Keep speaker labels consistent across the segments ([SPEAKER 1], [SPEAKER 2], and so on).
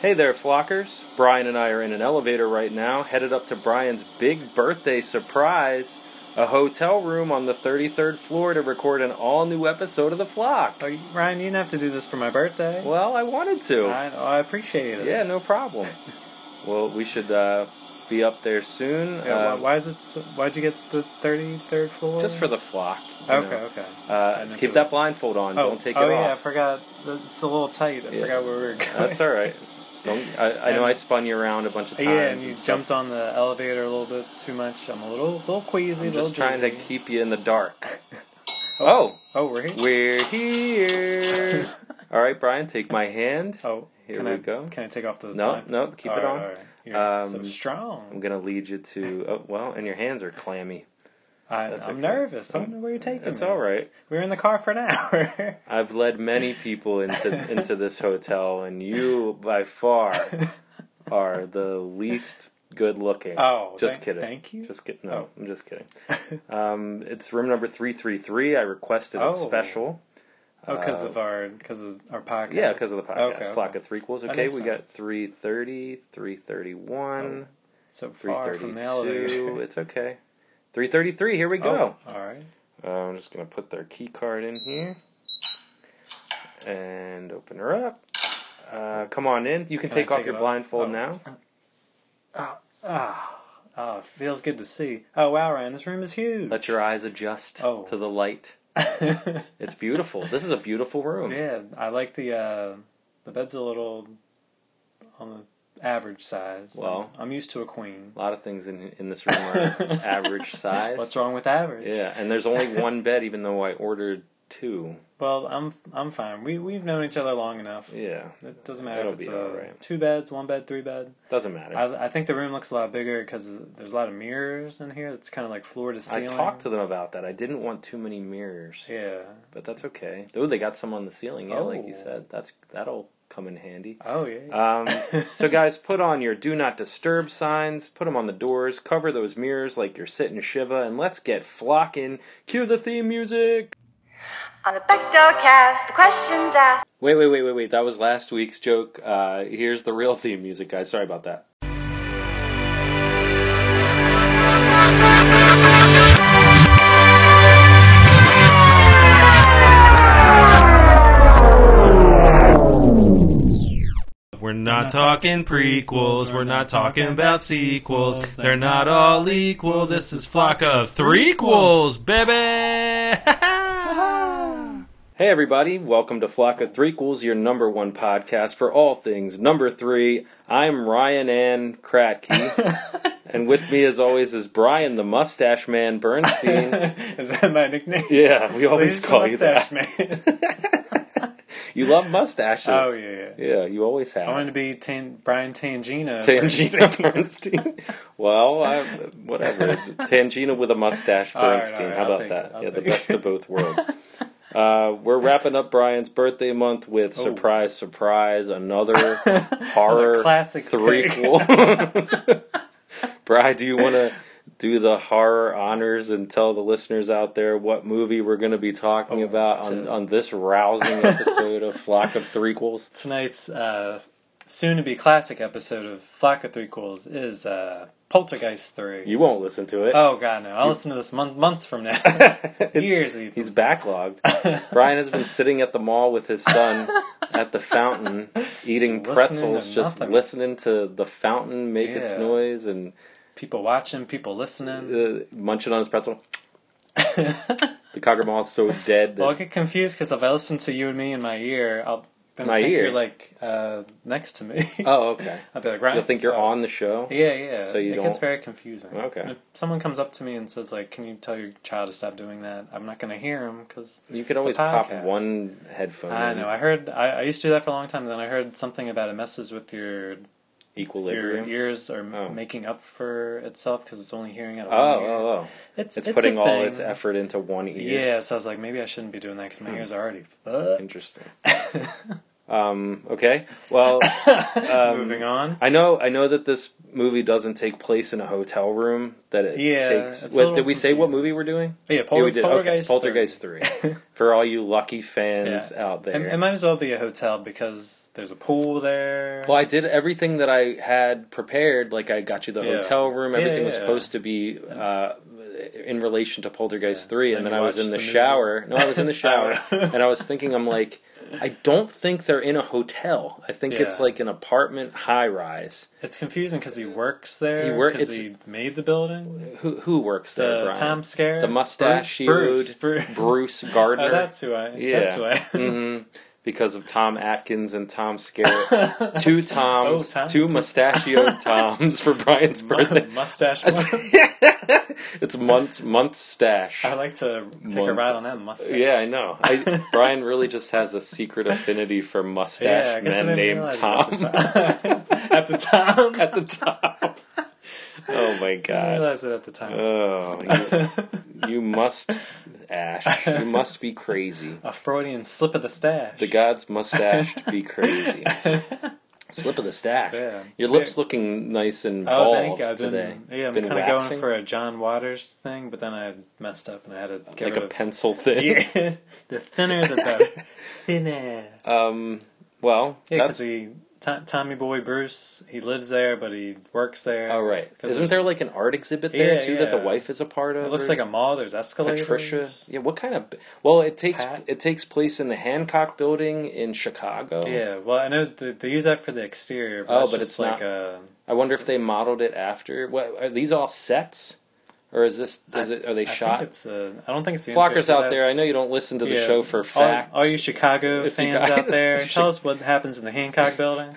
[SPEAKER 1] Hey there, flockers. Brian and I are in an elevator right now, headed up to Brian's big birthday surprise a hotel room on the 33rd floor to record an all new episode of The Flock.
[SPEAKER 2] Oh, Ryan, you didn't have to do this for my birthday.
[SPEAKER 1] Well, I wanted to.
[SPEAKER 2] I, oh, I appreciate it.
[SPEAKER 1] Yeah, no problem. well, we should uh, be up there soon.
[SPEAKER 2] Yeah,
[SPEAKER 1] uh,
[SPEAKER 2] why, why is it? So, why'd you get the thirty third floor?
[SPEAKER 1] Just for The Flock. you know.
[SPEAKER 2] Okay, okay.
[SPEAKER 1] Uh,
[SPEAKER 2] meant it
[SPEAKER 1] keep that
[SPEAKER 2] was-
[SPEAKER 1] blindfold on. Don't take it
[SPEAKER 2] oh
[SPEAKER 1] off.
[SPEAKER 2] yeah, I forgot. It's a little tight. I
[SPEAKER 1] Yeah.
[SPEAKER 2] forgot where we were going.
[SPEAKER 1] That's all right. Don't. I, I know
[SPEAKER 2] And-
[SPEAKER 1] I spun you around a bunch of times.
[SPEAKER 2] Yeah, and you
[SPEAKER 1] stuff.
[SPEAKER 2] jumped on the elevator a little bit too much. I'm a little, little queasy.
[SPEAKER 1] I'm
[SPEAKER 2] little
[SPEAKER 1] just trying to
[SPEAKER 2] dizzy.
[SPEAKER 1] keep you in the dark. Oh,
[SPEAKER 2] Oh, we're here.
[SPEAKER 1] we're here. all right, Brian, take my hand.
[SPEAKER 2] oh,
[SPEAKER 1] Here
[SPEAKER 2] can
[SPEAKER 1] we
[SPEAKER 2] I,
[SPEAKER 1] go.
[SPEAKER 2] Can I take off the?
[SPEAKER 1] No,
[SPEAKER 2] blind-
[SPEAKER 1] no, keep it
[SPEAKER 2] All right,
[SPEAKER 1] on.
[SPEAKER 2] all right. You're so
[SPEAKER 1] Um, I'm
[SPEAKER 2] strong.
[SPEAKER 1] gonna lead you to. Oh, well, and your hands are clammy.
[SPEAKER 2] I, I'm
[SPEAKER 1] that's okay.
[SPEAKER 2] nervous. I don't know where you're taking
[SPEAKER 1] It's
[SPEAKER 2] me.
[SPEAKER 1] all right.
[SPEAKER 2] We were in the car for an hour.
[SPEAKER 1] I've led many people into into this hotel, and you, by far, are the least good looking.
[SPEAKER 2] Oh,
[SPEAKER 1] just
[SPEAKER 2] thank-
[SPEAKER 1] kidding.
[SPEAKER 2] thank you. Oh.
[SPEAKER 1] Just kidding. No, I'm just kidding. Um, it's room number three three three. I requested it
[SPEAKER 2] Oh.
[SPEAKER 1] special.
[SPEAKER 2] Oh, because
[SPEAKER 1] Uh,
[SPEAKER 2] of our because of our podcast.
[SPEAKER 1] Yeah, because of the podcast.
[SPEAKER 2] Okay,
[SPEAKER 1] Flock
[SPEAKER 2] okay.
[SPEAKER 1] of Threequels.
[SPEAKER 2] That
[SPEAKER 1] Okay,
[SPEAKER 2] makes
[SPEAKER 1] we
[SPEAKER 2] sense. Oh.
[SPEAKER 1] got 330, 331,
[SPEAKER 2] so far from the elevator.
[SPEAKER 1] 332. It's okay. 333, here we go.
[SPEAKER 2] Oh, all right.
[SPEAKER 1] Uh, I'm just going to put their key card in here and open her up. Uh, come on in. You can,
[SPEAKER 2] Can I
[SPEAKER 1] take off
[SPEAKER 2] take
[SPEAKER 1] your
[SPEAKER 2] it off?
[SPEAKER 1] blindfold
[SPEAKER 2] Oh.
[SPEAKER 1] now.
[SPEAKER 2] Ah, ah, it feels good to see. Oh wow, Ryan, this room is huge.
[SPEAKER 1] Let your eyes adjust
[SPEAKER 2] Oh.
[SPEAKER 1] to the light. It's beautiful. this is a beautiful room.
[SPEAKER 2] yeah, I like the uh, the bed's a little on the average size.
[SPEAKER 1] Well.
[SPEAKER 2] I'm, I'm used to a queen.
[SPEAKER 1] A lot of things in in this room are average size.
[SPEAKER 2] What's wrong with average?
[SPEAKER 1] Yeah, and there's only one bed, even though I ordered two.
[SPEAKER 2] Well, I'm I'm fine. We we've known each other long enough.
[SPEAKER 1] Yeah,
[SPEAKER 2] It doesn't matter
[SPEAKER 1] It'll
[SPEAKER 2] if it's
[SPEAKER 1] be
[SPEAKER 2] uh,
[SPEAKER 1] all right.
[SPEAKER 2] two beds, one bed, three bed.
[SPEAKER 1] doesn't matter.
[SPEAKER 2] I, I think the room looks a lot bigger because there's a lot of mirrors in here. It's kind of like floor to
[SPEAKER 1] I
[SPEAKER 2] ceiling.
[SPEAKER 1] talked to them about that. I didn't want too many mirrors,
[SPEAKER 2] Yeah.
[SPEAKER 1] but that's okay. Though they got some on the ceiling, yeah, like you
[SPEAKER 2] Oh.
[SPEAKER 1] said. That's that'll come in handy.
[SPEAKER 2] Oh yeah.
[SPEAKER 1] Um, so guys, put on your do not disturb signs. Put them on the doors. Cover those mirrors like you're sitting shiva, and let's get flocking. Cue the theme music.
[SPEAKER 3] On the Bechdel cast, the questions asked.
[SPEAKER 1] Wait, wait, wait, wait, wait. That was last week's joke. Uh, here's the real theme music, guys. Sorry about that. We're not talking prequels. We're not talking about sequels. They're not all equal. This is Flock of Threequels, baby! hey, everybody. Welcome to Flock of Threequels, your number one podcast for all things number three. I'm Ryan Ann Kratke. and with me, as always, is Brian the Mustache Man Bernstein.
[SPEAKER 2] Is that my nickname?
[SPEAKER 1] yeah, we always
[SPEAKER 2] He's the
[SPEAKER 1] call you that.
[SPEAKER 2] mustache man.
[SPEAKER 1] You love mustaches.
[SPEAKER 2] oh yeah, yeah.
[SPEAKER 1] Yeah, you always have.
[SPEAKER 2] I wanted to be Tan- Brian Tangina.
[SPEAKER 1] Tangina Bernstein. well, I, whatever. Tangina with a mustache
[SPEAKER 2] All right,
[SPEAKER 1] Bernstein.
[SPEAKER 2] all right,
[SPEAKER 1] How
[SPEAKER 2] I'll
[SPEAKER 1] about
[SPEAKER 2] take
[SPEAKER 1] that?
[SPEAKER 2] it, I'll
[SPEAKER 1] yeah, the
[SPEAKER 2] take it.
[SPEAKER 1] best of both worlds. Uh, we're wrapping up Brian's birthday month with
[SPEAKER 2] Oh.
[SPEAKER 1] surprise, surprise, another horror
[SPEAKER 2] classic
[SPEAKER 1] threequel. Brian, do you want to do the horror honors and tell the listeners out there what movie we're going to be talking
[SPEAKER 2] Oh,
[SPEAKER 1] about on,
[SPEAKER 2] to-
[SPEAKER 1] on this rousing episode of Flock of Threequels?
[SPEAKER 2] Tonight's uh, soon-to-be classic episode of Flock of Three Quills is uh, Poltergeist Three.
[SPEAKER 1] You won't listen to it.
[SPEAKER 2] oh God, no! I'll listen to this mon- months from now, years even.
[SPEAKER 1] He's backlogged. Brian has been sitting at the mall with his son at the fountain, eating
[SPEAKER 2] Just listening
[SPEAKER 1] pretzels,
[SPEAKER 2] to
[SPEAKER 1] just
[SPEAKER 2] nothing.
[SPEAKER 1] listening to the fountain make its
[SPEAKER 2] Yeah.
[SPEAKER 1] noise and
[SPEAKER 2] people watching, people listening.
[SPEAKER 1] uh, munching on his pretzel. the cocker mall is so dead that
[SPEAKER 2] Well, I get confused because if I listen to you and me in my ear, I'll then
[SPEAKER 1] My
[SPEAKER 2] think
[SPEAKER 1] ear?
[SPEAKER 2] you're like uh, next to me.
[SPEAKER 1] oh, okay.
[SPEAKER 2] I'll be like, right.
[SPEAKER 1] You'll think you're
[SPEAKER 2] oh.
[SPEAKER 1] on the show.
[SPEAKER 2] Yeah, yeah.
[SPEAKER 1] So you
[SPEAKER 2] it gets
[SPEAKER 1] don't-
[SPEAKER 2] very confusing.
[SPEAKER 1] Okay.
[SPEAKER 2] And if someone comes up to me and says, like, can you tell your child to stop doing that? I'm not going to hear them because
[SPEAKER 1] You can always pop
[SPEAKER 2] podcast.
[SPEAKER 1] one headphone.
[SPEAKER 2] I
[SPEAKER 1] in.
[SPEAKER 2] know. I heard, I, I used to do that for a long time, then I heard something about it messes with your your
[SPEAKER 1] Equilibrium.
[SPEAKER 2] ears are
[SPEAKER 1] Oh.
[SPEAKER 2] making up for itself because it's only hearing out of
[SPEAKER 1] oh,
[SPEAKER 2] one ear.
[SPEAKER 1] oh, oh.
[SPEAKER 2] It's,
[SPEAKER 1] It's,
[SPEAKER 2] it's a
[SPEAKER 1] putting all
[SPEAKER 2] thing.
[SPEAKER 1] its effort into one ear. Hmm.
[SPEAKER 2] Yeah, so I was like, maybe I shouldn't be doing that because my ears are already fucked.
[SPEAKER 1] Interesting. Um, okay. Well, Um,
[SPEAKER 2] Moving on.
[SPEAKER 1] I know I know that this movie doesn't take place in a hotel room. That it
[SPEAKER 2] Yeah,
[SPEAKER 1] takes.
[SPEAKER 2] it's a
[SPEAKER 1] What,
[SPEAKER 2] little
[SPEAKER 1] did we say what
[SPEAKER 2] confusing.
[SPEAKER 1] movie we're doing?
[SPEAKER 2] Yeah, Pol-
[SPEAKER 1] yeah, we did. Okay,
[SPEAKER 2] Poltergeist. Third.
[SPEAKER 1] Poltergeist three. For all you lucky fans
[SPEAKER 2] Yeah.
[SPEAKER 1] out there.
[SPEAKER 2] It, it might as well be a hotel because there's a pool there.
[SPEAKER 1] Well, I did everything that I had prepared. Like I got you the
[SPEAKER 2] Yeah.
[SPEAKER 1] hotel room.
[SPEAKER 2] Yeah,
[SPEAKER 1] Everything was
[SPEAKER 2] yeah.
[SPEAKER 1] supposed to be uh, in relation to Poltergeist
[SPEAKER 2] Yeah.
[SPEAKER 1] three, and
[SPEAKER 2] Then
[SPEAKER 1] then
[SPEAKER 2] you
[SPEAKER 1] I was
[SPEAKER 2] watched
[SPEAKER 1] in
[SPEAKER 2] the
[SPEAKER 1] the,
[SPEAKER 2] movie.
[SPEAKER 1] shower. No, I was in the shower,
[SPEAKER 2] Oh.
[SPEAKER 1] and I was thinking, I'm like, I don't think they're in a hotel. I think it's
[SPEAKER 2] Yeah.
[SPEAKER 1] like an apartment high rise.
[SPEAKER 2] It's confusing because he works there.
[SPEAKER 1] He
[SPEAKER 2] He
[SPEAKER 1] wor-
[SPEAKER 2] works.
[SPEAKER 1] it's-
[SPEAKER 2] He made the building.
[SPEAKER 1] Who who works there?
[SPEAKER 2] The
[SPEAKER 1] Brian?
[SPEAKER 2] Tom Scare.
[SPEAKER 1] the mustachioed
[SPEAKER 2] Bruce.
[SPEAKER 1] Bruce,
[SPEAKER 2] Bruce.
[SPEAKER 1] Gardner.
[SPEAKER 2] Oh, that's who I.
[SPEAKER 1] Yeah.
[SPEAKER 2] That's who I.
[SPEAKER 1] hmm Because of Tom Atkins and Tom Skerritt. two Toms,
[SPEAKER 2] Oh, Tom.
[SPEAKER 1] two mustachioed Toms for Brian's birthday.
[SPEAKER 2] mustache. one.
[SPEAKER 1] it's month month stash.
[SPEAKER 2] I like to take a
[SPEAKER 1] Month.
[SPEAKER 2] ride on that mustache.
[SPEAKER 1] Yeah, I know. I, Brian really just has a secret affinity for
[SPEAKER 2] Yeah,
[SPEAKER 1] mustache
[SPEAKER 2] I guess I
[SPEAKER 1] men
[SPEAKER 2] didn't
[SPEAKER 1] named
[SPEAKER 2] realize
[SPEAKER 1] Tom.
[SPEAKER 2] it At the time. at the time.
[SPEAKER 1] At the top. Oh my
[SPEAKER 2] I didn't
[SPEAKER 1] god.
[SPEAKER 2] realize it at the
[SPEAKER 1] Uh,
[SPEAKER 2] time.
[SPEAKER 1] Oh, you, you must, Ash. You must be crazy.
[SPEAKER 2] a Freudian slip of the stash.
[SPEAKER 1] The gods mustached be crazy. Slip of the stash.
[SPEAKER 2] Yeah.
[SPEAKER 1] Your lips looking nice and
[SPEAKER 2] Oh,
[SPEAKER 1] bald
[SPEAKER 2] thank you. I've been,
[SPEAKER 1] today.
[SPEAKER 2] yeah, I'm
[SPEAKER 1] Been
[SPEAKER 2] kind of
[SPEAKER 1] waxing?
[SPEAKER 2] going for a John Waters thing, but then I messed up and I had to get
[SPEAKER 1] like
[SPEAKER 2] rid
[SPEAKER 1] a
[SPEAKER 2] of
[SPEAKER 1] pencil thin.
[SPEAKER 2] Yeah, the thinner the better. thinner.
[SPEAKER 1] Um. Well,
[SPEAKER 2] Yeah, because
[SPEAKER 1] that's
[SPEAKER 2] he Tom- Tommy Boy Bruce, he lives there, but he works there.
[SPEAKER 1] Oh right.
[SPEAKER 2] 'Cause
[SPEAKER 1] Isn't
[SPEAKER 2] there's-
[SPEAKER 1] there like an art exhibit there
[SPEAKER 2] Yeah,
[SPEAKER 1] too that the
[SPEAKER 2] yeah.
[SPEAKER 1] wife is a part of?
[SPEAKER 2] It looks
[SPEAKER 1] or
[SPEAKER 2] like a mall. There's escalators.
[SPEAKER 1] Patricia. Yeah, what kind of Well, it takes
[SPEAKER 2] Pat?
[SPEAKER 1] it takes place in the Hancock building in Chicago.
[SPEAKER 2] Yeah, well, I know th- they use that for the exterior. But
[SPEAKER 1] Oh,
[SPEAKER 2] that's
[SPEAKER 1] but
[SPEAKER 2] just
[SPEAKER 1] it's
[SPEAKER 2] like
[SPEAKER 1] not-
[SPEAKER 2] a.
[SPEAKER 1] I wonder if they modeled it after. What are these all sets? Or is this is it are they
[SPEAKER 2] I
[SPEAKER 1] shot?
[SPEAKER 2] Think it's a, I don't think it's the interior,
[SPEAKER 1] Flockers
[SPEAKER 2] 'cause
[SPEAKER 1] out
[SPEAKER 2] that-
[SPEAKER 1] there, I know you don't listen to the
[SPEAKER 2] yeah.
[SPEAKER 1] show for
[SPEAKER 2] All-
[SPEAKER 1] facts.
[SPEAKER 2] All, you Chicago
[SPEAKER 1] If you
[SPEAKER 2] fans out
[SPEAKER 1] guys-
[SPEAKER 2] there, tell us what happens in the Hancock building.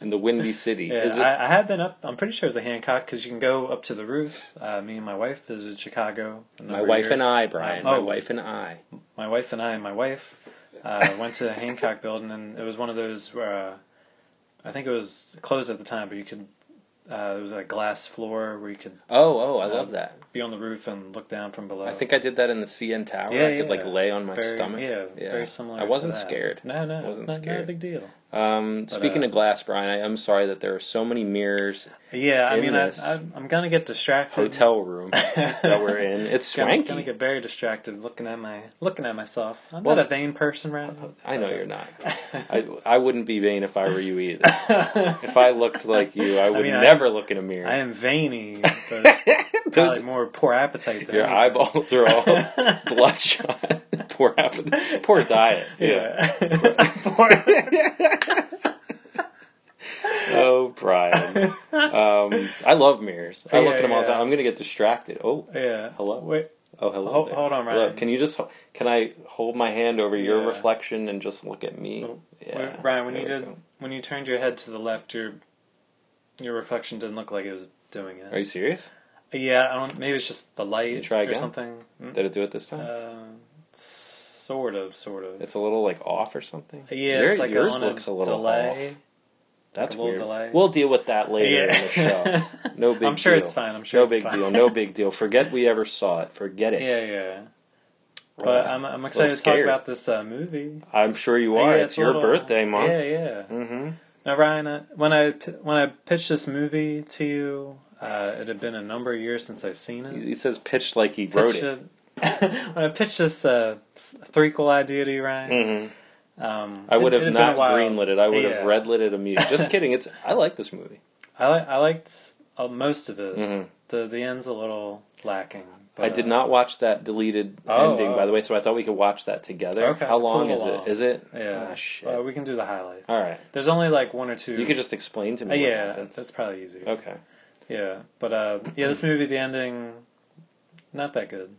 [SPEAKER 1] in the Windy City.
[SPEAKER 2] Yeah,
[SPEAKER 1] is it
[SPEAKER 2] I, I have been up. I'm pretty sure it's a Hancock because you can go up to the roof. Uh, me and my wife visited Chicago. a
[SPEAKER 1] my
[SPEAKER 2] number of
[SPEAKER 1] wife
[SPEAKER 2] years.
[SPEAKER 1] and I, Brian.
[SPEAKER 2] Uh,
[SPEAKER 1] my
[SPEAKER 2] oh.
[SPEAKER 1] wife and I.
[SPEAKER 2] My wife and I and my wife uh, went to the Hancock building, and it was one of those where uh, I think it was closed at the time, but you could. Uh, there was a glass floor where you could.
[SPEAKER 1] Oh, oh, I
[SPEAKER 2] uh,
[SPEAKER 1] love that.
[SPEAKER 2] Be on the roof and look down from below.
[SPEAKER 1] I think I did that in the CN Tower.
[SPEAKER 2] Yeah,
[SPEAKER 1] I could like
[SPEAKER 2] yeah.
[SPEAKER 1] lay on my
[SPEAKER 2] Very-
[SPEAKER 1] stomach.
[SPEAKER 2] Yeah, very similar.
[SPEAKER 1] I
[SPEAKER 2] to
[SPEAKER 1] wasn't
[SPEAKER 2] that.
[SPEAKER 1] scared.
[SPEAKER 2] No, no,
[SPEAKER 1] I wasn't
[SPEAKER 2] not, Not
[SPEAKER 1] scared.
[SPEAKER 2] a big deal.
[SPEAKER 1] Um, speaking
[SPEAKER 2] uh,
[SPEAKER 1] of glass, Brian, I am sorry that there are so many mirrors.
[SPEAKER 2] Yeah, I
[SPEAKER 1] In
[SPEAKER 2] mean, I,
[SPEAKER 1] this
[SPEAKER 2] I, I'm gonna get distracted.
[SPEAKER 1] Hotel room that we're in. It's
[SPEAKER 2] I'm
[SPEAKER 1] swanky.
[SPEAKER 2] gonna get very distracted looking at my looking at myself. I'm
[SPEAKER 1] Well-
[SPEAKER 2] not a vain person, right?
[SPEAKER 1] I know you're not. I, I wouldn't be vain if I were you either. if I looked like you, I would
[SPEAKER 2] mean, I-
[SPEAKER 1] never look in a mirror.
[SPEAKER 2] I am veiny, but
[SPEAKER 1] Those-
[SPEAKER 2] probably more poor appetite. Than
[SPEAKER 1] your
[SPEAKER 2] anything.
[SPEAKER 1] eyeballs are all bloodshot. poor, app- poor diet. Yeah.
[SPEAKER 2] Yeah. Poor-
[SPEAKER 1] Oh, Brian. Um, I love mirrors. I
[SPEAKER 2] Yeah,
[SPEAKER 1] look at them all the
[SPEAKER 2] yeah.
[SPEAKER 1] time. I'm going to get distracted. Oh,
[SPEAKER 2] yeah.
[SPEAKER 1] Hello?
[SPEAKER 2] Wait.
[SPEAKER 1] Oh, hello.
[SPEAKER 2] Hold-
[SPEAKER 1] there.
[SPEAKER 2] hold on,
[SPEAKER 1] Hello.
[SPEAKER 2] Ryan.
[SPEAKER 1] Can you just can I hold my hand over your
[SPEAKER 2] Yeah. Oh,
[SPEAKER 1] reflection and just look at me?
[SPEAKER 2] Wait, Ryan, when you
[SPEAKER 1] There
[SPEAKER 2] did
[SPEAKER 1] we go.
[SPEAKER 2] when you turned your head to the left, your your reflection didn't look like it was doing
[SPEAKER 1] Are
[SPEAKER 2] it.
[SPEAKER 1] you serious?
[SPEAKER 2] Yeah, I don't. Maybe it's just the light
[SPEAKER 1] You try
[SPEAKER 2] or
[SPEAKER 1] again?
[SPEAKER 2] something. Mm,
[SPEAKER 1] Did it do it this time?
[SPEAKER 2] Uh, sort of, sort of.
[SPEAKER 1] it's a little like off or something.
[SPEAKER 2] yeah,
[SPEAKER 1] Your-
[SPEAKER 2] it's like
[SPEAKER 1] yours
[SPEAKER 2] on
[SPEAKER 1] looks a,
[SPEAKER 2] a,
[SPEAKER 1] little
[SPEAKER 2] delay.
[SPEAKER 1] off. That's
[SPEAKER 2] a little
[SPEAKER 1] weird.
[SPEAKER 2] delay.
[SPEAKER 1] We'll deal with that later
[SPEAKER 2] Yeah.
[SPEAKER 1] in the show. No big.
[SPEAKER 2] I'm sure
[SPEAKER 1] deal.
[SPEAKER 2] it's fine. I'm sure
[SPEAKER 1] no
[SPEAKER 2] it's
[SPEAKER 1] big
[SPEAKER 2] fine.
[SPEAKER 1] deal. No big deal. Forget we ever saw it. Forget it.
[SPEAKER 2] Yeah, yeah. But I'm I'm excited to talk
[SPEAKER 1] scared.
[SPEAKER 2] about this uh, movie.
[SPEAKER 1] I'm sure you are.
[SPEAKER 2] Yeah,
[SPEAKER 1] it's
[SPEAKER 2] a
[SPEAKER 1] your
[SPEAKER 2] little-
[SPEAKER 1] birthday month.
[SPEAKER 2] Yeah, yeah.
[SPEAKER 1] Mm-hmm.
[SPEAKER 2] Now, Ryan, uh, when I p- when I pitched this movie to you, uh, it had been a number of years since I've seen
[SPEAKER 1] He,
[SPEAKER 2] it.
[SPEAKER 1] he says pitched like he wrote
[SPEAKER 2] Pitched
[SPEAKER 1] it.
[SPEAKER 2] it- when I pitched this uh, s- threequel idea to you, Ryan,
[SPEAKER 1] Mm-hmm.
[SPEAKER 2] um,
[SPEAKER 1] I would
[SPEAKER 2] it- it had
[SPEAKER 1] have
[SPEAKER 2] been
[SPEAKER 1] not
[SPEAKER 2] a while.
[SPEAKER 1] greenlit it. I would
[SPEAKER 2] Yeah.
[SPEAKER 1] have redlit it immediately. Just kidding. It's I like this movie.
[SPEAKER 2] I li- I liked uh, most of it.
[SPEAKER 1] Mhm.
[SPEAKER 2] The the end's a little lacking.
[SPEAKER 1] I did not watch that deleted
[SPEAKER 2] Oh,
[SPEAKER 1] ending,
[SPEAKER 2] oh.
[SPEAKER 1] by the way, so I thought we could watch that together.
[SPEAKER 2] Okay,
[SPEAKER 1] How
[SPEAKER 2] it's a
[SPEAKER 1] long is
[SPEAKER 2] little long.
[SPEAKER 1] it? Is it?
[SPEAKER 2] Yeah.
[SPEAKER 1] Ah, shit.
[SPEAKER 2] Uh, we can do the highlights.
[SPEAKER 1] All right.
[SPEAKER 2] There's only like one or two.
[SPEAKER 1] You could just explain to
[SPEAKER 2] Uh,
[SPEAKER 1] me what
[SPEAKER 2] yeah,
[SPEAKER 1] happens.
[SPEAKER 2] that's probably easier.
[SPEAKER 1] okay.
[SPEAKER 2] Yeah, but uh, yeah, this movie, the ending, not that good,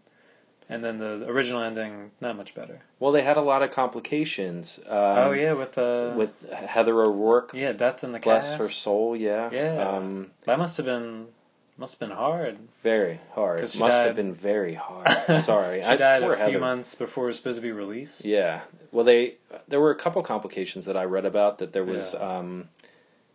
[SPEAKER 2] and then the original ending, not much better.
[SPEAKER 1] Well, they had a lot of complications. Um,
[SPEAKER 2] oh yeah, with uh,
[SPEAKER 1] With Heather O'Rourke,
[SPEAKER 2] yeah, death in the
[SPEAKER 1] bless
[SPEAKER 2] cast.
[SPEAKER 1] her soul, yeah.
[SPEAKER 2] Yeah.
[SPEAKER 1] Um,
[SPEAKER 2] That must have been must have been hard.
[SPEAKER 1] very hard.
[SPEAKER 2] 'Cause she
[SPEAKER 1] Must
[SPEAKER 2] died-
[SPEAKER 1] have been very hard. Sorry.
[SPEAKER 2] She
[SPEAKER 1] I,
[SPEAKER 2] died
[SPEAKER 1] poor
[SPEAKER 2] a few
[SPEAKER 1] Heather.
[SPEAKER 2] months before it was supposed to be released.
[SPEAKER 1] Yeah. Well, they there were a couple complications that I read about. That there was
[SPEAKER 2] Yeah.
[SPEAKER 1] um,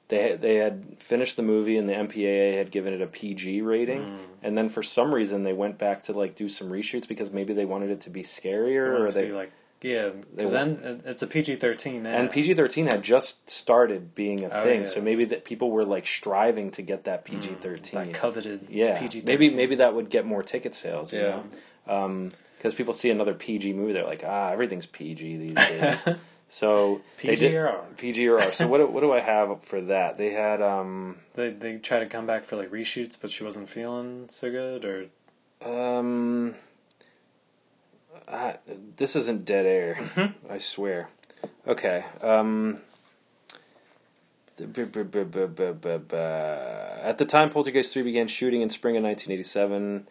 [SPEAKER 1] they they had finished the movie and the MPAA had given it a PG rating,
[SPEAKER 2] Mm.
[SPEAKER 1] and then for some reason they went back to like do some reshoots because maybe they wanted it to be
[SPEAKER 2] They
[SPEAKER 1] scarier
[SPEAKER 2] wanted
[SPEAKER 1] or
[SPEAKER 2] to
[SPEAKER 1] they
[SPEAKER 2] be like Yeah, because then it- it's a PG thirteen now.
[SPEAKER 1] And PG 13 had just started being a
[SPEAKER 2] Oh,
[SPEAKER 1] thing,
[SPEAKER 2] yeah. Mm.
[SPEAKER 1] so maybe that people were like striving to get that PG 13.
[SPEAKER 2] that coveted
[SPEAKER 1] yeah.
[SPEAKER 2] PG-13.
[SPEAKER 1] Maybe maybe that would get more ticket sales, you
[SPEAKER 2] Yeah.
[SPEAKER 1] know? Because people see another PG movie, they're like, ah, everything's PG these days. so they did-
[SPEAKER 2] PG-R.
[SPEAKER 1] PG or R. So what, do- what do I have for that? They had, um,
[SPEAKER 2] They they tried to come back for like reshoots, but she wasn't feeling so good, or
[SPEAKER 1] um, I, this isn't dead air, I swear. Okay, um, the bu- bu- bu- bu- bu- bu- bu- at the time Poltergeist 3 began shooting in spring of 1987,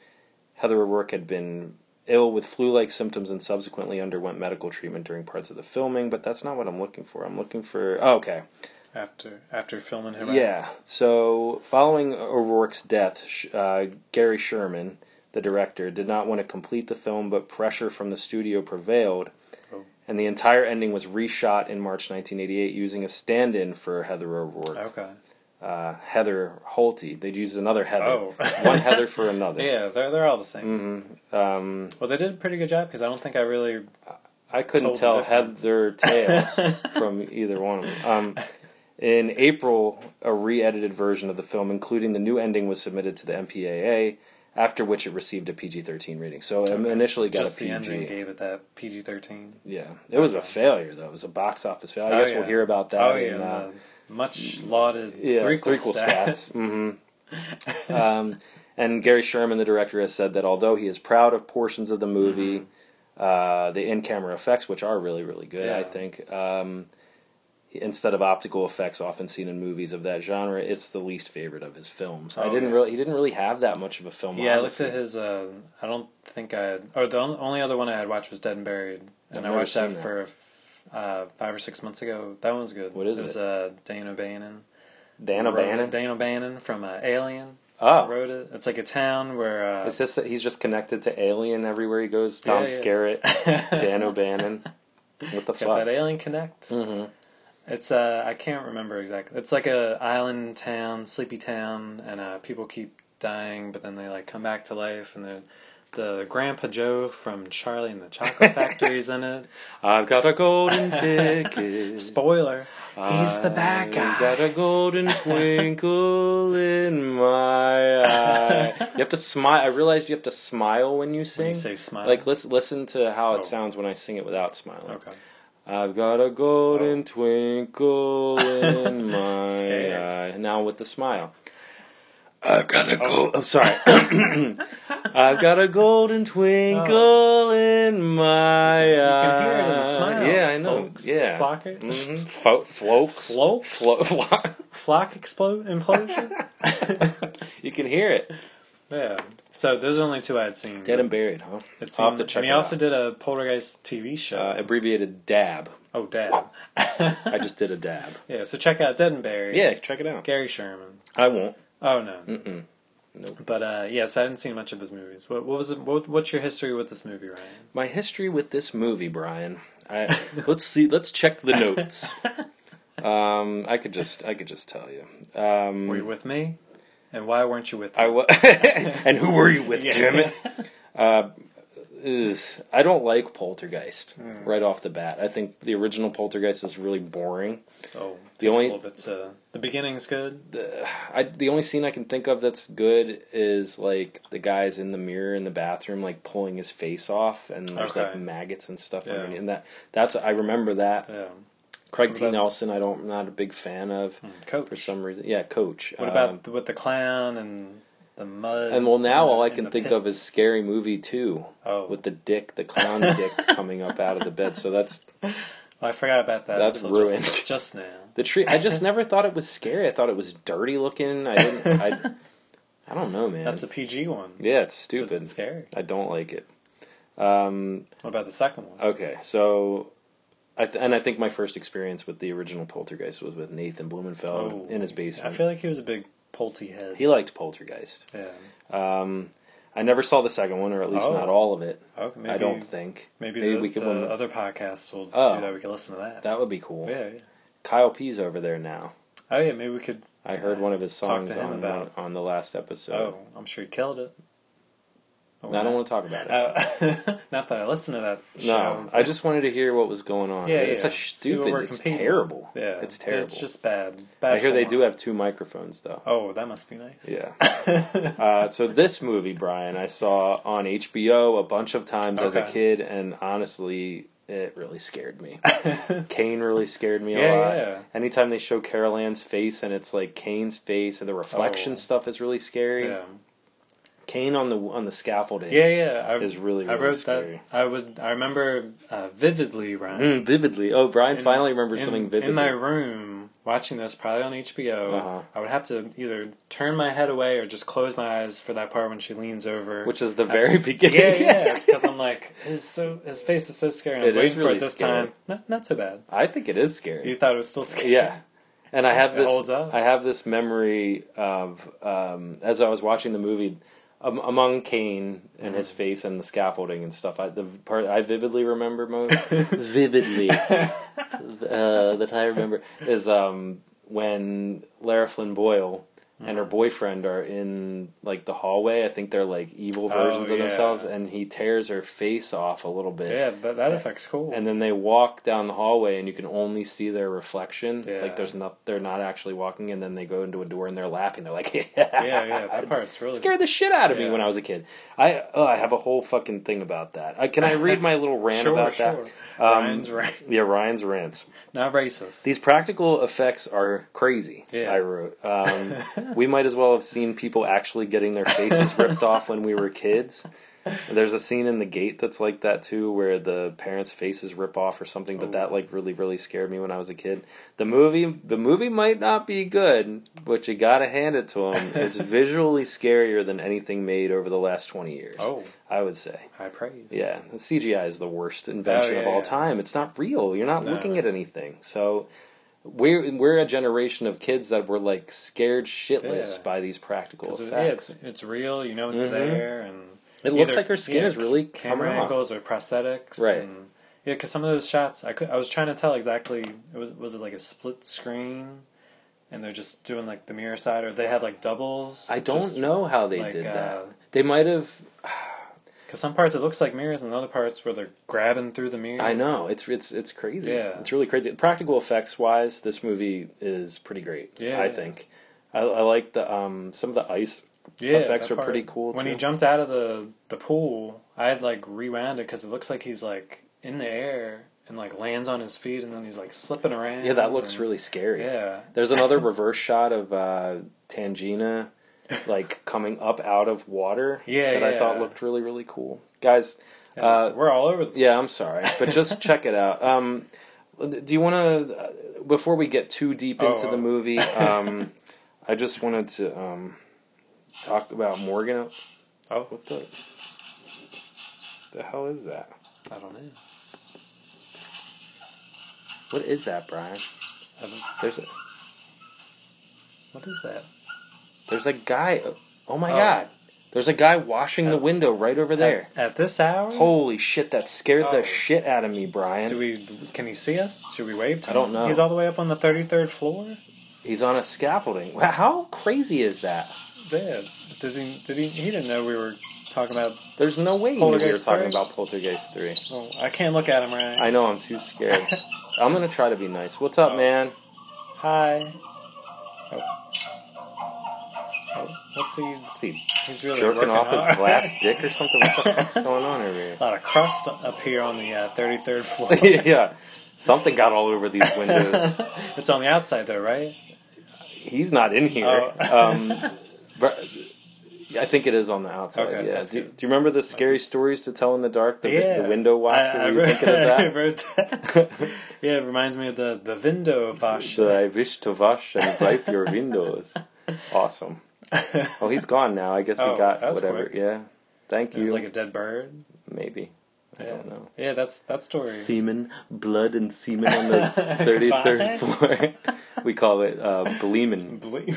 [SPEAKER 1] Heather O'Rourke had been ill with flu like symptoms and subsequently underwent medical treatment during parts of the filming, but that's not what I'm looking for. I'm looking for. Oh, okay.
[SPEAKER 2] after after filming her.
[SPEAKER 1] Yeah. So, following O'Rourke's death, Sh- uh, Gary Sherman, the director, did not want to complete the film, but pressure from the studio prevailed,
[SPEAKER 2] Oh.
[SPEAKER 1] and the entire ending was reshot in March 1988 using a stand in for Heather O'Rourke.
[SPEAKER 2] Okay.
[SPEAKER 1] Uh, Heather Holty. They'd used another Heather.
[SPEAKER 2] Oh.
[SPEAKER 1] One Heather for another.
[SPEAKER 2] Yeah, they're they're all the
[SPEAKER 1] Mm.
[SPEAKER 2] same.
[SPEAKER 1] Um,
[SPEAKER 2] Well, they did a pretty good job because I don't think I really.
[SPEAKER 1] I
[SPEAKER 2] Told
[SPEAKER 1] couldn't
[SPEAKER 2] the
[SPEAKER 1] tell
[SPEAKER 2] difference.
[SPEAKER 1] Heather Tails from either one of them. Um, in April, a re edited version of the film, including the new ending, was submitted to the MPAA, after which it received a PG 13 rating. So it initially got a
[SPEAKER 2] just the ending
[SPEAKER 1] PG.
[SPEAKER 2] gave it that PG thirteen.
[SPEAKER 1] Yeah. It was a
[SPEAKER 2] Okay.
[SPEAKER 1] failure, though. It was a box office failure. I
[SPEAKER 2] Oh,
[SPEAKER 1] guess we'll
[SPEAKER 2] yeah.
[SPEAKER 1] hear about that
[SPEAKER 2] Oh yeah,
[SPEAKER 1] in uh,
[SPEAKER 2] the much lauded
[SPEAKER 1] yeah,
[SPEAKER 2] threequel,
[SPEAKER 1] threequel
[SPEAKER 2] stats.
[SPEAKER 1] stats. Mhm. um, and Gary Sherman, the director, has said that although he is proud of portions of the
[SPEAKER 2] Mm-hmm.
[SPEAKER 1] movie, uh, the in-camera effects, which are really, really good, I
[SPEAKER 2] Yeah.
[SPEAKER 1] think, um, instead of optical effects often seen in movies of that genre, it's the least favorite of his films. I
[SPEAKER 2] Oh,
[SPEAKER 1] didn't
[SPEAKER 2] yeah.
[SPEAKER 1] really, he didn't really have that much of a film.
[SPEAKER 2] Yeah, I looked at his. Uh, I don't think I. Had, or the on- only other one I had watched was Dead and Buried, and I
[SPEAKER 1] never
[SPEAKER 2] watched that,
[SPEAKER 1] seen that.
[SPEAKER 2] for uh, five or six months ago. That one's good.
[SPEAKER 1] What is
[SPEAKER 2] it?
[SPEAKER 1] it?
[SPEAKER 2] was uh, Dan O'Bannon.
[SPEAKER 1] Dan O'Bannon.
[SPEAKER 2] Dan O'Bannon from uh, Alien.
[SPEAKER 1] oh,
[SPEAKER 2] Wrote it. It's like a town where. Uh,
[SPEAKER 1] is this that he's just connected to Alien everywhere he goes? Tom
[SPEAKER 2] Yeah, yeah.
[SPEAKER 1] Skerritt, Dan O'Bannon. What the
[SPEAKER 2] it's got
[SPEAKER 1] fuck?
[SPEAKER 2] that Alien Connect.
[SPEAKER 1] hmm
[SPEAKER 2] It's uh, I can't remember exactly. It's like a island town, sleepy town, and uh, people keep dying, but then they like come back to life, and the the Grandpa Joe from Charlie and the Chocolate Factory's in it.
[SPEAKER 1] I've got a golden ticket.
[SPEAKER 2] Spoiler, he's the bad
[SPEAKER 1] I
[SPEAKER 2] guy.
[SPEAKER 1] Got a golden twinkle in my eye. You have to smile. I realized you have to smile when you sing.
[SPEAKER 2] When you say smile,
[SPEAKER 1] Like uh, listen, listen to how it
[SPEAKER 2] Oh.
[SPEAKER 1] sounds when I sing it without smiling.
[SPEAKER 2] okay, Oh.
[SPEAKER 1] I've got a golden twinkle in my
[SPEAKER 2] Scared. Oh.
[SPEAKER 1] eye. Now with the smile. I've got a gold. I'm sorry. I've got a golden twinkle Oh. in my
[SPEAKER 2] you
[SPEAKER 1] eye.
[SPEAKER 2] can hear it in the smile.
[SPEAKER 1] Yeah, I know.
[SPEAKER 2] folks.
[SPEAKER 1] Yeah.
[SPEAKER 2] flock,
[SPEAKER 1] Mhm. Fo- flokes.
[SPEAKER 2] Flokes?
[SPEAKER 1] Flo- flo-
[SPEAKER 2] flock explode implosion.
[SPEAKER 1] you can hear it.
[SPEAKER 2] yeah. So those are the only two I had seen.
[SPEAKER 1] Dead and buried, huh?
[SPEAKER 2] It
[SPEAKER 1] I'll
[SPEAKER 2] seemed-
[SPEAKER 1] have to check
[SPEAKER 2] And he
[SPEAKER 1] it
[SPEAKER 2] also
[SPEAKER 1] out.
[SPEAKER 2] did a Poltergeist TV show.
[SPEAKER 1] Uh, abbreviated DAB.
[SPEAKER 2] oh, Dad.
[SPEAKER 1] I just did a DAB.
[SPEAKER 2] yeah. So check out Dead and Buried.
[SPEAKER 1] Yeah, check it out.
[SPEAKER 2] Gary Sherman.
[SPEAKER 1] I won't.
[SPEAKER 2] Oh no.
[SPEAKER 1] Mm-mm. Nope.
[SPEAKER 2] But uh, yes, I haven't seen much of his movies. What, what was it, what, what's your history with this movie, Ryan?
[SPEAKER 1] My history with this movie, Brian. I, let's see. Let's check the notes. Um, I could just, I could just tell you. Um,
[SPEAKER 2] Were you with me? And why weren't you with me?
[SPEAKER 1] I wa- and who were you with?
[SPEAKER 2] Yeah.
[SPEAKER 1] Damn it! Uh, Ugh. I don't like Poltergeist right off the bat. I think the original Poltergeist is really boring.
[SPEAKER 2] oh,
[SPEAKER 1] The
[SPEAKER 2] the
[SPEAKER 1] only-
[SPEAKER 2] only a little bit to, the beginning's good.
[SPEAKER 1] I, the only scene I can think of that's good is like the guy's in the mirror in the bathroom, like pulling his face off, and there's like
[SPEAKER 2] Okay.
[SPEAKER 1] maggots and stuff.
[SPEAKER 2] Yeah.
[SPEAKER 1] underneath. And that that's I remember that.
[SPEAKER 2] yeah.
[SPEAKER 1] Craig T.
[SPEAKER 2] about-
[SPEAKER 1] Nelson, I don't, I'm not a big fan of
[SPEAKER 2] Coach.
[SPEAKER 1] for some reason. Yeah, Coach.
[SPEAKER 2] what
[SPEAKER 1] Um,
[SPEAKER 2] about the, with the clown and the mud?
[SPEAKER 1] and well, now all I
[SPEAKER 2] and
[SPEAKER 1] can
[SPEAKER 2] the
[SPEAKER 1] think of
[SPEAKER 2] pits?
[SPEAKER 1] is Scary Movie Two
[SPEAKER 2] Oh.
[SPEAKER 1] with the dick, the clown dick coming up out of the bed. So that's
[SPEAKER 2] Oh, I forgot about that.
[SPEAKER 1] That's
[SPEAKER 2] until just-
[SPEAKER 1] ruined.
[SPEAKER 2] Just, now.
[SPEAKER 1] the tree. I just never thought it was scary. I thought it was dirty looking. I didn't. I, I don't know, man.
[SPEAKER 2] That's the PG one.
[SPEAKER 1] yeah, it's
[SPEAKER 2] But
[SPEAKER 1] stupid.
[SPEAKER 2] It's scary.
[SPEAKER 1] I don't like it. Um,
[SPEAKER 2] What about the second one?
[SPEAKER 1] okay, so, I th- and I think my first experience with the original Poltergeist was with Nathan Blumenfeld
[SPEAKER 2] Oh,
[SPEAKER 1] in his
[SPEAKER 2] I
[SPEAKER 1] basement.
[SPEAKER 2] feel like he was a big Pulte head.
[SPEAKER 1] he liked Poltergeist.
[SPEAKER 2] yeah.
[SPEAKER 1] Um, I never saw the second one, or at least
[SPEAKER 2] Oh.
[SPEAKER 1] not all of it.
[SPEAKER 2] Okay. Maybe,
[SPEAKER 1] I don't think.
[SPEAKER 2] Maybe, the,
[SPEAKER 1] we can.
[SPEAKER 2] the other podcasts will
[SPEAKER 1] Oh.
[SPEAKER 2] do that. We can listen to that.
[SPEAKER 1] that would be cool.
[SPEAKER 2] yeah, yeah.
[SPEAKER 1] Kyle P's over there now.
[SPEAKER 2] Oh yeah, maybe we could
[SPEAKER 1] I heard one of his
[SPEAKER 2] Talk
[SPEAKER 1] songs
[SPEAKER 2] to him
[SPEAKER 1] on
[SPEAKER 2] about-
[SPEAKER 1] the, on the last episode.
[SPEAKER 2] Oh, I'm sure he killed it. Or
[SPEAKER 1] No, I don't want to talk about it.
[SPEAKER 2] Uh, not that I listen to that show.
[SPEAKER 1] No, I just wanted to hear what was going on.
[SPEAKER 2] Yeah,
[SPEAKER 1] it's
[SPEAKER 2] yeah.
[SPEAKER 1] a
[SPEAKER 2] See what
[SPEAKER 1] stupid.
[SPEAKER 2] we're
[SPEAKER 1] It's
[SPEAKER 2] competing with.
[SPEAKER 1] terrible.
[SPEAKER 2] Yeah,
[SPEAKER 1] it's terrible.
[SPEAKER 2] It's just bad. bad
[SPEAKER 1] I hear they
[SPEAKER 2] form.
[SPEAKER 1] do have two microphones though.
[SPEAKER 2] Oh, that must be nice.
[SPEAKER 1] Yeah. uh, so this movie, Brian, I saw on HBO a bunch of times as a
[SPEAKER 2] Okay.
[SPEAKER 1] kid, and honestly, it really scared me. Kane really scared me
[SPEAKER 2] Yeah,
[SPEAKER 1] a lot.
[SPEAKER 2] yeah.
[SPEAKER 1] Anytime they show Carol Ann's face and it's like Kane's face, and the reflection
[SPEAKER 2] Oh.
[SPEAKER 1] stuff is really scary.
[SPEAKER 2] yeah,
[SPEAKER 1] Kane on the on the scaffolding.
[SPEAKER 2] yeah. yeah. I,
[SPEAKER 1] Is really,
[SPEAKER 2] I
[SPEAKER 1] really
[SPEAKER 2] wrote
[SPEAKER 1] scary.
[SPEAKER 2] that. I would. I remember uh, vividly, Ryan.
[SPEAKER 1] Mm, vividly. Oh, Brian
[SPEAKER 2] in-
[SPEAKER 1] finally remembers
[SPEAKER 2] in-
[SPEAKER 1] something vividly.
[SPEAKER 2] In my room, watching this, probably on HBO,
[SPEAKER 1] Uh-huh.
[SPEAKER 2] I would have to either turn my head away or just close my eyes for that part when she leans over.
[SPEAKER 1] which is the
[SPEAKER 2] That's-
[SPEAKER 1] very beginning.
[SPEAKER 2] Yeah, yeah, because I'm like, his, so, his face is so scary. and I was
[SPEAKER 1] It is
[SPEAKER 2] waiting for
[SPEAKER 1] really
[SPEAKER 2] it this
[SPEAKER 1] scary.
[SPEAKER 2] time. Not, not so bad.
[SPEAKER 1] I think it is
[SPEAKER 2] You
[SPEAKER 1] scary.
[SPEAKER 2] thought it was still scary?
[SPEAKER 1] Yeah. And I have
[SPEAKER 2] It
[SPEAKER 1] this
[SPEAKER 2] holds up.
[SPEAKER 1] I have this memory of um, as I was watching the movie um, among Kane and
[SPEAKER 2] Mm-hmm.
[SPEAKER 1] his face and the scaffolding and stuff. I the part I vividly remember most vividly uh, that I remember is um, when Lara Flynn Boyle and
[SPEAKER 2] Mm-hmm.
[SPEAKER 1] her boyfriend are in like the hallway. I think they're like evil
[SPEAKER 2] Oh,
[SPEAKER 1] versions of
[SPEAKER 2] yeah.
[SPEAKER 1] themselves and he tears her face off a little bit.
[SPEAKER 2] Yeah, but that affects cool.
[SPEAKER 1] and then they walk down the hallway and you can only see their reflection
[SPEAKER 2] Yeah.
[SPEAKER 1] like there's not they're not actually walking and then they go into a door and they're laughing they're like yeah
[SPEAKER 2] yeah, yeah, that part's really.
[SPEAKER 1] scared the shit out of me
[SPEAKER 2] Yeah.
[SPEAKER 1] when i was a kid i oh, i have a whole fucking thing about that I, can i read my little rant
[SPEAKER 2] Sure,
[SPEAKER 1] about
[SPEAKER 2] sure.
[SPEAKER 1] that um,
[SPEAKER 2] Ryan's rant.
[SPEAKER 1] yeah ryan's rants
[SPEAKER 2] Not racist.
[SPEAKER 1] these practical effects are crazy
[SPEAKER 2] Yeah.
[SPEAKER 1] i wrote um, we might as well have seen people actually getting their faces ripped off when we were kids there's a scene in the gate that's like that too where the parents faces rip off or something but that like really really scared me when i was a kid the movie the movie might not be good but you gotta hand it to them it's visually scarier than anything made over the last 20 years
[SPEAKER 2] Oh.
[SPEAKER 1] i would say
[SPEAKER 2] High praise.
[SPEAKER 1] yeah, the CGI is the worst invention
[SPEAKER 2] Oh,
[SPEAKER 1] of
[SPEAKER 2] yeah,
[SPEAKER 1] all
[SPEAKER 2] yeah.
[SPEAKER 1] time. It's not real. You're not
[SPEAKER 2] No.
[SPEAKER 1] looking at anything. So we're we're a generation of kids that were like scared shitless
[SPEAKER 2] Yeah.
[SPEAKER 1] by these practical
[SPEAKER 2] 'Cause it- yeah,
[SPEAKER 1] effects.
[SPEAKER 2] it's, it's real. You know it's
[SPEAKER 1] Mm-hmm.
[SPEAKER 2] there, and
[SPEAKER 1] It looks like her skin is really
[SPEAKER 2] camera
[SPEAKER 1] coming off.
[SPEAKER 2] angles or prosthetics,
[SPEAKER 1] Right.
[SPEAKER 2] And, yeah, because some of those shots, I could, I was trying to tell exactly. It was was it like a split screen, and they're just doing like the mirror side, or they had like doubles.
[SPEAKER 1] I don't know how they
[SPEAKER 2] like,
[SPEAKER 1] did
[SPEAKER 2] uh,
[SPEAKER 1] that. They might have.
[SPEAKER 2] because some parts it looks like mirrors, and other parts where they're grabbing through the mirror.
[SPEAKER 1] I know it's it's it's crazy.
[SPEAKER 2] Yeah.
[SPEAKER 1] it's really crazy. Practical effects wise, this movie is pretty great.
[SPEAKER 2] Yeah.
[SPEAKER 1] I think. I, I like the um some of the ice
[SPEAKER 2] Yeah,
[SPEAKER 1] effects
[SPEAKER 2] that
[SPEAKER 1] are pretty cool,
[SPEAKER 2] When he
[SPEAKER 1] too.
[SPEAKER 2] jumped out of the the pool, I had like rewound it because it looks like he's like in the air and like lands on his feet, and then he's like slipping around.
[SPEAKER 1] Yeah, that looks
[SPEAKER 2] and-
[SPEAKER 1] really scary.
[SPEAKER 2] Yeah,
[SPEAKER 1] There's another reverse shot of uh, Tangina, like coming up out of water.
[SPEAKER 2] Yeah,
[SPEAKER 1] that I thought
[SPEAKER 2] yeah.
[SPEAKER 1] looked really really cool, guys.
[SPEAKER 2] Yeah,
[SPEAKER 1] Uh,
[SPEAKER 2] we're all over. The-
[SPEAKER 1] yeah, I'm sorry, but just check it out. Um, do you want to? Before we get too deep
[SPEAKER 2] Oh,
[SPEAKER 1] into the
[SPEAKER 2] oh.
[SPEAKER 1] movie, um, I just wanted to um, talk about Morgan.
[SPEAKER 2] Oh.
[SPEAKER 1] what the the hell is that?
[SPEAKER 2] I don't know.
[SPEAKER 1] What is that, Brian?
[SPEAKER 2] I don't-
[SPEAKER 1] There's a
[SPEAKER 2] what is that?
[SPEAKER 1] there's a guy. Oh my
[SPEAKER 2] Oh.
[SPEAKER 1] god! There's a guy washing the window right over there.
[SPEAKER 2] At, at this hour,
[SPEAKER 1] Holy shit, that scared
[SPEAKER 2] Oh.
[SPEAKER 1] the shit out of me, Brian.
[SPEAKER 2] do we? Can he see us? Should we wave? To
[SPEAKER 1] I don't
[SPEAKER 2] him?
[SPEAKER 1] know.
[SPEAKER 2] He's all the way up on the thirty third floor.
[SPEAKER 1] He's on a scaffolding. Wow, How crazy is that?
[SPEAKER 2] Yeah. Does he? Did he? He didn't know we were talking about.
[SPEAKER 1] There's no way he knew we were
[SPEAKER 2] Poltergeist
[SPEAKER 1] talking
[SPEAKER 2] three?
[SPEAKER 1] about Poltergeist 3.
[SPEAKER 2] Oh, I can't look at him right.
[SPEAKER 1] I know, I'm too scared. I'm gonna try to be nice. What's up,
[SPEAKER 2] Oh.
[SPEAKER 1] man?
[SPEAKER 2] Hi. Oh. Oh, what's he?
[SPEAKER 1] Is he
[SPEAKER 2] He's really
[SPEAKER 1] jerking
[SPEAKER 2] working
[SPEAKER 1] off his
[SPEAKER 2] hard.
[SPEAKER 1] glass dick or something? What the fuck's going on over here?
[SPEAKER 2] A lot of crust up here on the uh, 33rd floor.
[SPEAKER 1] yeah, something got all over these windows.
[SPEAKER 2] it's on the outside though, right?
[SPEAKER 1] He's not in here.
[SPEAKER 2] Oh.
[SPEAKER 1] um, but I think it is on the outside.
[SPEAKER 2] Okay,
[SPEAKER 1] yeah.
[SPEAKER 2] that's
[SPEAKER 1] Do,
[SPEAKER 2] good.
[SPEAKER 1] do you remember the scary stories to tell in the dark? The,
[SPEAKER 2] yeah.
[SPEAKER 1] the window watch.
[SPEAKER 2] I, I
[SPEAKER 1] were you
[SPEAKER 2] wrote,
[SPEAKER 1] thinking of
[SPEAKER 2] I
[SPEAKER 1] that?
[SPEAKER 2] wrote that. yeah, it reminds me of the the window vash.
[SPEAKER 1] that I wish to wash and wipe your windows. Awesome. Oh, he's gone now. I guess
[SPEAKER 2] Oh,
[SPEAKER 1] he got
[SPEAKER 2] that was
[SPEAKER 1] whatever.
[SPEAKER 2] quick.
[SPEAKER 1] Yeah. Thank
[SPEAKER 2] it was
[SPEAKER 1] you.
[SPEAKER 2] like a dead bird.
[SPEAKER 1] Maybe. I
[SPEAKER 2] Yeah.
[SPEAKER 1] don't know.
[SPEAKER 2] Yeah, that's that story.
[SPEAKER 1] Semen, blood, and semen on the 33rd floor. we call it uh, bleeman.
[SPEAKER 2] Ble-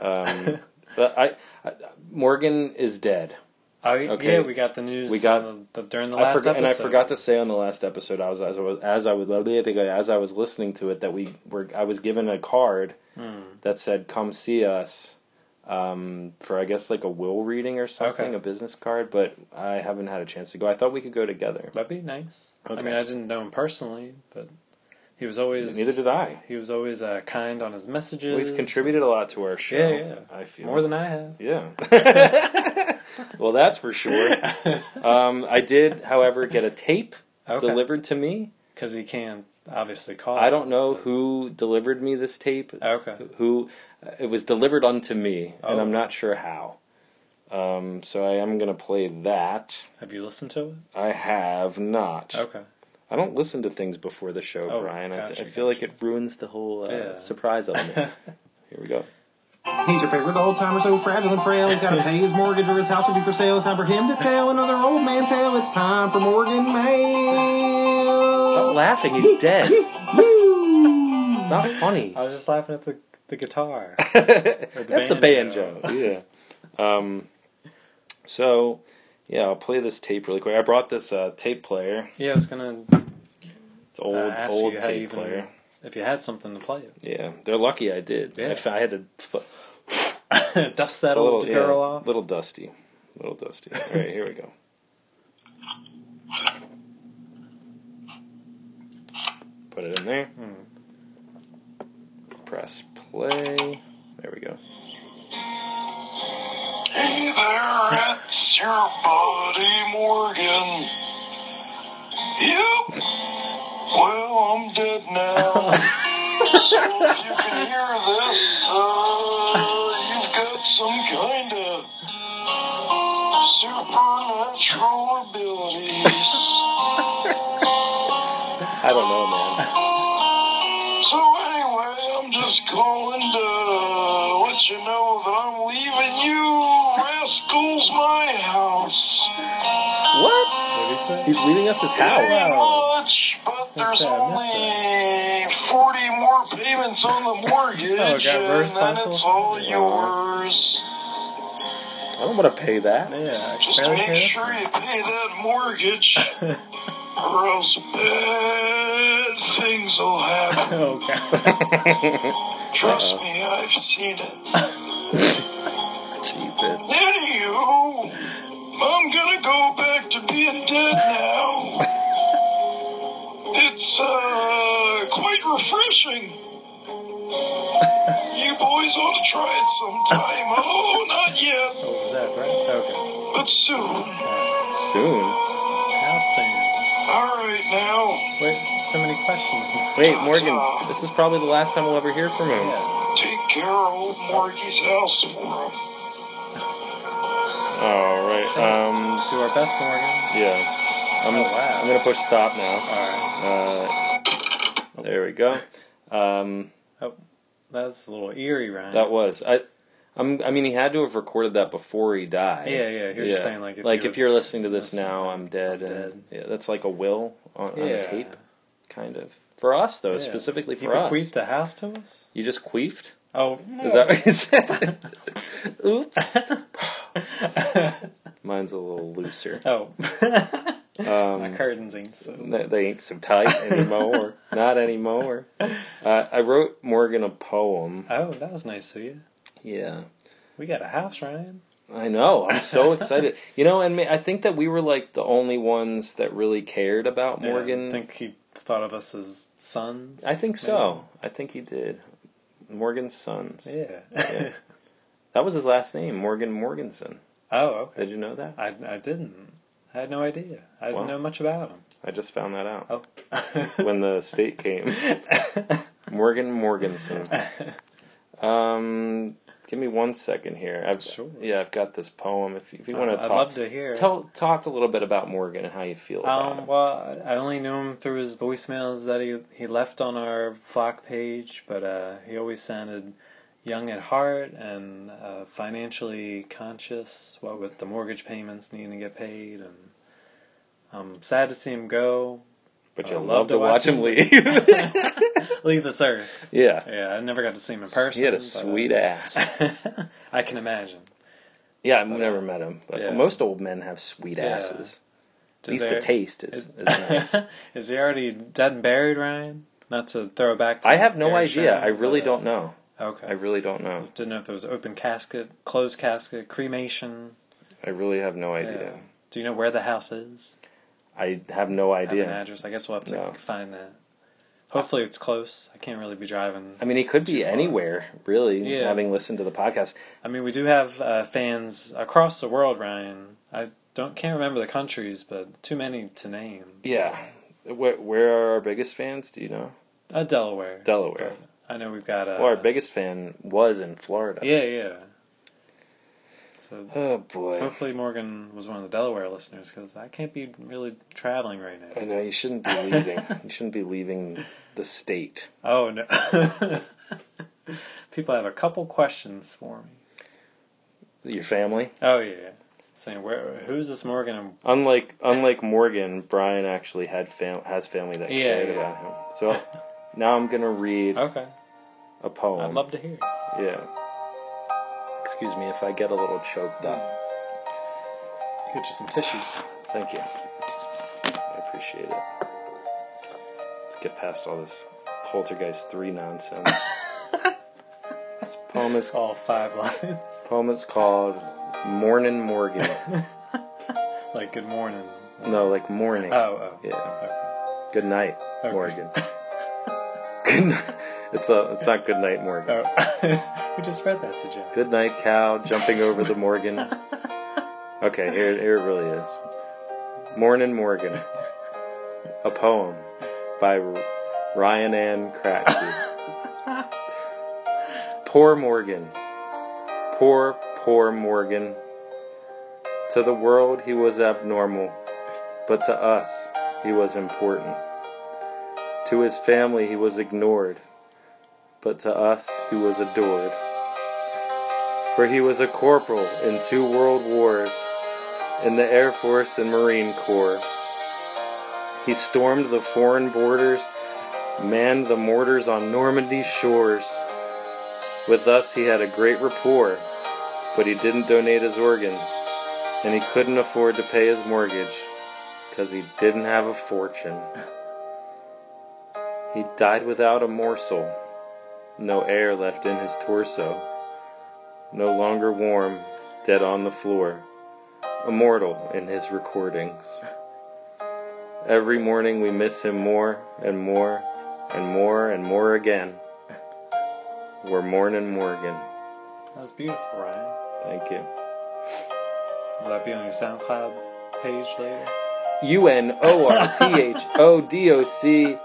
[SPEAKER 1] Um, but I, I, Morgan is dead.
[SPEAKER 2] Oh,
[SPEAKER 1] Okay.
[SPEAKER 2] Yeah, we got the news.
[SPEAKER 1] We got-
[SPEAKER 2] on the, the, during the
[SPEAKER 1] I
[SPEAKER 2] last
[SPEAKER 1] forgot, and I
[SPEAKER 2] episode.
[SPEAKER 1] forgot to say on the last episode, I was as I was as I was as I was
[SPEAKER 2] Hmm.
[SPEAKER 1] listening to it that we were I was given a card that said "Come see us." um, for I guess like a will reading or something,
[SPEAKER 2] Okay.
[SPEAKER 1] a business card. But I haven't had a chance to go. I thought we could go together.
[SPEAKER 2] That'd be nice. I
[SPEAKER 1] Okay.
[SPEAKER 2] mean, I didn't know him personally, but he was always
[SPEAKER 1] Neither did I.
[SPEAKER 2] He was always uh, kind on his messages.
[SPEAKER 1] Well, he's contributed a lot to our show.
[SPEAKER 2] Yeah, yeah.
[SPEAKER 1] I feel
[SPEAKER 2] more than I have.
[SPEAKER 1] Yeah. well, that's for sure. Um, I did, however, get a tape
[SPEAKER 2] Okay,
[SPEAKER 1] delivered to me.
[SPEAKER 2] because he can't obviously call. Oh,
[SPEAKER 1] I don't know who delivered me this tape.
[SPEAKER 2] Okay.
[SPEAKER 1] Who uh, it was delivered unto me, and
[SPEAKER 2] Oh.
[SPEAKER 1] I'm not sure how. Um, so I am gonna play that.
[SPEAKER 2] Have you listened to it?
[SPEAKER 1] I have not.
[SPEAKER 2] Okay.
[SPEAKER 1] I don't listen to things before the show,
[SPEAKER 2] Oh,
[SPEAKER 1] Brian. I, th- I
[SPEAKER 2] gotcha,
[SPEAKER 1] feel like
[SPEAKER 2] gotcha.
[SPEAKER 1] it ruins the whole uh,
[SPEAKER 2] Yeah.
[SPEAKER 1] surprise element. Here we go.
[SPEAKER 4] He's your favorite old timer, so fragile and frail. He's got to pay his mortgage or his house would be for sale. It's time for him to tell another old man tale. It's time for Morgan
[SPEAKER 1] Stop
[SPEAKER 4] Mail.
[SPEAKER 1] laughing. He's dead. it's
[SPEAKER 4] Woo!
[SPEAKER 1] not funny.
[SPEAKER 2] I was just laughing at the the guitar.
[SPEAKER 1] That's
[SPEAKER 2] banjo.
[SPEAKER 1] a banjo. yeah. Um, so, yeah, I'll play this tape really quick. I brought this uh, tape player.
[SPEAKER 2] yeah, I was gonna
[SPEAKER 1] It's old,
[SPEAKER 2] uh, ask
[SPEAKER 1] old
[SPEAKER 2] you how you
[SPEAKER 1] tape
[SPEAKER 2] even,
[SPEAKER 1] player.
[SPEAKER 2] if you had something to play it.
[SPEAKER 1] Yeah, they're lucky I did.
[SPEAKER 2] Yeah.
[SPEAKER 1] If I had to, f- it's
[SPEAKER 2] Dust
[SPEAKER 1] a
[SPEAKER 2] that
[SPEAKER 1] little,
[SPEAKER 2] old girl
[SPEAKER 1] yeah,
[SPEAKER 2] off.
[SPEAKER 1] little dusty, little dusty. All right, here we go. Put it in there.
[SPEAKER 2] Hmm.
[SPEAKER 1] Press play. There we go.
[SPEAKER 5] Hey there, it's your buddy Morgan. Yep. Well, I'm dead now. so if you can hear this, uh, you've got some kind of supernatural abilities.
[SPEAKER 1] I don't know, man.
[SPEAKER 5] So anyway, I'm just calling to uh, let you know that I'm leaving you rascals my house.
[SPEAKER 1] What?
[SPEAKER 2] What'd he say?
[SPEAKER 1] He's leaving us his house.
[SPEAKER 5] Ain't
[SPEAKER 2] Wow.
[SPEAKER 5] much, but
[SPEAKER 2] That's
[SPEAKER 5] there's
[SPEAKER 2] not bad. I missed
[SPEAKER 5] only 40 more payments on the mortgage,
[SPEAKER 2] Oh, it got
[SPEAKER 5] and
[SPEAKER 2] reverse
[SPEAKER 5] then it's
[SPEAKER 2] console?
[SPEAKER 5] all
[SPEAKER 1] Yeah.
[SPEAKER 5] yours.
[SPEAKER 1] I don't want to pay that.
[SPEAKER 2] yeah, I
[SPEAKER 5] Just
[SPEAKER 2] barely hear
[SPEAKER 5] make
[SPEAKER 2] this
[SPEAKER 5] sure
[SPEAKER 2] one.
[SPEAKER 5] you pay that mortgage, or else bad things will happen.
[SPEAKER 2] Oh god.
[SPEAKER 5] Trust me, I've seen it.
[SPEAKER 1] Jesus.
[SPEAKER 5] Anywho, I'm gonna go back to being dead now. It's uh quite refreshing. You boys ought to try it sometime. Oh, not yet,
[SPEAKER 2] What was that, right? Okay.
[SPEAKER 5] but soon.
[SPEAKER 2] Uh,
[SPEAKER 1] Soon.
[SPEAKER 2] how soon?
[SPEAKER 5] All right now,
[SPEAKER 2] Wait, so many questions.
[SPEAKER 1] Wait, Morgan, this is probably the last time we'll ever hear from him.
[SPEAKER 2] Yeah.
[SPEAKER 5] take care of old Margie's house for him.
[SPEAKER 1] All right. Um.
[SPEAKER 2] Do our best, Morgan.
[SPEAKER 1] Yeah. I'm,
[SPEAKER 2] Oh, wow.
[SPEAKER 1] I'm gonna push stop now.
[SPEAKER 2] Alright.
[SPEAKER 1] Uh, there we go. Um,
[SPEAKER 2] Oh, that was a little eerie, Ryan.
[SPEAKER 1] that was I. I'm, I mean, he had to have recorded that before he died.
[SPEAKER 2] Yeah, yeah, he was just saying, like, if
[SPEAKER 1] like
[SPEAKER 2] you
[SPEAKER 1] if
[SPEAKER 2] was-
[SPEAKER 1] you're listening to this
[SPEAKER 2] listening,
[SPEAKER 1] now, I'm dead.
[SPEAKER 2] I'm
[SPEAKER 1] and-
[SPEAKER 2] dead.
[SPEAKER 1] Yeah, that's like a will on, on
[SPEAKER 2] Yeah.
[SPEAKER 1] a tape, kind of. For us though,
[SPEAKER 2] Yeah.
[SPEAKER 1] specifically
[SPEAKER 2] He
[SPEAKER 1] for us.
[SPEAKER 2] bequeathed a house to us?
[SPEAKER 1] You just queefed.
[SPEAKER 2] Oh.
[SPEAKER 1] Is that what you said? Oops. Mine's a little looser.
[SPEAKER 2] Oh. My
[SPEAKER 1] Um,
[SPEAKER 2] curtains ain't so.
[SPEAKER 1] they they ain't so tight anymore. Not anymore. Uh, I wrote Morgan a poem.
[SPEAKER 2] Oh, that was nice of you.
[SPEAKER 1] Yeah.
[SPEAKER 2] We got a house, Ryan.
[SPEAKER 1] I know. I'm so excited. You know, and ma- I think that we were like the only ones that really cared about Morgan.
[SPEAKER 2] I think he thought of us as sons.
[SPEAKER 1] I think so. I think he did. Morgan's sons.
[SPEAKER 2] maybe? yeah.
[SPEAKER 1] That was his last name, Morgan Morganson.
[SPEAKER 2] oh, okay.
[SPEAKER 1] Did you know that?
[SPEAKER 2] I, I didn't. I had no idea. I didn't
[SPEAKER 1] Wow.
[SPEAKER 2] know much about him.
[SPEAKER 1] I just found that out
[SPEAKER 2] Oh.
[SPEAKER 1] when the state came. Morgan Morganson. Um, give me one second here. I've,
[SPEAKER 2] Sure.
[SPEAKER 1] Yeah, I've got this poem. If you, if you
[SPEAKER 2] Uh,
[SPEAKER 1] want to
[SPEAKER 2] I'd
[SPEAKER 1] talk,
[SPEAKER 2] love to hear.
[SPEAKER 1] Tell talk a little bit about Morgan and how you feel about
[SPEAKER 2] Um,
[SPEAKER 1] him.
[SPEAKER 2] well, I only knew him through his voicemails that he he left on our flock page, but uh, he always sounded young at heart and uh, financially conscious. What with the mortgage payments needing to get paid, and I'm sad to see him go,
[SPEAKER 1] But
[SPEAKER 2] I
[SPEAKER 1] you love,
[SPEAKER 2] love
[SPEAKER 1] to watch him leave.
[SPEAKER 2] leave this earth.
[SPEAKER 1] yeah.
[SPEAKER 2] Yeah, I never got to see him in person.
[SPEAKER 1] He had a
[SPEAKER 2] but,
[SPEAKER 1] sweet ass.
[SPEAKER 2] uh, I can imagine.
[SPEAKER 1] Yeah, I've never met him, but
[SPEAKER 2] Yeah.
[SPEAKER 1] most old men have sweet
[SPEAKER 2] Yeah.
[SPEAKER 1] asses. At
[SPEAKER 2] Did
[SPEAKER 1] least
[SPEAKER 2] there-
[SPEAKER 1] the taste is, is nice.
[SPEAKER 2] Is he already dead and buried, Ryan? Not to throw back. to
[SPEAKER 1] I have no
[SPEAKER 2] Gary
[SPEAKER 1] idea.
[SPEAKER 2] Shannon,
[SPEAKER 1] I really
[SPEAKER 2] but, uh,
[SPEAKER 1] don't know.
[SPEAKER 2] Okay.
[SPEAKER 1] I really don't know.
[SPEAKER 2] Didn't know if there was open casket, closed casket, cremation.
[SPEAKER 1] I really have no idea.
[SPEAKER 2] Yeah. Do you know where the house is?
[SPEAKER 1] I have no
[SPEAKER 2] Have an
[SPEAKER 1] idea.
[SPEAKER 2] address? I guess we'll have to
[SPEAKER 1] No.
[SPEAKER 2] find that. Hopefully it's close. I can't really be driving.
[SPEAKER 1] I mean, he could be anywhere, really,
[SPEAKER 2] Yeah.
[SPEAKER 1] having listened to the podcast.
[SPEAKER 2] I mean, we do have uh, fans across the world, Ryan. I don't can't remember the countries, but too many to name.
[SPEAKER 1] Yeah. Where, where are our biggest fans? Do you know?
[SPEAKER 2] Uh, Delaware.
[SPEAKER 1] Delaware.
[SPEAKER 2] I know we've got. Uh,
[SPEAKER 1] well, our biggest fan was in Florida.
[SPEAKER 2] Yeah, yeah. So
[SPEAKER 1] Oh, boy.
[SPEAKER 2] hopefully Morgan was one of the Delaware listeners because I can't be really traveling right
[SPEAKER 1] I
[SPEAKER 2] now.
[SPEAKER 1] know, you shouldn't be leaving. you shouldn't be leaving the state.
[SPEAKER 2] Oh no. People have a couple questions for me.
[SPEAKER 1] Your family?
[SPEAKER 2] Oh yeah. Saying where who's this Morgan and
[SPEAKER 1] Unlike unlike Morgan, Brian actually had fam- has family that
[SPEAKER 2] Yeah,
[SPEAKER 1] cared
[SPEAKER 2] yeah.
[SPEAKER 1] about him. So now I'm gonna read
[SPEAKER 2] Okay.
[SPEAKER 1] a poem.
[SPEAKER 2] I'd love to hear.
[SPEAKER 1] yeah. Excuse me if I get a little choked up.
[SPEAKER 2] Get you some tissues.
[SPEAKER 1] Thank you. I appreciate it. Let's get past all this poltergeist three nonsense. this poem is
[SPEAKER 2] All five lines.
[SPEAKER 1] poem is called Mornin' Morgan.
[SPEAKER 2] like good morning.
[SPEAKER 1] no, like morning.
[SPEAKER 2] Oh oh.
[SPEAKER 1] Yeah.
[SPEAKER 2] Okay.
[SPEAKER 1] Good night,
[SPEAKER 2] Okay.
[SPEAKER 1] Morgan. good night. It's a. It's not good night, Morgan.
[SPEAKER 2] Oh. we just read that to Joe.
[SPEAKER 1] Good night, cow. Jumping over the Morgan. Okay, here, here it really is. Morning, Morgan. A poem by R- Ryan Ann Cratchit. poor Morgan. Poor, poor Morgan. To the world, he was abnormal, but to us, he was important. To his family, he was ignored, but to us, he was adored for he was a corporal in two world wars in the Air Force and Marine Corps. He stormed the foreign borders, manned the mortars on Normandy's shores. With us, he had a great rapport, but he didn't donate his organs, and he couldn't afford to pay his mortgage because he didn't have a fortune. He died without a morsel, no air left in his torso no longer warm, dead on the floor, immortal in his recordings. Every morning we miss him more and more and more and more again. We're mourning Morgan.
[SPEAKER 2] That was beautiful, Ryan.
[SPEAKER 1] Thank you.
[SPEAKER 2] Will that be on your SoundCloud page later?
[SPEAKER 1] U N O R T H O D O C.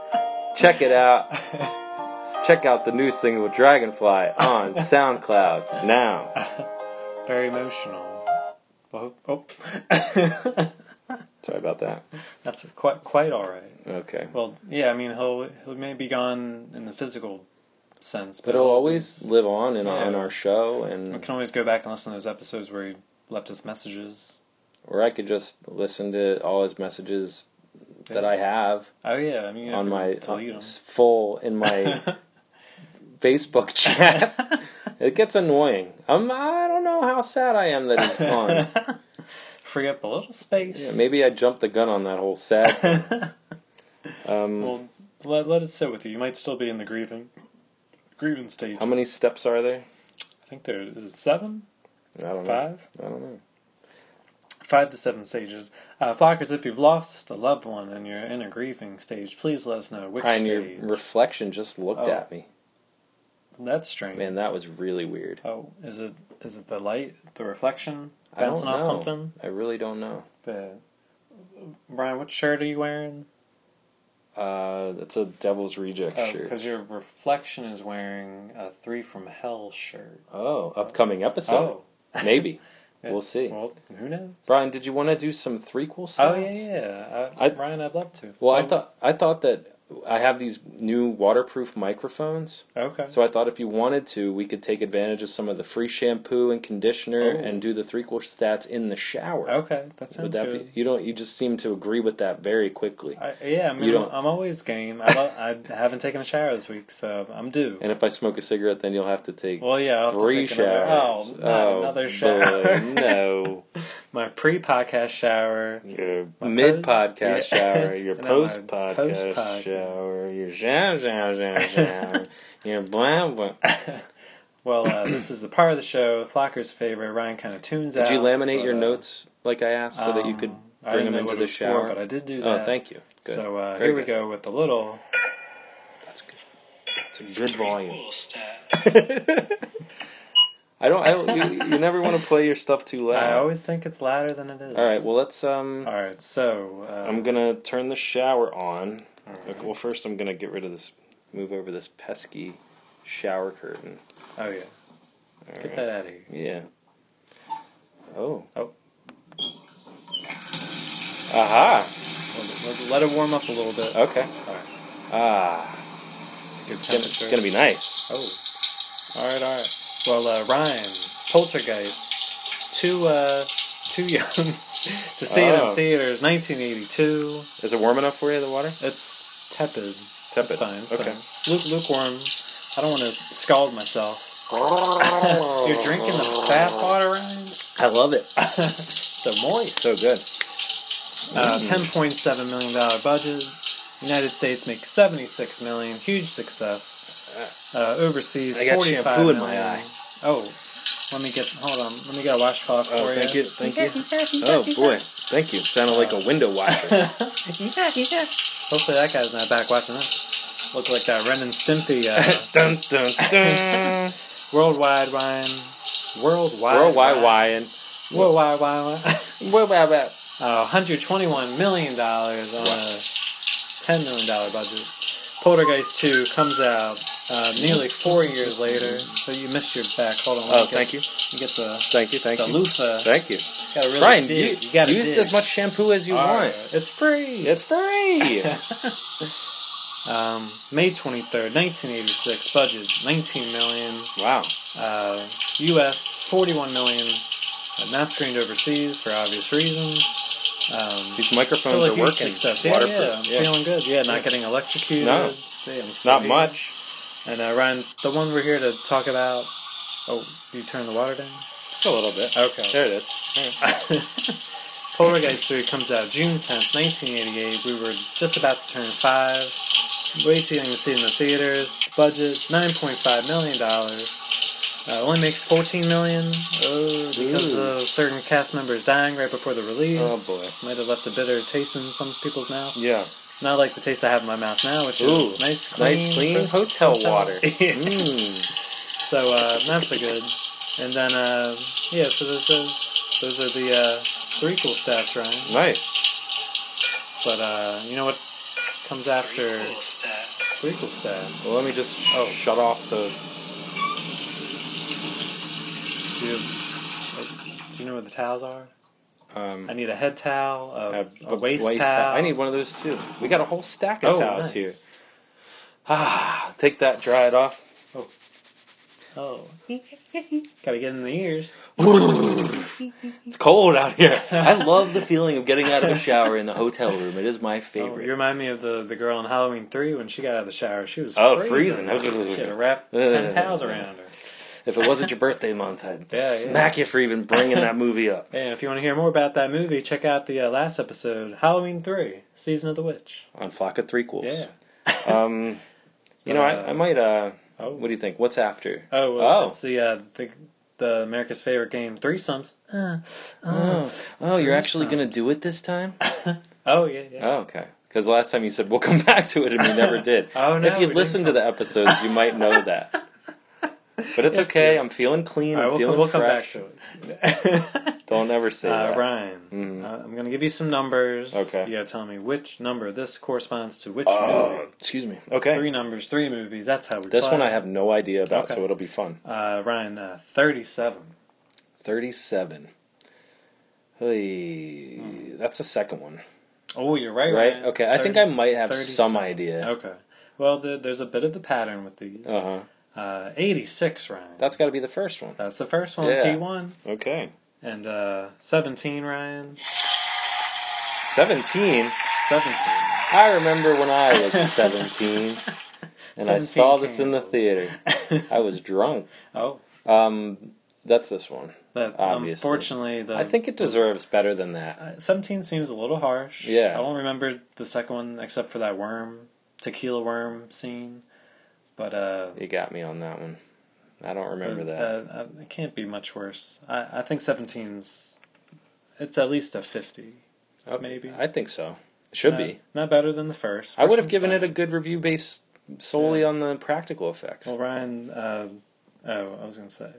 [SPEAKER 1] Check it out. Check out the new single Dragonfly on SoundCloud now.
[SPEAKER 2] Very emotional. Oh, oh.
[SPEAKER 1] Sorry about that.
[SPEAKER 2] that's quite quite all right.
[SPEAKER 1] Okay.
[SPEAKER 2] Well, yeah, I mean he'll he may be gone in the physical sense,
[SPEAKER 1] But it'll always live on in, our in
[SPEAKER 2] Yeah.
[SPEAKER 1] our show
[SPEAKER 2] We
[SPEAKER 1] and
[SPEAKER 2] can always go back and listen to those episodes where he left us messages.
[SPEAKER 1] or I could just listen to all his messages that
[SPEAKER 2] Yeah.
[SPEAKER 1] I have
[SPEAKER 2] Oh yeah, I mean if
[SPEAKER 1] on
[SPEAKER 2] you
[SPEAKER 1] my
[SPEAKER 2] delete
[SPEAKER 1] on-
[SPEAKER 2] 'em.
[SPEAKER 1] full in my Facebook chat. it gets annoying. I'm I don't know how sad I am that he's gone.
[SPEAKER 2] free up a little space.
[SPEAKER 1] yeah, maybe I jumped the gun on that whole sad. thing. Um,
[SPEAKER 2] Well, let, let it sit with you. You might still be in the grieving grieving stage.
[SPEAKER 1] how many steps are there?
[SPEAKER 2] I think there is it seven,
[SPEAKER 1] I don't know.
[SPEAKER 2] five.
[SPEAKER 1] I don't know.
[SPEAKER 2] five to seven stages. Uh, flockers, if you've lost a loved one and you're in a grieving stage, please let us know which
[SPEAKER 1] Brian,
[SPEAKER 2] stage.
[SPEAKER 1] your reflection just looked
[SPEAKER 2] Oh.
[SPEAKER 1] at me.
[SPEAKER 2] That's strange.
[SPEAKER 1] Man, that was really weird.
[SPEAKER 2] Oh, is it is it the light, the reflection
[SPEAKER 1] I don't
[SPEAKER 2] bouncing
[SPEAKER 1] know.
[SPEAKER 2] off something?
[SPEAKER 1] I really don't know.
[SPEAKER 2] The Brian, what shirt are you wearing?
[SPEAKER 1] Uh, that's a Devil's Reject
[SPEAKER 2] Oh,
[SPEAKER 1] shirt.
[SPEAKER 2] because your reflection is wearing a three from hell shirt.
[SPEAKER 1] Oh, upcoming episode. Maybe.
[SPEAKER 2] Oh. yeah.
[SPEAKER 1] We'll see.
[SPEAKER 2] Well, who knows?
[SPEAKER 1] Brian, did you want to do some threequel
[SPEAKER 2] Oh
[SPEAKER 1] stats?
[SPEAKER 2] yeah, yeah. Uh,
[SPEAKER 1] I-
[SPEAKER 2] Brian, I'd love to.
[SPEAKER 1] Well, I
[SPEAKER 2] Oh,
[SPEAKER 1] thought I thought that I have these new waterproof microphones.
[SPEAKER 2] okay.
[SPEAKER 1] So I thought if you wanted to, we could take advantage of some of the free shampoo and conditioner
[SPEAKER 2] Oh.
[SPEAKER 1] and do the threequel stats in the shower.
[SPEAKER 2] okay, that sounds
[SPEAKER 1] Would that
[SPEAKER 2] good.
[SPEAKER 1] be you don't you just seem to agree with that very quickly.
[SPEAKER 2] I, yeah, I mean,
[SPEAKER 1] You don't-
[SPEAKER 2] I'm always game. I, lo- I haven't taken a shower this week, so I'm due.
[SPEAKER 1] and if I smoke a cigarette, then you'll have to take
[SPEAKER 2] Well, yeah, I'll have
[SPEAKER 1] three
[SPEAKER 2] to take another-
[SPEAKER 1] showers.
[SPEAKER 2] oh, not another shower.
[SPEAKER 1] boy, no.
[SPEAKER 2] My pre-podcast shower.
[SPEAKER 1] Your
[SPEAKER 2] My
[SPEAKER 1] mid
[SPEAKER 2] post-
[SPEAKER 1] podcast
[SPEAKER 2] yeah.
[SPEAKER 1] shower, your
[SPEAKER 2] No, my
[SPEAKER 1] post podcast
[SPEAKER 2] post-podcast.
[SPEAKER 1] shower, your shower, shower, shower, shower, your blah blah.
[SPEAKER 2] Well, uh, this is the part of the show, Flocker's favorite. Ryan kind of tunes out.
[SPEAKER 1] Did you laminate
[SPEAKER 2] but,
[SPEAKER 1] your
[SPEAKER 2] uh,
[SPEAKER 1] notes like I asked so that you could
[SPEAKER 2] um, I didn't
[SPEAKER 1] bring them
[SPEAKER 2] know
[SPEAKER 1] into
[SPEAKER 2] what it
[SPEAKER 1] the
[SPEAKER 2] was for,
[SPEAKER 1] shower?
[SPEAKER 2] but I did do
[SPEAKER 1] Oh,
[SPEAKER 2] that.
[SPEAKER 1] thank you. Good.
[SPEAKER 2] So uh,
[SPEAKER 1] Very
[SPEAKER 2] here we
[SPEAKER 1] good.
[SPEAKER 2] go with the little.
[SPEAKER 1] That's good. It's a good volume.
[SPEAKER 6] Cool stats.
[SPEAKER 1] I don't. I, don't- you, you never want to play your stuff too
[SPEAKER 2] I
[SPEAKER 1] loud.
[SPEAKER 2] always think it's louder than it is.
[SPEAKER 1] All right. Well, let's. Um,
[SPEAKER 2] All right. So. Uh,
[SPEAKER 1] I'm gonna turn the shower on. Okay, Well, first I'm gonna get rid of this. Move over this pesky shower curtain.
[SPEAKER 2] oh yeah.
[SPEAKER 1] All
[SPEAKER 2] Get
[SPEAKER 1] right.
[SPEAKER 2] that out of here.
[SPEAKER 1] Yeah. Oh.
[SPEAKER 2] Oh.
[SPEAKER 1] Aha.
[SPEAKER 2] Let it- Let it warm up a little bit.
[SPEAKER 1] Okay.
[SPEAKER 2] All right.
[SPEAKER 1] Ah.
[SPEAKER 2] Good
[SPEAKER 1] Oh. It's gonna, it's
[SPEAKER 2] temperature.
[SPEAKER 1] gonna be nice.
[SPEAKER 2] Oh. All right, all right. Well, uh, Ryan, Poltergeist, too, uh, too young to see it
[SPEAKER 1] Oh.
[SPEAKER 2] in theaters, 1982.
[SPEAKER 1] Is it warm enough for you? The water?
[SPEAKER 2] It's tepid.
[SPEAKER 1] Tepid.
[SPEAKER 2] It's fine. so
[SPEAKER 1] Okay.
[SPEAKER 2] Luke, lukewarm. I don't want to scald myself. You're drinking the bath water, Ryan?
[SPEAKER 1] I love it.
[SPEAKER 2] so moist.
[SPEAKER 1] So Mm. good.
[SPEAKER 2] Uh, $10.7 million dollar budget. United States makes 76 million. Huge success. Uh, overseas,
[SPEAKER 1] I got
[SPEAKER 2] 45
[SPEAKER 1] shampoo in my
[SPEAKER 2] million.
[SPEAKER 1] eye.
[SPEAKER 2] Oh, let me get, hold on. Let me get a washcloth for
[SPEAKER 1] Oh, thank
[SPEAKER 2] you.
[SPEAKER 1] you, thank you. Oh boy, thank you. Sounded like a window washer.
[SPEAKER 2] Hopefully that guy's not back watching this. Look like that Ren and Stimpy. Uh,
[SPEAKER 1] dun dun dun.
[SPEAKER 2] worldwide, Ryan. Worldwide.
[SPEAKER 1] Worldwide
[SPEAKER 2] Ryan.
[SPEAKER 1] wine.
[SPEAKER 2] Worldwide, Ryan.
[SPEAKER 1] Worldwide wine.
[SPEAKER 2] Uh, $121 million on a $10 million budget. Poltergeist 2 comes out uh, nearly four years later. But you missed your back. Hold on. let me
[SPEAKER 1] Oh,
[SPEAKER 2] get-
[SPEAKER 1] thank you,
[SPEAKER 2] You get the,
[SPEAKER 1] thank you, thank
[SPEAKER 2] the
[SPEAKER 1] you,
[SPEAKER 2] loofah.
[SPEAKER 1] thank you.
[SPEAKER 2] Gotta really
[SPEAKER 1] Brian,
[SPEAKER 2] dig.
[SPEAKER 1] you,
[SPEAKER 2] You gotta
[SPEAKER 1] used
[SPEAKER 2] dig.
[SPEAKER 1] as much shampoo as you want.
[SPEAKER 2] Alright, It's free.
[SPEAKER 1] It's free.
[SPEAKER 2] um, May 23rd, 1986. Budget 19 million.
[SPEAKER 1] wow.
[SPEAKER 2] Uh, U.S. 41 million. Uh, not screened overseas for obvious reasons. Um,
[SPEAKER 1] These microphones
[SPEAKER 2] still a
[SPEAKER 1] are
[SPEAKER 2] huge
[SPEAKER 1] working.
[SPEAKER 2] success. Yeah,
[SPEAKER 1] Waterproof.
[SPEAKER 2] yeah, I'm
[SPEAKER 1] Yeah.
[SPEAKER 2] feeling good. Yeah, not
[SPEAKER 1] Yeah.
[SPEAKER 2] getting electrocuted.
[SPEAKER 1] No.
[SPEAKER 2] Hey, I'm still
[SPEAKER 1] Not
[SPEAKER 2] here.
[SPEAKER 1] much.
[SPEAKER 2] And uh, Ryan, the one we're here to talk about. Oh, you turn the water down.
[SPEAKER 1] Just a little bit.
[SPEAKER 2] Okay.
[SPEAKER 1] There it is.
[SPEAKER 2] Poltergeist 3 comes out June 10th, 1988. We were just about to turn five. Way too young to see it in the theaters. Budget $9.5 million. Uh, only makes $14 million uh, because
[SPEAKER 1] Ooh.
[SPEAKER 2] of certain cast members dying right before the release.
[SPEAKER 1] Oh, boy.
[SPEAKER 2] Might have left a bitter taste in some people's mouth.
[SPEAKER 1] Yeah.
[SPEAKER 2] Not like the taste I have in my mouth now, which
[SPEAKER 1] Ooh,
[SPEAKER 2] is nice, clean,
[SPEAKER 1] Nice, clean
[SPEAKER 2] crisp
[SPEAKER 1] hotel water.
[SPEAKER 2] Yeah.
[SPEAKER 1] Mm.
[SPEAKER 2] So uh, not so good. And then uh, yeah, so those those those are the uh, three cool stats, Ryan.
[SPEAKER 1] Nice.
[SPEAKER 2] But uh, you know what comes
[SPEAKER 6] Three
[SPEAKER 2] after
[SPEAKER 6] cool stats.
[SPEAKER 2] three cool stats?
[SPEAKER 1] Well, let me just sh-
[SPEAKER 2] Oh.
[SPEAKER 1] shut off the.
[SPEAKER 2] Do you, do you know where the towels are?
[SPEAKER 1] Um,
[SPEAKER 2] I need a head towel, a,
[SPEAKER 1] uh,
[SPEAKER 2] a waist,
[SPEAKER 1] waist
[SPEAKER 2] towel.
[SPEAKER 1] I need one of those too. We got a whole stack of
[SPEAKER 2] Oh,
[SPEAKER 1] towels
[SPEAKER 2] nice.
[SPEAKER 1] here. Ah, take that, dry it off.
[SPEAKER 2] Oh, gotta get in the ears.
[SPEAKER 1] it's cold out here. I love the feeling of getting out of the shower in the hotel room. It is my
[SPEAKER 2] Oh, you
[SPEAKER 1] favorite.
[SPEAKER 2] remind me of the, the girl in Halloween three when she got out of the shower. She was
[SPEAKER 1] Oh,
[SPEAKER 2] freezing.
[SPEAKER 1] freezing.
[SPEAKER 2] she had to wrap
[SPEAKER 1] Uh,
[SPEAKER 2] ten towels around her.
[SPEAKER 1] if it wasn't your birthday month, I'd
[SPEAKER 2] Yeah, yeah.
[SPEAKER 1] smack you for even bringing that movie up.
[SPEAKER 2] And if you want to hear more about that movie, check out the uh, last episode, Halloween three, Season of the Witch.
[SPEAKER 1] On Flock of Threequels.
[SPEAKER 2] Yeah.
[SPEAKER 1] Um, you know, I, I might. Uh,
[SPEAKER 2] Oh.
[SPEAKER 1] What do you think? What's after?
[SPEAKER 2] Oh, well,
[SPEAKER 1] Oh.
[SPEAKER 2] it's the, uh, the the America's favorite game, threesomes. Uh,
[SPEAKER 1] Oh, oh you're actually going to
[SPEAKER 2] Threesomes.
[SPEAKER 1] do it this time?
[SPEAKER 2] oh yeah, yeah.
[SPEAKER 1] Oh, okay. Because last time you said we'll come back to it, and we never did.
[SPEAKER 2] Oh, no,
[SPEAKER 1] If
[SPEAKER 2] we
[SPEAKER 1] you'd
[SPEAKER 2] didn't
[SPEAKER 1] listened to the episodes, you might know that. But it's okay. I'm feeling clean.
[SPEAKER 2] All
[SPEAKER 1] I'm
[SPEAKER 2] right, we'll,
[SPEAKER 1] feeling
[SPEAKER 2] we'll come back
[SPEAKER 1] fresh.
[SPEAKER 2] to it.
[SPEAKER 1] Don't ever say
[SPEAKER 2] uh,
[SPEAKER 1] that.
[SPEAKER 2] Ryan, uh, I'm going to give you some numbers.
[SPEAKER 1] Okay.
[SPEAKER 2] You got to tell me which number this corresponds to which
[SPEAKER 1] Oh,
[SPEAKER 2] movie.
[SPEAKER 1] excuse me. Okay.
[SPEAKER 2] Three numbers, three movies. That's how we.
[SPEAKER 1] This
[SPEAKER 2] play.
[SPEAKER 1] one I have no idea about,
[SPEAKER 2] Okay.
[SPEAKER 1] so it'll be fun.
[SPEAKER 2] Uh, Ryan, uh, thirty-seven.
[SPEAKER 1] 37. Hey, That's the second one.
[SPEAKER 2] Oh, you're right.
[SPEAKER 1] Right?
[SPEAKER 2] Ryan.
[SPEAKER 1] Okay, I think
[SPEAKER 2] 30
[SPEAKER 1] I might have
[SPEAKER 2] 37.
[SPEAKER 1] some idea.
[SPEAKER 2] Okay. Well, the, there's a bit of the pattern with these.
[SPEAKER 1] Uh huh.
[SPEAKER 2] Uh, eighty-six, Ryan.
[SPEAKER 1] That's got to be the first one.
[SPEAKER 2] That's the first one.
[SPEAKER 1] Yeah.
[SPEAKER 2] P one.
[SPEAKER 1] Okay.
[SPEAKER 2] And uh, 17, Ryan.
[SPEAKER 1] 17.
[SPEAKER 2] 17.
[SPEAKER 1] I remember when I was 17 and I
[SPEAKER 2] 17
[SPEAKER 1] saw this in the
[SPEAKER 2] candles.
[SPEAKER 1] theater. I was drunk.
[SPEAKER 2] Oh,
[SPEAKER 1] Um, that's this one.
[SPEAKER 2] that,
[SPEAKER 1] Obviously.
[SPEAKER 2] unfortunately, the
[SPEAKER 1] I think it deserves better than that.
[SPEAKER 2] uh, 17 seems a little harsh.
[SPEAKER 1] Yeah.
[SPEAKER 2] I don't remember the second one except for that worm, tequila worm scene. But uh,
[SPEAKER 1] You got me on that one. I don't remember that.
[SPEAKER 2] Uh, uh, it can't be much worse. I, I think 17's. It's at least a 50.
[SPEAKER 1] Oh,
[SPEAKER 2] uh, maybe. Uh,
[SPEAKER 1] I think so. It should
[SPEAKER 2] Not-
[SPEAKER 1] be.
[SPEAKER 2] Not better than the first.
[SPEAKER 1] I would
[SPEAKER 2] First
[SPEAKER 1] have
[SPEAKER 2] one's
[SPEAKER 1] given it
[SPEAKER 2] fine.
[SPEAKER 1] a good review based solely
[SPEAKER 2] Yeah.
[SPEAKER 1] on the practical effects.
[SPEAKER 2] Well, Ryan, uh, oh, I was going to say.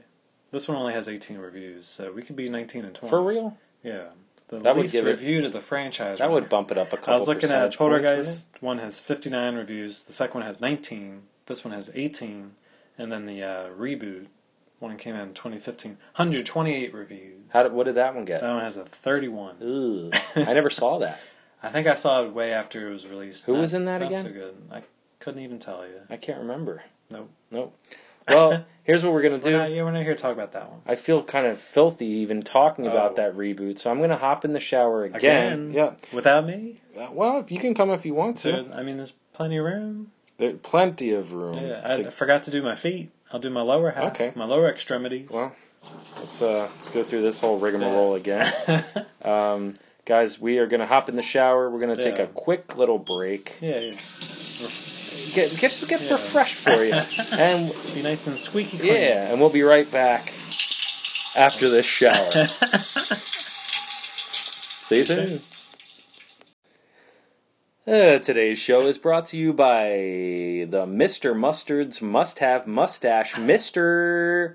[SPEAKER 2] This one only has 18 reviews, so we could be 19 and 20.
[SPEAKER 1] For real?
[SPEAKER 2] Yeah. The
[SPEAKER 1] That would
[SPEAKER 2] least
[SPEAKER 1] give it-
[SPEAKER 2] reviewed of the franchise.
[SPEAKER 1] That
[SPEAKER 2] winner.
[SPEAKER 1] would bump it up a couple
[SPEAKER 2] I was looking at
[SPEAKER 1] percentage points, wouldn't
[SPEAKER 2] Poltergeist. One has 59 reviews. The second one has 19. This one has 18. And then the uh, reboot one came out in 2015. 128 reviews.
[SPEAKER 1] it? How did, what did that one get?
[SPEAKER 2] That one has a 31.
[SPEAKER 1] Ooh, I never saw that.
[SPEAKER 2] I think I saw it way after it was released.
[SPEAKER 1] Who was in that
[SPEAKER 2] not
[SPEAKER 1] again?
[SPEAKER 2] so good. I couldn't even tell you.
[SPEAKER 1] I can't remember.
[SPEAKER 2] Nope.
[SPEAKER 1] Nope. Well, here's what we're gonna
[SPEAKER 2] We're not,
[SPEAKER 1] do.
[SPEAKER 2] yeah, we're not here to talk about that one.
[SPEAKER 1] I feel kind of filthy even talking
[SPEAKER 2] Oh.
[SPEAKER 1] about that reboot, so I'm gonna hop in the shower again.
[SPEAKER 2] Without me?
[SPEAKER 1] Yeah. Uh, Well, if you can come if you want to.
[SPEAKER 2] Dude, I mean, there's plenty of room.
[SPEAKER 1] There's plenty of room.
[SPEAKER 2] Yeah, I,
[SPEAKER 1] to-
[SPEAKER 2] I forgot to do my feet. I'll do my lower half.
[SPEAKER 1] Okay.
[SPEAKER 2] My lower extremities.
[SPEAKER 1] Well, let's uh let's go through this whole rigmarole again. um, guys, we are gonna hop in the shower. We're gonna take
[SPEAKER 2] Yeah.
[SPEAKER 1] a quick little break.
[SPEAKER 2] yeah, it's
[SPEAKER 1] Get get just get
[SPEAKER 2] Yeah.
[SPEAKER 1] refreshed for you, and
[SPEAKER 2] be nice and squeaky clean.
[SPEAKER 1] yeah, and we'll be right back after this shower. See you soon. Uh, today's show is brought to you by the Mr. Mustard's Must Have Mustache, Mr.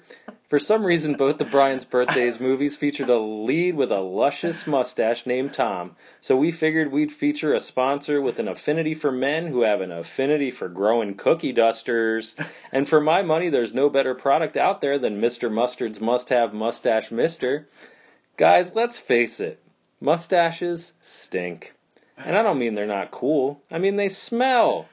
[SPEAKER 1] For some reason, both the Brian's Birthdays movies featured a lead with a luscious mustache named Tom, so we figured we'd feature a sponsor with an affinity for men who have an affinity for growing cookie dusters. And for my money, there's no better product out there than Mr. Mustard's Must Have Mustache, Mr. Guys, let's face it, mustaches stink. And I don't mean they're not cool. I mean they smell.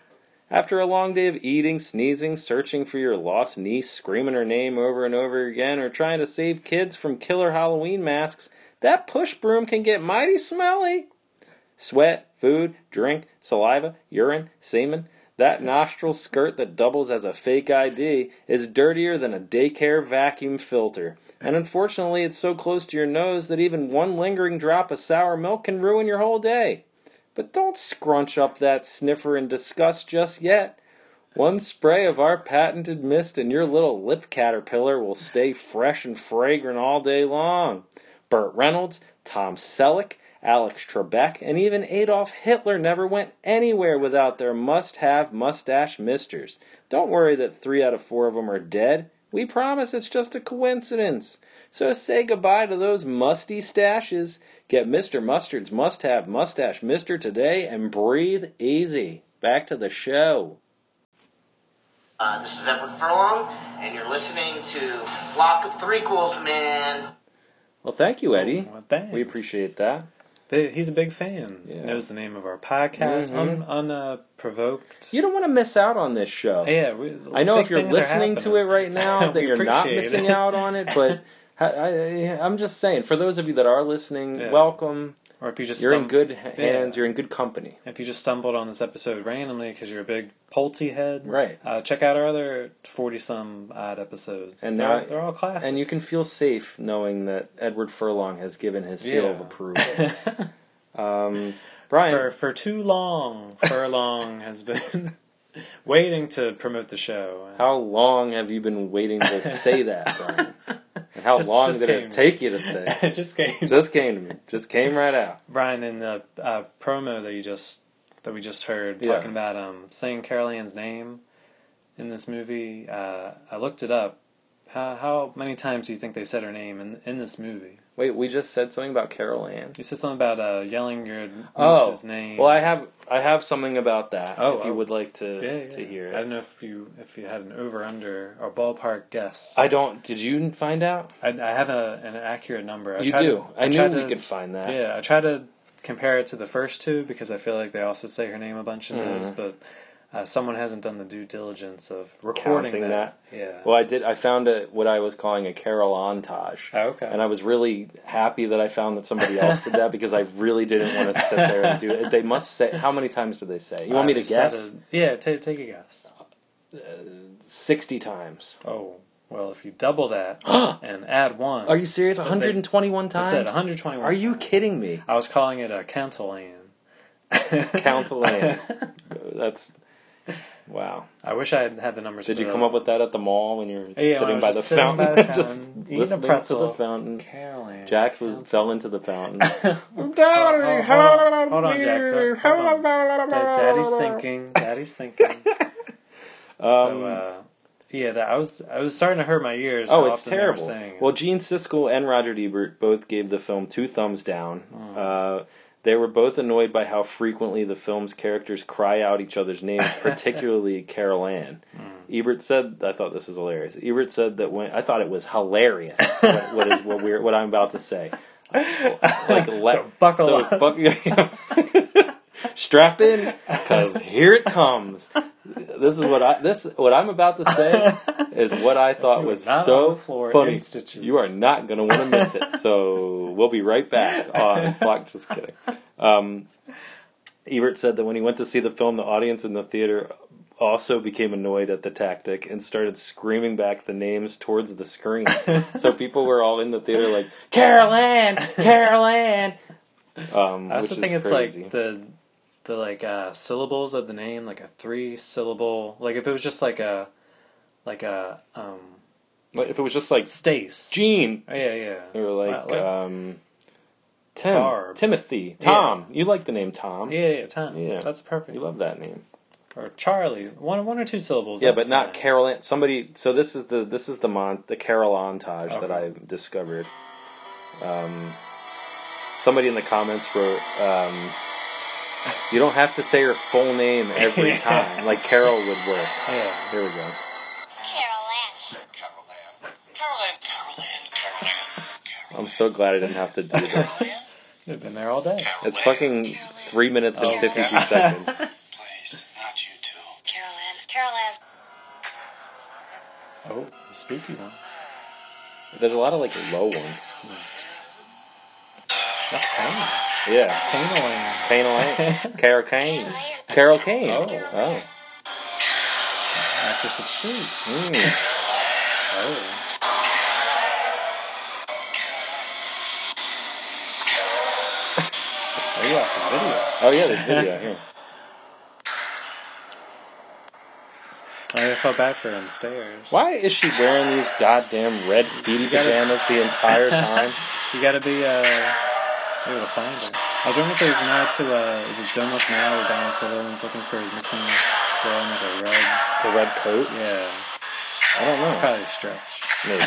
[SPEAKER 1] After a long day of eating, sneezing, searching for your lost niece, screaming her name over and over again, or trying to save kids from killer Halloween masks, that push broom can get mighty smelly. Sweat, food, drink, saliva, urine, semen. That nostril skirt that doubles as a fake ID is dirtier than a daycare vacuum filter. And unfortunately, it's so close to your nose that even one lingering drop of sour milk can ruin your whole day. But don't scrunch up that sniffer in disgust just yet. One spray of our patented mist and your little lip caterpillar will stay fresh and fragrant all day long. Burt Reynolds, Tom Selleck, Alex Trebek, and even Adolf Hitler never went anywhere without their must have mustache misters. Don't worry that three out of four of them are dead. We promise it's just a coincidence. So say goodbye to those musty stashes. Get Mr. Mustard's must have mustache mister today and breathe easy. Back to the show.
[SPEAKER 7] Uh, this is Edward Furlong, and you're listening to Flock of Threequels, man.
[SPEAKER 1] Well, thank you, Eddie.
[SPEAKER 2] Well, Oh, thanks.
[SPEAKER 1] We appreciate that.
[SPEAKER 2] They- He's a big fan.
[SPEAKER 1] Yeah. Mm-hmm.
[SPEAKER 2] Knows the name of our podcast. Un, un uh, provoked.
[SPEAKER 1] You don't want to miss out on this show.
[SPEAKER 2] Yeah, we,
[SPEAKER 1] I know if
[SPEAKER 2] big
[SPEAKER 1] you're
[SPEAKER 2] things are
[SPEAKER 1] listening to
[SPEAKER 2] happening.
[SPEAKER 1] it right now that
[SPEAKER 2] We
[SPEAKER 1] you're not
[SPEAKER 2] appreciate
[SPEAKER 1] missing
[SPEAKER 2] it.
[SPEAKER 1] out on it, but I, I, I'm just saying, for those of you that are listening,
[SPEAKER 2] Yeah.
[SPEAKER 1] welcome.
[SPEAKER 2] or if you just
[SPEAKER 1] You're in
[SPEAKER 2] stum-
[SPEAKER 1] good ha-
[SPEAKER 2] Yeah.
[SPEAKER 1] hands, you're in good company.
[SPEAKER 2] If you just stumbled on this episode randomly because you're a big Pulte head,
[SPEAKER 1] Right.
[SPEAKER 2] Uh, check out our other forty some odd episodes,
[SPEAKER 1] And
[SPEAKER 2] they're,
[SPEAKER 1] now-
[SPEAKER 2] all- they're all classics.
[SPEAKER 1] And you can feel safe knowing that Edward Furlong has given his seal of
[SPEAKER 2] Yeah.
[SPEAKER 1] approval. um, Brian,
[SPEAKER 2] for for too long, Furlong has been waiting to promote the show.
[SPEAKER 1] How long have you been waiting to say that, Brian? And how
[SPEAKER 2] Just-
[SPEAKER 1] long
[SPEAKER 2] just
[SPEAKER 1] did
[SPEAKER 2] came.
[SPEAKER 1] it take you to say? it?
[SPEAKER 2] it just came,
[SPEAKER 1] just came to me. Just came right out.
[SPEAKER 2] Brian, in the uh, promo that you just that we just heard
[SPEAKER 1] Yeah.
[SPEAKER 2] talking about um, saying Carol Ann's name in this movie. Uh, I looked it up. How how many times do you think they said her name in in this movie?
[SPEAKER 1] Wait, we just said something about Carol Ann.
[SPEAKER 2] You said something about uh, yelling your niece's name.
[SPEAKER 1] Oh, well, I have I have something about that.
[SPEAKER 2] Oh,
[SPEAKER 1] if you
[SPEAKER 2] oh.
[SPEAKER 1] would like to
[SPEAKER 2] yeah, yeah.
[SPEAKER 1] to hear
[SPEAKER 2] I don't
[SPEAKER 1] it.
[SPEAKER 2] know if you if you had an over under or ballpark guess.
[SPEAKER 1] I don't. Did you find out?
[SPEAKER 2] I, I have a, an accurate number. I
[SPEAKER 1] you
[SPEAKER 2] tried
[SPEAKER 1] do.
[SPEAKER 2] to-
[SPEAKER 1] I knew
[SPEAKER 2] tried
[SPEAKER 1] we
[SPEAKER 2] to-
[SPEAKER 1] could find that.
[SPEAKER 2] Yeah, I try to compare it to the first two because I feel like they also say her name a bunch in those,
[SPEAKER 1] Mm-hmm.
[SPEAKER 2] but uh, someone hasn't done the due diligence of recording
[SPEAKER 1] Counting
[SPEAKER 2] that. Yeah.
[SPEAKER 1] Well, I did. I found a, what I was calling a Carol Ontage.
[SPEAKER 2] Oh, okay.
[SPEAKER 1] And I was really happy that I found that somebody else did that because I really didn't want to sit there and do it. They must say how many times do they say? You want me to
[SPEAKER 2] I said
[SPEAKER 1] guess?
[SPEAKER 2] it- yeah, take take a guess.
[SPEAKER 1] Sixty times.
[SPEAKER 2] Oh, well, if you double that and add one,
[SPEAKER 1] Are you serious?
[SPEAKER 2] they-
[SPEAKER 1] One hundred and twenty-one
[SPEAKER 2] I
[SPEAKER 1] times.
[SPEAKER 2] said 121.
[SPEAKER 1] Are you kidding me?
[SPEAKER 2] I was calling it a council Ann.
[SPEAKER 1] Count Elaine. That's Wow.
[SPEAKER 2] I wish I had had the numbers.
[SPEAKER 1] Did
[SPEAKER 2] for
[SPEAKER 1] you come up with that at the mall when you were
[SPEAKER 2] Uh, Yeah, when I was
[SPEAKER 1] sitting, by the,
[SPEAKER 2] just sitting by the fountain,
[SPEAKER 1] fountain? just
[SPEAKER 2] eating a
[SPEAKER 1] listening to
[SPEAKER 2] pretzel.
[SPEAKER 1] the fountain?
[SPEAKER 2] Carolyn?
[SPEAKER 1] Jack was fell into the fountain.
[SPEAKER 2] Hold on, hold on, hold on, Jack. Hold on. Da- Daddy's thinking. Daddy's thinking.
[SPEAKER 1] Um,
[SPEAKER 2] so uh, yeah, that, I was I was starting to hurt my ears.
[SPEAKER 1] Oh,
[SPEAKER 2] how
[SPEAKER 1] it's
[SPEAKER 2] often they were
[SPEAKER 1] terrible.
[SPEAKER 2] saying uh, it.
[SPEAKER 1] Well, Gene Siskel and Roger Ebert both gave the film two thumbs down.
[SPEAKER 2] Oh.
[SPEAKER 1] Uh, they were both annoyed by how frequently the film's characters cry out each other's names, particularly Carol Ann.
[SPEAKER 2] Hmm.
[SPEAKER 1] Ebert said, "I thought this was hilarious." Ebert said that when I thought it was hilarious. what, what is what we're what I'm about to say? Like let,
[SPEAKER 2] buckle up.
[SPEAKER 1] buck- strap in, because here it comes. This is what I this what I'm about to say is what I thought
[SPEAKER 2] You are
[SPEAKER 1] was
[SPEAKER 2] not on
[SPEAKER 1] so
[SPEAKER 2] the floor
[SPEAKER 1] funny.
[SPEAKER 2] in stitches.
[SPEAKER 1] You are not going to want to miss it. So we'll be right back on Flock. Just kidding. Um, Ebert said that when he went to see the film, the audience in the theater also became annoyed at the tactic and started screaming back the names towards the screen. so people were all in the theater like Carol Ann, Carol Ann. Um,
[SPEAKER 2] I also
[SPEAKER 1] which
[SPEAKER 2] think
[SPEAKER 1] is
[SPEAKER 2] it's
[SPEAKER 1] crazy.
[SPEAKER 2] like the the like uh, syllables of the name, like a three syllable. Like if it was just like a like a um
[SPEAKER 1] Like, if it was just like
[SPEAKER 2] Stace.
[SPEAKER 1] Gene
[SPEAKER 2] oh, yeah, yeah.
[SPEAKER 1] or like,
[SPEAKER 2] Like-
[SPEAKER 1] um, Tim,
[SPEAKER 2] Barb.
[SPEAKER 1] Timothy, Tom. You like the name Tom?
[SPEAKER 2] yeah, yeah, Tom.
[SPEAKER 1] Yeah.
[SPEAKER 2] that's perfect.
[SPEAKER 1] You love that name.
[SPEAKER 2] or Charlie, one one or two syllables.
[SPEAKER 1] Yeah,
[SPEAKER 2] that's
[SPEAKER 1] but not
[SPEAKER 2] fine.
[SPEAKER 1] Carol. Ann- Somebody. So this is the this is the mon the Carol montage that
[SPEAKER 2] Okay.
[SPEAKER 1] I discovered. Um, somebody in the comments wrote, um, "You don't have to say her full name every time. Like Carol would work."
[SPEAKER 2] Yeah.
[SPEAKER 1] Here we go.
[SPEAKER 8] Carol Ann.
[SPEAKER 6] Carol Ann. Carol Ann, Carol Ann, Carol Ann.
[SPEAKER 1] I'm so glad I didn't have to do this.
[SPEAKER 2] They've been there all day.
[SPEAKER 1] It's fucking three minutes
[SPEAKER 2] Oh,
[SPEAKER 1] and fifty two seconds.
[SPEAKER 6] Please, not you two.
[SPEAKER 8] Carol Ann. Carol Ann.
[SPEAKER 2] Oh, the spooky one.
[SPEAKER 1] There's a lot of like low ones.
[SPEAKER 2] That's Kane.
[SPEAKER 1] Yeah,
[SPEAKER 2] Kane Land.
[SPEAKER 1] Kane Lane, Carol Kane, Carol Kane. Oh,
[SPEAKER 2] Actress of Street.
[SPEAKER 1] oh. Mm.
[SPEAKER 2] Oh. Are you watching video?
[SPEAKER 1] oh yeah, there's video here.
[SPEAKER 2] I felt bad for her on the stairs.
[SPEAKER 1] Why is she wearing these goddamn red feety
[SPEAKER 2] gotta-
[SPEAKER 1] pajamas the entire time?
[SPEAKER 2] You gotta be uh, able to find her. I was wondering if there's an eye to, uh, is it Don't Look Now where Donald Sutherland's looking for his missing girl in like a red,
[SPEAKER 1] the red coat?
[SPEAKER 2] yeah,
[SPEAKER 1] I don't know.
[SPEAKER 2] probably a stretch.
[SPEAKER 1] Maybe.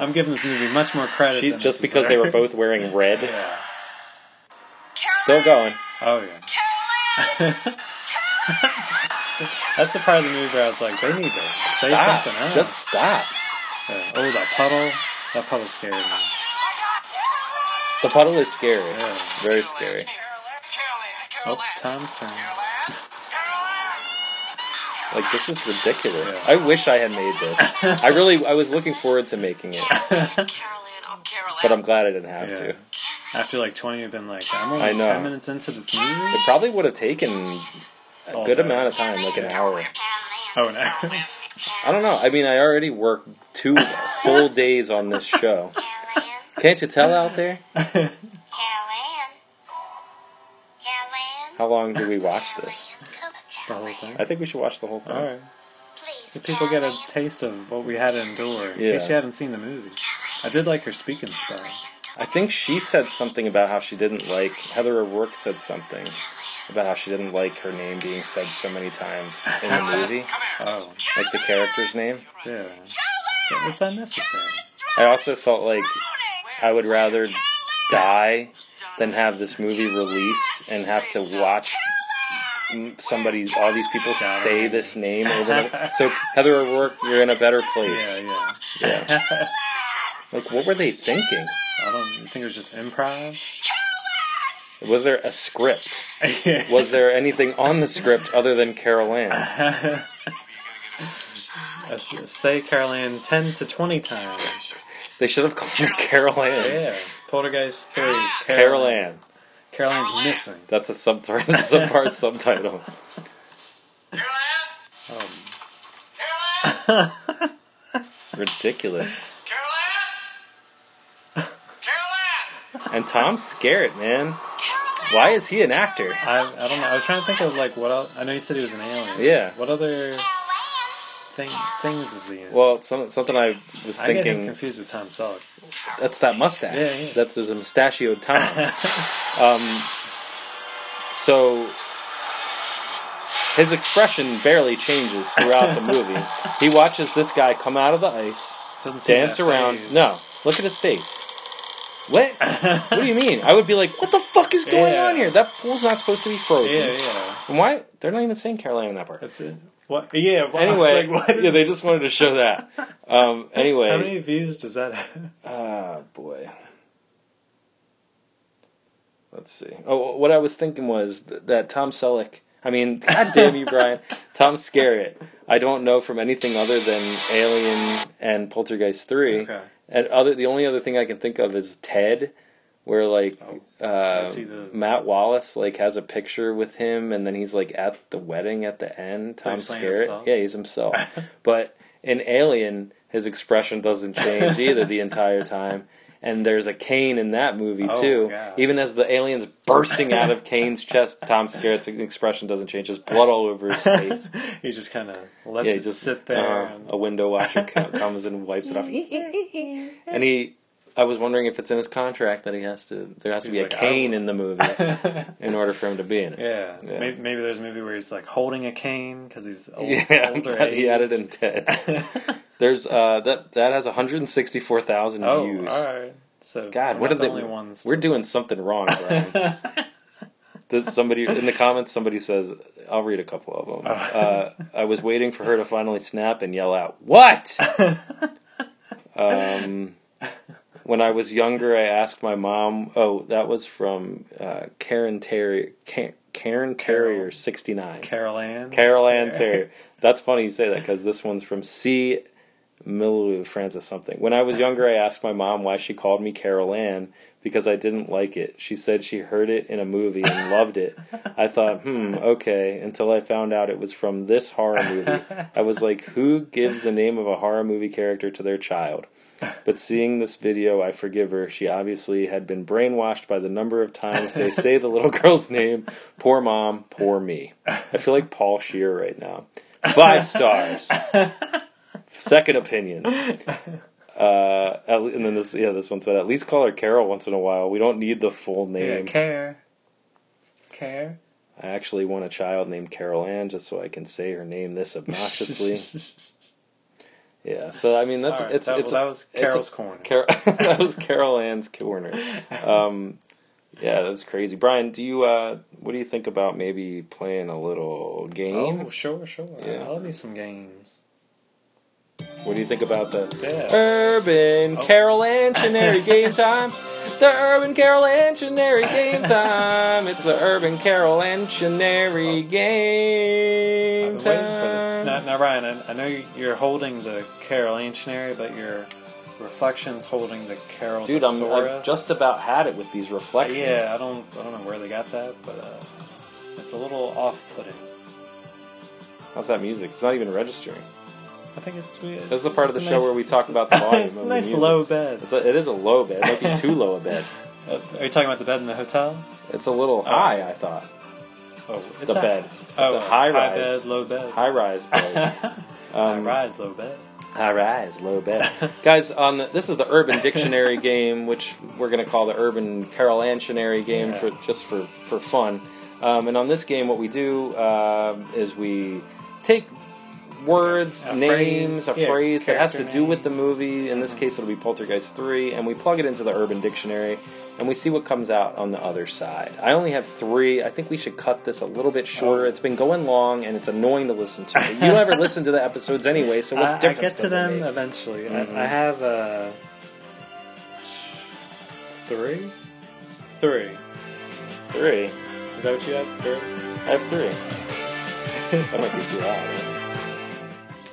[SPEAKER 2] I'm giving this movie much more credit
[SPEAKER 1] she,
[SPEAKER 2] than
[SPEAKER 1] just
[SPEAKER 2] it
[SPEAKER 1] because they were
[SPEAKER 2] deserves.
[SPEAKER 1] both wearing red.
[SPEAKER 2] Yeah.
[SPEAKER 1] Still going.
[SPEAKER 2] Oh, yeah. That's the part of the movie where I was like, they need to say
[SPEAKER 1] Stop.
[SPEAKER 2] something else.
[SPEAKER 1] Just stop.
[SPEAKER 2] Yeah. Oh, that puddle. That puddle scared me. Oh,
[SPEAKER 1] The puddle is scary.
[SPEAKER 2] Yeah.
[SPEAKER 1] Very scary.
[SPEAKER 2] Oh, Tom's turn.
[SPEAKER 1] Like this is ridiculous.
[SPEAKER 2] Yeah.
[SPEAKER 1] I wish I had made this. I really I was looking forward to making it, but I'm glad I didn't have
[SPEAKER 2] Yeah.
[SPEAKER 1] to. It
[SPEAKER 2] After like 20, I've been like, I'm only
[SPEAKER 1] I know.
[SPEAKER 2] 10 minutes into this movie.
[SPEAKER 1] probably would have taken a
[SPEAKER 2] All
[SPEAKER 1] good
[SPEAKER 2] day.
[SPEAKER 1] amount of time, like an hour.
[SPEAKER 2] Oh, no.
[SPEAKER 1] I don't know. I mean, I already worked two full days on this show. Can't you tell out there? How long do we watch this?
[SPEAKER 2] the whole thing.
[SPEAKER 1] I think we should watch the whole thing.
[SPEAKER 2] Alright. The people get a taste of what we had to endure. In
[SPEAKER 1] Yeah.
[SPEAKER 2] case you haven't seen the movie. I did like her speaking spell.
[SPEAKER 1] I think she said something about how she didn't like Heather O'Rourke said something about how she didn't like her name being said so many times in the movie,
[SPEAKER 2] Oh,
[SPEAKER 1] like the character's name.
[SPEAKER 2] yeah. So it's unnecessary.
[SPEAKER 1] I also felt like I would rather die than have this movie released and have to watch m- somebody, all these people say this name over and over. So Heather O'Rourke, you're in a better place.
[SPEAKER 2] Yeah, yeah.
[SPEAKER 1] Yeah. Like, what were they thinking?
[SPEAKER 2] I don't think it was just improv.
[SPEAKER 1] Was there a script? Was there anything on the script other than Carol Ann?
[SPEAKER 2] Uh, s- Say Caroline 10 to 20 times.
[SPEAKER 1] They should have called it Carol Ann.
[SPEAKER 2] Yeah. Poltergeist 3.
[SPEAKER 1] Carol Ann.
[SPEAKER 2] Caroline's missing.
[SPEAKER 1] That's a subtitle. subpar subtitle.
[SPEAKER 2] Um,
[SPEAKER 1] Ridiculous. And Tom's scared, man. Why is he an actor?
[SPEAKER 2] I, I don't know. I was trying to think of like what else. I know you said he was an alien.
[SPEAKER 1] Yeah.
[SPEAKER 2] What other
[SPEAKER 8] Carol Ann.
[SPEAKER 2] thing things is he in?
[SPEAKER 1] Well, it's some, something I was
[SPEAKER 2] I get him
[SPEAKER 1] thinking.
[SPEAKER 2] confused with Tom Selleck.
[SPEAKER 1] That's that mustache.
[SPEAKER 2] Yeah, yeah.
[SPEAKER 1] That's his mustachioed Tom. um, so his expression barely changes throughout the movie. He watches this guy come out of the ice,
[SPEAKER 2] Doesn't seem
[SPEAKER 1] dance
[SPEAKER 2] that
[SPEAKER 1] around.
[SPEAKER 2] phased.
[SPEAKER 1] No, look at his face. What? what do you mean? I would be like, what the fuck is going
[SPEAKER 2] Yeah.
[SPEAKER 1] on here? That pool's not supposed to be frozen.
[SPEAKER 2] Yeah, yeah.
[SPEAKER 1] And why? They're not even saying Carolina in that part.
[SPEAKER 2] That's it. What? Yeah. well, I was
[SPEAKER 1] Anyway,
[SPEAKER 2] like, what?
[SPEAKER 1] yeah, they just wanted to show that. Um, anyway,
[SPEAKER 2] How many views does that have?
[SPEAKER 1] Ah, boy. Let's see. Oh, what I was thinking was th- that Tom Selleck. I mean, God damn you, Brian. Tom Skerritt. I don't know from anything other than Alien and Poltergeist Three.
[SPEAKER 2] Okay.
[SPEAKER 1] And other, the only other thing I can think of is Ted, where like uh,
[SPEAKER 2] Oh, see the-
[SPEAKER 1] Matt Wallace like has a picture with him, and then he's like at the wedding at the end. Tom
[SPEAKER 2] he's playing
[SPEAKER 1] Skerritt.
[SPEAKER 2] himself?
[SPEAKER 1] Yeah, he's himself. but in Alien, his expression doesn't change either the entire time. And there's a cane in that movie
[SPEAKER 2] Oh,
[SPEAKER 1] too.
[SPEAKER 2] God.
[SPEAKER 1] Even as the aliens bursting out of Kane's chest, Tom Skerritt's expression doesn't change. There's blood all over his face.
[SPEAKER 2] he just kind of lets
[SPEAKER 1] Yeah, he
[SPEAKER 2] it
[SPEAKER 1] just
[SPEAKER 2] sit there.
[SPEAKER 1] uh,
[SPEAKER 2] and-
[SPEAKER 1] a window washer co- comes and wipes it off. and he, I was wondering if it's in his contract that he has to. There has to
[SPEAKER 2] He's
[SPEAKER 1] be
[SPEAKER 2] like,
[SPEAKER 1] a
[SPEAKER 2] I
[SPEAKER 1] cane in the movie in order for him to be in it.
[SPEAKER 2] yeah.
[SPEAKER 1] Yeah.
[SPEAKER 2] Maybe, maybe there's a movie where he's like holding a cane because he's old,
[SPEAKER 1] Yeah,
[SPEAKER 2] older.
[SPEAKER 1] but he
[SPEAKER 2] age.
[SPEAKER 1] had it in Ted. There's uh that that has 164,000
[SPEAKER 2] Oh,
[SPEAKER 1] views.
[SPEAKER 2] all right. So
[SPEAKER 1] God,
[SPEAKER 2] I'm
[SPEAKER 1] what are
[SPEAKER 2] not
[SPEAKER 1] the
[SPEAKER 2] the only ones?
[SPEAKER 1] We're doing something wrong, Brian. There's somebody in the comments. Somebody says, "I'll read a couple of them." Uh, I was waiting for her to finally snap and yell out, "What?" um, when I was younger, I asked my mom. Oh, that was from uh, Karen Terry. Karen, Karen Terrier sixty nine.
[SPEAKER 2] Carol Ann.
[SPEAKER 1] Carol Ann Terry. That's funny you say that because this one's from C. Milou Francis something. When I was younger, I asked my mom why she called me Carol Ann because I didn't like it. She said she heard it in a movie and loved it. I thought, hmm, okay, until I found out it was from this horror movie. I was like, who gives the name of a horror movie character to their child? But seeing this video, I forgive her. She obviously had been brainwashed by the number of times they say the little girl's name. Poor mom, poor me. I feel like Paul Shear right now. Five stars. Second opinion. Uh, at, le- and then this, yeah, this one said, at least call her Carol once in a while. We don't need the full
[SPEAKER 2] Yeah,
[SPEAKER 1] name.
[SPEAKER 2] care. Care.
[SPEAKER 1] I actually want a child named Carol Ann just so I can say her name this obnoxiously. yeah, so I mean that's
[SPEAKER 2] All right,
[SPEAKER 1] it's
[SPEAKER 2] that,
[SPEAKER 1] it's
[SPEAKER 2] well, that was
[SPEAKER 1] it's
[SPEAKER 2] Carol's corner.
[SPEAKER 1] Carol, that was Carol Ann's corner. Um, yeah, that was crazy. Brian, do you uh, what do you think about maybe playing a little game?
[SPEAKER 2] Oh, sure, sure.
[SPEAKER 1] Yeah.
[SPEAKER 2] I love me some games.
[SPEAKER 1] What do you think about the
[SPEAKER 2] Yeah.
[SPEAKER 1] Urban
[SPEAKER 2] Oh.
[SPEAKER 1] Carol Antionary game time? The Urban Carol Antionary game time. It's the Urban Carol Antionary
[SPEAKER 2] I've been
[SPEAKER 1] game
[SPEAKER 2] waiting for this. Now,
[SPEAKER 1] time.
[SPEAKER 2] now Ryan, I, I know you- you're holding the Carol Anctionary, but your reflection's holding the Carol
[SPEAKER 1] Dude, I'm,
[SPEAKER 2] Thesaurus.
[SPEAKER 1] I've just about had it with these reflections.
[SPEAKER 2] Yeah, I don't, I don't know where they got that, but uh, it's a little off-putting.
[SPEAKER 1] How's that music? It's not even registering.
[SPEAKER 2] I think it's weird.
[SPEAKER 1] That's the part of the
[SPEAKER 2] It's a
[SPEAKER 1] show where we
[SPEAKER 2] nice-
[SPEAKER 1] talk
[SPEAKER 2] it's a-
[SPEAKER 1] about the volume
[SPEAKER 2] it's a
[SPEAKER 1] of the
[SPEAKER 2] nice
[SPEAKER 1] music.
[SPEAKER 2] low bed.
[SPEAKER 1] It's a, it is a low bed. It might be too low a bed.
[SPEAKER 2] Uh, are you talking about the bed in the hotel?
[SPEAKER 1] It's a little high, I thought.
[SPEAKER 2] Oh, it's
[SPEAKER 1] The
[SPEAKER 2] a-
[SPEAKER 1] bed. It's
[SPEAKER 2] Oh,
[SPEAKER 1] a high rise.
[SPEAKER 2] bed, low bed.
[SPEAKER 1] High rise bed.
[SPEAKER 2] High rise, low bed.
[SPEAKER 1] High rise, low bed. Guys, on the, this is the Urban Dictionary game, which we're going to call the Urban Carol Antionary game
[SPEAKER 2] Yeah.
[SPEAKER 1] for just for for fun. Um, and on this game, what we do uh, is we take words,
[SPEAKER 2] A
[SPEAKER 1] names,
[SPEAKER 2] phrase,
[SPEAKER 1] a
[SPEAKER 2] yeah,
[SPEAKER 1] phrase that has to
[SPEAKER 2] character
[SPEAKER 1] do with the
[SPEAKER 2] name.
[SPEAKER 1] movie. In this case, it'll be Poltergeist Three, and we plug it into the Urban Dictionary. And we see what comes out on the other side. I only have three. I think we should cut this a little bit shorter.
[SPEAKER 2] Oh.
[SPEAKER 1] It's been going long and it's annoying to listen to. You never listen to the episodes anyway, so what
[SPEAKER 2] I, I
[SPEAKER 1] difference
[SPEAKER 2] get to
[SPEAKER 1] does it
[SPEAKER 2] them
[SPEAKER 1] make?
[SPEAKER 2] eventually.
[SPEAKER 1] Mhm.
[SPEAKER 2] I, I have uh, three, three.
[SPEAKER 1] Three.
[SPEAKER 2] Is that what you have? Three.
[SPEAKER 1] I have three. That might be too loud.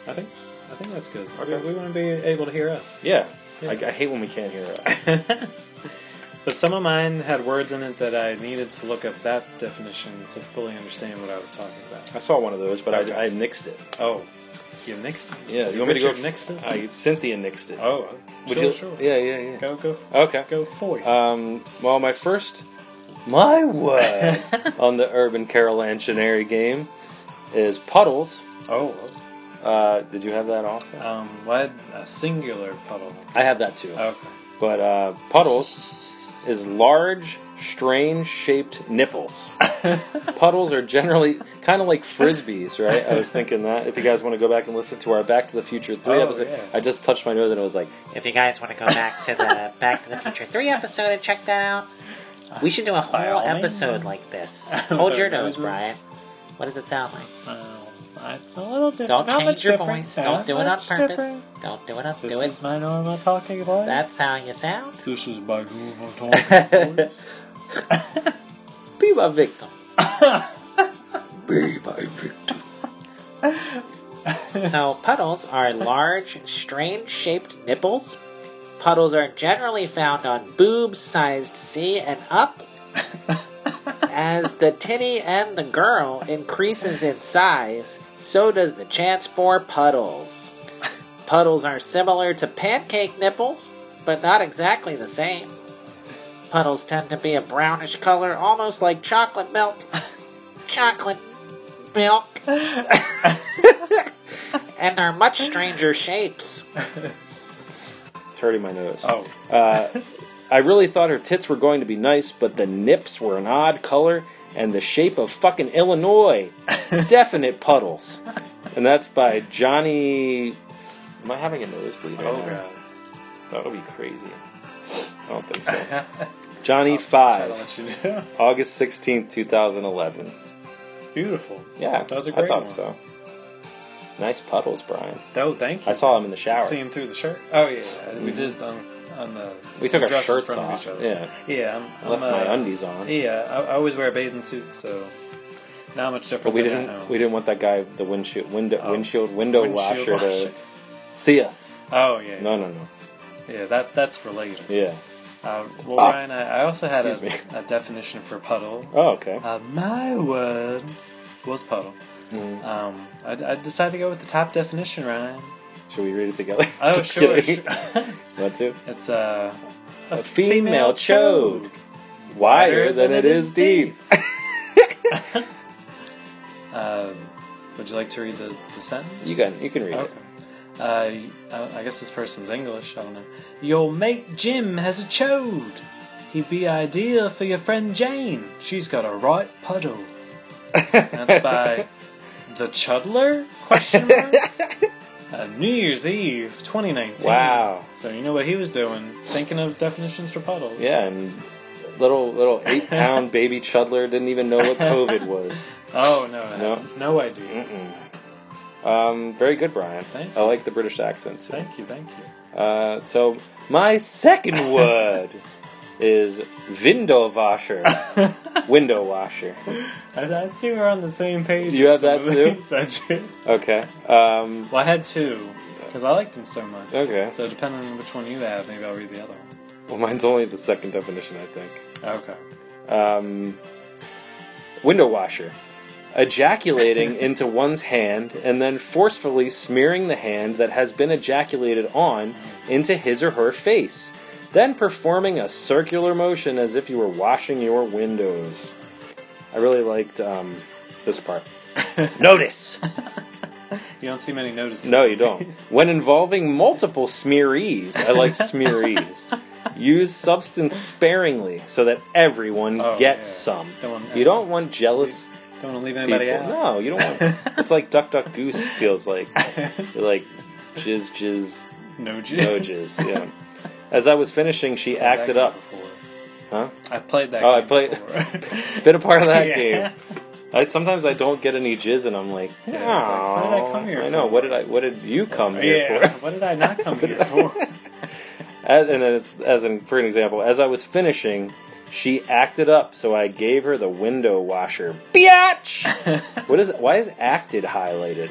[SPEAKER 2] I think I think that's good. We, we want to be able to hear us.
[SPEAKER 1] Yeah. I, I hate when we can't hear it.
[SPEAKER 2] But some of mine had words in it that I needed to look up that definition to fully understand what I was talking about.
[SPEAKER 1] I saw one of those, but
[SPEAKER 2] Okay.
[SPEAKER 1] I, I nixed it.
[SPEAKER 2] Oh, you nixed. it?
[SPEAKER 1] Yeah. You want me to go?
[SPEAKER 2] Richard nixed it?
[SPEAKER 1] I, Cynthia nixed it.
[SPEAKER 2] Oh,
[SPEAKER 1] Would
[SPEAKER 2] sure,
[SPEAKER 1] you?
[SPEAKER 2] sure.
[SPEAKER 1] Yeah, yeah, yeah.
[SPEAKER 2] Go, go,
[SPEAKER 1] Okay.
[SPEAKER 2] go, forth.
[SPEAKER 1] Um, well, my Um, first My word on the Urban Carol Antionary game is Puddles.
[SPEAKER 2] Oh,
[SPEAKER 1] Uh, did you have that also?
[SPEAKER 2] um, what a singular puddle.
[SPEAKER 1] I have that too.
[SPEAKER 2] Okay.
[SPEAKER 1] But uh, Puddles is large, strange shaped nipples. puddles are generally kind of like frisbees, right? I was thinking that. If you guys want to go back and listen to our Back to the Future 3
[SPEAKER 2] Oh,
[SPEAKER 1] episode,
[SPEAKER 2] yeah.
[SPEAKER 1] I just touched my nose and I was like,
[SPEAKER 7] If you guys want to go back to the Back to the Future 3 episode and check that out, we should do a
[SPEAKER 2] By
[SPEAKER 7] whole
[SPEAKER 2] all means.
[SPEAKER 7] episode like this. Hold
[SPEAKER 2] Their
[SPEAKER 7] your nose,
[SPEAKER 2] noses.
[SPEAKER 7] Brian. What does it sound like?
[SPEAKER 2] Um, it's a little different.
[SPEAKER 7] Don't
[SPEAKER 2] Not
[SPEAKER 7] change
[SPEAKER 2] much
[SPEAKER 7] your
[SPEAKER 2] different,
[SPEAKER 7] voice.
[SPEAKER 2] not
[SPEAKER 7] Don't do it on
[SPEAKER 2] much
[SPEAKER 7] purpose.
[SPEAKER 2] different.
[SPEAKER 7] Don't do it on
[SPEAKER 2] This
[SPEAKER 7] do it.
[SPEAKER 2] is my normal talking voice.
[SPEAKER 7] That's how you sound.
[SPEAKER 2] This is my normal talking voice.
[SPEAKER 7] Be my victim.
[SPEAKER 1] be my victim.
[SPEAKER 7] so puddles are large, strange-shaped nipples. Puddles are generally found on boobs sized C and up. As the titty and the girl increases in size, so does the chance for puddles. Puddles are similar to pancake nipples, but not exactly the same. Puddles tend to be a brownish color, almost like chocolate milk. chocolate milk and are much stranger shapes.
[SPEAKER 1] It's hurting my nose.
[SPEAKER 2] Oh,
[SPEAKER 1] Uh, I really thought her tits were going to be nice, but the nips were an odd color and the shape of fucking Illinois. Definite puddles. And that's by Johnny. Am I having a nosebleed right
[SPEAKER 2] oh
[SPEAKER 1] now?
[SPEAKER 2] god.
[SPEAKER 1] That would be crazy. I don't think so.
[SPEAKER 2] Oh,
[SPEAKER 1] Johnny 5,
[SPEAKER 2] That's what I let you
[SPEAKER 1] August 16th, 2011.
[SPEAKER 2] do. Beautiful.
[SPEAKER 1] Yeah,
[SPEAKER 2] that was a great
[SPEAKER 1] I thought
[SPEAKER 2] one.
[SPEAKER 1] so. Nice puddles, Brian.
[SPEAKER 2] Oh, thank you.
[SPEAKER 1] I saw him in the shower.
[SPEAKER 2] See him through the shirt. Oh yeah, we did on on the.
[SPEAKER 1] We took our
[SPEAKER 2] dress in
[SPEAKER 1] shirts
[SPEAKER 2] front of
[SPEAKER 1] off.
[SPEAKER 2] each other.
[SPEAKER 1] Yeah,
[SPEAKER 2] Yeah, I'm, I'm,
[SPEAKER 1] left my
[SPEAKER 2] uh,
[SPEAKER 1] undies on.
[SPEAKER 2] Yeah, I, I always wear a bathing suit, so not much different.
[SPEAKER 1] But we
[SPEAKER 2] than
[SPEAKER 1] didn't.
[SPEAKER 2] At home.
[SPEAKER 1] We didn't want that guy, the windshield, window,
[SPEAKER 2] um, Oh.
[SPEAKER 1] windshield, window
[SPEAKER 2] Windshield
[SPEAKER 1] washer, to
[SPEAKER 2] washer.
[SPEAKER 1] see us.
[SPEAKER 2] oh yeah,
[SPEAKER 1] No, no, no.
[SPEAKER 2] yeah. That that's related.
[SPEAKER 1] Yeah. Ah,
[SPEAKER 2] Uh, well, Ryan, I, I also had
[SPEAKER 1] Excuse
[SPEAKER 2] a, a definition for puddle.
[SPEAKER 1] Oh, okay.
[SPEAKER 2] Uh, my word was puddle.
[SPEAKER 1] Mm-hmm.
[SPEAKER 2] Um, I, I decided to go with the top definition, Ryan.
[SPEAKER 1] Should we read it together?
[SPEAKER 2] Oh,
[SPEAKER 1] Just
[SPEAKER 2] sure.
[SPEAKER 1] kidding.
[SPEAKER 2] sure.
[SPEAKER 1] Want to?
[SPEAKER 2] it's uh,
[SPEAKER 1] A, female, chode, wider than it is deep.
[SPEAKER 2] Um, would you like to read the, the sentence?
[SPEAKER 1] You can. You can read
[SPEAKER 2] Okay. Uh, y- I I guess this person's English. I don't know. Your mate Jim has a chode. He'd be ideal for your friend Jane. She's got a right puddle. That's by the Chuddler? Question mark. Uh, New Year's Eve, 2019.
[SPEAKER 1] Wow.
[SPEAKER 2] So you know what he was doing? Thinking of definitions for puddles.
[SPEAKER 1] it. Yeah, and little little eight pound baby Chudler didn't even know what COVID was.
[SPEAKER 2] Oh no,
[SPEAKER 1] No.
[SPEAKER 2] no, no idea.
[SPEAKER 1] Um, very good, Brian.
[SPEAKER 2] Thank
[SPEAKER 1] I like the British accent too.
[SPEAKER 2] Thank you, thank you.
[SPEAKER 1] Uh, so my second word is window washer. window washer.
[SPEAKER 2] I, I see we're on the same page.
[SPEAKER 1] You
[SPEAKER 2] with
[SPEAKER 1] had
[SPEAKER 2] some
[SPEAKER 1] that
[SPEAKER 2] of these. I do.
[SPEAKER 1] Okay. Um,
[SPEAKER 2] Well, I had two because I liked them so much.
[SPEAKER 1] Okay.
[SPEAKER 2] So depending on which one you have, maybe I'll read the other one.
[SPEAKER 1] well, mine's only the second definition, I think.
[SPEAKER 2] Okay.
[SPEAKER 1] um, window washer, ejaculating into one's hand and then forcefully smearing the hand that has been ejaculated on into his or her face, then performing a circular motion as if you were washing your windows. I really liked um, this part. Notice!
[SPEAKER 2] You don't see many notices.
[SPEAKER 1] No, you don't. When involving multiple smearees, I like smearees. Use substance sparingly so that everyone
[SPEAKER 2] Oh,
[SPEAKER 1] gets
[SPEAKER 2] yeah.
[SPEAKER 1] some.
[SPEAKER 2] Don't want
[SPEAKER 1] you don't want jealous
[SPEAKER 2] Don't want to leave anybody
[SPEAKER 1] people.
[SPEAKER 2] out.
[SPEAKER 1] No, you don't want. it's like Duck Duck Goose feels like. You're like jizz jizz
[SPEAKER 2] No
[SPEAKER 1] no
[SPEAKER 2] jizz.
[SPEAKER 1] jizz. Yeah. As I was finishing, she
[SPEAKER 2] Played that
[SPEAKER 1] acted
[SPEAKER 2] game
[SPEAKER 1] up.
[SPEAKER 2] Before.
[SPEAKER 1] Huh?
[SPEAKER 2] I played that.
[SPEAKER 1] Oh, I
[SPEAKER 2] game
[SPEAKER 1] played-
[SPEAKER 2] Before.
[SPEAKER 1] Been a part of that
[SPEAKER 2] Yeah.
[SPEAKER 1] game. I, sometimes I don't get any jizz, and I'm like,
[SPEAKER 2] Yeah, it's like, what did I
[SPEAKER 1] "Aw,
[SPEAKER 2] come here
[SPEAKER 1] I know.
[SPEAKER 2] for?"
[SPEAKER 1] What did I? What did you come here for?
[SPEAKER 2] yeah. What did I not come here for?
[SPEAKER 1] As, and then it's as in for an example, as I was finishing, she acted up, so I gave her the window washer. Biatch! what is? Why is acted highlighted?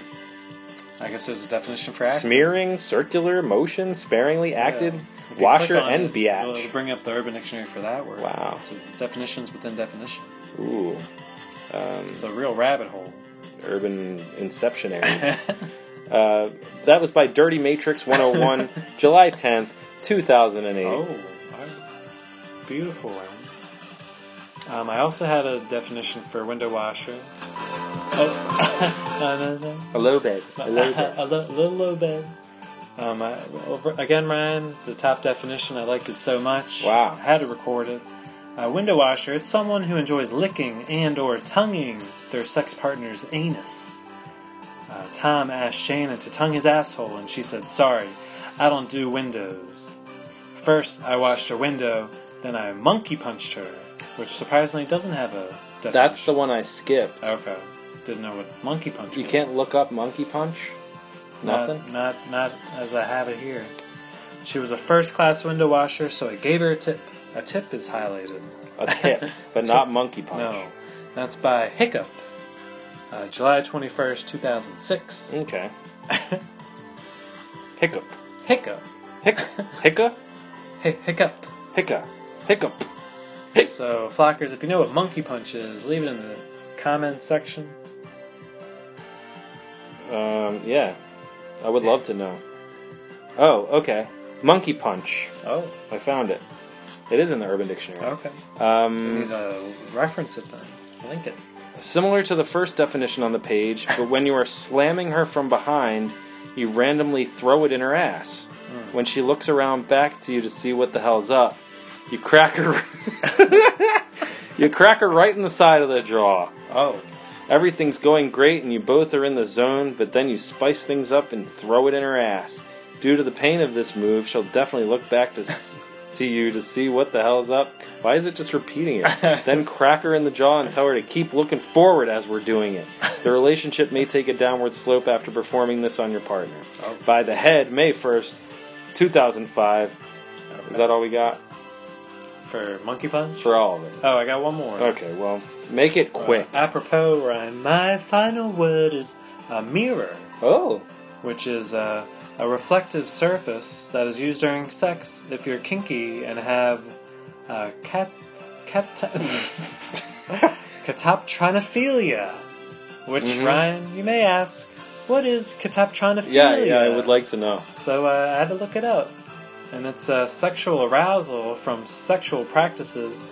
[SPEAKER 2] I guess there's a definition for acting.
[SPEAKER 1] Smearing, circular motion, sparingly acted,
[SPEAKER 2] If you
[SPEAKER 1] washer,
[SPEAKER 2] click on
[SPEAKER 1] and
[SPEAKER 2] it, It'll, it'll
[SPEAKER 1] biatch.
[SPEAKER 2] bring up the Urban Dictionary for that word.
[SPEAKER 1] Wow.
[SPEAKER 2] So definitions within definitions.
[SPEAKER 1] Ooh, Hmm.
[SPEAKER 2] It's a real rabbit hole.
[SPEAKER 1] urban inceptionary. uh, that was by Dirty Matrix 101, July 10th, 2008.
[SPEAKER 2] Oh, wow. beautiful. Alan. Um, I also had a definition for window washer. Oh, no, no, no.
[SPEAKER 1] A low bed.
[SPEAKER 2] A
[SPEAKER 1] A low bed.
[SPEAKER 2] li- little low bed. Um, I, over, again, Ryan, the top definition. I liked it so much.
[SPEAKER 1] Wow.
[SPEAKER 2] I had to record it. A window washer. It's someone who enjoys licking and/or tonguing their sex partner's anus. Uh, Tom asked Shannon to tongue his asshole, and she said, "Sorry, I don't do windows." First, I washed her window, then I monkey punched her, which surprisingly doesn't have a. Definition.
[SPEAKER 1] That's the one I skipped.
[SPEAKER 2] Okay. Didn't know what monkey punch.
[SPEAKER 1] You
[SPEAKER 2] was.
[SPEAKER 1] can't look up monkey punch. Nothing.
[SPEAKER 2] Not, not, not as I have it here. She was a first class window washer, so I gave her a tip. A tip is highlighted.
[SPEAKER 1] A tip, but not monkey punch.
[SPEAKER 2] No, that's by Hiccup. Uh, July 21st, 2006.
[SPEAKER 1] Okay. Hiccup.
[SPEAKER 2] Hiccup.
[SPEAKER 1] Hiccup. Hiccup.
[SPEAKER 2] Hi hiccup.
[SPEAKER 1] Hiccup. Hiccup.
[SPEAKER 2] So, Flockers, if you know what monkey punch is, leave it in the comment section.
[SPEAKER 1] Um, yeah. I would love to know. Oh, okay. Monkey punch.
[SPEAKER 2] Oh,
[SPEAKER 1] I found it. It is in the Urban Dictionary.
[SPEAKER 2] okay.
[SPEAKER 1] Um,
[SPEAKER 2] We need to reference it then. Link it.
[SPEAKER 1] Similar to the first definition on the page, but when you are slamming her from behind, you randomly throw it in her ass. When she looks around back to you to see what the hell's up, you crack her. you crack her right in the side of the jaw.
[SPEAKER 2] Oh,
[SPEAKER 1] Everything's going great and you both are in the zone, but then you spice things up and throw it in her ass. Due to the pain of this move, she'll definitely look back to s- to you to see what the hell's up. Why is it just repeating it? then crack her in the jaw and tell her to keep looking forward as we're doing it. The relationship may take a downward slope after performing this on your partner. By the head, May 1st, 2005. Is that all we got
[SPEAKER 2] for monkey punch?
[SPEAKER 1] for all of it?
[SPEAKER 2] Oh, I got one more.
[SPEAKER 1] Okay, well, make it quick.
[SPEAKER 2] Uh, apropos, Ryan, my final word is a mirror,
[SPEAKER 1] Oh,
[SPEAKER 2] which is uh, a reflective surface that is used during sex if you're kinky and have uh, cat, cat, catoptronophilia. Which,
[SPEAKER 1] Mm-hmm.
[SPEAKER 2] Ryan, you may ask, what is catoptronophilia?
[SPEAKER 1] yeah, yeah, I would like to know.
[SPEAKER 2] So uh, I had to look it up. And it's uh, sexual arousal from sexual practices,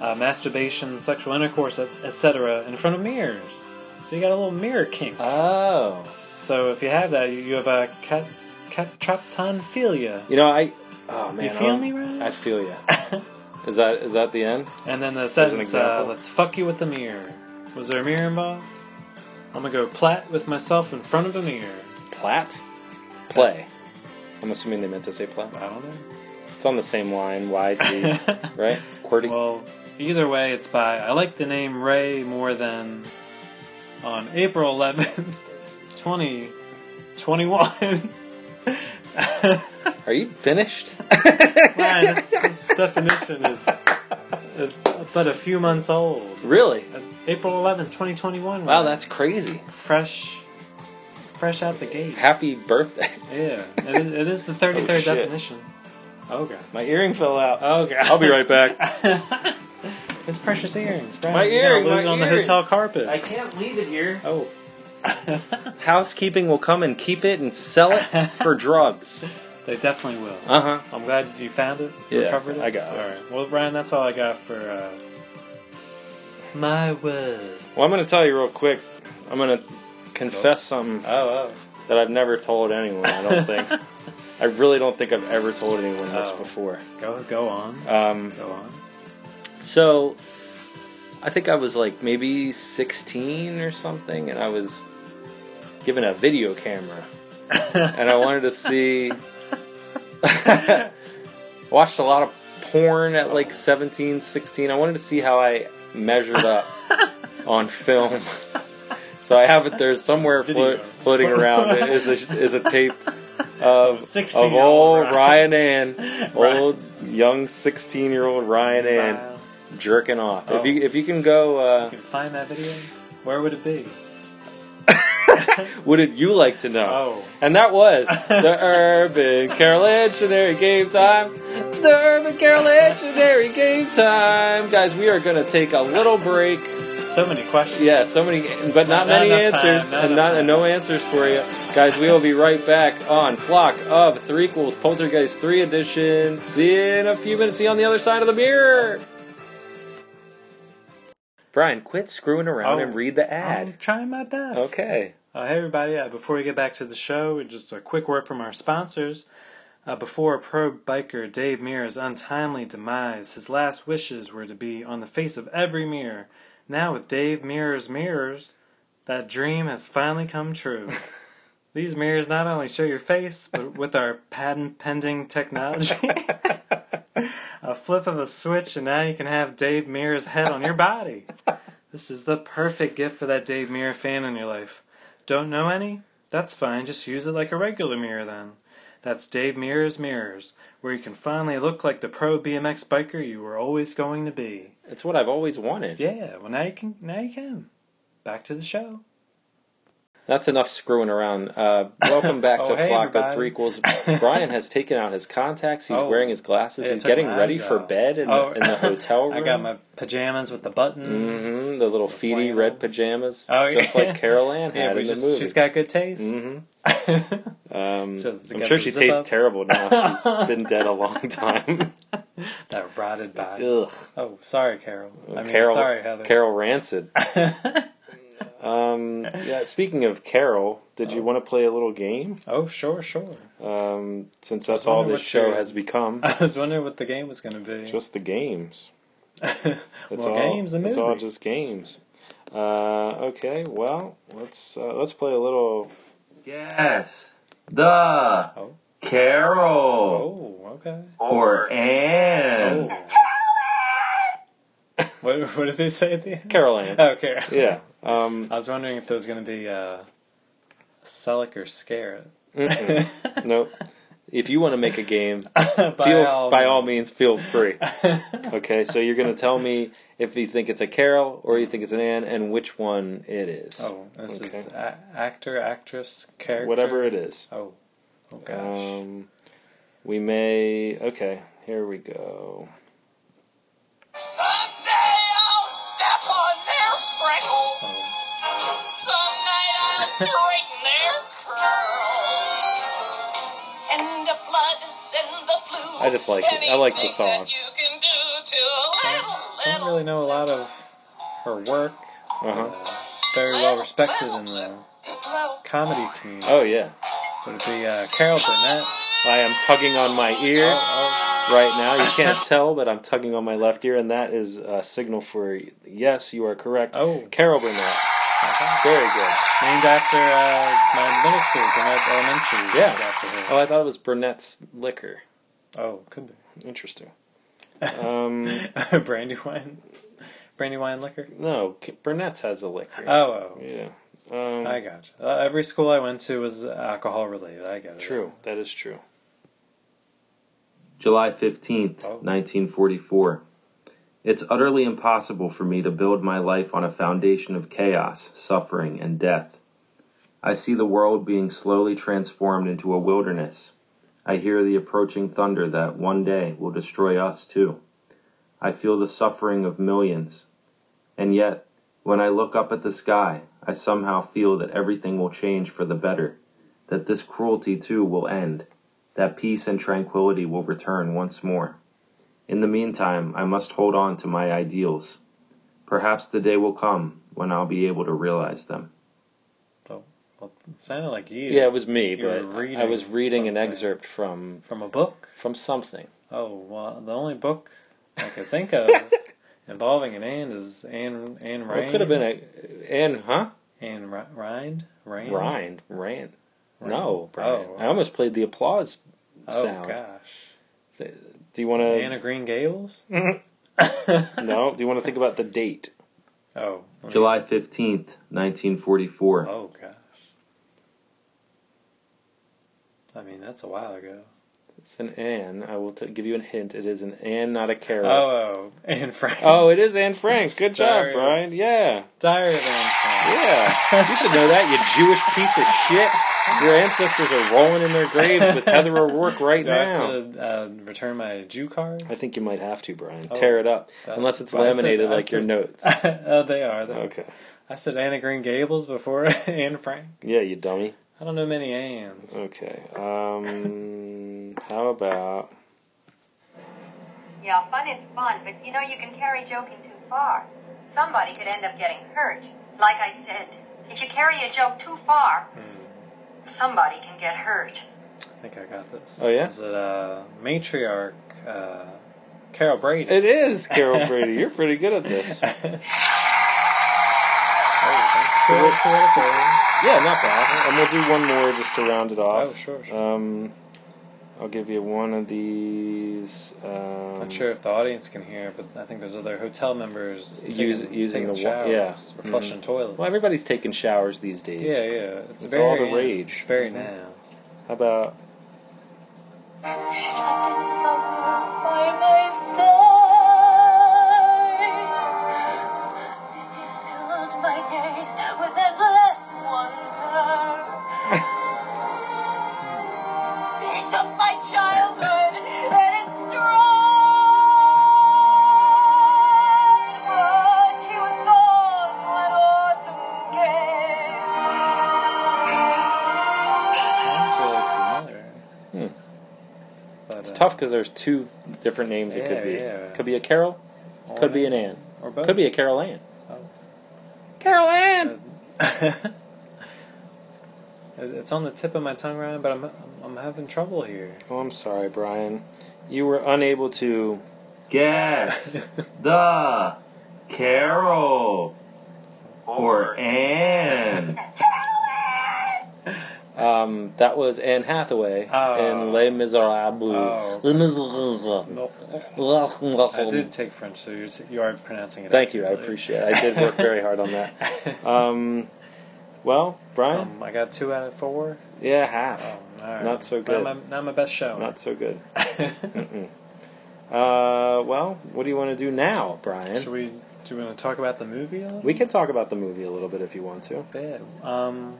[SPEAKER 2] uh, masturbation, sexual intercourse, et- etc., in front of mirrors. So you got a little mirror kink.
[SPEAKER 1] Oh.
[SPEAKER 2] so if you have that, you you have a cat, catraptonphilia.
[SPEAKER 1] You know, I. Oh man,
[SPEAKER 2] You
[SPEAKER 1] I
[SPEAKER 2] feel
[SPEAKER 1] don't-
[SPEAKER 2] me, Ryan?
[SPEAKER 1] I feel you. is that is that the end?
[SPEAKER 2] And then the
[SPEAKER 1] an
[SPEAKER 2] sentence, uh,
[SPEAKER 1] example.
[SPEAKER 2] let's fuck you with the mirror. Was there a mirror involved? I'm gonna go plat with myself in front of a mirror.
[SPEAKER 1] Plat, play. I'm assuming they meant to say plat.
[SPEAKER 2] I don't know.
[SPEAKER 1] It's on the same line. YG, right? QWERTY.
[SPEAKER 2] Well, either way, it's by. I like the name Ray more than on April 11th, 2021.
[SPEAKER 1] Are you finished?
[SPEAKER 2] Man, this, this definition is, is but a few months old.
[SPEAKER 1] really?
[SPEAKER 2] April 11th, 2021.
[SPEAKER 1] Wow, that's crazy.
[SPEAKER 2] fresh. Fresh out the gate.
[SPEAKER 1] Happy birthday.
[SPEAKER 2] Yeah, it is, it is the 33rd
[SPEAKER 1] Oh, shit.
[SPEAKER 2] definition. Oh, God.
[SPEAKER 1] My earring fell out.
[SPEAKER 2] Oh, God.
[SPEAKER 1] I'll be right back.
[SPEAKER 2] His precious earrings, Brian.
[SPEAKER 1] My
[SPEAKER 2] You're gonna
[SPEAKER 1] earring,
[SPEAKER 2] lose
[SPEAKER 1] my
[SPEAKER 2] on the
[SPEAKER 1] earring.
[SPEAKER 2] hotel carpet.
[SPEAKER 1] can't leave it here.
[SPEAKER 2] oh.
[SPEAKER 1] Housekeeping will come and keep it and sell it for drugs.
[SPEAKER 2] They definitely will.
[SPEAKER 1] Uh huh.
[SPEAKER 2] I'm glad you found it.
[SPEAKER 1] Yeah,
[SPEAKER 2] recovered it.
[SPEAKER 1] I got it.
[SPEAKER 2] All right. Well, Brian, that's all I got for uh, my word.
[SPEAKER 1] Well, I'm going to tell you real quick. I'm going to confess something.
[SPEAKER 2] Oh, oh.
[SPEAKER 1] that I've never told anyone. I don't think. I really don't think I've ever told anyone this
[SPEAKER 2] Oh.
[SPEAKER 1] before.
[SPEAKER 2] Go, go on.
[SPEAKER 1] Um,
[SPEAKER 2] Go on.
[SPEAKER 1] so, I think I was like maybe 16 or something, and I was given a video camera, and I wanted to see. watched a lot of porn at like 17, 16. I wanted to see how I measured up on film. So I have it there somewhere
[SPEAKER 2] Video.
[SPEAKER 1] float, floating around. It is a, is a tape of of
[SPEAKER 2] 16-year-old
[SPEAKER 1] old
[SPEAKER 2] Ryan.
[SPEAKER 1] Ryan Ann, old young sixteen year old Ryan Ann
[SPEAKER 2] Wow.
[SPEAKER 1] jerking off.
[SPEAKER 2] Oh.
[SPEAKER 1] If you if you can go, uh,
[SPEAKER 2] You can find that video. Where would it be?
[SPEAKER 1] what did you like to know?
[SPEAKER 2] Oh.
[SPEAKER 1] And that was the Urban Carol Dictionary Game Time. The Urban Carol Dictionary Game Time, guys. We are gonna take a little break.
[SPEAKER 2] So many questions.
[SPEAKER 1] Yeah, so many, but
[SPEAKER 2] Not
[SPEAKER 1] not, many
[SPEAKER 2] enough time,
[SPEAKER 1] answers,
[SPEAKER 2] not
[SPEAKER 1] and
[SPEAKER 2] enough
[SPEAKER 1] not and no answers for you, guys. We will be right back on Flock of Three Equals Poltergeist Three Edition. See you in a few minutes. See you on the other side of the mirror. Brian, quit screwing around
[SPEAKER 2] Oh.
[SPEAKER 1] and read the
[SPEAKER 2] I'm
[SPEAKER 1] ad.
[SPEAKER 2] trying my best.
[SPEAKER 1] Okay.
[SPEAKER 2] Uh, hey, everybody. Uh, before we get back to the show, just a quick word from our sponsors. Uh, before pro biker Dave Mir's untimely demise, his last wishes were to be on the face of every mirror. Now, with Dave Mir's mirrors, that dream has finally come true. These mirrors not only show your face, but with our patent pending technology, a flip of a switch, and now you can have Dave Mir's head on your body. This is the perfect gift for that Dave Mirror fan in your life. Don't know any? That's fine, just use it like a regular mirror then. That's Dave Mirror's Mirrors, where you can finally look like the pro BMX biker you were always going to be.
[SPEAKER 1] It's what I've always wanted.
[SPEAKER 2] Yeah, well now you can now you can. Back to the show.
[SPEAKER 1] That's enough screwing around. Uh, welcome back
[SPEAKER 2] Oh,
[SPEAKER 1] to
[SPEAKER 2] hey,
[SPEAKER 1] Flock
[SPEAKER 2] everybody.
[SPEAKER 1] of Three Equals. Brian has taken out his contacts. He's
[SPEAKER 2] Oh.
[SPEAKER 1] wearing his glasses.
[SPEAKER 2] Hey, I
[SPEAKER 1] He's
[SPEAKER 2] took my
[SPEAKER 1] getting ready
[SPEAKER 2] eyes
[SPEAKER 1] for
[SPEAKER 2] out.
[SPEAKER 1] bed in,
[SPEAKER 2] Oh.
[SPEAKER 1] the, in the hotel room.
[SPEAKER 2] I got my pajamas with the buttons.
[SPEAKER 1] hmm the little feety red
[SPEAKER 2] flannels.
[SPEAKER 1] pajamas,
[SPEAKER 2] Oh,
[SPEAKER 1] just
[SPEAKER 2] yeah.
[SPEAKER 1] like Carol Ann
[SPEAKER 2] Yeah,
[SPEAKER 1] had
[SPEAKER 2] we
[SPEAKER 1] in
[SPEAKER 2] just,
[SPEAKER 1] the movie.
[SPEAKER 2] she's got good taste.
[SPEAKER 1] Mhm. Um,
[SPEAKER 2] So they
[SPEAKER 1] I'm
[SPEAKER 2] got
[SPEAKER 1] sure
[SPEAKER 2] the
[SPEAKER 1] she
[SPEAKER 2] zip
[SPEAKER 1] tastes
[SPEAKER 2] up.
[SPEAKER 1] terrible now. She's been dead a long time.
[SPEAKER 2] that rotted body.
[SPEAKER 1] Ugh.
[SPEAKER 2] Oh, sorry, Carol. I mean,
[SPEAKER 1] Carol,
[SPEAKER 2] sorry, Heather.
[SPEAKER 1] Carol Rancid. um, yeah. Speaking of Carol, did you want to play a little game?
[SPEAKER 2] Oh, sure, sure.
[SPEAKER 1] Um, since
[SPEAKER 2] I was
[SPEAKER 1] that's all
[SPEAKER 2] wondering
[SPEAKER 1] this
[SPEAKER 2] what
[SPEAKER 1] show
[SPEAKER 2] your-
[SPEAKER 1] has become,
[SPEAKER 2] I was wondering what the game was going to be.
[SPEAKER 1] just the games. It's
[SPEAKER 2] More
[SPEAKER 1] all
[SPEAKER 2] games and
[SPEAKER 1] It's all
[SPEAKER 2] movies.
[SPEAKER 1] just games. Uh, okay. Well, let's uh, let's play a little.
[SPEAKER 9] Yes, the
[SPEAKER 2] Oh.
[SPEAKER 9] Carol
[SPEAKER 2] Oh, okay.
[SPEAKER 9] or Ann.
[SPEAKER 2] Oh. what, what did they say at the end?
[SPEAKER 1] Carol Ann.
[SPEAKER 2] Oh, Carol.
[SPEAKER 1] Yeah. Um,
[SPEAKER 2] I was wondering if there was going to be uh, sell it or scare it.
[SPEAKER 1] mm-mm. nope. If you want to make a game,
[SPEAKER 2] by,
[SPEAKER 1] feel,
[SPEAKER 2] all
[SPEAKER 1] by
[SPEAKER 2] means.
[SPEAKER 1] all means, feel free. okay, so you're going to tell me if you think it's a Carol or you think it's an Ann and which one it is.
[SPEAKER 2] Oh, this is
[SPEAKER 1] Okay.
[SPEAKER 2] a- actor, actress, character.
[SPEAKER 1] Whatever it is.
[SPEAKER 2] Oh, oh gosh.
[SPEAKER 1] Um, we may. Okay, here we go.
[SPEAKER 6] Someday I'll step on their freckles.
[SPEAKER 2] oh.
[SPEAKER 6] Some night I'll straighten their curls. Send the flood, send the flu.
[SPEAKER 1] I just like it. I like the
[SPEAKER 6] anything
[SPEAKER 1] song.
[SPEAKER 6] That you can do to a little,
[SPEAKER 2] I don't
[SPEAKER 6] little.
[SPEAKER 2] really know a lot of her work.
[SPEAKER 1] Uh-huh.
[SPEAKER 2] Uh, very well respected in the comedy community.
[SPEAKER 1] Oh, yeah.
[SPEAKER 2] Would it be uh, Carol Burnett?
[SPEAKER 1] I am tugging on my ear
[SPEAKER 2] Oh,
[SPEAKER 1] right now. You can't tell, but I'm tugging on my left ear, and that is a signal for yes, you are correct.
[SPEAKER 2] Oh.
[SPEAKER 1] Carol Burnett. Very good.
[SPEAKER 2] oh. named after uh, my middle school, Burnett Elementary. is
[SPEAKER 1] Yeah.
[SPEAKER 2] named after
[SPEAKER 1] Oh,
[SPEAKER 2] her.
[SPEAKER 1] I thought it was Burnett's liquor.
[SPEAKER 2] Oh, could
[SPEAKER 1] Interesting. Um,
[SPEAKER 2] be brandywine, brandywine liquor.
[SPEAKER 1] no, K- Burnett's has a liquor.
[SPEAKER 2] Oh, oh.
[SPEAKER 1] yeah. Um,
[SPEAKER 2] I got you. Uh, every school I went to was alcohol related. I got it.
[SPEAKER 1] true. That is true.
[SPEAKER 9] July 15th,
[SPEAKER 2] Oh.
[SPEAKER 9] 1944. It's utterly impossible for me to build my life on a foundation of chaos, suffering, and death. I see the world being slowly transformed into a wilderness. I hear the approaching thunder that one day will destroy us too. I feel the suffering of millions. And yet, when I look up at the sky, I somehow feel that everything will change for the better, that this cruelty too will end that peace and tranquility will return once more. In the meantime, I must hold on to my ideals. Perhaps the day will come when I'll be able to realize them.
[SPEAKER 2] Well, it sounded like you.
[SPEAKER 1] Yeah, it was me,
[SPEAKER 2] You were
[SPEAKER 1] but
[SPEAKER 2] reading
[SPEAKER 1] I was reading an
[SPEAKER 2] something.
[SPEAKER 1] excerpt from
[SPEAKER 2] from a book.
[SPEAKER 1] from something.
[SPEAKER 2] Oh, well, the only book I could think of involving an and is Anne Anne
[SPEAKER 1] Well,
[SPEAKER 2] Rand.
[SPEAKER 1] it could have been a and huh?
[SPEAKER 2] Anne Ri- Rind. Rind.
[SPEAKER 1] Ryan. Rand.
[SPEAKER 2] Rand.
[SPEAKER 1] No, Brian.
[SPEAKER 2] Oh,
[SPEAKER 1] I almost played the applause
[SPEAKER 2] Oh
[SPEAKER 1] sound.
[SPEAKER 2] gosh.
[SPEAKER 1] Do you want
[SPEAKER 2] Anna
[SPEAKER 1] to?
[SPEAKER 2] Green Gables.
[SPEAKER 1] No. Do you want to think about the date?
[SPEAKER 2] Oh, let me-
[SPEAKER 9] July 15th, 1944.
[SPEAKER 2] Oh gosh. I mean, that's a while ago.
[SPEAKER 1] It's an Anne. I will t- give you a hint. It is an Anne, not a Carol.
[SPEAKER 2] Oh, oh Anne Frank.
[SPEAKER 1] Oh, it is Anne Frank. Good
[SPEAKER 2] Sorry.
[SPEAKER 1] job, Brian. Yeah.
[SPEAKER 2] Diary of Anne Frank.
[SPEAKER 1] Yeah. You should know that, you Jewish piece of shit. Your ancestors are rolling in their graves with Heather O'Rourke right
[SPEAKER 2] Do I
[SPEAKER 1] now.
[SPEAKER 2] have to uh, return my Jew card?
[SPEAKER 1] I think you might have to, Brian.
[SPEAKER 2] Oh.
[SPEAKER 1] Tear it up.
[SPEAKER 2] Uh,
[SPEAKER 1] Unless it's
[SPEAKER 2] well, I said-
[SPEAKER 1] laminated
[SPEAKER 2] I
[SPEAKER 1] like your
[SPEAKER 2] said-
[SPEAKER 1] notes.
[SPEAKER 2] oh, they are. They
[SPEAKER 1] Okay.
[SPEAKER 2] I said Anna Green Gables before Anne Frank.
[SPEAKER 1] Yeah, you dummy.
[SPEAKER 2] I don't know many Anne's.
[SPEAKER 1] Okay. Um, how about.
[SPEAKER 3] Yeah, fun is fun, but you know you can carry joking too far.
[SPEAKER 10] Somebody could end up getting hurt. Like I said, if you carry a joke too far, somebody can get hurt.
[SPEAKER 2] I think I got this.
[SPEAKER 1] Oh, yeah?
[SPEAKER 2] Is it uh, matriarch uh, Carol Brady?
[SPEAKER 1] It is Carol Brady. You're pretty good at this.
[SPEAKER 2] So what- so what is it?
[SPEAKER 1] Yeah, not bad. And we'll do one more just to round it off.
[SPEAKER 2] Oh, sure, sure.
[SPEAKER 1] Um, I'll give you one of these. Um,
[SPEAKER 2] Not sure if the audience can hear, but I think there's other hotel members taking,
[SPEAKER 1] Use- using
[SPEAKER 2] taking
[SPEAKER 1] the wa-
[SPEAKER 2] showers
[SPEAKER 1] yeah. Mm-hmm.
[SPEAKER 2] or flushing toilets.
[SPEAKER 1] Well, everybody's taking showers these days.
[SPEAKER 2] Yeah, yeah. It's,
[SPEAKER 1] It's all
[SPEAKER 2] very,
[SPEAKER 1] the rage.
[SPEAKER 2] It's very
[SPEAKER 1] Mhm.
[SPEAKER 2] now.
[SPEAKER 1] How about
[SPEAKER 6] There's always someone by my side. He filled my days with endless wonder. he took my childhood and destroyed what he was gone when autumn came.
[SPEAKER 2] Sounds really familiar.
[SPEAKER 1] Hmm.
[SPEAKER 2] But,
[SPEAKER 1] it's
[SPEAKER 2] uh,
[SPEAKER 1] tough because there's two different names it
[SPEAKER 2] Yeah,
[SPEAKER 1] could be.
[SPEAKER 2] yeah.
[SPEAKER 1] Could be a Carol.
[SPEAKER 2] or
[SPEAKER 1] could be an Ann.
[SPEAKER 2] Or both.
[SPEAKER 1] Could be a Carol Ann.
[SPEAKER 2] Oh.
[SPEAKER 1] Carol Ann.
[SPEAKER 2] It- Uh, it's on the tip of my tongue, Ryan, but I'm I'm- I'm having trouble here.
[SPEAKER 1] Oh, I'm sorry, Brian. You were unable to.
[SPEAKER 9] Guess the Carol or Ann.
[SPEAKER 1] Um, that was Anne Hathaway
[SPEAKER 2] Oh.
[SPEAKER 1] in Les Miserables.
[SPEAKER 2] Oh.
[SPEAKER 1] Les Miserables.
[SPEAKER 2] I did take French, so you're, you are pronouncing it.
[SPEAKER 1] Thank you. I
[SPEAKER 2] accurately.
[SPEAKER 1] appreciate it. I did work very hard on that. Um, well, Brian,
[SPEAKER 2] So Um, I got two out of four.
[SPEAKER 1] yeah, half.
[SPEAKER 2] Oh, all right.
[SPEAKER 1] Not so
[SPEAKER 2] It's
[SPEAKER 1] good.
[SPEAKER 2] Not my, not my best show.
[SPEAKER 1] Not so good. Mm-mm. Uh, well, what do you want to do now, Brian?
[SPEAKER 2] Should we? Do we want to talk about the movie? A little
[SPEAKER 1] We can talk about the movie a little bit if you want to.
[SPEAKER 2] bit? Um,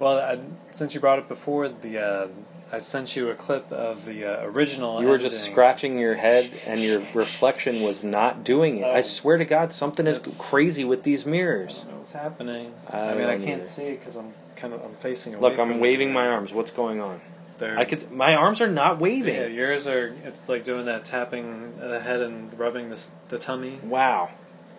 [SPEAKER 2] well, I, since you brought it before, the uh, I sent you a clip of the uh, original.
[SPEAKER 1] You were just
[SPEAKER 2] ending.
[SPEAKER 1] scratching your head, and your reflection was not doing it. I
[SPEAKER 2] Oh.
[SPEAKER 1] swear to God, something is
[SPEAKER 2] That's-
[SPEAKER 1] crazy with these
[SPEAKER 2] I
[SPEAKER 1] mirrors.
[SPEAKER 2] don't know what's happening.
[SPEAKER 1] I
[SPEAKER 2] I, mean, I
[SPEAKER 1] don't
[SPEAKER 2] can't
[SPEAKER 1] either.
[SPEAKER 2] see it because I'm kind of I'm facing away.
[SPEAKER 1] Look,
[SPEAKER 2] from
[SPEAKER 1] I'm
[SPEAKER 2] the-
[SPEAKER 1] waving my arms. What's going on?
[SPEAKER 2] They're-
[SPEAKER 1] I could. My arms are not waving.
[SPEAKER 2] Yeah, yours are. It's like doing that tapping the head and rubbing this the tummy.
[SPEAKER 1] Wow.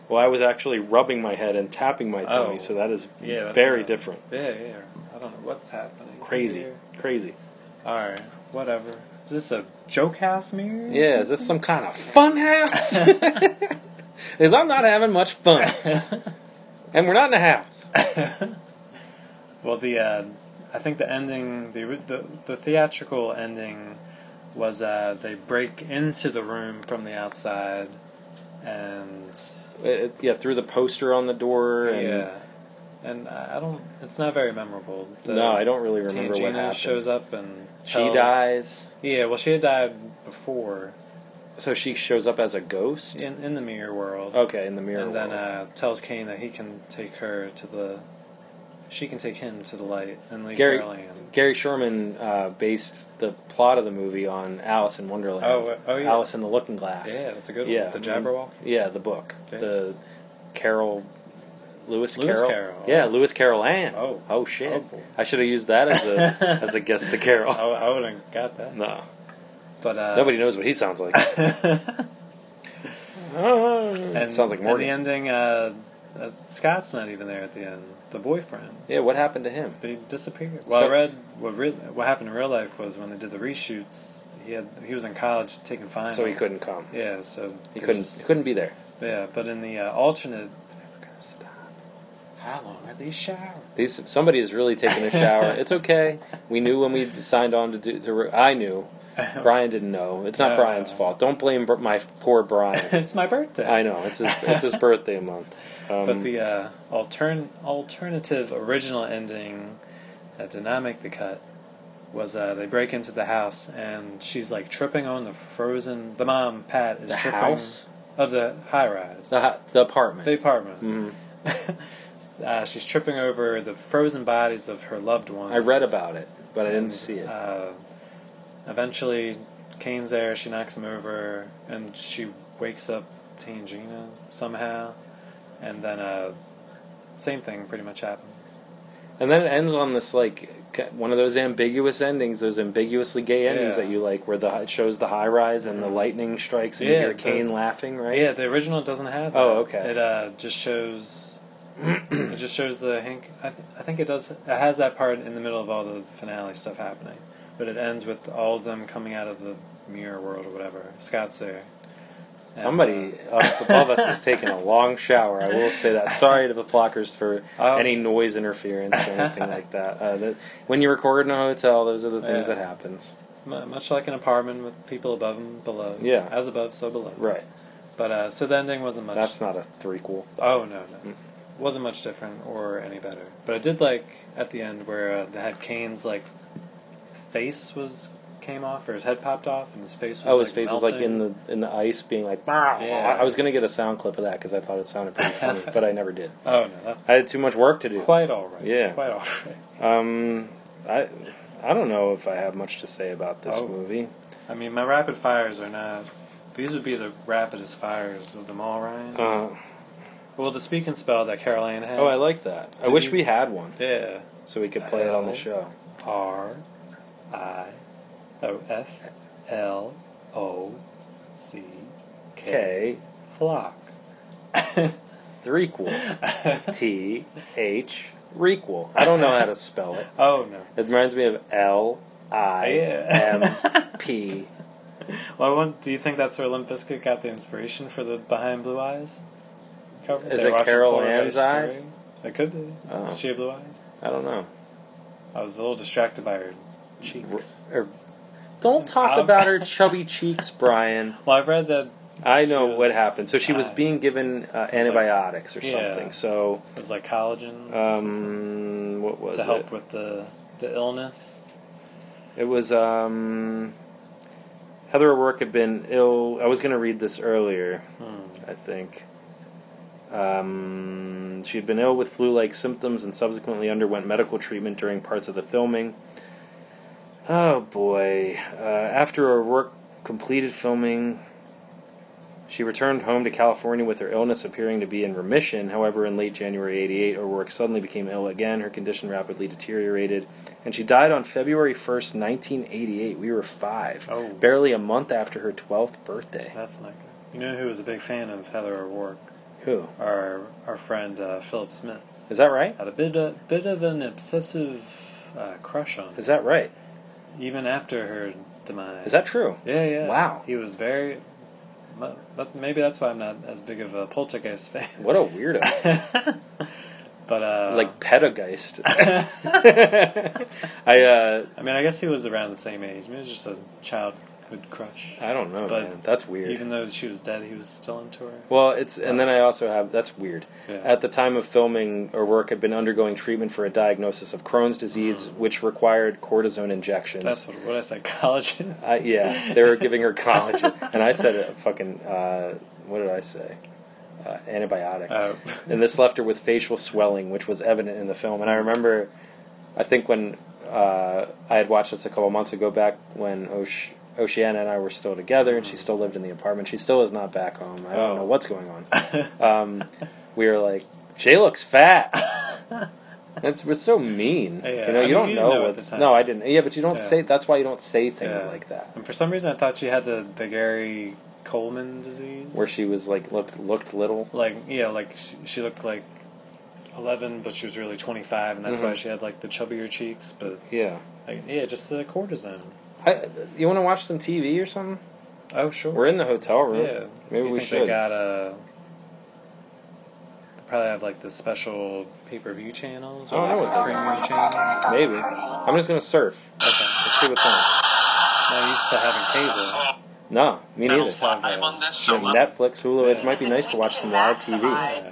[SPEAKER 1] Well, I was actually rubbing my head and tapping my tummy,
[SPEAKER 2] Oh.
[SPEAKER 1] so that is
[SPEAKER 2] Yeah, that's
[SPEAKER 1] very
[SPEAKER 2] not-
[SPEAKER 1] different.
[SPEAKER 2] Yeah, yeah. I don't know what's happening.
[SPEAKER 1] Crazy.
[SPEAKER 2] here.
[SPEAKER 1] Crazy.
[SPEAKER 2] All right, whatever. Is this a joke house mirror? or
[SPEAKER 1] Yeah, is this some kind of fun house? Because I'm not having much fun. and we're not in a house.
[SPEAKER 2] Well, the uh, I think the ending, the, ori- the the theatrical ending, was uh, they break into the room from the outside, and
[SPEAKER 1] It- it- yeah, through the poster on the door. And,
[SPEAKER 2] yeah, and I I don't. It's not very memorable. The
[SPEAKER 1] No, I don't really remember
[SPEAKER 2] Tina
[SPEAKER 1] what
[SPEAKER 2] Gina
[SPEAKER 1] happened.
[SPEAKER 2] shows up and
[SPEAKER 1] she
[SPEAKER 2] tells-
[SPEAKER 1] dies.
[SPEAKER 2] Yeah, well, she had died before
[SPEAKER 1] So she shows up as a ghost?
[SPEAKER 2] in in the mirror world.
[SPEAKER 1] Okay, in the mirror.
[SPEAKER 2] and then
[SPEAKER 1] world.
[SPEAKER 2] uh, tells Kane that he can take her to the. She can take him to the light and leave
[SPEAKER 1] Gary-
[SPEAKER 2] Caroline.
[SPEAKER 1] Gary Sherman uh, based the plot of the movie on Alice in Wonderland.
[SPEAKER 2] Oh, uh, oh, yeah.
[SPEAKER 1] Alice in the Looking Glass.
[SPEAKER 2] Yeah, that's a good one. The
[SPEAKER 1] Yeah, I mean-
[SPEAKER 2] Jabberwock.
[SPEAKER 1] Yeah, the book.
[SPEAKER 2] Okay.
[SPEAKER 1] The Carol. Lewis,
[SPEAKER 2] Lewis
[SPEAKER 1] Carroll.
[SPEAKER 2] Carroll.
[SPEAKER 1] Yeah, Lewis Carroll Ann.
[SPEAKER 2] Oh.
[SPEAKER 1] Oh, shit.
[SPEAKER 2] Oh, boy.
[SPEAKER 1] I should have used that as a as a guess the Carroll.
[SPEAKER 2] I, I would have got that.
[SPEAKER 1] No.
[SPEAKER 2] But uh,
[SPEAKER 1] Nobody knows what he sounds like.
[SPEAKER 2] and,
[SPEAKER 1] and, sounds like Morgan.
[SPEAKER 2] And the ending. Uh, uh, Scott's not even there at the end. The boyfriend.
[SPEAKER 1] yeah, what happened to him?
[SPEAKER 2] They disappeared. Well,
[SPEAKER 1] So-
[SPEAKER 2] I read what real, what happened in real life was when they did the reshoots. He had he was in college taking finals,
[SPEAKER 1] So he couldn't come.
[SPEAKER 2] Yeah, so
[SPEAKER 1] He
[SPEAKER 2] they
[SPEAKER 1] couldn't
[SPEAKER 2] just-
[SPEAKER 1] he couldn't be there.
[SPEAKER 2] Yeah, but in the uh, alternate, never gonna stop. How long are these showers?
[SPEAKER 1] These somebody is really taking a shower. it's okay. We knew when we signed on to do. To, re- I knew. Brian didn't know. It's not
[SPEAKER 2] No.
[SPEAKER 1] Brian's fault. Don't blame br- my poor Brian.
[SPEAKER 2] it's my birthday.
[SPEAKER 1] I know it's his it's his birthday month. Um,
[SPEAKER 2] But the uh, altern alternative original ending that did not make the cut was uh, they break into the house and she's like tripping on the frozen. The mom Pat is
[SPEAKER 1] The
[SPEAKER 2] tripping
[SPEAKER 1] house?
[SPEAKER 2] of the high rise,
[SPEAKER 1] the, ho- the apartment.
[SPEAKER 2] the apartment. uh, she's tripping over the frozen bodies of her loved ones.
[SPEAKER 1] I read about it, but I didn't see it.
[SPEAKER 2] Uh, eventually, Kane's there. She knocks him over, and she wakes up Tangina somehow. And then, uh, same thing pretty much happens.
[SPEAKER 1] And then it ends on this like ca- one of those ambiguous endings, those ambiguously gay
[SPEAKER 2] Yeah.
[SPEAKER 1] endings
[SPEAKER 2] Mm-hmm.
[SPEAKER 1] that you like, where the hi- it shows the high rise and the lightning strikes and you
[SPEAKER 2] Yeah,
[SPEAKER 1] hear
[SPEAKER 2] the-
[SPEAKER 1] Kane laughing, right?
[SPEAKER 2] Yeah, the original doesn't have. That.
[SPEAKER 1] Oh, okay.
[SPEAKER 2] It uh, just shows. it just shows the Hank. I, th- I think it does. It has that part in the middle of all the finale stuff happening, but it ends with all of them coming out of the mirror world or whatever. Scott's there. And,
[SPEAKER 1] Somebody up above us is taking a long shower. I will say that. Sorry to the flockers for
[SPEAKER 2] Oh.
[SPEAKER 1] any noise interference or anything like that. Uh, that. When you record in a hotel, those are the things
[SPEAKER 2] Yeah.
[SPEAKER 1] that happens.
[SPEAKER 2] Mu- much like an apartment with people above and below.
[SPEAKER 1] Yeah.
[SPEAKER 2] As above, so below.
[SPEAKER 1] Right.
[SPEAKER 2] But uh, so the ending wasn't much.
[SPEAKER 1] That's Mm. not a threequel.
[SPEAKER 2] Oh no, no, wasn't much different or any better. But I did like at the end where uh, they had Kane's like face was came off or his head popped off and his face was
[SPEAKER 1] Oh,
[SPEAKER 2] like,
[SPEAKER 1] his face was like
[SPEAKER 2] melting.
[SPEAKER 1] in the in the ice, being like.
[SPEAKER 2] Yeah.
[SPEAKER 1] I was gonna get a sound clip of that because I thought it sounded pretty funny, but I never did.
[SPEAKER 2] Oh no, that's
[SPEAKER 1] I had too much work to do.
[SPEAKER 2] quite all right.
[SPEAKER 1] Yeah.
[SPEAKER 2] quite all right.
[SPEAKER 1] Um, I I don't know if I have much to say about this
[SPEAKER 2] Oh.
[SPEAKER 1] movie.
[SPEAKER 2] I mean, my rapid fires are not. These would be the rapidest fires of them all, Ryan.
[SPEAKER 1] Uh,
[SPEAKER 2] well, the speak and spell that Caroline had.
[SPEAKER 1] oh, I like that. I
[SPEAKER 2] Did
[SPEAKER 1] wish
[SPEAKER 2] you-
[SPEAKER 1] we had one
[SPEAKER 2] Yeah.
[SPEAKER 1] so we could play it on the show.
[SPEAKER 2] R I O F L O C K.
[SPEAKER 1] K
[SPEAKER 2] Flock.
[SPEAKER 1] threequel. T H requel. I don't know how to spell it.
[SPEAKER 2] Oh no.
[SPEAKER 1] It reminds me of L I M P.
[SPEAKER 2] Well, I want, do you think that's where Limp Bizkit got the inspiration for the Behind Blue Eyes cover?
[SPEAKER 1] Is
[SPEAKER 2] They
[SPEAKER 1] it
[SPEAKER 2] watched
[SPEAKER 1] Carol
[SPEAKER 2] Polar
[SPEAKER 1] Ann's
[SPEAKER 2] Bear
[SPEAKER 1] eyes?
[SPEAKER 2] Story. It could be.
[SPEAKER 1] Oh.
[SPEAKER 2] Does she have blue eyes?
[SPEAKER 1] I don't know.
[SPEAKER 2] I was a little distracted by her cheeks.
[SPEAKER 1] Or, don't talk
[SPEAKER 2] Um.
[SPEAKER 1] about her chubby cheeks, Brian.
[SPEAKER 2] Well, I read that
[SPEAKER 1] I know
[SPEAKER 2] She was-
[SPEAKER 1] what happened. So she was
[SPEAKER 2] I-
[SPEAKER 1] being given uh, antibiotics or
[SPEAKER 2] Yeah.
[SPEAKER 1] something. So
[SPEAKER 2] it was like collagen
[SPEAKER 1] um, what was
[SPEAKER 2] to
[SPEAKER 1] it?
[SPEAKER 2] help with the the illness.
[SPEAKER 1] It was um, Heather O'Rourke had been ill. I was going to read this earlier. I think. Um, she had been ill with flu like symptoms and subsequently underwent medical treatment during parts of the filming. Oh boy. Uh, after O'Rourke completed filming, she returned home to California with her illness appearing to be in remission. However, in late January 88, O'Rourke suddenly became ill again. Her condition rapidly deteriorated, and she died on February 1st, 1988. We were five,
[SPEAKER 2] Oh.
[SPEAKER 1] barely a month after her 12th birthday.
[SPEAKER 2] That's not good. You know who was a big fan of Heather O'Rourke?
[SPEAKER 1] Who?
[SPEAKER 2] Our our friend uh, Philip Smith
[SPEAKER 1] Is that right?
[SPEAKER 2] had a bit of, bit of an obsessive uh, crush on her,
[SPEAKER 1] Is that right?
[SPEAKER 2] even after her demise.
[SPEAKER 1] Is that true?
[SPEAKER 2] Yeah, yeah.
[SPEAKER 1] Wow.
[SPEAKER 2] He was very. mu- But maybe that's why I'm not as big of a poltergeist fan.
[SPEAKER 1] What a weirdo.
[SPEAKER 2] But uh,
[SPEAKER 1] like pedageist. I uh
[SPEAKER 2] I mean, I guess he was around the same age. Maybe it was just a childhood crush.
[SPEAKER 1] I don't know,
[SPEAKER 2] But
[SPEAKER 1] man. That's weird.
[SPEAKER 2] Even though she was dead, he was still into her.
[SPEAKER 1] well, it's and then I also have that's weird.
[SPEAKER 2] Yeah.
[SPEAKER 1] At the time of filming, O'Rourke had been undergoing treatment for a diagnosis of Crohn's disease, which required cortisone injections.
[SPEAKER 2] Mm. That's what, what I said. Collagen.
[SPEAKER 1] I, yeah, they were giving her collagen, and I said a fucking uh, what did I say? Uh, antibiotic.
[SPEAKER 2] Uh,
[SPEAKER 1] and this left her with facial swelling, which was evident in the film. And I remember, I think when uh, I had watched this a couple months ago, back when Osh- Oceana and I were still together, and she still lived in the apartment. She still is not back home. I don't
[SPEAKER 2] Mm-hmm. Oh.
[SPEAKER 1] know what's going on. um, we were like, she looks fat. That's we're so mean.
[SPEAKER 2] Yeah,
[SPEAKER 1] you know,
[SPEAKER 2] I
[SPEAKER 1] you
[SPEAKER 2] mean,
[SPEAKER 1] don't
[SPEAKER 2] you didn't
[SPEAKER 1] know
[SPEAKER 2] know at the
[SPEAKER 1] what's.
[SPEAKER 2] time.
[SPEAKER 1] No, I didn't. Yeah, but you don't
[SPEAKER 2] Yeah.
[SPEAKER 1] say. That's why you don't say things
[SPEAKER 2] Yeah.
[SPEAKER 1] like that,
[SPEAKER 2] and for some reason, I thought she had the, the Gary Coleman disease.
[SPEAKER 1] where she was like looked looked little.
[SPEAKER 2] like yeah, like she, she looked like eleven, but she was really twenty five, and
[SPEAKER 1] Mm-hmm.
[SPEAKER 2] that's why she had like the chubbier cheeks. But
[SPEAKER 1] Yeah.
[SPEAKER 2] like, yeah, just the cortisone.
[SPEAKER 1] I, you want to watch some TV or something?
[SPEAKER 2] Oh sure.
[SPEAKER 1] We're in the hotel room.
[SPEAKER 2] Yeah.
[SPEAKER 1] Maybe
[SPEAKER 2] you
[SPEAKER 1] we
[SPEAKER 2] think
[SPEAKER 1] should.
[SPEAKER 2] They got a. They probably have like the special pay per view channels or
[SPEAKER 1] Oh, I
[SPEAKER 2] like
[SPEAKER 1] would
[SPEAKER 2] premium channels.
[SPEAKER 1] Maybe. I'm just gonna surf.
[SPEAKER 2] Okay.
[SPEAKER 1] Let's see what's on.
[SPEAKER 2] Not used to having cable.
[SPEAKER 1] No, me neither.
[SPEAKER 2] Just have uh,
[SPEAKER 1] Like Netflix, Hulu. It might be nice to watch some live TV.
[SPEAKER 2] yeah.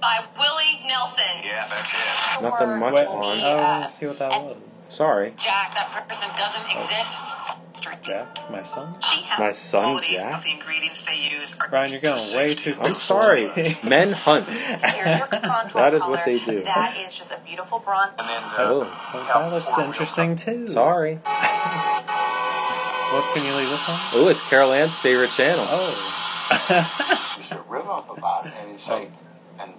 [SPEAKER 10] By Willie Nelson.
[SPEAKER 5] Yeah, that's it.
[SPEAKER 1] Nothing much
[SPEAKER 2] Wait,
[SPEAKER 1] on.
[SPEAKER 2] Oh, let's see what that was.
[SPEAKER 1] Sorry,
[SPEAKER 10] Jack, that person doesn't exist.
[SPEAKER 2] Jack, my son.
[SPEAKER 10] She has
[SPEAKER 1] My son,
[SPEAKER 10] quality
[SPEAKER 1] Jack?
[SPEAKER 10] of the ingredients they use are
[SPEAKER 2] Ryan, you're going way too.
[SPEAKER 1] I'm sorry. Men hunt.
[SPEAKER 10] Here's your contour
[SPEAKER 1] That is what
[SPEAKER 10] color.
[SPEAKER 1] they do.
[SPEAKER 10] That is just a beautiful bronze.
[SPEAKER 5] And then uh,
[SPEAKER 1] Oh,
[SPEAKER 2] Well, that looks interesting too.
[SPEAKER 1] sorry.
[SPEAKER 2] What can you leave us on?
[SPEAKER 1] Oh, it's Carol Ann's favorite channel.
[SPEAKER 2] Oh,
[SPEAKER 5] there's a rhythm about it, and it's like, and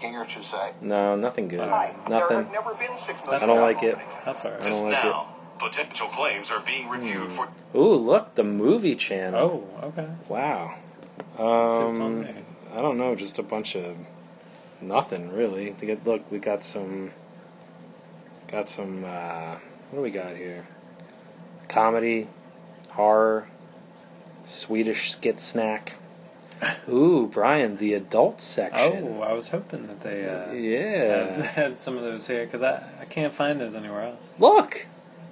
[SPEAKER 11] anything you're to say?
[SPEAKER 12] No, nothing good.
[SPEAKER 11] Hi, There
[SPEAKER 12] Oh. Nothing.
[SPEAKER 11] have never been six
[SPEAKER 12] I
[SPEAKER 11] million
[SPEAKER 12] don't like it.
[SPEAKER 2] That's alright.
[SPEAKER 12] I don't like it.
[SPEAKER 11] potential claims are being reviewed for.
[SPEAKER 12] Ooh, look, the movie channel.
[SPEAKER 2] Oh, okay.
[SPEAKER 12] Wow.
[SPEAKER 2] see what's on
[SPEAKER 12] Um,
[SPEAKER 2] there.
[SPEAKER 12] I don't know, just a bunch of nothing really. To get look, we got some, got some. Uh, what do we got here? Comedy, horror, Swedish skit snack. Ooh, Brian, the adult section.
[SPEAKER 2] Oh, I was hoping that they uh,
[SPEAKER 12] Yeah.
[SPEAKER 2] had, had some of those here because I, I can't find those anywhere else.
[SPEAKER 12] Look,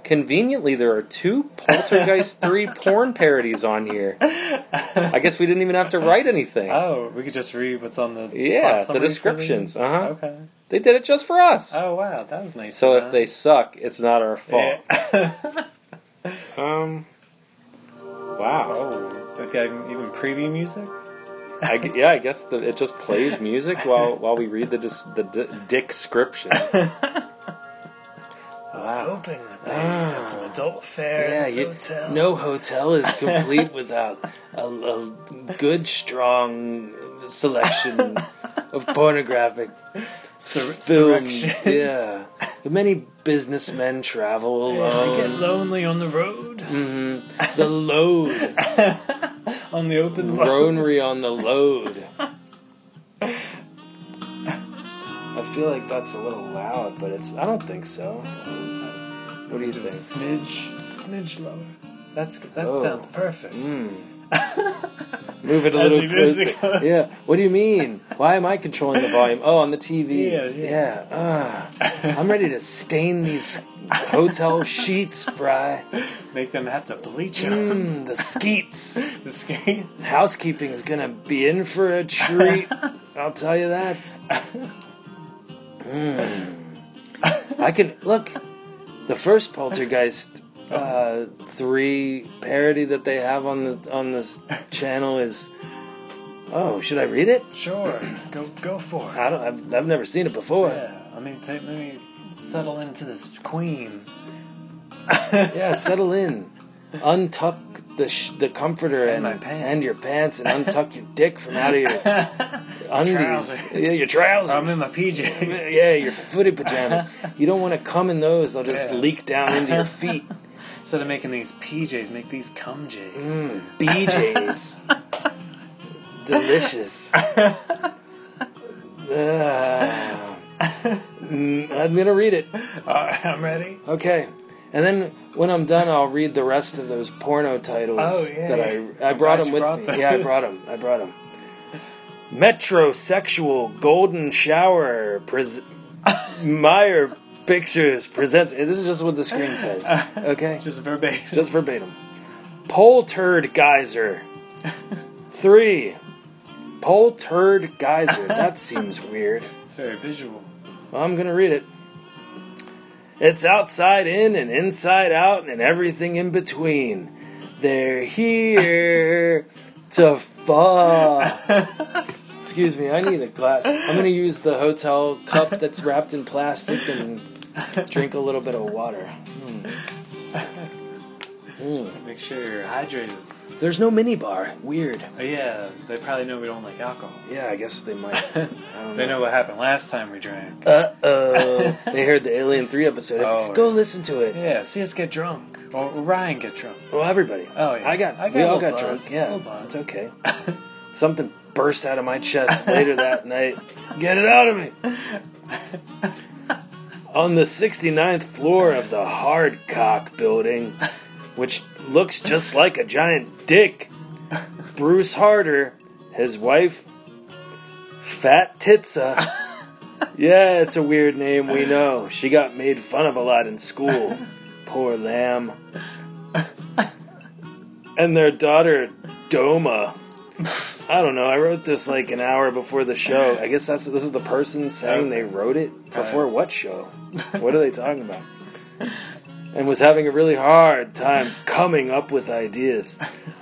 [SPEAKER 12] conveniently there are two Poltergeist three porn parodies on here. I guess we didn't even have to write anything.
[SPEAKER 2] Oh, we could just read what's on the plot
[SPEAKER 12] Yeah, the
[SPEAKER 2] summary for
[SPEAKER 12] descriptions.
[SPEAKER 2] these?
[SPEAKER 12] Uh huh.
[SPEAKER 2] Okay.
[SPEAKER 12] They did it just for us.
[SPEAKER 2] Oh wow, that was nice.
[SPEAKER 12] so
[SPEAKER 2] of
[SPEAKER 12] if
[SPEAKER 2] them.
[SPEAKER 12] they suck, it's not our fault.
[SPEAKER 2] Yeah.
[SPEAKER 12] um. Wow.
[SPEAKER 2] oh, they've got even preview music.
[SPEAKER 12] Ah. I gu- yeah, I guess the, it just plays music while while we read the dis, the di- description. wow.
[SPEAKER 2] hoping that
[SPEAKER 12] they had some
[SPEAKER 2] adult
[SPEAKER 12] Ah. Yeah,
[SPEAKER 2] fare
[SPEAKER 12] you- no hotel is complete without a, a good, strong selection of pornographic films. Yeah, many businessmen travel alone.
[SPEAKER 2] lonely on the road,
[SPEAKER 12] Mhm. The load,
[SPEAKER 2] on the open
[SPEAKER 12] Ronery on the load. I feel like that's a little loud, but it's. I don't think so. What do you think?
[SPEAKER 2] Smidge, smidge lower. That's that
[SPEAKER 12] Oh.
[SPEAKER 2] sounds perfect.
[SPEAKER 12] Mm. Move it a
[SPEAKER 2] As
[SPEAKER 12] little
[SPEAKER 2] the music
[SPEAKER 12] closer.
[SPEAKER 2] goes.
[SPEAKER 12] Yeah. What do you mean? Why am I controlling the volume? Oh, on the TV.
[SPEAKER 2] Yeah, yeah.
[SPEAKER 12] Ah. I'm ready to stain these hotel sheets, Bry.
[SPEAKER 2] Make them have to bleach them.
[SPEAKER 12] Mm, the skeets.
[SPEAKER 2] the skin.
[SPEAKER 12] Housekeeping's gonna be in for a treat. I'll tell you that. Mm. I can look. The first Poltergeist uh, three parody that they have on the on this channel is. Oh, should I read it?
[SPEAKER 2] Sure, go go for it.
[SPEAKER 12] I don't. I've, I've never seen it before.
[SPEAKER 2] Yeah, I mean, take, let me settle into this queen.
[SPEAKER 12] Yeah, settle in. Untuck the sh- the comforter
[SPEAKER 2] And
[SPEAKER 12] and,
[SPEAKER 2] my pants.
[SPEAKER 12] and your pants and untuck your dick from out of your undies.
[SPEAKER 2] Trousers.
[SPEAKER 12] Yeah, your trousers.
[SPEAKER 2] I'm in my PJs.
[SPEAKER 12] yeah, your footed pajamas. You don't want to come in those; they'll just
[SPEAKER 2] Yeah.
[SPEAKER 12] leak down into your feet.
[SPEAKER 2] Instead of making these PJs, make these cum J's.
[SPEAKER 12] Mm, BJ's, delicious. Uh, Ah. Mm, I'm gonna read it.
[SPEAKER 2] Alright, I'm ready.
[SPEAKER 12] Okay, and then when I'm done, I'll read the rest of those porno titles
[SPEAKER 2] Oh, yeah,
[SPEAKER 12] that
[SPEAKER 2] yeah.
[SPEAKER 12] I I brought
[SPEAKER 2] glad
[SPEAKER 12] them
[SPEAKER 2] you
[SPEAKER 12] with
[SPEAKER 2] brought
[SPEAKER 12] me.
[SPEAKER 2] them.
[SPEAKER 12] Yeah, I brought them. I brought them. Metrosexual Golden Shower pres- Meyer Pictures presents. eh, This is just what the screen says. Okay, just,
[SPEAKER 2] Just verbatim.
[SPEAKER 12] verbatim. Pole turd geyser. Three. Pole turd geyser. That seems weird.
[SPEAKER 2] It's very visual.
[SPEAKER 12] Well, I'm going to read it. It's outside in and inside out and everything in between. They're here to fuck. Excuse me, I need a glass. I'm going to use the hotel cup that's wrapped in plastic and drink a little bit of water.
[SPEAKER 2] Make sure you're hydrated.
[SPEAKER 12] There's no mini bar. Weird.
[SPEAKER 2] Oh, yeah, they probably know we don't like alcohol.
[SPEAKER 12] Yeah, I guess they might. I don't
[SPEAKER 2] They know what happened last time we drank.
[SPEAKER 12] Uh oh. they heard the Alien 3 episode.
[SPEAKER 2] Oh,
[SPEAKER 12] Go
[SPEAKER 2] yeah.
[SPEAKER 12] listen to it.
[SPEAKER 2] Yeah, see us get drunk. Or Ryan get drunk.
[SPEAKER 12] Well, everybody.
[SPEAKER 2] Oh, yeah.
[SPEAKER 12] I got.
[SPEAKER 2] I got
[SPEAKER 12] we
[SPEAKER 2] a
[SPEAKER 12] all
[SPEAKER 2] little buzz,
[SPEAKER 12] got drunk. Yeah,
[SPEAKER 2] little buzz.
[SPEAKER 12] it's okay. Something burst out of my chest later that night. Get it out of me. On the 69th floor of the Hardcock building, which looks just like a giant dick, Bruce Harder, his wife, Fat Titsa. Yeah, it's a weird name, we know. She got made fun of a lot in school. Poor lamb and their daughter Doma. I don't know. I wrote this like an hour before the show. I guess that's this is the person saying they wrote it before what show? What are they talking about? And was having a really hard time coming up with ideas.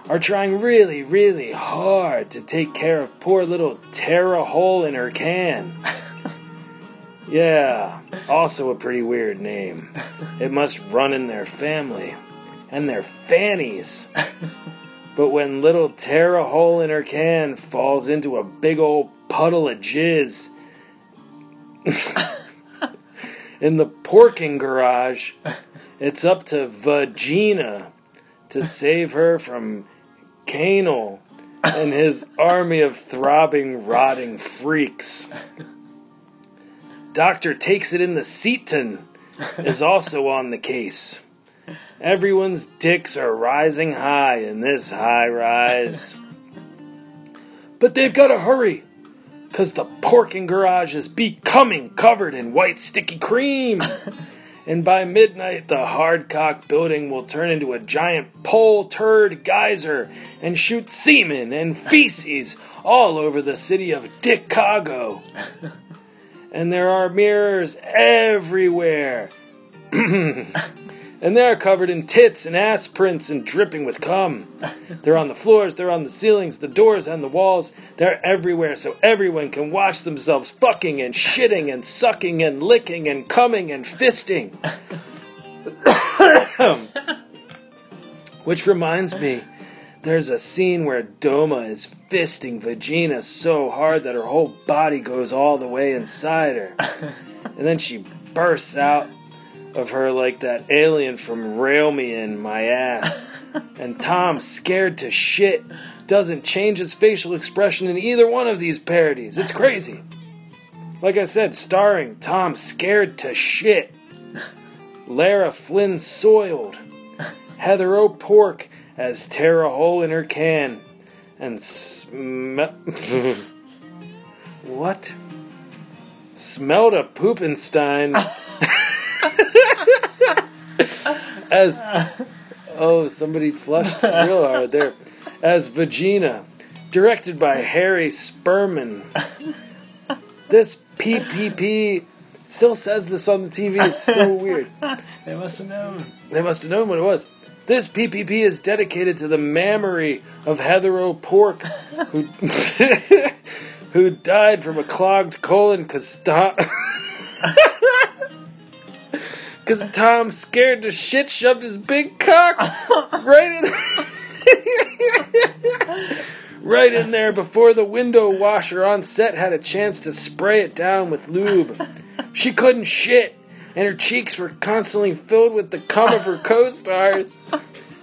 [SPEAKER 12] Are trying really, really hard to take care of poor little Tara Hole in her can. Yeah, also a pretty weird name. It must run in their family and their fannies. but when little Tara hole in her can falls into a big old puddle of jizz, in the porking garage. It's up to Vagina to save her from Canal and his army of throbbing, rotting freaks. Doctor takes it in the Seaton is also on the case. Everyone's dicks are rising high in this high rise. But they've got to hurry, because the porking garage is becoming covered in white sticky cream. and by midnight, the hardcock building will turn into a giant pole turd geyser and shoot semen and feces all over the city of Chicago. And there are mirrors everywhere. and they're covered in tits and ass prints and dripping with cum. They're on the floors, they're on the ceilings, the doors, and the walls. They're everywhere so everyone can watch themselves fucking and shitting and sucking and licking and coming and fisting. Which reminds me, there's a scene where Doma is fisting Vagina so hard that her whole body goes all the way inside her. And then she bursts out of her like that alien from Rail Me in My Ass. And Tom, scared to shit, doesn't change his facial expression in either one of these parodies. It's crazy. Like I said, starring Tom, scared to shit, Lara Flynn soiled, Heather O'Pork as tear a hole in her can, and sm. what? Smelled a poopenstein. as oh somebody flushed real hard there as vagina directed by harry sperman this ppp still says this on the tv it's so weird
[SPEAKER 2] They must have known.
[SPEAKER 12] they must have known what it was this ppp is dedicated to the mammary of heather o'pork who who died from a clogged colon because Because Tom scared to shit shoved his big cock right in Right in there before the window washer on set had a chance to spray it down with lube. She couldn't shit, and her cheeks were constantly filled with the cum of her co stars,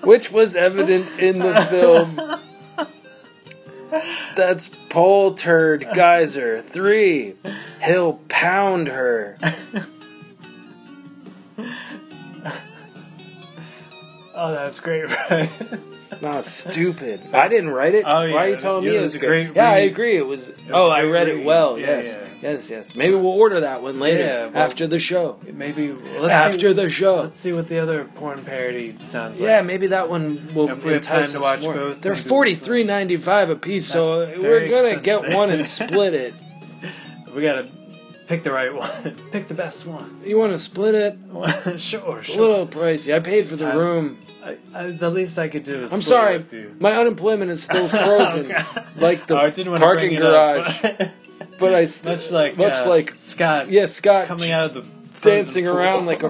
[SPEAKER 12] which was evident in the film. That's Pole Turd Geyser 3. He'll pound her.
[SPEAKER 2] Oh, that's great, right?
[SPEAKER 12] No, stupid. I didn't write it.
[SPEAKER 2] Oh, yeah.
[SPEAKER 12] Why are you telling me
[SPEAKER 2] Yeah,
[SPEAKER 12] it
[SPEAKER 2] it
[SPEAKER 12] was
[SPEAKER 2] was a
[SPEAKER 12] good?
[SPEAKER 2] great
[SPEAKER 12] yeah, I
[SPEAKER 2] read.
[SPEAKER 12] agree. It was.
[SPEAKER 2] was
[SPEAKER 12] oh,
[SPEAKER 2] a
[SPEAKER 12] I
[SPEAKER 2] great
[SPEAKER 12] read it
[SPEAKER 2] read.
[SPEAKER 12] well.
[SPEAKER 2] Yeah,
[SPEAKER 12] yes,
[SPEAKER 2] yeah.
[SPEAKER 12] yes, yes. Maybe we'll order that one later
[SPEAKER 2] Yeah, well-
[SPEAKER 12] after the show.
[SPEAKER 2] Maybe well, let's
[SPEAKER 12] after
[SPEAKER 2] see,
[SPEAKER 12] the show.
[SPEAKER 2] Let's see what the other porn parody sounds like.
[SPEAKER 12] Yeah, maybe that one will
[SPEAKER 2] If we have time
[SPEAKER 12] entice
[SPEAKER 2] to
[SPEAKER 12] us
[SPEAKER 2] watch
[SPEAKER 12] more.
[SPEAKER 2] both,
[SPEAKER 12] They're
[SPEAKER 2] maybe we-
[SPEAKER 12] forty three ninety five a piece, so
[SPEAKER 2] That's
[SPEAKER 12] we're
[SPEAKER 2] very
[SPEAKER 12] gonna get
[SPEAKER 2] expensive.
[SPEAKER 12] one and split it.
[SPEAKER 2] we gotta pick the right one. pick the best one.
[SPEAKER 12] You want to split it?
[SPEAKER 2] sure,
[SPEAKER 12] A
[SPEAKER 2] sure.
[SPEAKER 12] little pricey. I paid for the
[SPEAKER 2] Time-
[SPEAKER 12] room.
[SPEAKER 2] I, I, the least I could do is.
[SPEAKER 12] I'm
[SPEAKER 2] split
[SPEAKER 12] sorry.
[SPEAKER 2] With you.
[SPEAKER 12] My unemployment is still frozen,
[SPEAKER 2] Okay.
[SPEAKER 12] like the
[SPEAKER 2] Oh, I didn't want
[SPEAKER 12] parking
[SPEAKER 2] to bring it
[SPEAKER 12] garage.
[SPEAKER 2] Up, but-
[SPEAKER 12] But I st-
[SPEAKER 2] much like
[SPEAKER 12] much
[SPEAKER 2] uh,
[SPEAKER 12] like
[SPEAKER 2] Scott.
[SPEAKER 12] yeah, Scott
[SPEAKER 2] coming out of the frozen
[SPEAKER 12] dancing
[SPEAKER 2] pool.
[SPEAKER 12] around like a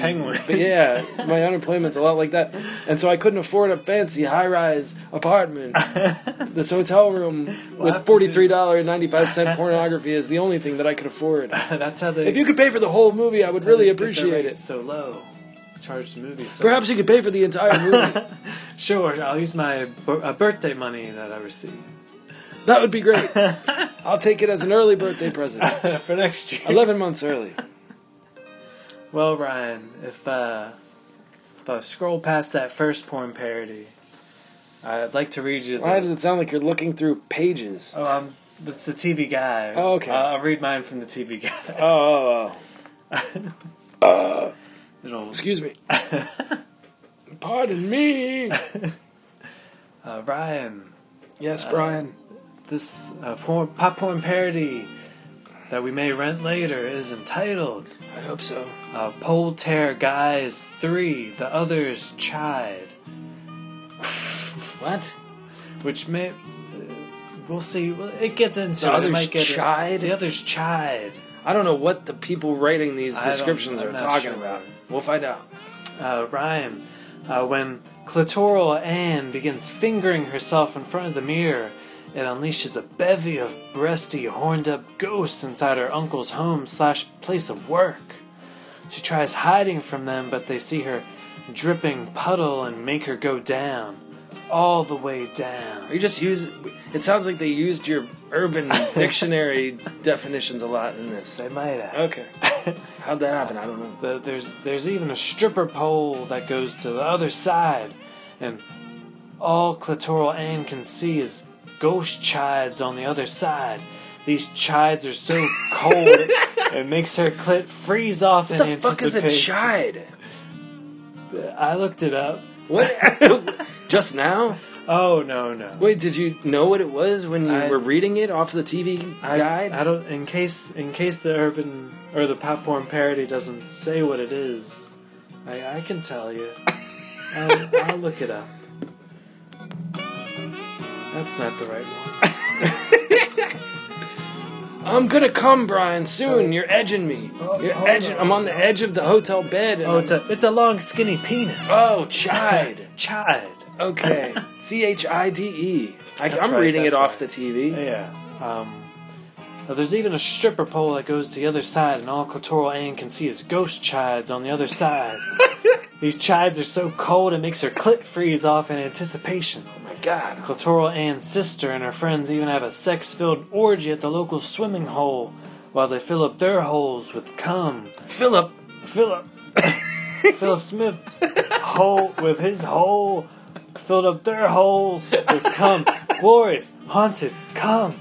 [SPEAKER 2] Penguin.
[SPEAKER 12] But yeah, my unemployment's a lot like that, and so I couldn't afford a fancy high-rise apartment. This hotel room
[SPEAKER 2] I
[SPEAKER 12] with
[SPEAKER 2] have to do-
[SPEAKER 12] forty-three dollar and ninety-five cent pornography is the only thing that I could afford.
[SPEAKER 2] That's how they.
[SPEAKER 12] If you could pay for the whole movie, I would
[SPEAKER 2] that's how
[SPEAKER 12] really
[SPEAKER 2] they get their
[SPEAKER 12] appreciate
[SPEAKER 2] rates
[SPEAKER 12] it.
[SPEAKER 2] So low, charge the movie. So
[SPEAKER 12] Perhaps you could pay for the entire movie.
[SPEAKER 2] sure. I'll use my b- uh, birthday money that I received
[SPEAKER 12] That would be great. I'll take it as an early birthday present,
[SPEAKER 2] for next year.
[SPEAKER 12] eleven months early.
[SPEAKER 2] Well, Ryan, if uh, if I scroll past that first porn parody, I'd like to read you. The,
[SPEAKER 12] Why does it sound like you're looking through pages?
[SPEAKER 2] Oh, um, that's the TV guy.
[SPEAKER 12] Oh, okay.
[SPEAKER 2] Uh, I'll read mine from the TV guy.
[SPEAKER 12] Oh, oh, oh.
[SPEAKER 2] It'll
[SPEAKER 12] excuse me. Pardon me.
[SPEAKER 2] uh, Ryan.
[SPEAKER 12] Yes,
[SPEAKER 2] Uh,
[SPEAKER 12] Brian.
[SPEAKER 2] This uh, porn, pop porn parody that we may rent later is entitled
[SPEAKER 12] I hope so.
[SPEAKER 2] uh, Pole Tear Guys 3 The Others Chide,
[SPEAKER 12] What?
[SPEAKER 2] which may. Uh, we'll see. Well, It gets into
[SPEAKER 12] The
[SPEAKER 2] it.
[SPEAKER 12] Others
[SPEAKER 2] it might get
[SPEAKER 12] Chide?
[SPEAKER 2] the Others Chide.
[SPEAKER 12] I don't know what the people writing these
[SPEAKER 2] I don't-
[SPEAKER 12] descriptions
[SPEAKER 2] I'm
[SPEAKER 12] are
[SPEAKER 2] not
[SPEAKER 12] talking
[SPEAKER 2] sure.
[SPEAKER 12] about. We'll find out.
[SPEAKER 2] Uh, Ryan, uh, when clitoral Anne begins fingering herself in front of the mirror It unleashes a bevy of breasty, horned up ghosts inside her uncle's home slash place of work. She tries hiding from them, but they see her dripping puddle and make her go down. All the way down.
[SPEAKER 12] Are you just using? It sounds like they used your urban dictionary definitions a lot in this. They
[SPEAKER 2] might have.
[SPEAKER 12] Okay. How'd that happen? I don't know.
[SPEAKER 2] The, there's there's even a stripper pole that goes to the other side, and all clitoral Anne can see is ghost chides on the other side. These chides are so cold it makes her clit freeze off
[SPEAKER 12] What
[SPEAKER 2] in
[SPEAKER 12] the fuck is a
[SPEAKER 2] anticipation.
[SPEAKER 12] chide?
[SPEAKER 2] I looked it up.
[SPEAKER 12] What? just now?
[SPEAKER 2] Oh no no.
[SPEAKER 12] Wait, did you know what it was when you
[SPEAKER 2] I-
[SPEAKER 12] were reading it off the TV
[SPEAKER 2] I,
[SPEAKER 12] guide?
[SPEAKER 2] I don't. In case in case the urban or the pop porn parody doesn't say what it is, I, I can tell you. I'll, I'll look it up. That's not the right one.
[SPEAKER 12] I'm gonna come, Brian, soon. You're edging me.
[SPEAKER 2] Oh.
[SPEAKER 12] You're
[SPEAKER 2] hold
[SPEAKER 12] edging.
[SPEAKER 2] on.
[SPEAKER 12] I'm on the edge of the hotel bed. And
[SPEAKER 2] Oh, it's
[SPEAKER 12] I'm-
[SPEAKER 2] a it's a long skinny penis.
[SPEAKER 12] oh, chide.
[SPEAKER 2] Chide.
[SPEAKER 12] Okay, C H I D E. I-
[SPEAKER 2] That's
[SPEAKER 12] I'm
[SPEAKER 2] right,
[SPEAKER 12] reading it
[SPEAKER 2] that's
[SPEAKER 12] off
[SPEAKER 2] right.
[SPEAKER 12] the TV.
[SPEAKER 2] Yeah. Um. now there's even a stripper pole that goes to the other side, and all Clitoral Anne can see is ghost chides on the other side. These chides are so cold it makes her clit freeze off in anticipation.
[SPEAKER 12] Oh my God.
[SPEAKER 2] Clitoral Anne's sister and her friends even have a sex filled orgy at the local swimming hole while they fill up their holes with cum.
[SPEAKER 12] Philip,
[SPEAKER 2] Philip Philip Smith hole with his hole filled up their holes with cum. Glorious, haunted, cum.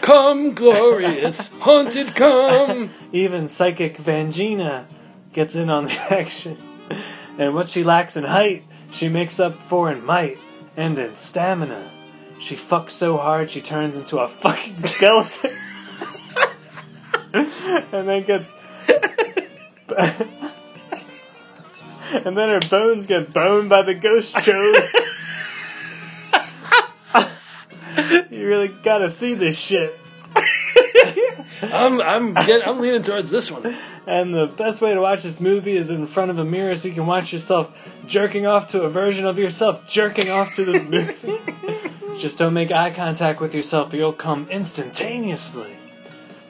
[SPEAKER 12] come glorious, haunted come.
[SPEAKER 2] Even psychic Vangina gets in on the action. And what she lacks in height, she makes up for in might and in stamina. She fucks so hard she turns into a fucking skeleton. and then gets. and then her bones get boned by the ghost show. you really gotta see this shit.
[SPEAKER 12] I'm I'm get, I'm leaning towards this one.
[SPEAKER 2] And the best way to watch this movie is in front of a mirror so you can watch yourself jerking off to a version of yourself jerking off to this movie. Just don't make eye contact with yourself or you'll come instantaneously.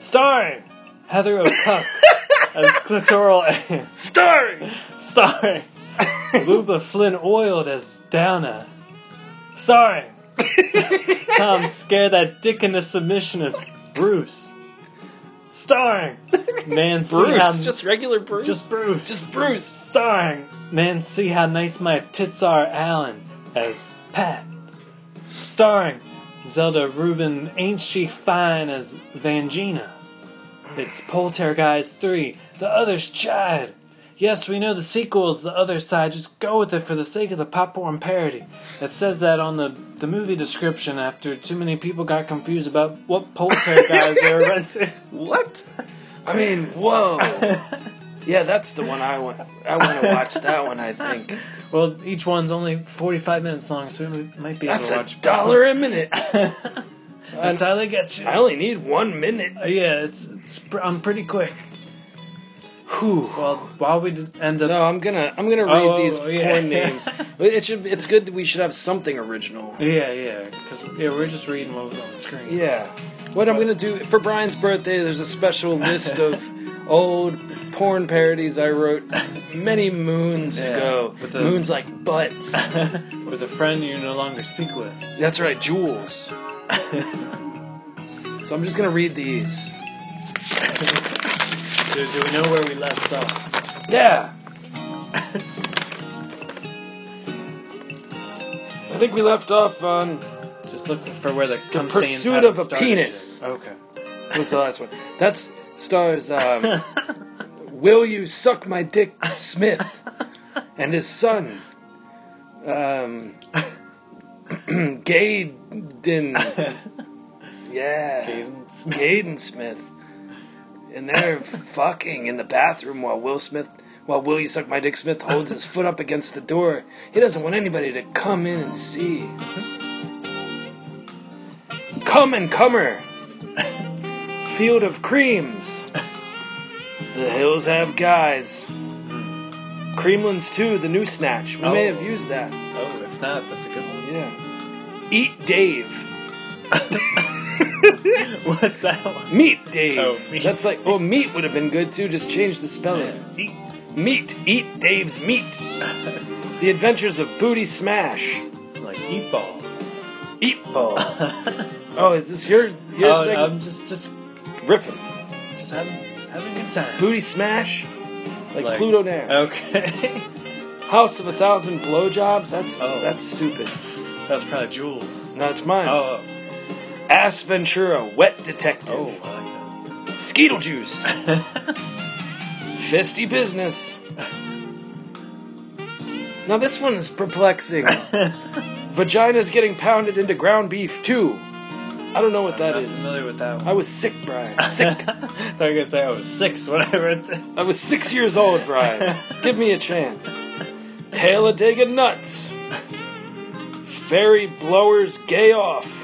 [SPEAKER 2] Starring Heather O'Cuck as Clitoral Ann.
[SPEAKER 12] Starring
[SPEAKER 2] Starring Luba Flynn Oiled as Downa. Starring Tom Scare That Dick into Submission as Bruce. Starring Man See
[SPEAKER 12] Bruce,
[SPEAKER 2] How-
[SPEAKER 12] just regular Bruce,
[SPEAKER 2] um, just Bruce.
[SPEAKER 12] just Bruce.
[SPEAKER 2] Starring Man See How Nice My Tits Are Allen as Pat. Starring Zelda Rubin Ain't She Fine as Vangina. It's Poltergeist 3, The Other's Chide. Yes, we know the sequel is The Other Side, just go with it for the sake of the popcorn parody. It says that on the, the movie description after too many people got confused about what poltergeist they were renting.
[SPEAKER 12] What? I mean, whoa. Yeah, that's the one I want. I want to watch that one. I think
[SPEAKER 2] Well, each one's only 45 minutes long, so we might be able
[SPEAKER 12] that's
[SPEAKER 2] to
[SPEAKER 12] a
[SPEAKER 2] watch.
[SPEAKER 12] dollar a minute.
[SPEAKER 2] That's how they get you.
[SPEAKER 12] I only need one minute.
[SPEAKER 2] Uh, yeah, it's, it's pr- I'm pretty quick. Whew. Well, while we d- end up.
[SPEAKER 12] No, I'm gonna I'm gonna read
[SPEAKER 2] Oh,
[SPEAKER 12] these
[SPEAKER 2] oh,
[SPEAKER 12] four
[SPEAKER 2] yeah.
[SPEAKER 12] names. But It should it's good that we should have something original.
[SPEAKER 2] Yeah, yeah, because yeah, we're just reading what was on the screen.
[SPEAKER 12] Yeah. What I'm gonna do for Brian's birthday, there's a special list of old porn parodies I wrote many moons
[SPEAKER 2] Yeah,
[SPEAKER 12] ago.
[SPEAKER 2] with the-
[SPEAKER 12] moons like butts.
[SPEAKER 2] With a friend you no longer speak with.
[SPEAKER 12] That's right, jewels. so I'm just gonna read these.
[SPEAKER 2] Do, do we know where we left off?
[SPEAKER 12] Yeah. I think we left off on
[SPEAKER 2] Just look for where the, cum stains
[SPEAKER 12] pursuit
[SPEAKER 2] haven't
[SPEAKER 12] of a
[SPEAKER 2] started
[SPEAKER 12] penis.
[SPEAKER 2] yet. Okay.
[SPEAKER 12] What's the last one? That's stars. Um,
[SPEAKER 2] Oh,
[SPEAKER 12] Will you suck my dick, Smith, and his son, um, Gaden. Yeah,
[SPEAKER 2] Gaden Smith.
[SPEAKER 12] Gaden Smith, and they're fucking in the bathroom while Will Smith. While Will You Suck My Dick Smith holds his foot up against the door, he doesn't want anybody to come in and see. Come and Comer, Field of Creams. The Hills Have Guys. Creamlins 2, The New Snatch. We may
[SPEAKER 2] Oh.
[SPEAKER 12] have used that.
[SPEAKER 2] Oh, if not, that's a good one.
[SPEAKER 12] Yeah. Eat Dave.
[SPEAKER 2] What's that one?
[SPEAKER 12] Meat Dave.
[SPEAKER 2] Oh, meat.
[SPEAKER 12] That's like, oh, meat would have been good too. Just change the spelling. Eat meat. Eat Dave's meat. the Adventures of Booty Smash.
[SPEAKER 2] Like eat balls.
[SPEAKER 12] Eat balls. oh, is this your your
[SPEAKER 2] oh,
[SPEAKER 12] segment?
[SPEAKER 2] I'm just just
[SPEAKER 12] Riffin.
[SPEAKER 2] just having having a good time.
[SPEAKER 12] Booty Smash. Like,
[SPEAKER 2] Like-
[SPEAKER 12] Pluto Nash.
[SPEAKER 2] Okay,
[SPEAKER 12] House of a Thousand Blowjobs. That's
[SPEAKER 2] Oh.
[SPEAKER 12] that's stupid.
[SPEAKER 2] that's probably Jules.
[SPEAKER 12] No, it's mine.
[SPEAKER 2] Oh,
[SPEAKER 12] Ass Ventura, Wet
[SPEAKER 2] oh,
[SPEAKER 12] Detective,
[SPEAKER 2] I
[SPEAKER 12] Skeetle Juice,
[SPEAKER 2] like that.
[SPEAKER 12] Fisty Business. Now this one is perplexing. Vagina's getting pounded into ground beef too. I don't know what that
[SPEAKER 2] I'm
[SPEAKER 12] is.
[SPEAKER 2] familiar with that one.
[SPEAKER 12] I was sick, Brian. Sick.
[SPEAKER 2] I thought you were gonna say I was six when I read this.
[SPEAKER 12] I was six years old, Brian. Give me a chance. Talladega Nuts. Fairy Blowers Gay Off.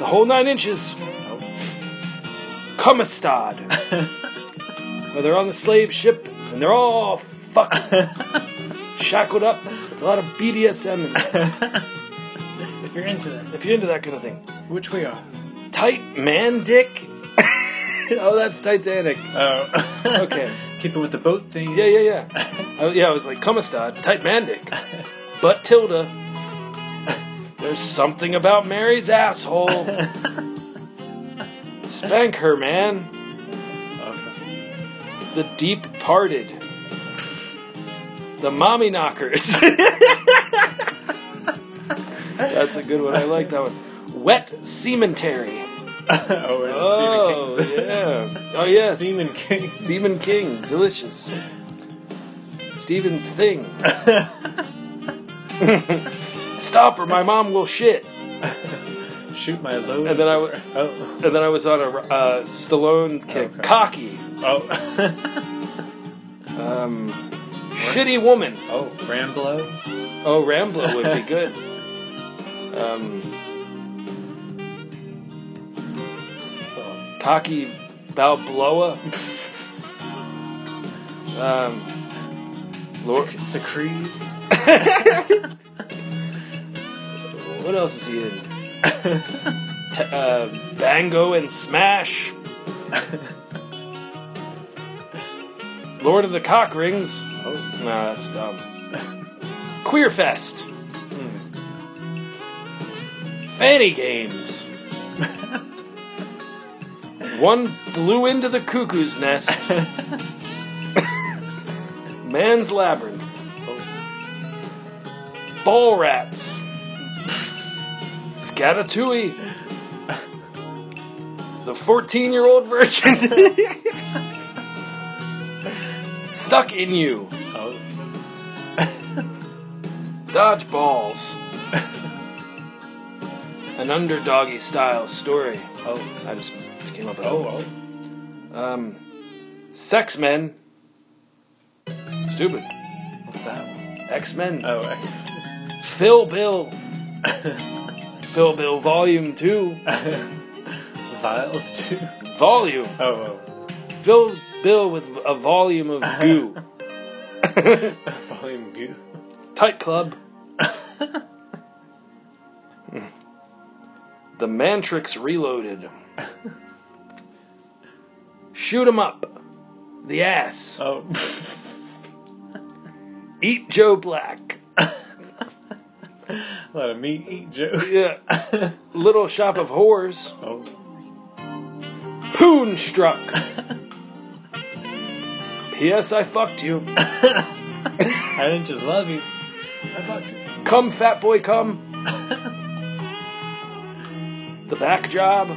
[SPEAKER 12] The whole nine inches. Cumastad. Where they're on the slave ship and they're all fucking shackled up. It's a lot of BDSM. In there.
[SPEAKER 2] if you're into that,
[SPEAKER 12] If you're into that kind of thing.
[SPEAKER 2] which we are.
[SPEAKER 12] Tight man dick. oh, that's Titanic.
[SPEAKER 2] Oh,
[SPEAKER 12] Okay.
[SPEAKER 2] Keeping with the boat thing.
[SPEAKER 12] Yeah, yeah, yeah. I, yeah, I was like, Comestad, tight mandic. But Tilda, there's something about Mary's asshole. Spank her, man.
[SPEAKER 2] Okay.
[SPEAKER 12] The deep parted. The mommy knockers. That's a good one. I like that one. Wet seamentary.
[SPEAKER 2] oh, we're the
[SPEAKER 12] Oh,
[SPEAKER 2] Stephen King's.
[SPEAKER 12] yeah. Oh, yes.
[SPEAKER 2] Seaman Kings.
[SPEAKER 12] Seaman King, delicious. Steven's thing. Stop or my mom will shit.
[SPEAKER 2] Shoot my load.
[SPEAKER 12] And then I would-
[SPEAKER 2] Oh.
[SPEAKER 12] And then I was on a uh, Stallone kick.
[SPEAKER 2] Okay.
[SPEAKER 12] Cocky.
[SPEAKER 2] Oh.
[SPEAKER 12] Um, shitty woman.
[SPEAKER 2] oh, Ramblo.
[SPEAKER 12] Oh, Rambler would be good. Um,
[SPEAKER 2] So,
[SPEAKER 12] cocky Balboa. Um, Lord,
[SPEAKER 2] Sec- Secrete.
[SPEAKER 12] what else is he in? T- uh, Bango and Smash. Lord of the Cock Rings.
[SPEAKER 2] Oh.
[SPEAKER 12] Nah, that's dumb. Queer Fest. Fanny Games. One blew into the cuckoo's nest. Man's Labyrinth. Ball Rats. Scatatooie. The 14 year old virgin. Stuck in you.
[SPEAKER 2] Oh.
[SPEAKER 12] Dodgeballs. An underdoggy style story. Oh, I just came up with that.
[SPEAKER 2] Oh, oh.
[SPEAKER 12] Um, sex men. Stupid.
[SPEAKER 2] What's that one?
[SPEAKER 12] X Men.
[SPEAKER 2] Oh, excellent.
[SPEAKER 12] Phil Bill. Phil Bill Volume Two.
[SPEAKER 2] Vials too.
[SPEAKER 12] Volume.
[SPEAKER 2] Oh,
[SPEAKER 12] Phil Bill with a volume of goo.
[SPEAKER 2] oh. Volume goo.
[SPEAKER 12] Tight Club. the Mantrix Reloaded. Shoot 'em up. The ass.
[SPEAKER 2] Oh.
[SPEAKER 12] Eat Joe Black.
[SPEAKER 2] A lot of meat eat joke.
[SPEAKER 12] Yeah. Little Shop of Horrors.
[SPEAKER 2] Oh.
[SPEAKER 12] Poonstruck. P.S. I fucked you.
[SPEAKER 2] I didn't just love you. I fucked you.
[SPEAKER 12] Come, fat boy, come. the back job.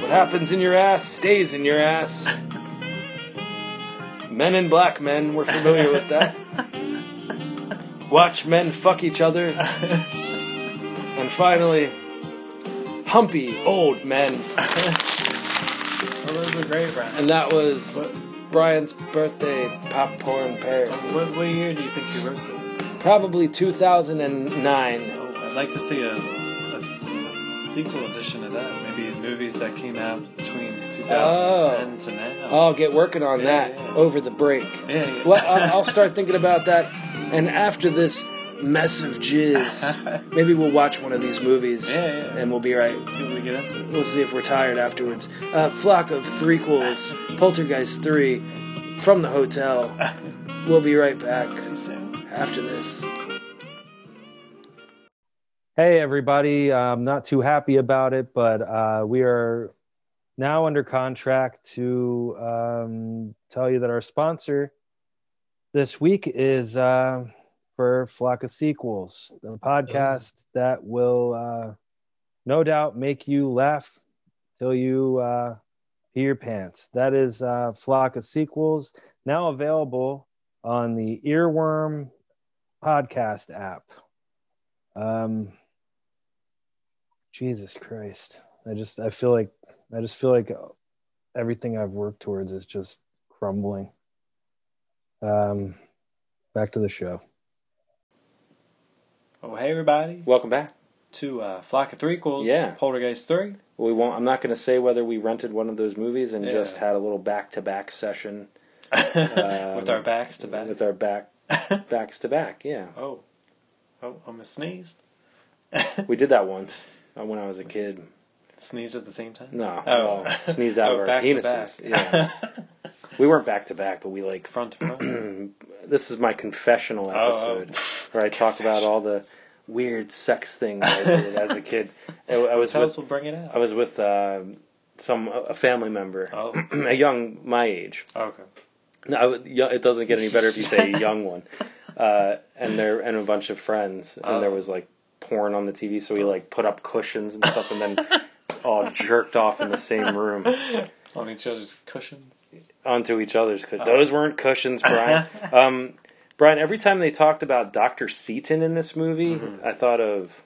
[SPEAKER 12] What happens in your ass stays in your ass. men and black men, we're familiar with that. Watch men fuck each other. and finally, humpy old men.
[SPEAKER 2] Well, those were great, Brian.
[SPEAKER 12] And that was
[SPEAKER 2] What,
[SPEAKER 12] Brian's birthday pop porn pair.
[SPEAKER 2] what, what year do you think you wrote that?
[SPEAKER 12] Probably 2009.
[SPEAKER 2] Oh, I'd like to see a, a s- a sequel edition of that. Maybe movies that came out between 2010
[SPEAKER 1] Oh.
[SPEAKER 2] to now.
[SPEAKER 12] I'll get working on
[SPEAKER 2] Yeah,
[SPEAKER 12] that
[SPEAKER 2] yeah.
[SPEAKER 12] over the break.
[SPEAKER 2] Yeah, yeah.
[SPEAKER 12] Well, I'll, I'll start thinking about that. And after this
[SPEAKER 13] mess of jizz. Maybe we'll watch one of these movies
[SPEAKER 2] Yeah, yeah, yeah.
[SPEAKER 13] and we'll be right.
[SPEAKER 2] See what we get into.
[SPEAKER 13] We'll see if we're tired afterwards. Uh, Flock of Threequels, Poltergeist 3, from the hotel. We'll be right back after this.
[SPEAKER 14] Hey, everybody. I'm not too happy about it, but uh, we are now under contract to um, tell you that our sponsor this week is uh, for Flock of Sequels, the podcast that will uh, no doubt make you laugh till you uh, pee your pants. That is uh, Flock of Sequels, now available on the Earworm podcast app. Um, Jesus Christ. I just I feel like I just feel like everything I've worked towards is just crumbling. Um back to the show.
[SPEAKER 2] Oh, hey everybody.
[SPEAKER 1] Welcome back.
[SPEAKER 2] To uh, Flock of Threequels.
[SPEAKER 1] Yeah.
[SPEAKER 2] Poltergeist 3.
[SPEAKER 1] We won't. I'm not going to say whether we rented one of those movies and
[SPEAKER 2] Yeah.
[SPEAKER 1] just had a little back-to-back session Um,
[SPEAKER 2] With our backs to back.
[SPEAKER 1] With our back, backs to back. Yeah,
[SPEAKER 2] Oh. Oh, almost sneezed.
[SPEAKER 1] we did that once uh, when I was a kid.
[SPEAKER 2] Sneezed at the same time?
[SPEAKER 1] No,
[SPEAKER 2] Oh.
[SPEAKER 1] well, sneezed out
[SPEAKER 2] Oh,
[SPEAKER 1] of our
[SPEAKER 2] back to
[SPEAKER 1] penises.
[SPEAKER 2] back.
[SPEAKER 1] Yeah, we weren't back to back, but we like
[SPEAKER 2] front to front.
[SPEAKER 1] this is my confessional
[SPEAKER 2] oh.
[SPEAKER 1] episode where I talk about all the weird sex things I did as a kid. I, I was
[SPEAKER 2] Tell
[SPEAKER 1] with,
[SPEAKER 2] us, we'll bring it out.
[SPEAKER 1] I was with uh, some a family member,
[SPEAKER 2] Oh.
[SPEAKER 1] a young my age.
[SPEAKER 2] Okay.
[SPEAKER 1] No, I would- yo- it doesn't get any better if you say a young one. Uh, and there and a bunch of friends, and
[SPEAKER 2] Oh.
[SPEAKER 1] there was like porn on the TV, so we like put up cushions and stuff, and then all jerked off in the same room
[SPEAKER 2] On each other's cushions.
[SPEAKER 1] onto each other's
[SPEAKER 2] Oh.
[SPEAKER 1] cushions. Those weren't cushions, Brian. um, Brian, every time they talked about Doctor Seaton in this movie,
[SPEAKER 2] Mm-hmm.
[SPEAKER 1] I thought of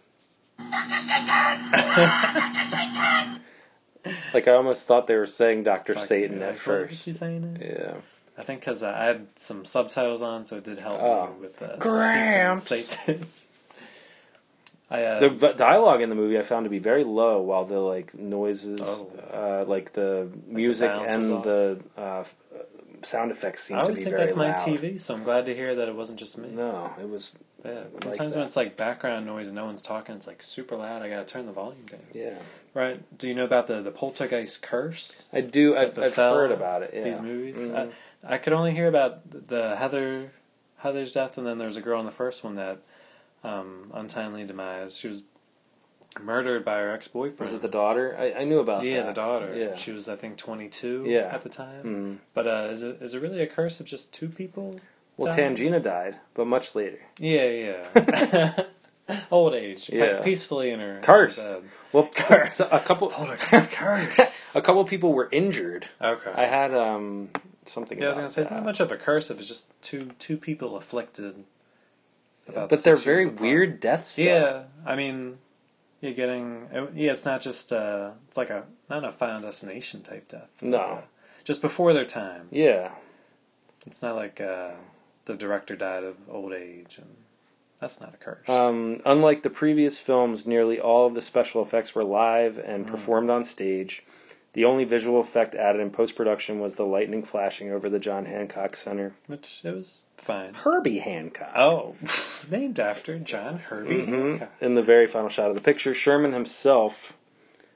[SPEAKER 1] like I almost thought they were saying Doctor
[SPEAKER 2] uh,
[SPEAKER 1] Satan at first.
[SPEAKER 2] She's saying it.
[SPEAKER 1] Yeah.
[SPEAKER 2] I think because I had some subtitles on, so it did help
[SPEAKER 1] Oh.
[SPEAKER 2] me with uh, the
[SPEAKER 1] Gramps.
[SPEAKER 2] Satan. Satan. I, uh,
[SPEAKER 1] the v- dialogue in the movie I found to be very low, while the like noises, uh, like the music
[SPEAKER 2] Oh. bounce
[SPEAKER 1] and
[SPEAKER 2] was off.
[SPEAKER 1] the uh, f- uh, sound effects
[SPEAKER 2] I
[SPEAKER 1] seem to
[SPEAKER 2] always
[SPEAKER 1] be
[SPEAKER 2] think
[SPEAKER 1] very
[SPEAKER 2] that's my
[SPEAKER 1] loud.
[SPEAKER 2] TV, so I'm glad to hear that it wasn't just me.
[SPEAKER 1] No, it was.
[SPEAKER 2] Yeah,
[SPEAKER 1] was like
[SPEAKER 2] sometimes when
[SPEAKER 1] that.
[SPEAKER 2] it's like background noise, and no one's talking, it's like super loud. I gotta turn the volume down.
[SPEAKER 1] Yeah.
[SPEAKER 2] Right. Do you know about the the poltergeist curse?
[SPEAKER 1] I do.
[SPEAKER 2] That
[SPEAKER 1] I've- I've
[SPEAKER 2] befell
[SPEAKER 1] heard about it, Oh, yeah.
[SPEAKER 2] These movies. I,
[SPEAKER 1] Mhm.
[SPEAKER 2] I could only hear about the Heather Heather's death, and then there's a girl in the first one that um, untimely demise. She was murdered by her ex boyfriend.
[SPEAKER 1] Was it the daughter? I, I knew about
[SPEAKER 2] yeah,
[SPEAKER 1] that.
[SPEAKER 2] the daughter.
[SPEAKER 1] Yeah.
[SPEAKER 2] She was I think 22
[SPEAKER 1] Yeah.
[SPEAKER 2] at the time.
[SPEAKER 1] Mhm.
[SPEAKER 2] But uh, is it is it really a curse of just two people?
[SPEAKER 1] Well,
[SPEAKER 2] dying?
[SPEAKER 1] Tangina died, but much later.
[SPEAKER 2] Yeah, yeah. Old age, pe-
[SPEAKER 1] Yeah.
[SPEAKER 2] peacefully in her
[SPEAKER 1] Cursed.
[SPEAKER 2] her bed.
[SPEAKER 1] Well, so a couple. a couple people were injured.
[SPEAKER 2] Okay.
[SPEAKER 1] I had um something.
[SPEAKER 2] Yeah, I was
[SPEAKER 1] about
[SPEAKER 2] gonna say it's
[SPEAKER 1] that.
[SPEAKER 2] not much of a curse if it's just two two people afflicted. About
[SPEAKER 1] But they're
[SPEAKER 2] six
[SPEAKER 1] very
[SPEAKER 2] years apart.
[SPEAKER 1] weird deaths. though.
[SPEAKER 2] Yeah, I mean, you're getting yeah. It's not just uh, it's like a not a final destination type death.
[SPEAKER 1] No.
[SPEAKER 2] just before their time.
[SPEAKER 1] Yeah.
[SPEAKER 2] It's not like uh, the director died of old age, and that's not a curse.
[SPEAKER 1] Um, unlike the previous films, nearly all of the special effects were live and
[SPEAKER 2] Mm.
[SPEAKER 1] performed on stage. The only visual effect added in post production was the lightning flashing over the John Hancock Center.
[SPEAKER 2] Which it was fine.
[SPEAKER 1] Herbie Hancock.
[SPEAKER 2] Oh, named after John Herbie. Hancock.
[SPEAKER 1] In the very final shot of the picture, Sherman himself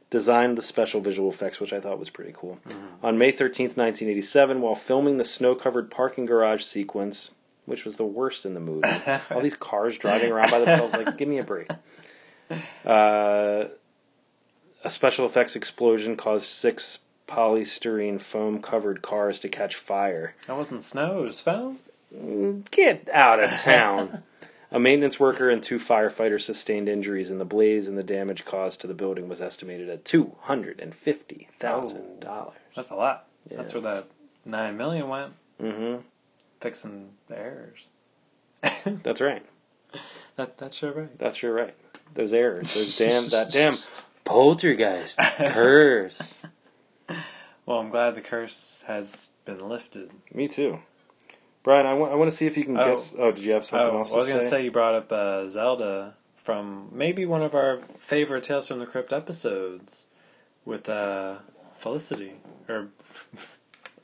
[SPEAKER 1] designed the special visual effects, which I thought was pretty cool.
[SPEAKER 2] Mm.
[SPEAKER 1] On May 13th, 1987, while filming the snow covered parking garage sequence, which was the worst in the movie, all these cars driving around by themselves, like, give me a break. Uh, a special effects explosion caused six polystyrene foam covered cars to catch fire.
[SPEAKER 2] That wasn't snow. It was foam.
[SPEAKER 1] Get out of town. a maintenance worker and two firefighters sustained injuries in the blaze, and the damage caused to the building was estimated at two hundred and fifty thousand dollars.
[SPEAKER 2] That's a lot.
[SPEAKER 1] Yeah.
[SPEAKER 2] That's where that nine million went,
[SPEAKER 1] Mm-hmm.
[SPEAKER 2] fixing the errors.
[SPEAKER 1] That's right.
[SPEAKER 2] That that's your right.
[SPEAKER 1] That's your right. Those errors. Those damn that damn poltergeist curse.
[SPEAKER 2] Well, I'm glad the curse has been lifted.
[SPEAKER 1] Me too. Brian, I want to see if you can
[SPEAKER 2] Oh.
[SPEAKER 1] guess. Oh, did you have something
[SPEAKER 2] Oh,
[SPEAKER 1] else
[SPEAKER 2] I was
[SPEAKER 1] to
[SPEAKER 2] gonna
[SPEAKER 1] say?
[SPEAKER 2] say you brought up uh, Zelda from maybe one of our favorite Tales from the Crypt episodes with uh, Felicity. Or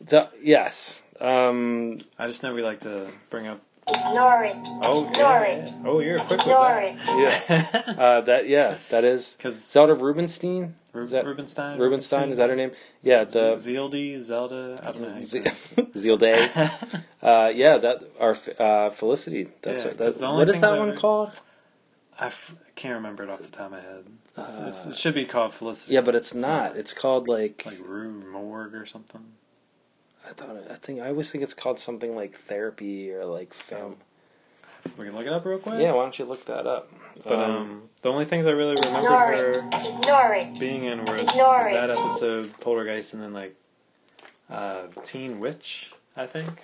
[SPEAKER 1] Th- yes. Um,
[SPEAKER 2] I just know we like to bring up
[SPEAKER 15] Ignore it.
[SPEAKER 1] Oh,
[SPEAKER 15] Ignore
[SPEAKER 1] yeah.
[SPEAKER 15] it.
[SPEAKER 1] Oh, you're quick with
[SPEAKER 15] Ignore
[SPEAKER 1] that.
[SPEAKER 15] it.
[SPEAKER 1] Yeah, uh, that yeah, that is Zelda Rubinstein. Is that
[SPEAKER 2] Rubenstein.
[SPEAKER 1] Rubinstein? Is that her name? Yeah, the
[SPEAKER 2] Zelda, Zelda. I don't know. how you
[SPEAKER 1] Z-
[SPEAKER 2] pronounce
[SPEAKER 1] Zilde. uh, yeah, that our uh, Felicity. That's
[SPEAKER 2] Yeah,
[SPEAKER 1] what.
[SPEAKER 2] 'cause
[SPEAKER 1] That's,
[SPEAKER 2] the only
[SPEAKER 1] what is
[SPEAKER 2] things
[SPEAKER 1] that
[SPEAKER 2] I
[SPEAKER 1] one
[SPEAKER 2] re-
[SPEAKER 1] called?
[SPEAKER 2] I f- can't remember it off the top of my head. It's, it's,
[SPEAKER 1] Uh,
[SPEAKER 2] it should be called Felicity.
[SPEAKER 1] Yeah, but it's, not. It's called like.
[SPEAKER 2] Like Rue Morgue or something.
[SPEAKER 1] I thought. I think I always think it's called something like therapy or like fem.
[SPEAKER 2] We can look it up real quick.
[SPEAKER 1] Yeah, why don't you look that up?
[SPEAKER 2] But um, the only things I really remember
[SPEAKER 15] Ignore
[SPEAKER 2] her
[SPEAKER 15] it. Ignore it.
[SPEAKER 2] being in were was
[SPEAKER 15] Ignore it.
[SPEAKER 2] that episode Poltergeist and then like uh, Teen Witch, I think.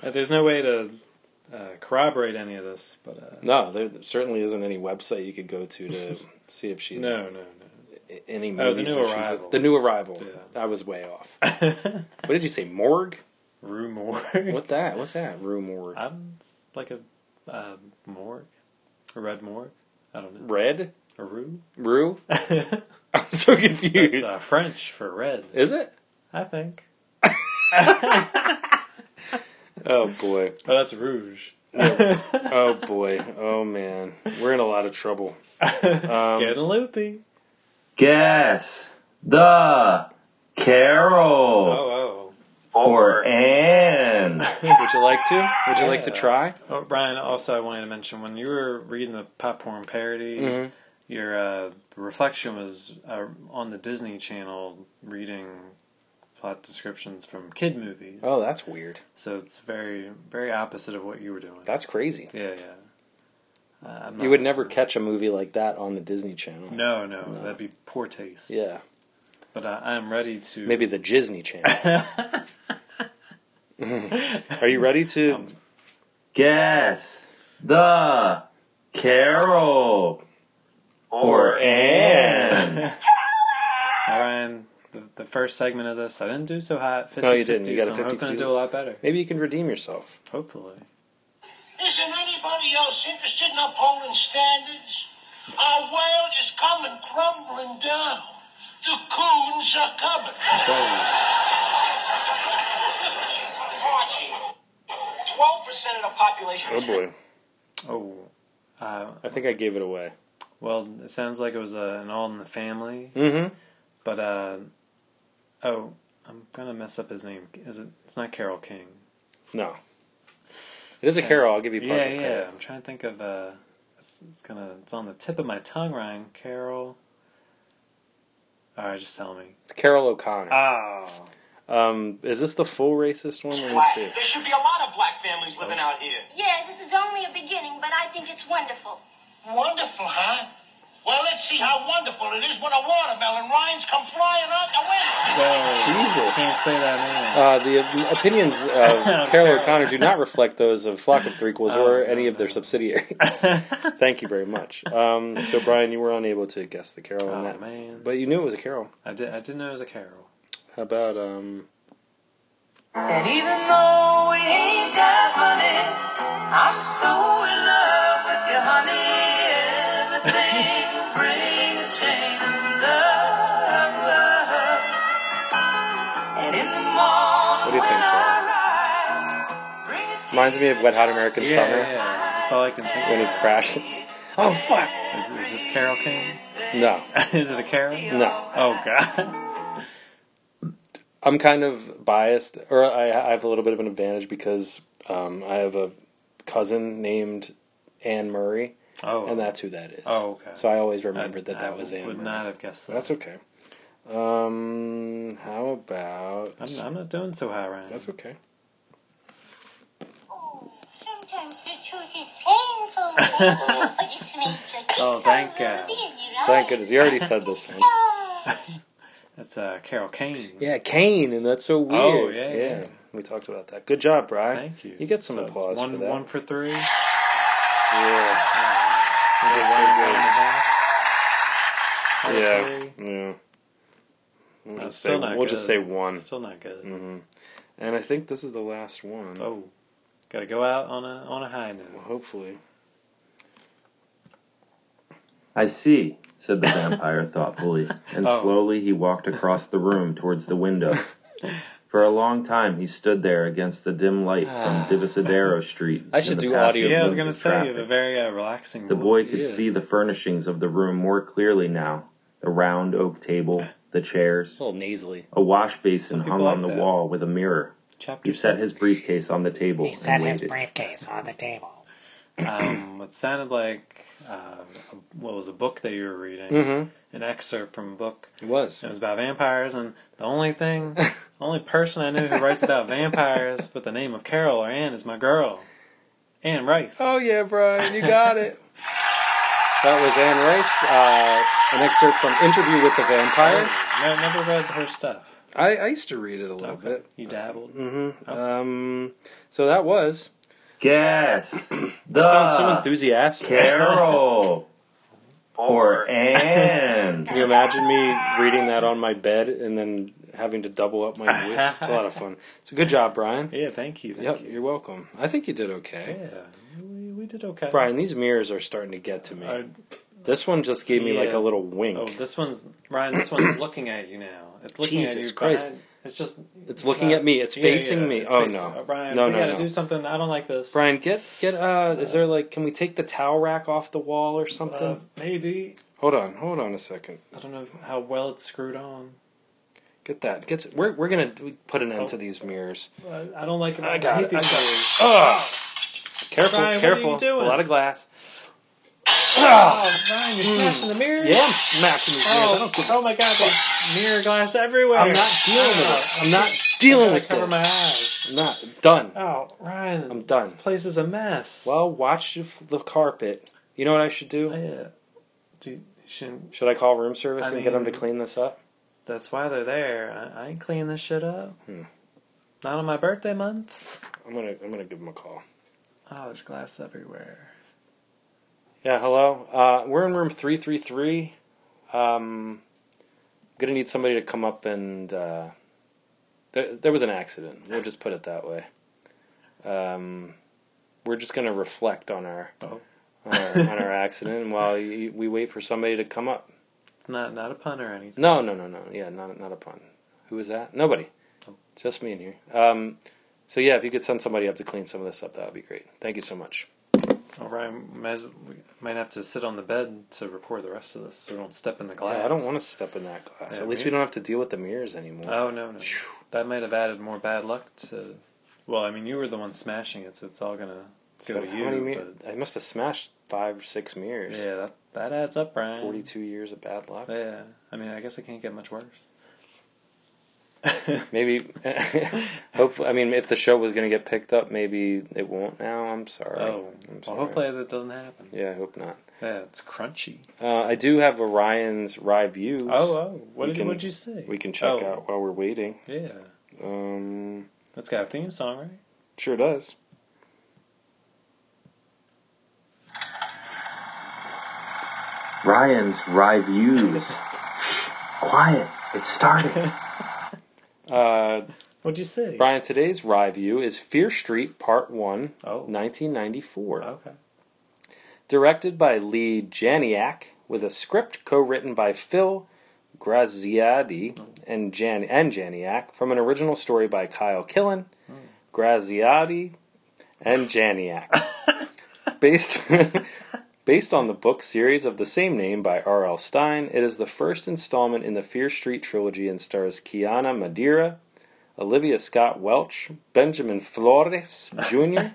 [SPEAKER 2] Uh, There's no way to uh, corroborate any of this, but uh,
[SPEAKER 1] no, there certainly isn't any website you could go to to see if she's
[SPEAKER 2] no, no, no.
[SPEAKER 1] any
[SPEAKER 2] Oh, the
[SPEAKER 1] movies.
[SPEAKER 2] new
[SPEAKER 1] that she's in.
[SPEAKER 2] arrival.
[SPEAKER 1] The new arrival. I was way off. what did you say? Morgue.
[SPEAKER 2] Rue Morgue.
[SPEAKER 1] What that? What's that? Rue Morgue.
[SPEAKER 2] I'm s- like a uh, morgue, a red morgue. I don't know.
[SPEAKER 1] Red.
[SPEAKER 2] A rue.
[SPEAKER 1] Rue. I'm so confused.
[SPEAKER 2] That's uh, French for red.
[SPEAKER 1] Is it?
[SPEAKER 2] I think.
[SPEAKER 1] Oh boy.
[SPEAKER 2] Oh, that's rouge.
[SPEAKER 1] oh boy. Oh man. We're in a lot of trouble. Um,
[SPEAKER 2] Getting loopy.
[SPEAKER 9] Guess the Carol
[SPEAKER 2] Oh,
[SPEAKER 9] or Anne.
[SPEAKER 2] oh.
[SPEAKER 1] Would you like to? Would you like to
[SPEAKER 2] Yeah.
[SPEAKER 1] try?
[SPEAKER 2] Oh, Brian, also, I wanted to mention when you were reading the popcorn parody,
[SPEAKER 1] Mhm.
[SPEAKER 2] your uh, reflection was uh, on the Disney Channel reading plot descriptions from kid movies.
[SPEAKER 1] Oh, that's weird.
[SPEAKER 2] So it's very, very opposite of what you were doing.
[SPEAKER 1] That's crazy.
[SPEAKER 2] Yeah, yeah. Uh, I'm
[SPEAKER 1] You
[SPEAKER 2] not-
[SPEAKER 1] would never catch a movie like that on the Disney Channel.
[SPEAKER 2] No, no, that'd be poor taste.
[SPEAKER 1] Yeah.
[SPEAKER 2] But I, I'm ready to.
[SPEAKER 1] Maybe the Disney Channel. Are you ready to
[SPEAKER 9] Guess the Carol or Anne.
[SPEAKER 2] Now, Ryan, the, the first segment of this, I didn't do so hot. 50,
[SPEAKER 1] No, you didn't. You got a
[SPEAKER 2] so I'm hoping
[SPEAKER 1] 50.
[SPEAKER 2] to do a lot better.
[SPEAKER 1] Maybe you can redeem yourself.
[SPEAKER 2] Hopefully.
[SPEAKER 16] Isn't anybody else interested in upholding standards? Our world is coming crumbling down. The coons are coming. Archie, 12% of the population
[SPEAKER 1] Oh boy.
[SPEAKER 2] Oh, uh,
[SPEAKER 1] I think I gave it away.
[SPEAKER 2] Well, it sounds like it was uh, an all in the family.
[SPEAKER 1] Mm-hmm.
[SPEAKER 2] But uh, oh, I'm gonna mess up his name. Is it? It's not Carol King.
[SPEAKER 1] No. It is a Carol. I'll give you
[SPEAKER 2] Yeah,
[SPEAKER 1] puzzle
[SPEAKER 2] yeah.
[SPEAKER 1] Carol.
[SPEAKER 2] I'm trying to think of. Uh, it's, it's gonna. It's on the tip of my tongue, Ryan. Carol. All right, just tell me.
[SPEAKER 1] Carol O'Connor.
[SPEAKER 2] Ah.
[SPEAKER 1] Um, is this the full racist one? Let me see.
[SPEAKER 16] There should be a lot of black families living out here.
[SPEAKER 8] Yeah, this is only a beginning, but I think it's wonderful.
[SPEAKER 16] Wonderful, huh? Well, let's see how wonderful it is when a watermelon rinds come flying out the window.
[SPEAKER 1] Jesus.
[SPEAKER 2] Oh, Can't say that name.
[SPEAKER 1] Uh, the op- opinions of Carol,
[SPEAKER 2] Carol.
[SPEAKER 1] O'Connor do not reflect those of Flock of Three Equals
[SPEAKER 2] Oh,
[SPEAKER 1] or any of their subsidiaries. Thank you very much. Um, so, Brian, you were unable to guess the Carol
[SPEAKER 2] Oh,
[SPEAKER 1] in that.
[SPEAKER 2] man.
[SPEAKER 1] But you knew it was a Carol.
[SPEAKER 2] I did. I didn't know it was a Carol.
[SPEAKER 1] How about, um,
[SPEAKER 6] And even though we ain't got money, I'm so in love with you, honey. Everything bring a chain of love, love. And in the morning
[SPEAKER 1] what do you think, Brian? Reminds me of Wet Hot American
[SPEAKER 2] Yeah,
[SPEAKER 1] Summer.
[SPEAKER 2] yeah, yeah. That's all I can think of.
[SPEAKER 1] When he crashes. Oh, fuck!
[SPEAKER 2] Is, is this Carol King?
[SPEAKER 1] No.
[SPEAKER 2] is it a Carol?
[SPEAKER 1] No.
[SPEAKER 2] Oh God.
[SPEAKER 1] I'm kind of biased, or I, I have a little bit of an advantage because um, I have a cousin named Anne Murray,
[SPEAKER 2] Oh.
[SPEAKER 1] and that's who that is.
[SPEAKER 2] Oh, okay.
[SPEAKER 1] So I always remembered that
[SPEAKER 2] I
[SPEAKER 1] that was Anne.
[SPEAKER 2] Would
[SPEAKER 1] Murray.
[SPEAKER 2] not have guessed that.
[SPEAKER 1] That's okay. Um, how about?
[SPEAKER 2] I'm, I'm not doing so high, Ryan.
[SPEAKER 1] That's okay.
[SPEAKER 15] Sometimes the truth is painful, painful, but it's nature.
[SPEAKER 2] Oh, thank God.
[SPEAKER 1] Thank goodness you already said this one.
[SPEAKER 2] That's uh, Carol Kane.
[SPEAKER 1] Yeah, Kane, and that's so weird.
[SPEAKER 2] Oh, yeah, yeah.
[SPEAKER 1] We talked about that. Good job, Brian.
[SPEAKER 2] Thank you.
[SPEAKER 1] You get some
[SPEAKER 2] So it's
[SPEAKER 1] applause
[SPEAKER 2] one,
[SPEAKER 1] for that.
[SPEAKER 2] One for three.
[SPEAKER 1] Yeah. That's so
[SPEAKER 2] One and a half. One
[SPEAKER 1] good. Yeah,
[SPEAKER 2] three.
[SPEAKER 1] yeah. We'll,
[SPEAKER 2] No,
[SPEAKER 1] just,
[SPEAKER 2] still
[SPEAKER 1] say,
[SPEAKER 2] not
[SPEAKER 1] we'll just
[SPEAKER 2] good.
[SPEAKER 1] say one.
[SPEAKER 2] Still not good.
[SPEAKER 1] hmm And I think this is the last one.
[SPEAKER 2] Oh, gotta go out on a on a high note.
[SPEAKER 1] hopefully.
[SPEAKER 9] I see, said the vampire thoughtfully, and
[SPEAKER 2] Oh.
[SPEAKER 9] slowly he walked across the room towards the window. For a long time, he stood there against the dim light from Divisadero Street.
[SPEAKER 1] I
[SPEAKER 9] in
[SPEAKER 1] should
[SPEAKER 9] the
[SPEAKER 1] do
[SPEAKER 9] passive
[SPEAKER 1] audio.
[SPEAKER 2] Yeah, I was
[SPEAKER 9] movement
[SPEAKER 2] gonna
[SPEAKER 9] of
[SPEAKER 2] say
[SPEAKER 9] traffic.
[SPEAKER 2] the very uh, relaxing.
[SPEAKER 9] The
[SPEAKER 2] one.
[SPEAKER 9] boy could
[SPEAKER 2] Yeah.
[SPEAKER 9] see the furnishings of the room more clearly now the round oak table, the chairs,
[SPEAKER 1] a little nasally.
[SPEAKER 9] A wash basin
[SPEAKER 1] Some people
[SPEAKER 9] hung on
[SPEAKER 1] like
[SPEAKER 9] the
[SPEAKER 1] that.
[SPEAKER 9] wall with a mirror.
[SPEAKER 2] Chapter
[SPEAKER 9] he set his briefcase on the table
[SPEAKER 7] He set
[SPEAKER 9] and
[SPEAKER 7] his
[SPEAKER 9] waited.
[SPEAKER 7] briefcase on the table.
[SPEAKER 2] um, what sounded like uh, what was a book that you were reading,
[SPEAKER 1] Mhm.
[SPEAKER 2] an excerpt from a book.
[SPEAKER 1] It was.
[SPEAKER 2] It was about vampires, and the only thing, the only person I know who writes about vampires with the name of Carol or Anne is my girl, Anne Rice.
[SPEAKER 1] Oh yeah, Brian, you got it. That was Anne Rice, uh, an excerpt from Interview with the Vampire.
[SPEAKER 2] No, never read her stuff.
[SPEAKER 1] I, I used to read it a little bit.
[SPEAKER 2] You dabbled.
[SPEAKER 1] Mm-hmm.
[SPEAKER 2] Oh.
[SPEAKER 1] Um, so that was.
[SPEAKER 9] Guess.
[SPEAKER 1] that sounds so enthusiastic.
[SPEAKER 9] Carol. or Anne.
[SPEAKER 1] Can you imagine me reading that on my bed and then having to double up my voice? It's a lot of fun. So good job, Brian.
[SPEAKER 2] Yeah, thank you. Thank
[SPEAKER 1] yep, you. are welcome. I think you did okay.
[SPEAKER 2] Yeah, we, we did okay.
[SPEAKER 1] Brian, these mirrors are starting to get to me.
[SPEAKER 2] Uh,
[SPEAKER 1] this one just gave me like
[SPEAKER 2] Yeah.
[SPEAKER 1] a little
[SPEAKER 2] Oh,
[SPEAKER 1] wink.
[SPEAKER 2] this one's Ryan. This one's looking at you now. It's looking at
[SPEAKER 1] Jesus
[SPEAKER 2] you.
[SPEAKER 1] Christ.
[SPEAKER 2] Brian. It's just.
[SPEAKER 1] It's looking at me. It's facing me.
[SPEAKER 2] It's
[SPEAKER 1] Oh,
[SPEAKER 2] facing-
[SPEAKER 1] no.
[SPEAKER 2] Brian,
[SPEAKER 1] No,
[SPEAKER 2] we
[SPEAKER 1] no,
[SPEAKER 2] gotta
[SPEAKER 1] no.
[SPEAKER 2] do something. I don't like this.
[SPEAKER 1] Brian, get get uh is there like can we take the towel rack off the wall or something?
[SPEAKER 2] Uh, maybe
[SPEAKER 1] hold on, hold on a second.
[SPEAKER 2] I don't know how well it's screwed on.
[SPEAKER 1] Get that. Get we're we're going to put an end to these mirrors.
[SPEAKER 2] Uh, I don't like it.
[SPEAKER 1] I got
[SPEAKER 2] hate
[SPEAKER 1] it. I
[SPEAKER 2] these
[SPEAKER 1] got
[SPEAKER 2] days.
[SPEAKER 1] it. Ugh.
[SPEAKER 2] Brian,
[SPEAKER 1] Careful,
[SPEAKER 2] what are you
[SPEAKER 1] careful. It's a
[SPEAKER 2] doing?
[SPEAKER 1] lot of glass.
[SPEAKER 2] Oh, Ryan, you're
[SPEAKER 1] Mm.
[SPEAKER 2] smashing the mirror.
[SPEAKER 1] Yeah, I'm smashing these mirrors. I
[SPEAKER 2] Oh,
[SPEAKER 1] don't give a
[SPEAKER 2] oh my God! There's mirror glass everywhere. Oh,
[SPEAKER 1] I'm not dealing with it. I'm not dealing with
[SPEAKER 2] cover
[SPEAKER 1] this.
[SPEAKER 2] my eyes.
[SPEAKER 1] I'm not done.
[SPEAKER 2] Oh, Ryan.
[SPEAKER 1] I'm done.
[SPEAKER 2] This place is a mess.
[SPEAKER 1] Well, watch the f- the carpet. You know what I should do?
[SPEAKER 2] Yeah. Dude, shouldn't.
[SPEAKER 1] Should I call room service
[SPEAKER 2] I
[SPEAKER 1] and get them to
[SPEAKER 2] mean-
[SPEAKER 1] clean this up?
[SPEAKER 2] That's why they're there. I, I ain't cleaning this shit up.
[SPEAKER 1] Hmm.
[SPEAKER 2] Not on my birthday month.
[SPEAKER 1] I'm gonna I'm gonna give them a call.
[SPEAKER 2] Oh, there's glass everywhere.
[SPEAKER 1] Yeah, hello. Uh, we're in room 333. Um, gonna need somebody to come up and. Uh, there, there was an accident. We'll just put it that way. Um, we're just gonna reflect on our,
[SPEAKER 2] Oh.
[SPEAKER 1] on, our on our accident while y we wait for somebody to come up.
[SPEAKER 2] It's not not a pun or anything.
[SPEAKER 1] No, no, no, no. Yeah, not not a pun. Who is that? Nobody. Just me in here. Um, so yeah, if you could send somebody up to clean some of this up, that would be great. Thank you so much.
[SPEAKER 2] Oh, Ryan, might as, we might have to sit on the bed to record the rest of this, so we don't step in the glass.
[SPEAKER 1] Yeah, I don't want to step in that glass.
[SPEAKER 2] Yeah,
[SPEAKER 1] At least
[SPEAKER 2] me-
[SPEAKER 1] we don't have to deal with the mirrors anymore.
[SPEAKER 2] Oh no, no. That might have added more bad luck to. Well, I mean, you were the one smashing it, so it's all gonna
[SPEAKER 1] So
[SPEAKER 2] go to
[SPEAKER 1] how
[SPEAKER 2] you.
[SPEAKER 1] many mir-
[SPEAKER 2] but-
[SPEAKER 1] I must have smashed five or six mirrors.
[SPEAKER 2] yeah, that that adds up, Ryan.
[SPEAKER 1] 42 years of bad luck.
[SPEAKER 2] Yeah, I mean, I guess it can't get much worse.
[SPEAKER 1] Maybe, hopefully, I mean, if the show was going to get picked up, maybe it won't now. I'm sorry.
[SPEAKER 2] Oh,
[SPEAKER 1] I'm
[SPEAKER 2] well,
[SPEAKER 1] sorry.
[SPEAKER 2] hopefully that doesn't happen.
[SPEAKER 1] Yeah, I hope not.
[SPEAKER 2] Yeah, it's crunchy.
[SPEAKER 1] Uh, I do have Orion's reviews.
[SPEAKER 2] Oh, oh, what
[SPEAKER 1] We
[SPEAKER 2] did
[SPEAKER 1] can-
[SPEAKER 2] what'd you say?
[SPEAKER 1] We can check
[SPEAKER 2] Oh.
[SPEAKER 1] out while we're waiting.
[SPEAKER 2] Yeah,
[SPEAKER 1] Um,
[SPEAKER 2] that's got a theme song, right?
[SPEAKER 1] sure does.
[SPEAKER 9] Ryan's reviews. Quiet. It started.
[SPEAKER 1] Uh,
[SPEAKER 2] What'd you say?
[SPEAKER 1] Brian, today's review is Fear Street Part 1,
[SPEAKER 2] Oh.
[SPEAKER 1] 1994.
[SPEAKER 2] Okay.
[SPEAKER 1] directed by Lee Janiak, with a script co-written by
[SPEAKER 2] Oh.
[SPEAKER 1] Phil Graziadi and Jan and Janiak from an original story by Kyle Killen,
[SPEAKER 2] Hmm.
[SPEAKER 1] Graziadi, and Janiak, based. Based on the book series of the same name by R.L. Stein, it is the first installment in the Fear Street trilogy and stars Kiana Madeira, Olivia Scott Welch, Benjamin Flores Jr.,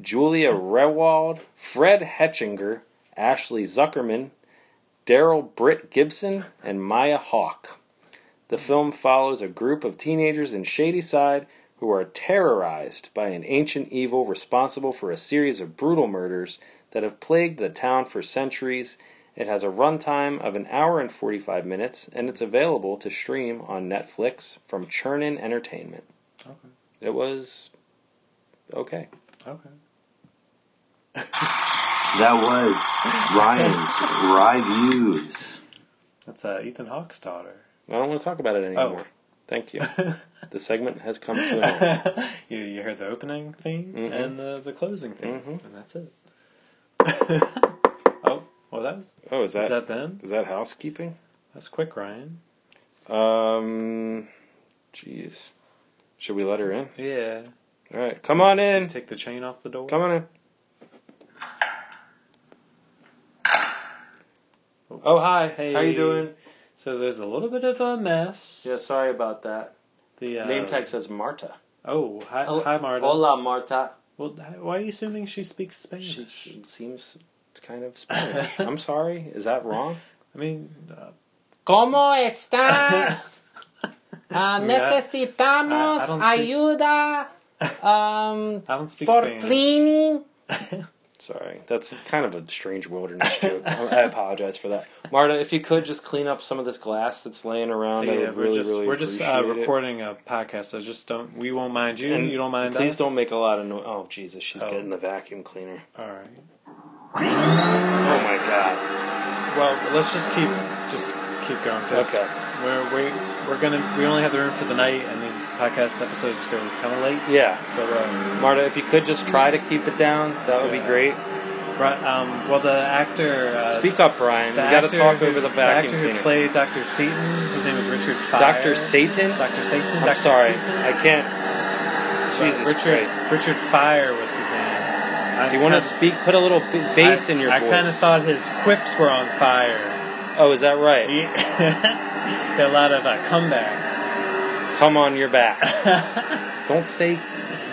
[SPEAKER 1] Julia Rewald, Fred Hetchinger, Ashley Zuckerman, Daryl Britt Gibson, and Maya Hawke. The film follows a group of teenagers in Shadyside who are terrorized by an ancient evil responsible for a series of brutal murders that have plagued the town for centuries. It has a runtime of an hour and 45 minutes, and it's available to stream on Netflix from Churnin Entertainment.
[SPEAKER 2] Okay.
[SPEAKER 1] It was okay.
[SPEAKER 2] Okay.
[SPEAKER 9] That was Ryan's reviews.
[SPEAKER 2] That's uh, Ethan Hawke's daughter.
[SPEAKER 1] I don't want to talk about it
[SPEAKER 2] Oh.
[SPEAKER 1] anymore. Thank you. the segment has come to an end.
[SPEAKER 2] you, you heard the opening theme
[SPEAKER 1] Mhm.
[SPEAKER 2] and the, the closing theme,
[SPEAKER 1] Mhm.
[SPEAKER 2] and that's it. oh, well, that was
[SPEAKER 1] Oh, is that
[SPEAKER 2] was
[SPEAKER 1] is
[SPEAKER 2] that
[SPEAKER 1] that,
[SPEAKER 2] them?
[SPEAKER 1] is that housekeeping?
[SPEAKER 2] That's quick, Ryan.
[SPEAKER 1] Um, jeez. Should we let her in?
[SPEAKER 2] Yeah.
[SPEAKER 1] All right, come on in.
[SPEAKER 2] Take the chain off the door.
[SPEAKER 1] Come on in.
[SPEAKER 2] Oh hi, hey.
[SPEAKER 1] How you doing?
[SPEAKER 2] So there's a little bit of a mess.
[SPEAKER 1] Yeah, sorry about that.
[SPEAKER 2] The uh,
[SPEAKER 1] Name tag says Marta.
[SPEAKER 2] Oh, hi, hi Marta.
[SPEAKER 1] Hola, Marta.
[SPEAKER 2] Well, hi- why are you assuming she speaks Spanish?
[SPEAKER 1] She, she seems kind of Spanish. I'm sorry. Is that wrong?
[SPEAKER 2] I mean, uh,
[SPEAKER 7] ¿Cómo estás? Ah,
[SPEAKER 2] Mira,
[SPEAKER 7] necesitamos
[SPEAKER 2] I- I don't speak-
[SPEAKER 7] ayuda um,
[SPEAKER 2] I don't speak
[SPEAKER 7] for
[SPEAKER 2] Spanish.
[SPEAKER 7] cleaning.
[SPEAKER 1] Sorry, that's kind of a strange wilderness joke. I I apologize for that, Marta. If you could just clean up some of this glass that's laying around, I
[SPEAKER 2] yeah,
[SPEAKER 1] would
[SPEAKER 2] we're
[SPEAKER 1] really,
[SPEAKER 2] just
[SPEAKER 1] really
[SPEAKER 2] we're just uh,
[SPEAKER 1] appreciate it.
[SPEAKER 2] recording a podcast. So just don't. We won't mind you.
[SPEAKER 1] And
[SPEAKER 2] you don't mind
[SPEAKER 1] Please
[SPEAKER 2] us.
[SPEAKER 1] don't make a lot of noise. Oh Jesus, she's
[SPEAKER 2] Oh.
[SPEAKER 1] getting the vacuum cleaner.
[SPEAKER 2] All right.
[SPEAKER 1] Oh my God.
[SPEAKER 2] Well, let's just keep just keep going. 'cause
[SPEAKER 1] Okay.
[SPEAKER 2] We're we we're gonna we only have the room for the night, and these podcast episodes go kind of late.
[SPEAKER 1] Yeah,
[SPEAKER 2] So uh,
[SPEAKER 1] Marta, if you could just try to keep it down, that would
[SPEAKER 2] Yeah.
[SPEAKER 1] be great.
[SPEAKER 2] right, um, well, the actor. Uh,
[SPEAKER 1] Speak up, Brian.
[SPEAKER 2] The
[SPEAKER 1] You got to
[SPEAKER 2] actor
[SPEAKER 1] talk
[SPEAKER 2] who-
[SPEAKER 1] over the
[SPEAKER 2] the
[SPEAKER 1] vacuum
[SPEAKER 2] actor
[SPEAKER 1] cleaner.
[SPEAKER 2] who played Doctor Seaton. His name is Richard. Fyer.
[SPEAKER 1] Doctor Satan.
[SPEAKER 2] Doctor Satan.
[SPEAKER 1] I'm
[SPEAKER 2] Dr.
[SPEAKER 1] sorry,
[SPEAKER 2] Seaton.
[SPEAKER 1] I can't. Jesus
[SPEAKER 2] Richard,
[SPEAKER 1] Christ.
[SPEAKER 2] Richard Fire was his name.
[SPEAKER 1] Do you want
[SPEAKER 2] kinda-
[SPEAKER 1] to speak? Put a little b- bass
[SPEAKER 2] I-
[SPEAKER 1] in your
[SPEAKER 2] I
[SPEAKER 1] voice.
[SPEAKER 2] kind of thought his quips were on fire.
[SPEAKER 1] Oh, is that right?
[SPEAKER 2] He- There are a lot of uh, comebacks.
[SPEAKER 1] Come on your back. Don't say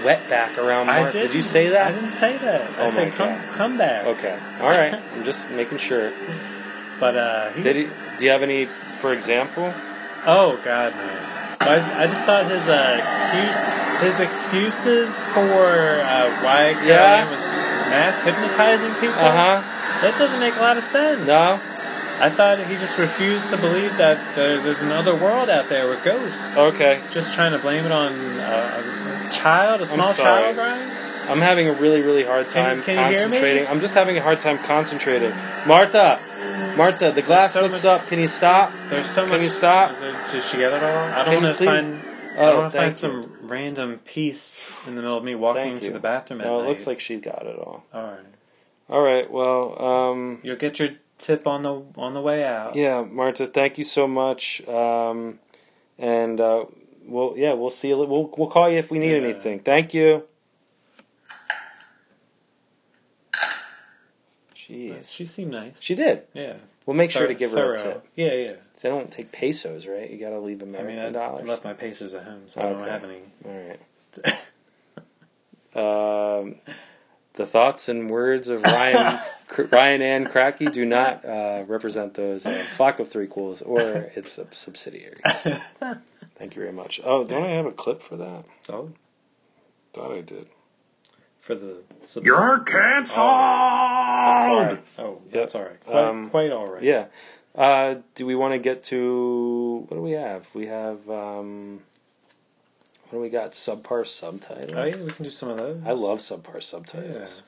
[SPEAKER 1] wet back around Mark. Did you say
[SPEAKER 2] I
[SPEAKER 1] that?
[SPEAKER 2] didn't say that.
[SPEAKER 1] Oh
[SPEAKER 2] I said
[SPEAKER 1] my
[SPEAKER 2] come,
[SPEAKER 1] God.
[SPEAKER 2] comebacks.
[SPEAKER 1] Okay. All right. I'm just making sure.
[SPEAKER 2] Mm-hmm. But uh, he,
[SPEAKER 1] Did he, do you have any, for example?
[SPEAKER 2] oh god, no. But I, I just thought his uh, excuse, his excuses for uh, why Caroline
[SPEAKER 1] Yeah.
[SPEAKER 2] was mass hypnotizing people.
[SPEAKER 1] Uh
[SPEAKER 2] Uh-huh.
[SPEAKER 1] huh.
[SPEAKER 2] That doesn't make a lot of sense.
[SPEAKER 1] No.
[SPEAKER 2] I thought he just refused to believe that there, there's another world out there with ghosts.
[SPEAKER 1] Okay.
[SPEAKER 2] Just trying to blame it on uh, a child, a small
[SPEAKER 1] sorry.
[SPEAKER 2] child, Brian?
[SPEAKER 1] I'm having a really, really hard
[SPEAKER 2] Can-
[SPEAKER 1] time
[SPEAKER 2] can you hear me?
[SPEAKER 1] concentrating. I'm just having a hard time concentrating. Marta, Marta, the glass
[SPEAKER 2] so
[SPEAKER 1] looks
[SPEAKER 2] much-
[SPEAKER 1] up. Can you stop?
[SPEAKER 2] There's so
[SPEAKER 1] Can
[SPEAKER 2] much.
[SPEAKER 1] you stop?
[SPEAKER 2] Is there- did she get it all? I
[SPEAKER 1] Can you
[SPEAKER 2] don't want to
[SPEAKER 1] please-
[SPEAKER 2] find. I
[SPEAKER 1] Oh,
[SPEAKER 2] don't want to find
[SPEAKER 1] thank
[SPEAKER 2] some random piece in the middle of me walking
[SPEAKER 1] Thank
[SPEAKER 2] to
[SPEAKER 1] you.
[SPEAKER 2] the bathroom. At
[SPEAKER 1] No, it
[SPEAKER 2] night.
[SPEAKER 1] looks like she got it all.
[SPEAKER 2] All right.
[SPEAKER 1] All right. Well, um,
[SPEAKER 2] You'll get your tip on the on the way out.
[SPEAKER 1] yeah, Marta, thank you so much. Um, and uh, we'll yeah, we'll see. You. li- We'll we'll call you if we need
[SPEAKER 2] Yeah.
[SPEAKER 1] anything. Thank you. Jeez,
[SPEAKER 2] She seemed nice.
[SPEAKER 1] she did.
[SPEAKER 2] yeah.
[SPEAKER 1] We'll make sure to
[SPEAKER 2] Thor-
[SPEAKER 1] give her a
[SPEAKER 2] thorough.
[SPEAKER 1] tip.
[SPEAKER 2] Yeah, yeah.
[SPEAKER 1] They don't take pesos, right? You got to leave
[SPEAKER 2] I mean,
[SPEAKER 1] American
[SPEAKER 2] I
[SPEAKER 1] dollars.
[SPEAKER 2] left my pacers at home, so I don't
[SPEAKER 1] Okay.
[SPEAKER 2] have any.
[SPEAKER 1] All right. um, the thoughts and words of Ryan Cr- Ryan and Cracky do not uh, represent those of Flock of Three Quills or its sub- subsidiary. Thank you very much. Oh, don't I have a clip for that?
[SPEAKER 2] Oh,
[SPEAKER 1] Thought I did.
[SPEAKER 2] for the
[SPEAKER 16] You're canceled!
[SPEAKER 1] I'm sorry.
[SPEAKER 2] Oh,
[SPEAKER 1] Yep.
[SPEAKER 2] that's all right. Quite,
[SPEAKER 1] Um,
[SPEAKER 2] quite all right.
[SPEAKER 1] Yeah. Uh, do we want to get to what do we have? We have um, what do we got? Subpar subtitles.
[SPEAKER 2] Oh, yeah, we can do some of those.
[SPEAKER 1] I love subpar subtitles.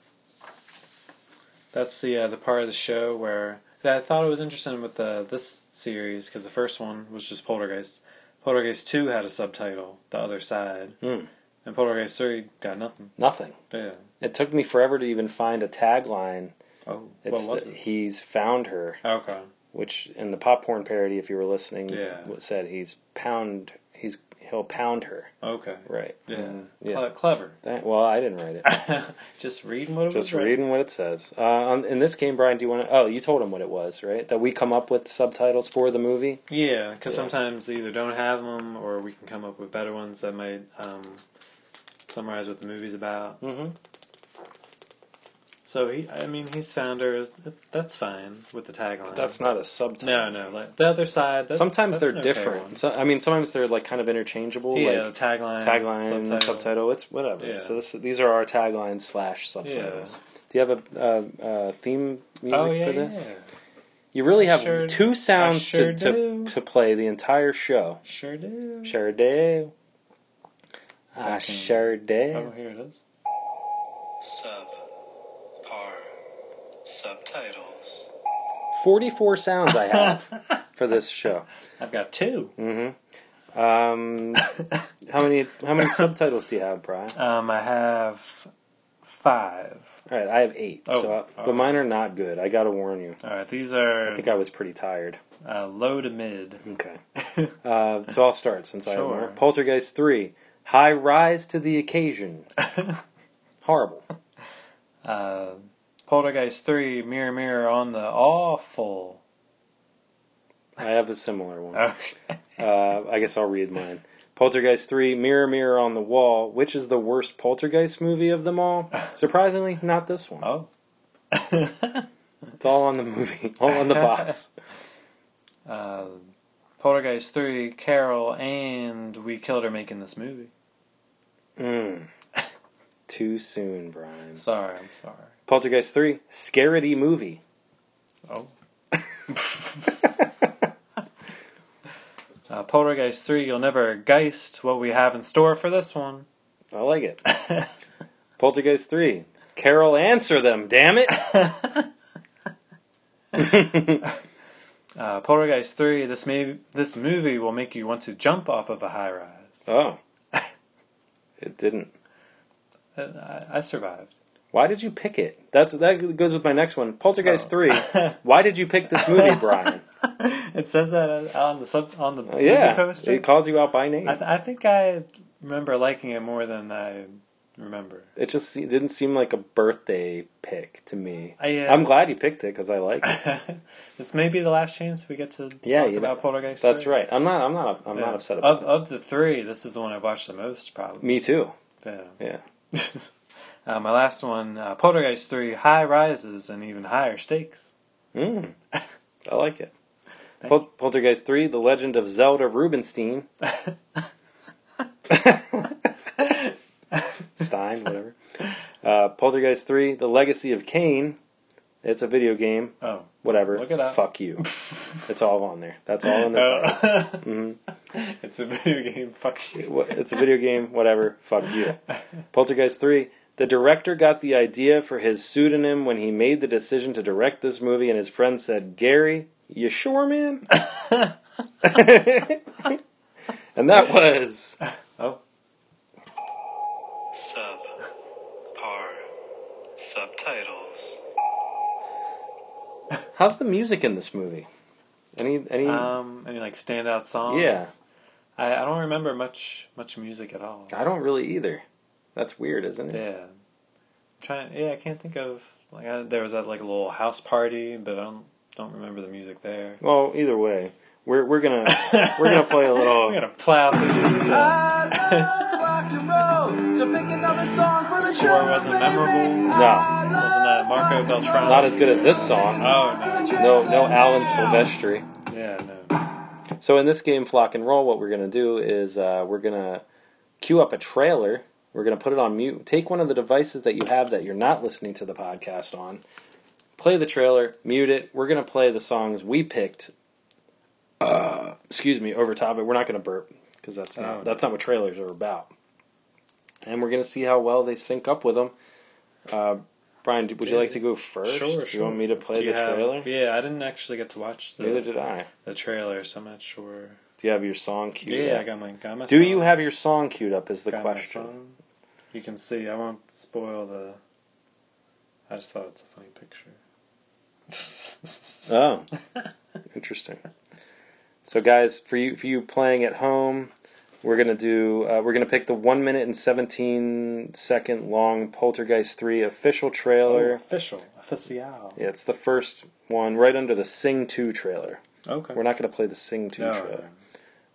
[SPEAKER 2] That's the uh, the part of the show where that I thought it was interesting with the this series because the first one was just Poltergeist. Poltergeist two had a subtitle, The Other Side,
[SPEAKER 1] Hmm.
[SPEAKER 2] and Poltergeist three got nothing.
[SPEAKER 1] Nothing.
[SPEAKER 2] Yeah.
[SPEAKER 1] It took me forever to even find a tagline.
[SPEAKER 2] Oh,
[SPEAKER 1] It's
[SPEAKER 2] what was
[SPEAKER 1] that
[SPEAKER 2] it?
[SPEAKER 1] he's found her,
[SPEAKER 2] Okay.
[SPEAKER 1] which in the pop porn parody, if you were listening,
[SPEAKER 2] Yeah.
[SPEAKER 1] w- said he's pound. He's he'll pound her.
[SPEAKER 2] Okay.
[SPEAKER 1] Right.
[SPEAKER 2] Yeah.
[SPEAKER 1] Mhm.
[SPEAKER 2] Cle- clever.
[SPEAKER 1] That- well, I didn't write it.
[SPEAKER 2] just reading what it was.
[SPEAKER 1] Just reading what it says. Uh, on, in this game, Brian, do you want to? Oh, you told him what it was, right? That we come up with subtitles for the movie.
[SPEAKER 2] Yeah, because
[SPEAKER 1] Yeah.
[SPEAKER 2] sometimes they either don't have them or we can come up with better ones that might um, summarize what the movie's about.
[SPEAKER 1] Mm-hmm.
[SPEAKER 2] So he, I mean, he's founder. That's fine with the tagline.
[SPEAKER 1] That's not a
[SPEAKER 2] no,
[SPEAKER 1] subtitle.
[SPEAKER 2] no. Like the other side. That, that's
[SPEAKER 1] Sometimes they're
[SPEAKER 2] an okay one.
[SPEAKER 1] different. So, I mean, sometimes they're like kind of interchangeable.
[SPEAKER 2] yeah,
[SPEAKER 1] like,
[SPEAKER 2] the tagline,
[SPEAKER 1] tagline subtitle, it's whatever
[SPEAKER 2] Yeah.
[SPEAKER 1] so this, these are our taglines slash subtitles do you have a, a, a theme music
[SPEAKER 2] Oh yeah,
[SPEAKER 1] for this
[SPEAKER 2] yeah.
[SPEAKER 1] you really have
[SPEAKER 2] Sure-
[SPEAKER 1] two sounds
[SPEAKER 2] sure
[SPEAKER 1] to, to,
[SPEAKER 2] do.
[SPEAKER 1] to play the entire show
[SPEAKER 2] sure do.
[SPEAKER 1] sure do I
[SPEAKER 2] Fucking-
[SPEAKER 1] sure
[SPEAKER 2] Oh,
[SPEAKER 1] do
[SPEAKER 2] here it is.
[SPEAKER 6] Sub par subtitles.
[SPEAKER 1] 44 sounds i have for this show
[SPEAKER 2] I've got two.
[SPEAKER 1] hmm um, how many how many subtitles do you have brian
[SPEAKER 2] Um, I have five.
[SPEAKER 1] all right i have eight
[SPEAKER 2] Oh,
[SPEAKER 1] so I,
[SPEAKER 2] oh.
[SPEAKER 1] but mine are not good i gotta warn you
[SPEAKER 2] All right, these
[SPEAKER 1] i
[SPEAKER 2] are
[SPEAKER 1] think i was pretty tired
[SPEAKER 2] uh, low to mid.
[SPEAKER 1] Okay. Uh, so I'll start since I have
[SPEAKER 2] Sure.
[SPEAKER 1] more. Poltergeist 3. High rise to the occasion. Horrible.
[SPEAKER 2] Uh, Poltergeist 3, Mirror Mirror on the Awful.
[SPEAKER 1] I have a similar one. Uh, I guess I'll read mine. Poltergeist 3, Mirror Mirror on the Wall, which is the worst Poltergeist movie of them all? Surprisingly, not this one.
[SPEAKER 2] Oh.
[SPEAKER 1] it's all on the movie, all on the box.
[SPEAKER 2] Uh, Poltergeist 3, Carol, and We Killed Her Making This Movie.
[SPEAKER 1] Mm. Too soon, Brian.
[SPEAKER 2] Sorry, I'm sorry.
[SPEAKER 1] Poltergeist 3, Scaredy Movie.
[SPEAKER 2] Oh. Uh, Poltergeist 3, You'll Never Geist, what we have in store for this one.
[SPEAKER 1] I like it. Poltergeist 3, Carol, answer them, damn it!
[SPEAKER 2] Uh, Poltergeist 3, this, may, this movie will make you want to jump off of a high rise.
[SPEAKER 1] Oh. It didn't.
[SPEAKER 2] Uh, I, I survived.
[SPEAKER 1] Why did you pick it? That's That goes with my next one. Poltergeist
[SPEAKER 2] Oh.
[SPEAKER 1] 3, why did you pick this movie, Brian?
[SPEAKER 2] It says that uh, on the sub, on the movie
[SPEAKER 1] yeah,
[SPEAKER 2] poster.
[SPEAKER 1] it calls you out by name.
[SPEAKER 2] I, th- I think I remember liking it more than I remember.
[SPEAKER 1] It just se- didn't seem like a birthday pick to me.
[SPEAKER 2] I, uh,
[SPEAKER 1] I'm glad you picked it because I like it.
[SPEAKER 2] this may be the last chance we get to
[SPEAKER 1] Yeah,
[SPEAKER 2] talk
[SPEAKER 1] you
[SPEAKER 2] about
[SPEAKER 1] know,
[SPEAKER 2] Poltergeist.
[SPEAKER 1] That's
[SPEAKER 2] 3.
[SPEAKER 1] right. I'm not. I'm not. I'm
[SPEAKER 2] Yeah.
[SPEAKER 1] not upset about
[SPEAKER 2] of,
[SPEAKER 1] it.
[SPEAKER 2] Of the three, this is the one I've watched the most, probably.
[SPEAKER 1] Me too.
[SPEAKER 2] Yeah.
[SPEAKER 1] Mm, Yeah.
[SPEAKER 2] Uh, my last one, uh, Poltergeist 3, High Rises and Even Higher Stakes.
[SPEAKER 1] Mm. I like it. Pol- Poltergeist Three: The Legend of Zelda Rubinstein. Stein, whatever. Uh, Poltergeist Three: The Legacy of Kane. It's a video game.
[SPEAKER 2] Oh.
[SPEAKER 1] Whatever.
[SPEAKER 2] Look it up.
[SPEAKER 1] Fuck you. it's all on there. That's all in the
[SPEAKER 2] Oh.
[SPEAKER 1] title. Mhm.
[SPEAKER 2] It's a video game, fuck you.
[SPEAKER 1] Wha- it's a video game, whatever, fuck you. Poltergeist 3. The director got the idea for his pseudonym when he made the decision to direct this movie, and his friend said, Gary, you sure, man? and that was.
[SPEAKER 2] Oh.
[SPEAKER 17] Sub. Par. Subtitles.
[SPEAKER 1] How's the music in this movie? Any. any
[SPEAKER 2] Um, any like standout songs?
[SPEAKER 1] Yeah.
[SPEAKER 2] I, I don't remember much much music at all.
[SPEAKER 1] I don't really either. That's weird, isn't it?
[SPEAKER 2] Yeah. Trying, yeah, I can't think of like I, there was that like little house party, but I don't don't remember the music there.
[SPEAKER 1] Well, either way, we're we're gonna we're gonna play a little.
[SPEAKER 2] We're gonna plow through this. uh, score wasn't memorable.
[SPEAKER 1] No,
[SPEAKER 2] Wasn't uh, Marco Beltrán?
[SPEAKER 1] not as good as this song.
[SPEAKER 2] Oh
[SPEAKER 1] No, no Alan Silvestri.
[SPEAKER 2] no. Yeah, no.
[SPEAKER 1] So in this game, Flock and Roll, what we're gonna do is uh, we're gonna queue up a trailer. We're gonna put it on mute. Take one of the devices that you have that you're not listening to the podcast on. Play the trailer, mute it. We're gonna play the songs we picked. Uh, excuse me, over top of it. We're not gonna burp because that's not
[SPEAKER 2] Oh.
[SPEAKER 1] that's not what trailers are about. And we're gonna see how well they sync up with them. Uh, Brian, do- would you like to go first?
[SPEAKER 2] Sure,
[SPEAKER 1] do you
[SPEAKER 2] sure.
[SPEAKER 1] want me to play
[SPEAKER 2] Do you
[SPEAKER 1] the
[SPEAKER 2] have-
[SPEAKER 1] trailer?
[SPEAKER 2] Yeah, I didn't actually get to watch the
[SPEAKER 1] Neither did I.
[SPEAKER 2] the trailer, so I'm not sure.
[SPEAKER 1] Do you have your song queued
[SPEAKER 2] Yeah,
[SPEAKER 1] up?
[SPEAKER 2] I got my- got my
[SPEAKER 1] Do
[SPEAKER 2] song.
[SPEAKER 1] you have your song queued up? Is the
[SPEAKER 2] Got my
[SPEAKER 1] question.
[SPEAKER 2] song. You can see. I won't spoil the. I just thought it's a funny picture.
[SPEAKER 1] Oh, interesting. So, guys, for you for you playing at home, we're gonna do uh, we're gonna pick the one minute and seventeen second long Poltergeist three official
[SPEAKER 2] Oh,
[SPEAKER 1] trailer.
[SPEAKER 2] official, official.
[SPEAKER 1] Yeah, it's the first one right under the Sing two trailer.
[SPEAKER 2] Okay.
[SPEAKER 1] We're not gonna play the Sing two
[SPEAKER 2] No.
[SPEAKER 1] trailer.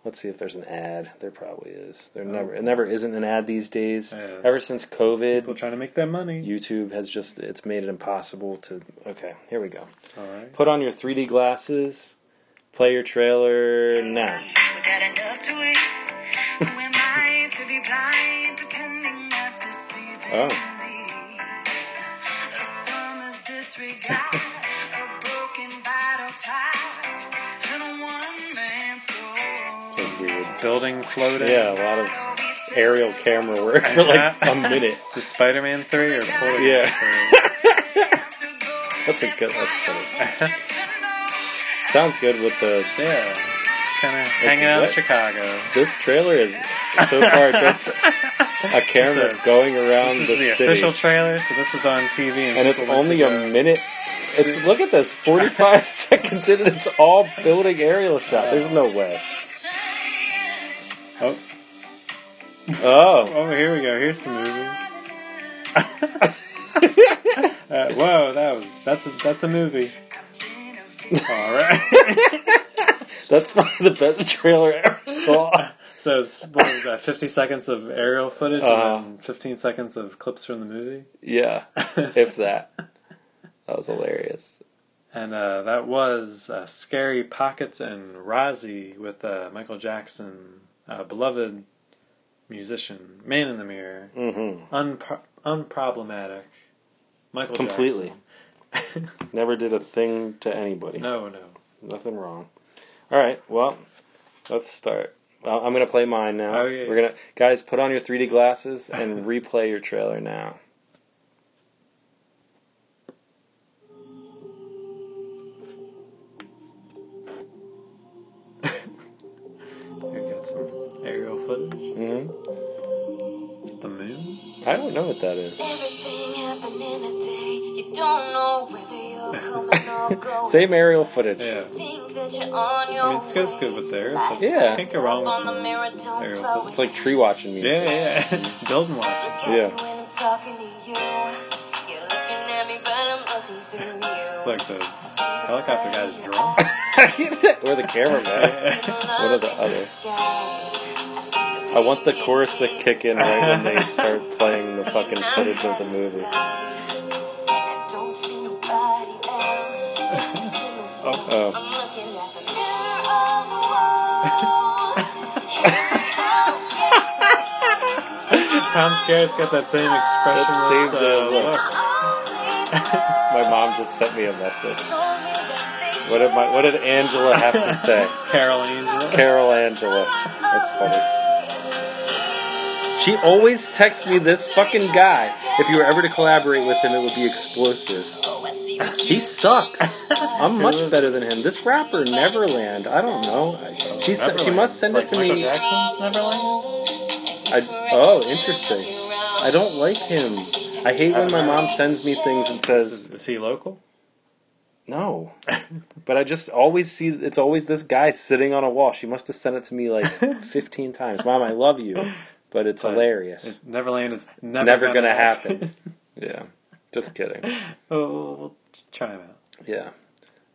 [SPEAKER 1] Let's see if there's an ad. There probably is. There
[SPEAKER 2] Oh.
[SPEAKER 1] never it never isn't an ad these days.
[SPEAKER 2] Yeah.
[SPEAKER 1] Ever since COVID, people
[SPEAKER 2] trying to make their money.
[SPEAKER 1] YouTube has just it's made it impossible to. Okay, here we go.
[SPEAKER 2] All right.
[SPEAKER 1] Put on your 3D glasses. Play your trailer now. Oh.
[SPEAKER 2] So weird. Building floating.
[SPEAKER 1] Yeah, a lot of aerial camera work for like a minute.
[SPEAKER 2] Is this Spider-Man three or Poltergeist?
[SPEAKER 1] Yeah. That's a good. That's funny. Sounds good with the
[SPEAKER 2] yeah. Kind of hanging out in Chicago.
[SPEAKER 1] This trailer is so far just a camera
[SPEAKER 2] So,
[SPEAKER 1] going around
[SPEAKER 2] This
[SPEAKER 1] the,
[SPEAKER 2] is the
[SPEAKER 1] city,
[SPEAKER 2] official trailer, so this was on TV, and,
[SPEAKER 1] and it's
[SPEAKER 2] people went
[SPEAKER 1] only
[SPEAKER 2] to
[SPEAKER 1] a minute. It's look at this, 45 seconds in, and it's
[SPEAKER 2] Oh,
[SPEAKER 1] all building aerial shot. There's no way.
[SPEAKER 2] go- Oh,
[SPEAKER 1] Oh.
[SPEAKER 2] Oh, here we go. Here's the movie. Uh, whoa, that was that's a that's a movie. All right.
[SPEAKER 1] That's probably the best trailer I ever saw.
[SPEAKER 2] So it's what was that? Fifty seconds of aerial footage
[SPEAKER 1] Uh-huh.
[SPEAKER 2] and then fifteen seconds of clips from the movie,
[SPEAKER 1] Yeah, if that. That was hilarious.
[SPEAKER 2] and uh, that was uh, "Scary Pockets" and "Rozzy" with uh, Michael Jackson, uh, beloved musician, man in the mirror,
[SPEAKER 1] Mhm.
[SPEAKER 2] unpro- unproblematic. Michael
[SPEAKER 1] Completely.
[SPEAKER 2] Jackson.
[SPEAKER 1] Never did a thing to anybody.
[SPEAKER 2] No, no.
[SPEAKER 1] Nothing wrong. All right, well, let's start. Well, I'm gonna play mine now.
[SPEAKER 2] Oh, yeah.
[SPEAKER 1] We're gonna guys put on your 3D glasses and replay your trailer now.
[SPEAKER 2] Here got some aerial footage.
[SPEAKER 1] hmm Mm-hmm.
[SPEAKER 2] The moon.
[SPEAKER 1] I don't know what that is.
[SPEAKER 15] You don't know whether you're coming or going.
[SPEAKER 1] Same aerial footage. Yeah.
[SPEAKER 15] Think that you're on
[SPEAKER 2] I mean,
[SPEAKER 15] your
[SPEAKER 2] it goes good with there.
[SPEAKER 1] Yeah.
[SPEAKER 2] Can't go wrong with
[SPEAKER 15] on the
[SPEAKER 2] some
[SPEAKER 15] mirror, don't
[SPEAKER 2] aerial
[SPEAKER 15] blow
[SPEAKER 2] footage.
[SPEAKER 1] It's like tree watching music.
[SPEAKER 2] Yeah, yeah. Build and watch.
[SPEAKER 1] Yeah.
[SPEAKER 15] when I'm talking to you. You're looking at me, but I'm looking through you.
[SPEAKER 2] It's like the helicopter guy's drunk.
[SPEAKER 1] or the cameraman. One or the other. I want the chorus to kick in right when they start playing the fucking footage of the movie. Oh.
[SPEAKER 2] Tom Skerritt's got that same
[SPEAKER 1] That
[SPEAKER 2] expressionless uh,
[SPEAKER 1] seems to
[SPEAKER 2] look.
[SPEAKER 1] My mom just sent me a message. What did my What did Angela have to say?
[SPEAKER 2] Carol Angela.
[SPEAKER 1] Carol Angela. That's funny. She always texts me this fucking guy. If you were ever to collaborate with him, it would be explosive. He sucks. I'm much better than him. This rapper Neverland. I don't know. She sent- she must send it to
[SPEAKER 2] Michael
[SPEAKER 1] me.
[SPEAKER 2] Jackson's Neverland?
[SPEAKER 1] I, oh, interesting. I don't like him. I hate when my mom sends me things and says, "Is,
[SPEAKER 2] he local?"
[SPEAKER 1] No, but I just always see it's always this guy sitting on a wall. She must have sent it to me like fifteen times. Mom, I love you, but it's hilarious.
[SPEAKER 2] Neverland is never,
[SPEAKER 1] Never, gonna, happen. yeah, just kidding.
[SPEAKER 2] oh, we'll, we'll try him out.
[SPEAKER 1] Yeah,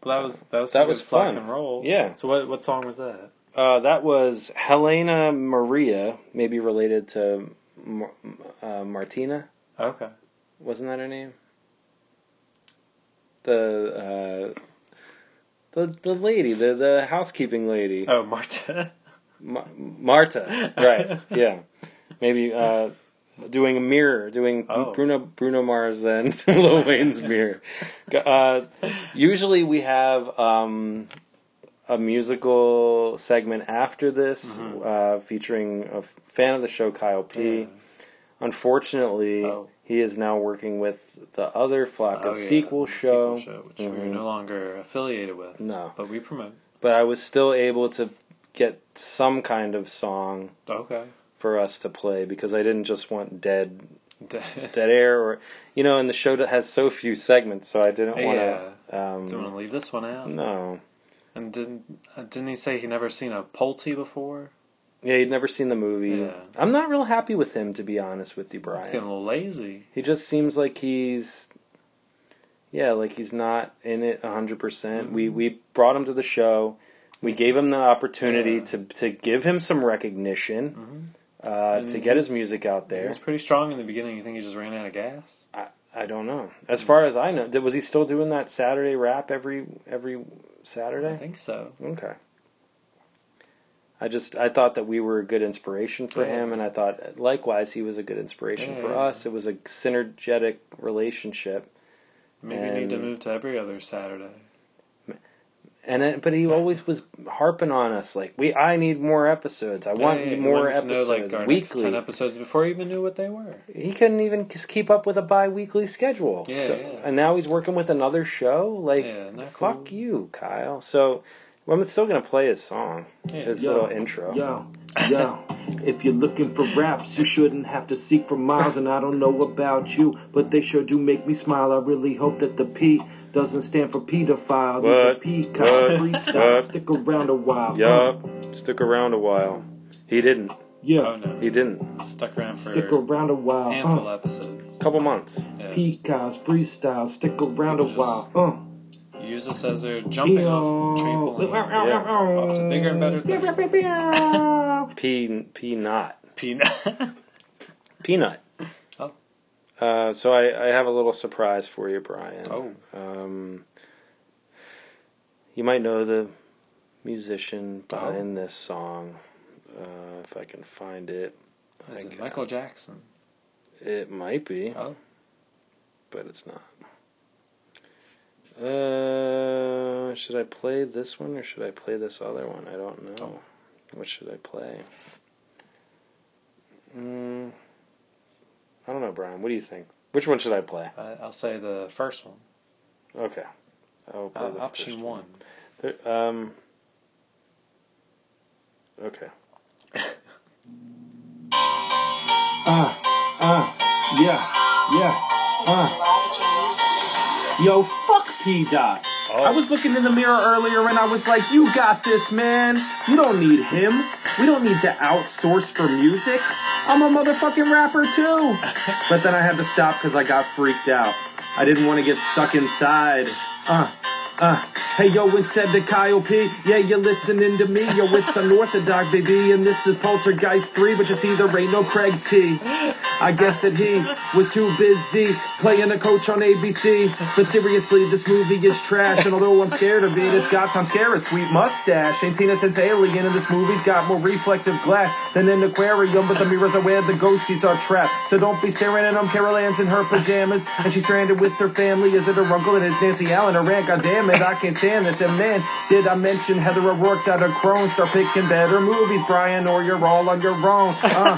[SPEAKER 2] Well, that was that was
[SPEAKER 1] That
[SPEAKER 2] some
[SPEAKER 1] was
[SPEAKER 2] good rock
[SPEAKER 1] fun.
[SPEAKER 2] and roll.
[SPEAKER 1] Yeah.
[SPEAKER 2] So what what song was that?
[SPEAKER 1] uh, that was Helena Maria, maybe related to Mar- uh, Martina.
[SPEAKER 2] Okay.
[SPEAKER 1] Wasn't that her name? The uh, the the lady, the the housekeeping lady.
[SPEAKER 2] Oh, Marta.
[SPEAKER 1] Ma- Marta, right? Yeah, maybe uh, doing a mirror, doing
[SPEAKER 2] Oh.
[SPEAKER 1] Bruno Bruno Mars and Lil Wayne's mirror. Uh, usually we have um, a musical segment after this,
[SPEAKER 2] Mm-hmm.
[SPEAKER 1] uh, featuring a f- fan of the show, Kyle P. Unfortunately, he is now working with the other Flacco
[SPEAKER 2] Oh, yeah,
[SPEAKER 1] sequel,
[SPEAKER 2] the
[SPEAKER 1] show.
[SPEAKER 2] sequel show, which we're
[SPEAKER 1] Mhm.
[SPEAKER 2] no longer affiliated with.
[SPEAKER 1] No.
[SPEAKER 2] but we promote.
[SPEAKER 1] But I was still able to get some kind of song.
[SPEAKER 2] Okay.
[SPEAKER 1] for us to play because I didn't just want dead
[SPEAKER 2] Didn't
[SPEAKER 1] dead air or you know, and the show that has so few segments, so I didn't want
[SPEAKER 2] Yeah.
[SPEAKER 1] to. Um,
[SPEAKER 2] want to leave this one out.
[SPEAKER 1] no,
[SPEAKER 2] And didn't uh, didn't he say he never seen a Pulte before?
[SPEAKER 1] yeah, he'd never seen the movie.
[SPEAKER 2] Yeah.
[SPEAKER 1] I'm not real happy with him, to be honest with you,
[SPEAKER 2] It's getting a
[SPEAKER 1] Brian.
[SPEAKER 2] little lazy.
[SPEAKER 1] He just seems like he's. Yeah, like he's not in it 100%. percent We we brought him to the show. We gave him the opportunity to to give him some recognition, uh,
[SPEAKER 2] Mm-hmm. And
[SPEAKER 1] to get his
[SPEAKER 2] he's-
[SPEAKER 1] music out
[SPEAKER 2] He
[SPEAKER 1] there.
[SPEAKER 2] was pretty strong in the beginning. You think he just ran out of gas?
[SPEAKER 1] I, I don't know. As far as I know, did, was he still doing that Saturday rap every every Saturday?
[SPEAKER 2] I think so.
[SPEAKER 1] Okay. I just I thought that we were a good inspiration for
[SPEAKER 2] Yeah.
[SPEAKER 1] him, and I thought likewise he was a good inspiration for
[SPEAKER 2] Yeah.
[SPEAKER 1] us. It was a synergetic relationship,
[SPEAKER 2] Maybe you need to
[SPEAKER 1] And-
[SPEAKER 2] move to every other Saturday.
[SPEAKER 1] and it, but he always was harping on us like we I need more episodes. I want
[SPEAKER 2] Yeah, yeah, he
[SPEAKER 1] more
[SPEAKER 2] wanted to know,
[SPEAKER 1] episodes
[SPEAKER 2] our next
[SPEAKER 1] weekly.
[SPEAKER 2] ten episodes before he even knew what they were.
[SPEAKER 1] he couldn't even just keep up with a bi-weekly schedule.
[SPEAKER 2] Yeah,
[SPEAKER 1] So-
[SPEAKER 2] yeah.
[SPEAKER 1] And now he's working with another show. Like,
[SPEAKER 2] Yeah, not
[SPEAKER 1] fuck you, Kyle. So, well, I'm still gonna play his song, his
[SPEAKER 9] Yo,
[SPEAKER 1] little intro.
[SPEAKER 9] Yo, yo, if you're looking for raps, you shouldn't have to seek for miles. And I don't know about you, but they sure do make me smile. I really hope that the P doesn't stand for pedophile. These are
[SPEAKER 1] What?
[SPEAKER 9] peacock
[SPEAKER 1] What?
[SPEAKER 9] freestyle.
[SPEAKER 1] What?
[SPEAKER 9] Stick around a while.
[SPEAKER 1] Yup. Stick around a while. He didn't.
[SPEAKER 9] Yeah.
[SPEAKER 2] Oh no.
[SPEAKER 1] He didn't.
[SPEAKER 2] Stuck around for
[SPEAKER 9] Stick around a while.
[SPEAKER 2] handful
[SPEAKER 9] uh.
[SPEAKER 2] episodes.
[SPEAKER 1] Couple months.
[SPEAKER 9] Peacocks, freestyle, stick around a while. Uh.
[SPEAKER 2] Use this as their jumping off trampoline. Off to bigger and better things.
[SPEAKER 1] P P not.
[SPEAKER 2] Peanut.
[SPEAKER 1] Peanut.
[SPEAKER 2] Oh.
[SPEAKER 1] Uh, so I, I have a little surprise for you, Brian.
[SPEAKER 2] Oh.
[SPEAKER 1] Um, you might know the musician behind this song, uh, if I can find it.
[SPEAKER 2] Is
[SPEAKER 1] I
[SPEAKER 2] it Michael Jackson?
[SPEAKER 1] It might be.
[SPEAKER 2] Oh.
[SPEAKER 1] But it's not. Uh, should I play this one or should I play this other one? I don't
[SPEAKER 2] Oh.
[SPEAKER 1] know. What should I play? Mm, I don't know, Brian. What do you think? Which one should I play?
[SPEAKER 2] I, I'll say the first one.
[SPEAKER 1] Okay. I'll play
[SPEAKER 2] Uh,
[SPEAKER 1] the
[SPEAKER 2] option
[SPEAKER 1] first
[SPEAKER 2] one.
[SPEAKER 1] There, um. Okay.
[SPEAKER 4] Uh, uh, yeah, yeah, uh. Yo, fuck P Dot. I was looking in the mirror earlier and I was like, you got this, man. You don't need him. We don't need to outsource for music. I'm a motherfucking rapper too. but then I had to stop because I got freaked out. I didn't want to get stuck inside. Uh, uh, hey yo, instead of Kyle P, yeah, you're listening to me. Yo, it's unorthodox, baby, and this is Poltergeist 3, but you see, there ain't no Craig T. I guess that he was too busy playing a coach on ABC. But seriously, this movie is trash, and although I'm scared of it, it's got Tom Skerritt's sweet mustache. Ain't seen it since Alien, and this movie's got more reflective glass than an aquarium, but the mirrors are where the ghosties are trapped. So don't be staring at them. Carol Ann's in her pajamas, and she's stranded with her family. Is it her uncle and it's Nancy Allen? Her aunt, God damn it, I can't stand this. And man, did I mention Heather O'Rourke out of Crone? Start picking better movies, Brian, or you're all on your own. Uh,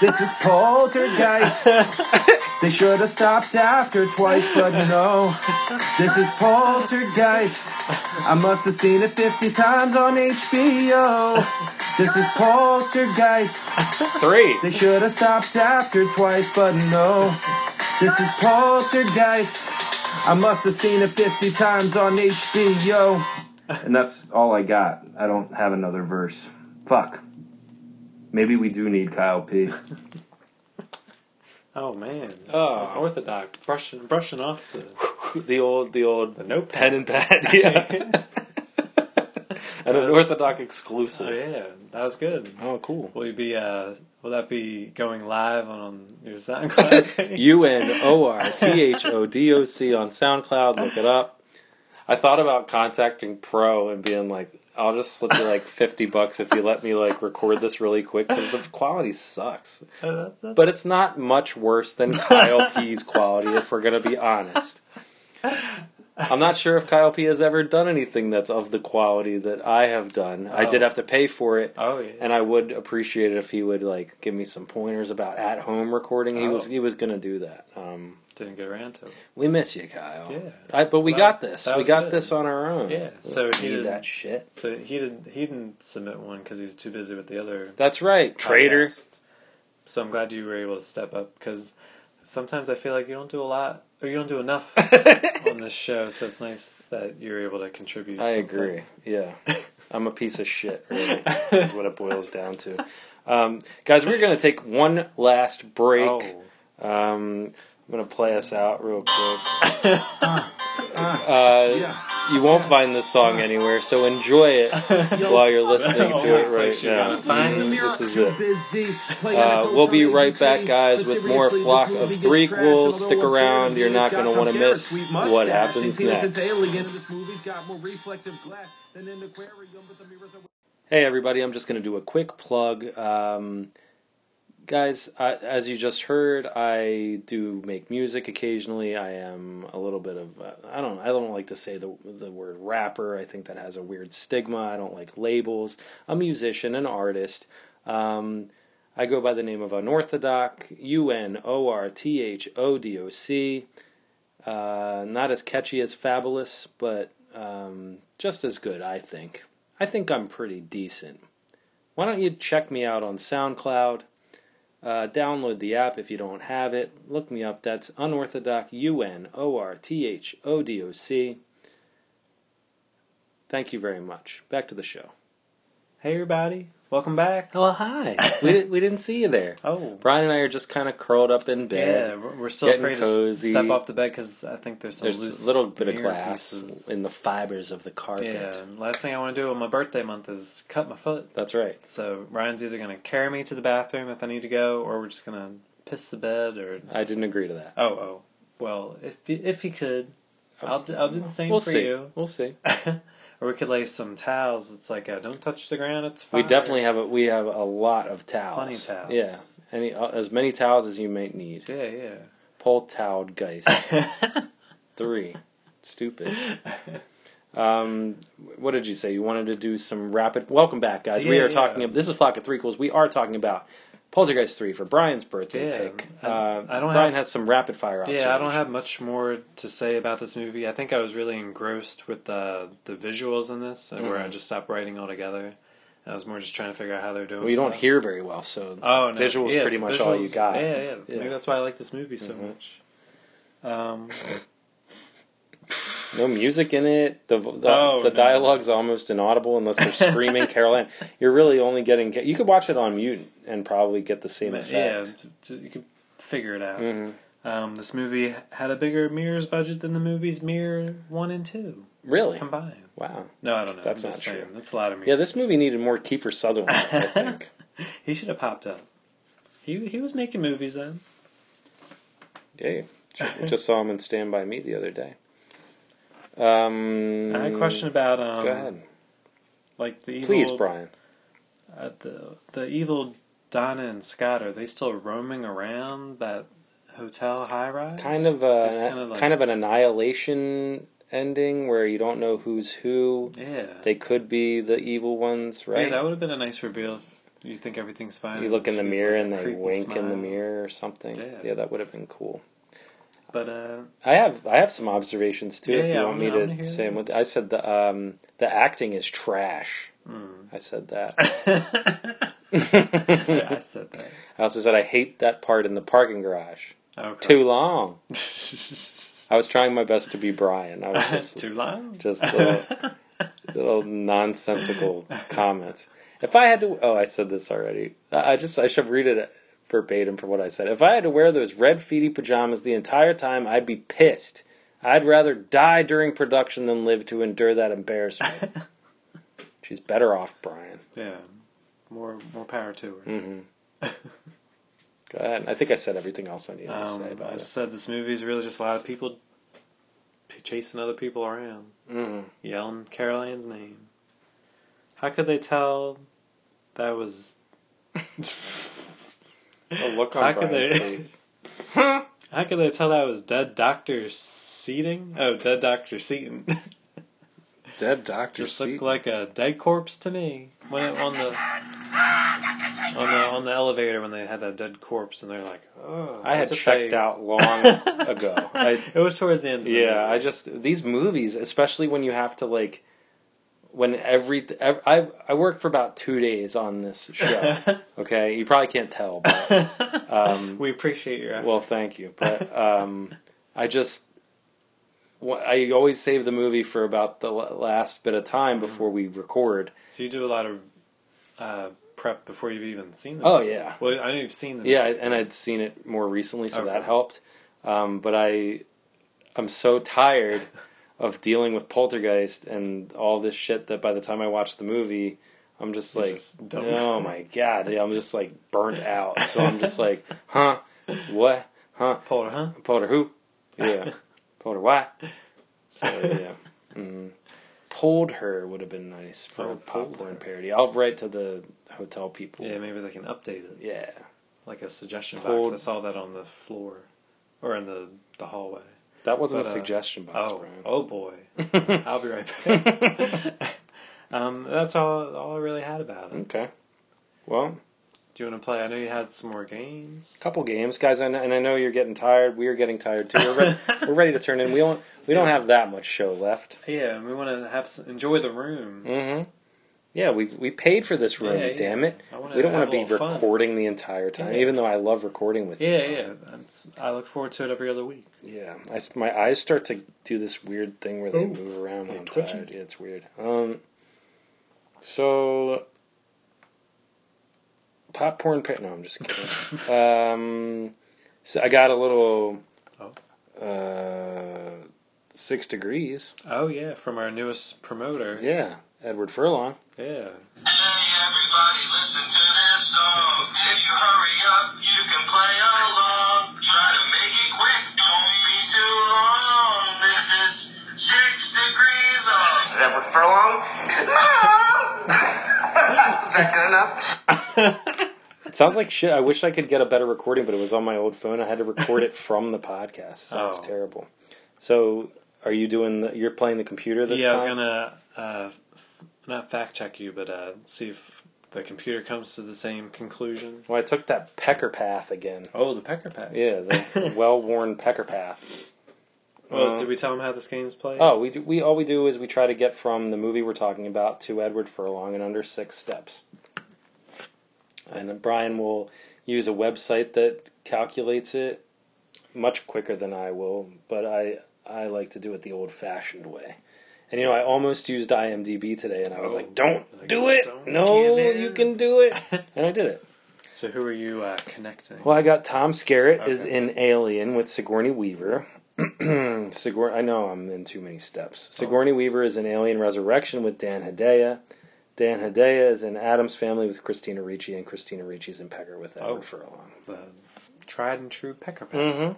[SPEAKER 4] this is Poltergeist. They should have stopped after twice, but no. This is Poltergeist. I must have seen it 50 times on HBO. This is Poltergeist.
[SPEAKER 1] Three.
[SPEAKER 4] They should have stopped after twice, but no. This is Poltergeist. I must have seen it 50 times on HBO.
[SPEAKER 9] and that's all I got. I don't have another verse. Fuck. Maybe we do need Kyle P.
[SPEAKER 2] Oh man.
[SPEAKER 1] Oh.
[SPEAKER 2] Orthodox brushing brushing off the
[SPEAKER 1] the old the old pen and pad. Yeah. and an Orthodox exclusive.
[SPEAKER 2] Oh yeah, that was good.
[SPEAKER 1] Oh, cool.
[SPEAKER 2] Will you be? Uh, will that be going live on your SoundCloud?
[SPEAKER 1] U N O R T H O D O C on SoundCloud. Look it up. I thought about contacting Pro and being like, "I'll just slip you like fifty bucks if you let me like record this really quick because the quality sucks." But it's not much worse than Kyle P's quality, if we're gonna be honest. I'm not sure if Kyle P has ever done anything that's of the quality that I have done. I did
[SPEAKER 2] Oh.
[SPEAKER 1] have to pay for it.
[SPEAKER 2] Oh, yeah.
[SPEAKER 1] And I would appreciate it if he would like give me some pointers about at home recording. He was
[SPEAKER 2] Oh.
[SPEAKER 1] he was gonna do that. Um,
[SPEAKER 2] Didn't get around to it.
[SPEAKER 1] we miss you, Kyle.
[SPEAKER 2] Yeah.
[SPEAKER 1] I, but we
[SPEAKER 2] Well,
[SPEAKER 1] got this.
[SPEAKER 2] that
[SPEAKER 1] We
[SPEAKER 2] was
[SPEAKER 1] got
[SPEAKER 2] good.
[SPEAKER 1] this on our own.
[SPEAKER 2] Yeah. So
[SPEAKER 1] We
[SPEAKER 2] he
[SPEAKER 1] need
[SPEAKER 2] didn't,
[SPEAKER 1] that shit.
[SPEAKER 2] So he didn't. He didn't submit one because he's too busy with the other.
[SPEAKER 1] That's right, traitor.
[SPEAKER 2] podcast. So I'm glad you were able to step up because sometimes I feel like you don't do a lot or you don't do enough on this show. So it's nice that you're able to contribute.
[SPEAKER 1] I
[SPEAKER 2] something.
[SPEAKER 1] agree. Yeah. I'm a piece of shit, really, is what it boils down to. Um, guys, we're going to take one last break.
[SPEAKER 2] Oh.
[SPEAKER 1] Um, I'm going to play us out real quick. Uh, you won't find this song anywhere, so enjoy it while you're listening to it right now. Mm, This is it. Uh, we'll be right back, guys, with more flock of three ghouls. Stick around; you're not going to want to miss what happens next. Hey, everybody! I'm just going to do a quick plug, um, guys. I, as you just heard, I do make music occasionally. I am a little bit of uh, I don't I don't like to say the the word rapper. I think that has a weird stigma. I don't like labels. A musician, an artist. Um, I go by the name of Unorthodox, U N O R T H O D O C. Uh, Not as catchy as Fabulous, but um, just as good, I think. I think I'm pretty decent. Why don't you check me out on SoundCloud? Uh, download the app if you don't have it. Look me up. That's Unorthodox, U N O R T H O D O C. Thank you very much. Back to the show.
[SPEAKER 2] Hey, everybody. Welcome back.
[SPEAKER 1] Well, hi. we, di- we didn't see you there.
[SPEAKER 2] Oh.
[SPEAKER 1] Brian and I are just kind of curled up in bed.
[SPEAKER 2] Yeah, we're- we're still
[SPEAKER 1] getting
[SPEAKER 2] afraid
[SPEAKER 1] cozy.
[SPEAKER 2] to step off the bed because I think there's some
[SPEAKER 1] There's
[SPEAKER 2] loose
[SPEAKER 1] a little bit of
[SPEAKER 2] mirror
[SPEAKER 1] glass
[SPEAKER 2] pieces.
[SPEAKER 1] in the fibers of the carpet.
[SPEAKER 2] Yeah, last thing I want to do on my birthday month is cut my foot.
[SPEAKER 1] That's right.
[SPEAKER 2] So Ryan's either going to carry me to the bathroom if I need to go, or we're just going to piss the bed. Or
[SPEAKER 1] I didn't agree to that.
[SPEAKER 2] Oh, oh. Well, if he- if he could, I'll do, I'll do the same
[SPEAKER 1] We'll
[SPEAKER 2] for
[SPEAKER 1] see.
[SPEAKER 2] you.
[SPEAKER 1] We'll see.
[SPEAKER 2] or we could lay some towels. It's like uh, don't touch the ground. It's fine.
[SPEAKER 1] We definitely have a, we have a lot of towels.
[SPEAKER 2] Plenty of towels.
[SPEAKER 1] Yeah, any uh, as many towels as you may need.
[SPEAKER 2] Yeah, yeah.
[SPEAKER 1] Pull towel geist. Three, stupid. Um, what did you say? You wanted to do some rapid. Welcome back, guys. we
[SPEAKER 2] Yeah,
[SPEAKER 1] are talking. ab- This is Flock of Three Equals. We are talking about Poltergeist Three for Brian's birthday
[SPEAKER 2] Yeah,
[SPEAKER 1] pick.
[SPEAKER 2] I-
[SPEAKER 1] uh,
[SPEAKER 2] I don't
[SPEAKER 1] Brian
[SPEAKER 2] have-
[SPEAKER 1] has some rapid fire.
[SPEAKER 2] Yeah, I don't
[SPEAKER 1] observations.
[SPEAKER 2] have much more to say about this movie. I think I was really engrossed with the the visuals in this, and where I
[SPEAKER 1] Mhm.
[SPEAKER 2] just stopped writing altogether. I was more just trying to figure out how they're doing.
[SPEAKER 1] Well, you don't
[SPEAKER 2] stuff.
[SPEAKER 1] hear very well, so
[SPEAKER 2] Oh, no.
[SPEAKER 1] visuals
[SPEAKER 2] Yes,
[SPEAKER 1] pretty much all you
[SPEAKER 2] visuals-
[SPEAKER 1] got. Mm-hmm.
[SPEAKER 2] Yeah, yeah, Maybe that's why I like this movie so much. Um,
[SPEAKER 1] No music in it. The the,
[SPEAKER 2] Oh,
[SPEAKER 1] the
[SPEAKER 2] no.
[SPEAKER 1] dialogue's almost inaudible unless they're screaming Carol Ann. You're really only getting. You could watch it on mute and probably get the same
[SPEAKER 2] ma- yeah,
[SPEAKER 1] effect.
[SPEAKER 2] t- t- you can figure it out.
[SPEAKER 1] Mhm.
[SPEAKER 2] Um, this movie had a bigger mirrors budget than the movies Mirror One and Two
[SPEAKER 1] Really?
[SPEAKER 2] combined.
[SPEAKER 1] Wow.
[SPEAKER 2] No, I don't know.
[SPEAKER 1] That's
[SPEAKER 2] I'm
[SPEAKER 1] not
[SPEAKER 2] just
[SPEAKER 1] true.
[SPEAKER 2] saying. That's a lot of mirrors.
[SPEAKER 1] Yeah, this movie needed more Kiefer Sutherland. I think.
[SPEAKER 2] He should have popped up. He he was making movies then.
[SPEAKER 1] Yeah, ju- just saw him in Stand by Me the other day. Um,
[SPEAKER 2] I had a question about um,
[SPEAKER 1] Go ahead,
[SPEAKER 2] like the evil,
[SPEAKER 1] please, Brian.
[SPEAKER 2] uh, the the evil Donna and Scott are they still roaming around that hotel high rise?
[SPEAKER 1] Kind of
[SPEAKER 2] They're
[SPEAKER 1] a
[SPEAKER 2] just
[SPEAKER 1] kind of, an annihilation ending where you don't know who's who.
[SPEAKER 2] Yeah.
[SPEAKER 1] they could be the evil ones,
[SPEAKER 2] Yeah,
[SPEAKER 1] right?
[SPEAKER 2] that would have been a nice reveal. You think everything's fine?
[SPEAKER 1] you look in the
[SPEAKER 2] She's
[SPEAKER 1] mirror
[SPEAKER 2] like a
[SPEAKER 1] and they
[SPEAKER 2] creepy
[SPEAKER 1] wink in the
[SPEAKER 2] smile.
[SPEAKER 1] mirror or something.
[SPEAKER 2] Yeah.
[SPEAKER 1] Yeah, that would have been cool.
[SPEAKER 2] But uh,
[SPEAKER 1] I have I have some observations too.
[SPEAKER 2] Yeah,
[SPEAKER 1] if you
[SPEAKER 2] yeah, I
[SPEAKER 1] want
[SPEAKER 2] wanna- I wanna
[SPEAKER 1] me
[SPEAKER 2] hear
[SPEAKER 1] to say them with, I said the um, the acting is trash.
[SPEAKER 2] Mm.
[SPEAKER 1] I said that.
[SPEAKER 2] I said that.
[SPEAKER 1] I also said I hate that part in the parking garage.
[SPEAKER 2] Okay.
[SPEAKER 1] Too long. I was trying my best to be Brian. I was just
[SPEAKER 2] too long.
[SPEAKER 1] just little, little nonsensical comments. If I had to, oh, I said this already. I I just I should read it verbatim from what I said. If I had to wear those red feety pajamas the entire time, I'd be pissed. I'd rather die during production than live to endure that embarrassment. She's better off, Brian.
[SPEAKER 2] yeah, more more power to her.
[SPEAKER 1] hmm Go ahead. I think I said everything else I needed to
[SPEAKER 2] Um,
[SPEAKER 1] say
[SPEAKER 2] I
[SPEAKER 1] about
[SPEAKER 2] just
[SPEAKER 1] it.
[SPEAKER 2] said this movie is really just a lot of people p- chasing other people around,
[SPEAKER 1] Mhm.
[SPEAKER 2] yelling Carol Ann's name. How could they tell that was?
[SPEAKER 1] A look
[SPEAKER 2] How
[SPEAKER 1] on
[SPEAKER 2] could
[SPEAKER 1] Brian's
[SPEAKER 2] they-
[SPEAKER 1] face.
[SPEAKER 2] How could they tell that was dead Doctor Seating? Oh, dead Doctor Seaton.
[SPEAKER 1] Dead Doctor
[SPEAKER 2] just looked
[SPEAKER 1] Seaton.
[SPEAKER 2] like a dead corpse to me when it, on the on the on the elevator when they had that dead corpse and they're like, oh,
[SPEAKER 1] I had
[SPEAKER 2] as if
[SPEAKER 1] checked
[SPEAKER 2] they-
[SPEAKER 1] out long ago. I,
[SPEAKER 2] it was towards the end. Of the
[SPEAKER 1] yeah,
[SPEAKER 2] movie.
[SPEAKER 1] I just these movies, especially when you have to like when every, ev I I worked for about two days on this show. okay, you probably can't tell. But, um,
[SPEAKER 2] we appreciate your effort.
[SPEAKER 1] well, thank you, but um, I just wh- I always save the movie for about the la- last bit of time before we record.
[SPEAKER 2] so you do a lot of uh, prep before you've even seen them.
[SPEAKER 1] Oh, yeah.
[SPEAKER 2] Well, I know you've seen them.
[SPEAKER 1] Yeah, I- and I'd seen it more recently, so
[SPEAKER 2] Okay.
[SPEAKER 1] that helped. Um, but I, I'm so tired of dealing with Poltergeist and all this shit that by the time I watch the movie, I'm just like,
[SPEAKER 2] dumb.
[SPEAKER 1] oh my god, yeah, I'm just like burnt out. So I'm just like, huh, what, huh,
[SPEAKER 2] Polter, huh?
[SPEAKER 1] Polter who, yeah, Polter what? So yeah. Mm. Pulled her would have been nice for a
[SPEAKER 2] Oh, Pulled
[SPEAKER 1] popcorn parody. I'll write to the hotel people.
[SPEAKER 2] Yeah, maybe they can update it
[SPEAKER 1] yeah.
[SPEAKER 2] like a suggestion
[SPEAKER 1] Pulled-
[SPEAKER 2] box. I saw that on the floor or in the the hallway.
[SPEAKER 1] That wasn't
[SPEAKER 2] But,
[SPEAKER 1] a
[SPEAKER 2] uh,
[SPEAKER 1] suggestion box,
[SPEAKER 2] oh,
[SPEAKER 1] Brian.
[SPEAKER 2] oh boy, I'll be right back. um, that's all all I really had about it.
[SPEAKER 1] Okay. Well,
[SPEAKER 2] Do you want to play? I know you had some more games.
[SPEAKER 1] a couple games, guys, and, and I know you're getting tired. We are getting tired too. We're ready, we're ready to turn in. We don't we don't have that much show left.
[SPEAKER 2] Yeah, and we want to have some, enjoy the room.
[SPEAKER 1] Mm-hmm. Yeah, we we paid for this room.
[SPEAKER 2] Yeah, yeah.
[SPEAKER 1] damn it.
[SPEAKER 2] I wanna
[SPEAKER 1] We don't want
[SPEAKER 2] have a
[SPEAKER 1] to be
[SPEAKER 2] little fun.
[SPEAKER 1] recording the entire time,
[SPEAKER 2] Yeah.
[SPEAKER 1] even though I love recording with
[SPEAKER 2] Yeah,
[SPEAKER 1] you.
[SPEAKER 2] yeah. That's- I look forward to it every other week.
[SPEAKER 1] Yeah, I s my eyes start to do this weird thing where they move around when I'm
[SPEAKER 2] twitchy.
[SPEAKER 1] tired. Yeah, it's weird. Um, so popcorn. Pa- no, I'm just kidding. um, so I got a little. Uh, six degrees.
[SPEAKER 2] Oh yeah, from our newest promoter.
[SPEAKER 1] Yeah, Edward Furlong.
[SPEAKER 2] Yeah.
[SPEAKER 6] Is that what furlong? Mom! Is that good enough?
[SPEAKER 1] It sounds like shit. I wish I could get a better recording, but it was on my old phone. I had to record it from the podcast. So it's
[SPEAKER 2] Oh.
[SPEAKER 1] terrible. So are you doing? The, you're playing the computer this
[SPEAKER 2] yeah, I was
[SPEAKER 1] time.
[SPEAKER 2] gonna uh, f- not fact check you, but uh, see if the computer comes to the same conclusion.
[SPEAKER 1] Well, I took that pecker path again.
[SPEAKER 2] Oh, the pecker path.
[SPEAKER 1] Yeah, the well-worn pecker path.
[SPEAKER 2] Well,
[SPEAKER 1] Uh,
[SPEAKER 2] did we tell him how this game's played?
[SPEAKER 1] Oh, we do, we all we do is we try to get from the movie we're talking about to Edward Furlong in under six steps. And then Brian will use a website that calculates it much quicker than I will, but I I like to do it the old-fashioned way. And you know, I almost used IMDb today, and I was Oh. like, "Don't do it! no, you can do it!" And I did it.
[SPEAKER 2] So who are you uh, connecting?
[SPEAKER 1] Well, I got Tom Skerritt is
[SPEAKER 2] Okay.
[SPEAKER 1] in Alien with Sigourney Weaver. Sigour- I know I'm in too many steps.
[SPEAKER 2] Oh.
[SPEAKER 1] Sigourney Weaver is in Alien Resurrection with Dan Hedaya. Dan Hedaya is in Adam's Family with Christina Ricci, and Christina Ricci's in Pecker with Edward
[SPEAKER 2] Oh.
[SPEAKER 1] Furlong.
[SPEAKER 2] The tried and true pecker path.
[SPEAKER 1] Mhm.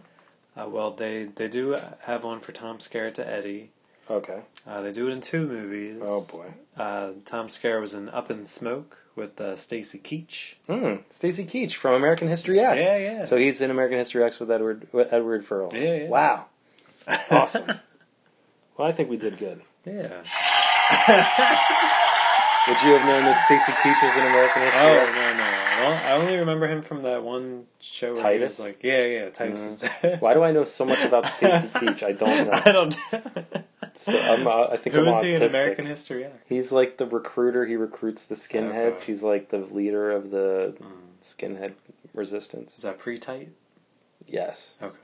[SPEAKER 2] Uh, well, they they do have one for Tom Skerritt to Eddie.
[SPEAKER 1] Okay.
[SPEAKER 2] Uh, they do it in two movies.
[SPEAKER 1] Oh, boy.
[SPEAKER 2] Uh, Tom Skerritt was in Up in Smoke with uh, Stacy Keach.
[SPEAKER 1] Hmm. Stacy Keach from American History X.
[SPEAKER 2] Yeah, yeah.
[SPEAKER 1] So he's in American History X with Edward with Edward Furlong.
[SPEAKER 2] Yeah, yeah.
[SPEAKER 1] Wow. Awesome. well, I think we did good.
[SPEAKER 2] Yeah.
[SPEAKER 1] Would you have known that Stacy Keach is in American
[SPEAKER 2] Oh
[SPEAKER 1] History
[SPEAKER 2] no
[SPEAKER 1] X?
[SPEAKER 2] no no! Well, I only remember him from that one show. Where he was
[SPEAKER 1] Titus?
[SPEAKER 2] like yeah yeah Titus is
[SPEAKER 1] Mhm. Why do I know so much about Stacy Keach? I don't know.
[SPEAKER 2] I don't.
[SPEAKER 1] So I'm, uh, I think
[SPEAKER 2] Who
[SPEAKER 1] I'm
[SPEAKER 2] is he in
[SPEAKER 1] autistic.
[SPEAKER 2] American History X?
[SPEAKER 1] He's like the recruiter. He recruits the skinheads. He's like the leader of the
[SPEAKER 2] Mm.
[SPEAKER 1] skinhead resistance.
[SPEAKER 2] Is that pre tight?
[SPEAKER 1] Yes.
[SPEAKER 2] Okay.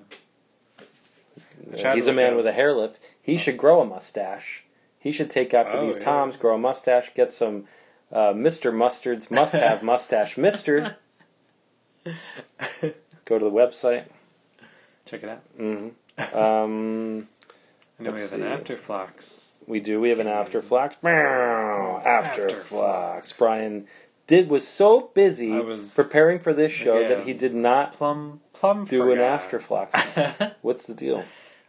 [SPEAKER 1] Uh,
[SPEAKER 2] Chad
[SPEAKER 1] he's a
[SPEAKER 2] Wick-
[SPEAKER 1] man with a hair lip. He should grow a mustache. He should take after
[SPEAKER 2] Oh,
[SPEAKER 1] these
[SPEAKER 2] yeah.
[SPEAKER 1] toms, grow a mustache, get some uh, Mr. Mustard's must have mustache mustard. Go to the website.
[SPEAKER 2] Check it out.
[SPEAKER 1] Mm-hmm. Um,
[SPEAKER 2] I know we
[SPEAKER 1] let's
[SPEAKER 2] have an
[SPEAKER 1] see.
[SPEAKER 2] after flux.
[SPEAKER 1] We do. We have an afterflux. Meow. Afterflux. Brian did was so busy preparing for this show
[SPEAKER 2] Yeah.
[SPEAKER 1] that he did not
[SPEAKER 2] plum plum
[SPEAKER 1] do an
[SPEAKER 2] forgot.
[SPEAKER 1] afterflux. What's the deal?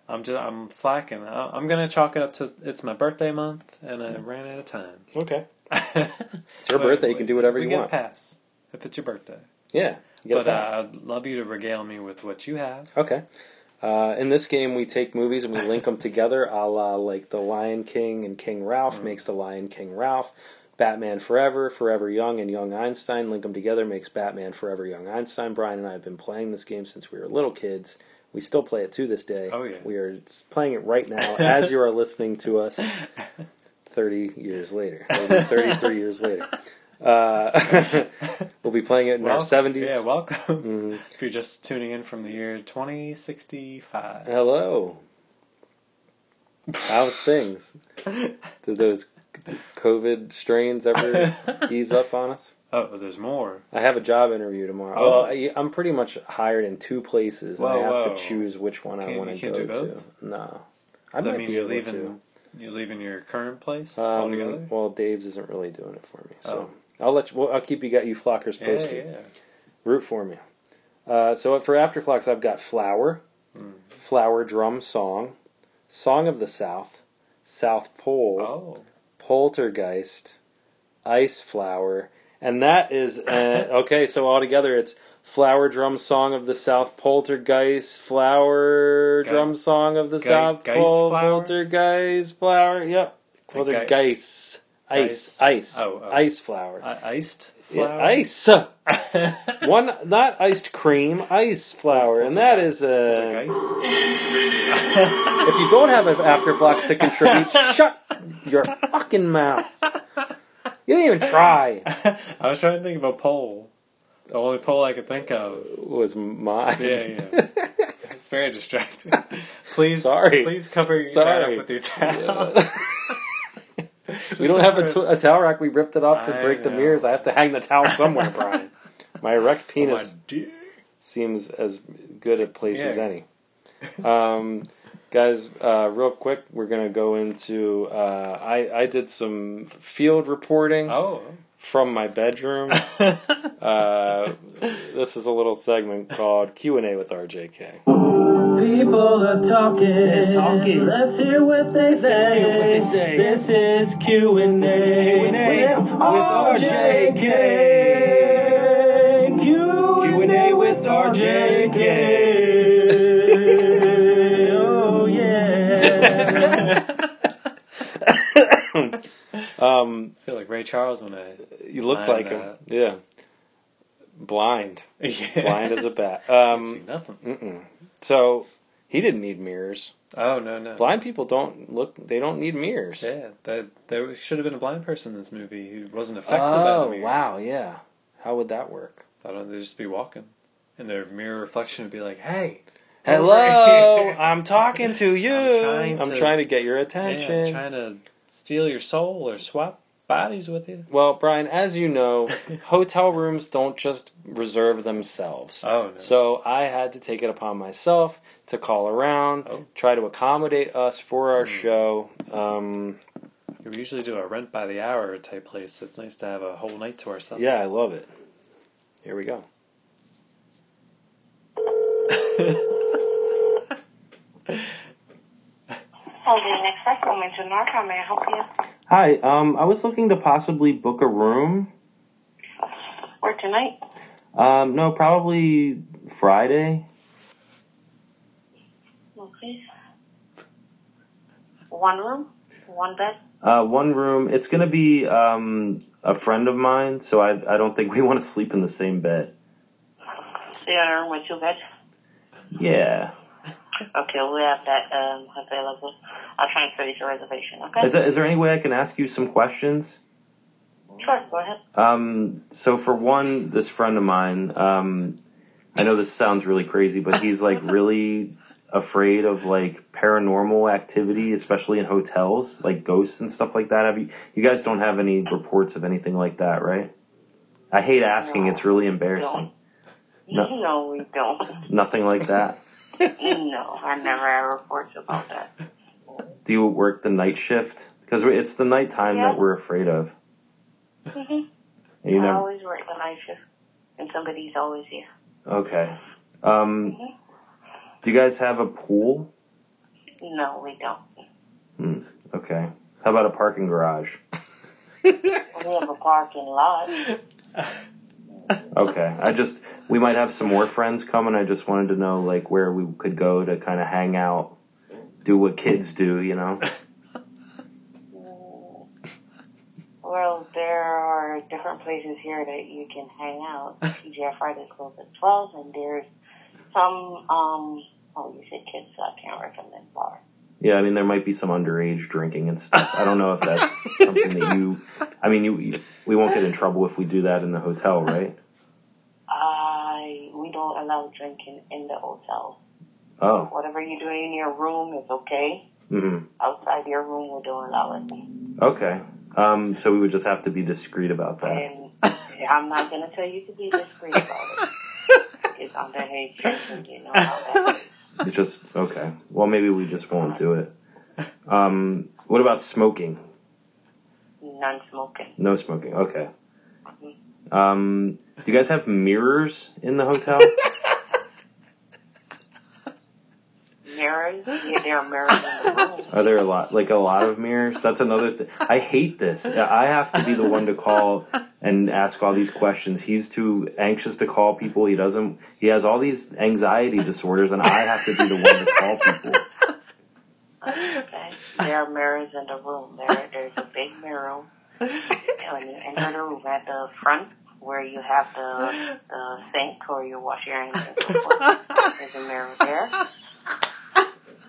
[SPEAKER 2] I'm just I'm slacking. I- I'm gonna chalk it up to it's my birthday month, and I ran out of time.
[SPEAKER 1] Okay. It's your birthday. You can do whatever
[SPEAKER 2] we
[SPEAKER 1] you
[SPEAKER 2] get a
[SPEAKER 1] want.
[SPEAKER 2] pass if it's your birthday.
[SPEAKER 1] Yeah. You get
[SPEAKER 2] But
[SPEAKER 1] a pass.
[SPEAKER 2] uh, I'd love you to regale me with what you have.
[SPEAKER 1] okay. Uh, in this game, we take movies and we link them together, a la like The Lion King and King Ralph
[SPEAKER 4] Mm.
[SPEAKER 1] makes The Lion King Ralph. Batman Forever, Forever Young, and Young Einstein link them together, makes Batman Forever Young Einstein. Brian and I have been playing this game since we were little kids. We still play it to this day. Oh, yeah. We are s- playing it right now as you are listening to us 30 years later. It'll be 33 years later. Uh, we'll be playing it in our
[SPEAKER 2] Welcome-
[SPEAKER 1] 70s.
[SPEAKER 2] Yeah, welcome.
[SPEAKER 1] Mhm.
[SPEAKER 2] If you're just tuning in from the year 2065.
[SPEAKER 1] Hello. How's things? Did those COVID strains ever ease up on us?
[SPEAKER 2] Oh, there's more.
[SPEAKER 1] I have a job interview tomorrow.
[SPEAKER 2] Oh.
[SPEAKER 1] Well, I, I'm pretty much hired in two places, and I
[SPEAKER 2] Whoa,
[SPEAKER 1] have
[SPEAKER 2] whoa.
[SPEAKER 1] to choose which one I
[SPEAKER 2] Can't-
[SPEAKER 1] want
[SPEAKER 2] you
[SPEAKER 1] to
[SPEAKER 2] can't
[SPEAKER 1] go
[SPEAKER 2] do both?
[SPEAKER 1] to. No,
[SPEAKER 2] Does
[SPEAKER 1] I
[SPEAKER 2] that
[SPEAKER 1] might
[SPEAKER 2] mean
[SPEAKER 1] be
[SPEAKER 2] you're
[SPEAKER 1] able
[SPEAKER 2] leaving? You're leaving your current place
[SPEAKER 1] to.
[SPEAKER 2] altogether?
[SPEAKER 1] Um, well, Dave's isn't really doing it for me, so
[SPEAKER 2] Oh.
[SPEAKER 1] I'll let you. Well, I'll keep you got you flockers
[SPEAKER 2] Yeah,
[SPEAKER 1] posted.
[SPEAKER 2] yeah.
[SPEAKER 1] Root for me. Uh, so for Afterflux, I've got flower.
[SPEAKER 2] Mm.
[SPEAKER 1] Flower Drum Song, Song of the South, South Pole,
[SPEAKER 2] Oh.
[SPEAKER 1] Poltergeist, Ice Flower, and that is uh, okay. So altogether, it's Flower Drum Song of the South, Poltergeist, Flower
[SPEAKER 2] Ge-
[SPEAKER 1] Drum Song of the
[SPEAKER 2] Ge-
[SPEAKER 1] South,
[SPEAKER 2] Geist
[SPEAKER 1] Pole,
[SPEAKER 2] Flower?
[SPEAKER 1] Poltergeist, Flower. Yep, Poltergeist, Ice,
[SPEAKER 2] Geist.
[SPEAKER 1] Ice,
[SPEAKER 2] Oh, oh.
[SPEAKER 1] Ice Flower.
[SPEAKER 2] I- iced
[SPEAKER 1] Yeah,
[SPEAKER 2] flour?
[SPEAKER 1] ice. One not iced cream, ice flour, and that is a. if you don't have an afterflux to contribute, shut your fucking mouth. You didn't even try.
[SPEAKER 2] I was trying to think of a poll. The only poll I could think of
[SPEAKER 1] was mine.
[SPEAKER 2] Yeah, yeah. it's very distracting. Please,
[SPEAKER 1] Sorry.
[SPEAKER 2] Please cover your head
[SPEAKER 1] Sorry.
[SPEAKER 2] up with your towel.
[SPEAKER 1] We don't have a, t- a towel rack. We ripped it off to
[SPEAKER 2] I
[SPEAKER 1] break the
[SPEAKER 2] know.
[SPEAKER 1] mirrors. I have to hang the towel somewhere, Brian.
[SPEAKER 4] My erect
[SPEAKER 2] Oh, my
[SPEAKER 4] penis seems as good a place as
[SPEAKER 2] Yeah.
[SPEAKER 4] any. Um, guys, uh, real quick, we're gonna go into. Uh, I I did some field reporting. From my bedroom. uh, this is a little segment called Q and A with RJK.
[SPEAKER 11] People are talking.
[SPEAKER 4] talking.
[SPEAKER 11] Let's hear what they say. Let's hear what they say. This is Q and A with RJK. Q and A with RJK. oh yeah.
[SPEAKER 4] Um,
[SPEAKER 2] I feel like Ray Charles when I
[SPEAKER 4] you looked
[SPEAKER 2] lined
[SPEAKER 4] like him.
[SPEAKER 2] that.
[SPEAKER 4] Yeah. Blind.
[SPEAKER 2] Yeah.
[SPEAKER 4] Blind as a bat. Um,
[SPEAKER 2] see nothing.
[SPEAKER 4] Mm-mm. So he didn't need mirrors.
[SPEAKER 2] Oh no no.
[SPEAKER 4] Blind people don't look. They don't need mirrors.
[SPEAKER 2] Yeah, that there should have been a blind person in this movie who wasn't affected by
[SPEAKER 4] Oh,
[SPEAKER 2] the mirror.
[SPEAKER 4] wow, yeah. How would that work?
[SPEAKER 2] I don't. They'd just be walking, and their mirror reflection would be like, "Hey,
[SPEAKER 4] Hello, I'm talking to you. I'm
[SPEAKER 2] trying to-
[SPEAKER 4] get your
[SPEAKER 2] yeah,
[SPEAKER 4] attention.
[SPEAKER 2] trying to steal your soul or swap bodies with you."
[SPEAKER 4] Well, Brian, as you know, hotel rooms don't just reserve themselves.
[SPEAKER 2] Oh, no.
[SPEAKER 4] So I had to take it upon myself to call around,
[SPEAKER 2] Oh.
[SPEAKER 4] try to accommodate us for our show. Um,
[SPEAKER 2] Hmm. We usually do a rent by the hour type place, so it's nice to have a whole night to ourselves.
[SPEAKER 4] yeah, I love it. Here we go.
[SPEAKER 18] Holding an express woman to North. How may I help you?
[SPEAKER 1] Hi, um, I was looking to possibly book a room.
[SPEAKER 18] Or tonight?
[SPEAKER 1] Um, no, probably Friday.
[SPEAKER 18] Okay. One room, one bed.
[SPEAKER 1] Uh, one room. It's gonna be um a friend of mine, so I I don't think we want to sleep in the same bed.
[SPEAKER 18] So you want a room with two beds?
[SPEAKER 1] Yeah.
[SPEAKER 18] Okay, we have that um, available. I'll transfer you to reservation. Okay.
[SPEAKER 1] Is that, is there any way I can ask you some questions?
[SPEAKER 18] Sure. Go ahead.
[SPEAKER 1] Um, so for one, this friend of mine, um, I know this sounds really crazy, but he's like really afraid of like paranormal activity, especially in hotels, like ghosts and stuff like that. Have you, you guys don't have any reports of anything like that, right? I hate asking. It's really embarrassing. No,
[SPEAKER 18] No, we don't.
[SPEAKER 1] nothing like that.
[SPEAKER 18] no, I never have reports about that.
[SPEAKER 1] Do you work the night shift? Because it's the nighttime
[SPEAKER 18] Yeah.
[SPEAKER 1] that we're afraid of.
[SPEAKER 18] hmm
[SPEAKER 1] You
[SPEAKER 18] I
[SPEAKER 1] never.
[SPEAKER 18] always work the night shift, and somebody's always here.
[SPEAKER 1] Okay. Um, do you guys have a pool?
[SPEAKER 18] No, we don't.
[SPEAKER 1] Hmm. Okay. How about a parking garage?
[SPEAKER 18] We have a parking lot.
[SPEAKER 1] Okay. I just we might have some more friends coming. I just wanted to know like where we could go to kind of hang out, do what kids do, you know.
[SPEAKER 18] Well, there are different places here that you can hang out. TGI Fridays close at 12, and there's some, um, oh, you said kids, so I can't recommend bar.
[SPEAKER 1] Yeah, I mean there might be some underage drinking and stuff. I don't know if that's something that you I mean you, you we won't get in trouble if we do that in the hotel, right?
[SPEAKER 18] I, we don't allow drinking in the hotel.
[SPEAKER 1] Oh.
[SPEAKER 18] Whatever you do in your room is okay.
[SPEAKER 1] Mhm.
[SPEAKER 18] Outside your room, we don't allow it.
[SPEAKER 1] Okay. Um so we would just have to be discreet about that.
[SPEAKER 18] And I'm not going to tell you to be discreet about it. It's underage drinking, you know how that is.
[SPEAKER 1] It's just okay. Well, maybe we just won't do it. Um what about smoking?
[SPEAKER 18] Non-smoking. Mm-hmm.
[SPEAKER 1] No smoking. Okay. Um, do you guys have mirrors in the hotel?
[SPEAKER 18] Mirrors? Yeah, there are mirrors in the room.
[SPEAKER 1] Are there a lot, like a lot of mirrors? That's another thing. I hate this. I have to be the one to call and ask all these questions. He's too anxious to call people. He doesn't. He has all these anxiety disorders, and I have to be the one to call people.
[SPEAKER 18] Okay. There are mirrors in the room. There, there's a big mirror. And when you enter the room at the front, where you have the, the sink or you wash your hands and so forth, there's a mirror there.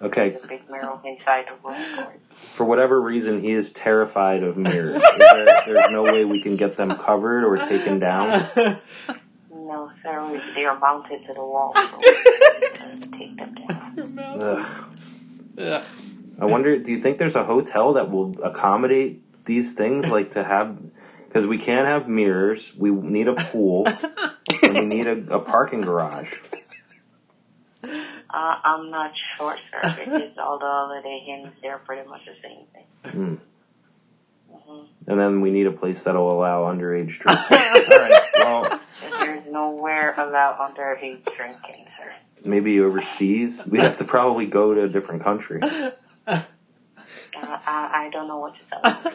[SPEAKER 1] Okay.
[SPEAKER 18] There's a big mirror inside the room.
[SPEAKER 1] For whatever reason, he is terrified of mirrors. Is there- there's no way we can get them covered or taken down.
[SPEAKER 18] No, sir, we- they are mounted to the wall. So take them down.
[SPEAKER 1] Ugh. I wonder, do you think there's a hotel that will accommodate these things? Like to have, because we can't have mirrors. We need a pool. and we need a, a parking garage.
[SPEAKER 18] Uh, I'm not sure, sir, because all the other day hymns, they're pretty much the same thing.
[SPEAKER 1] Hmm. And then we need a place that'll allow underage drinking. All right. Well,
[SPEAKER 18] There's nowhere allowed underage drinking, sir.
[SPEAKER 1] maybe overseas. We'd have to probably go to a different country.
[SPEAKER 18] Uh, I, I don't know what to tell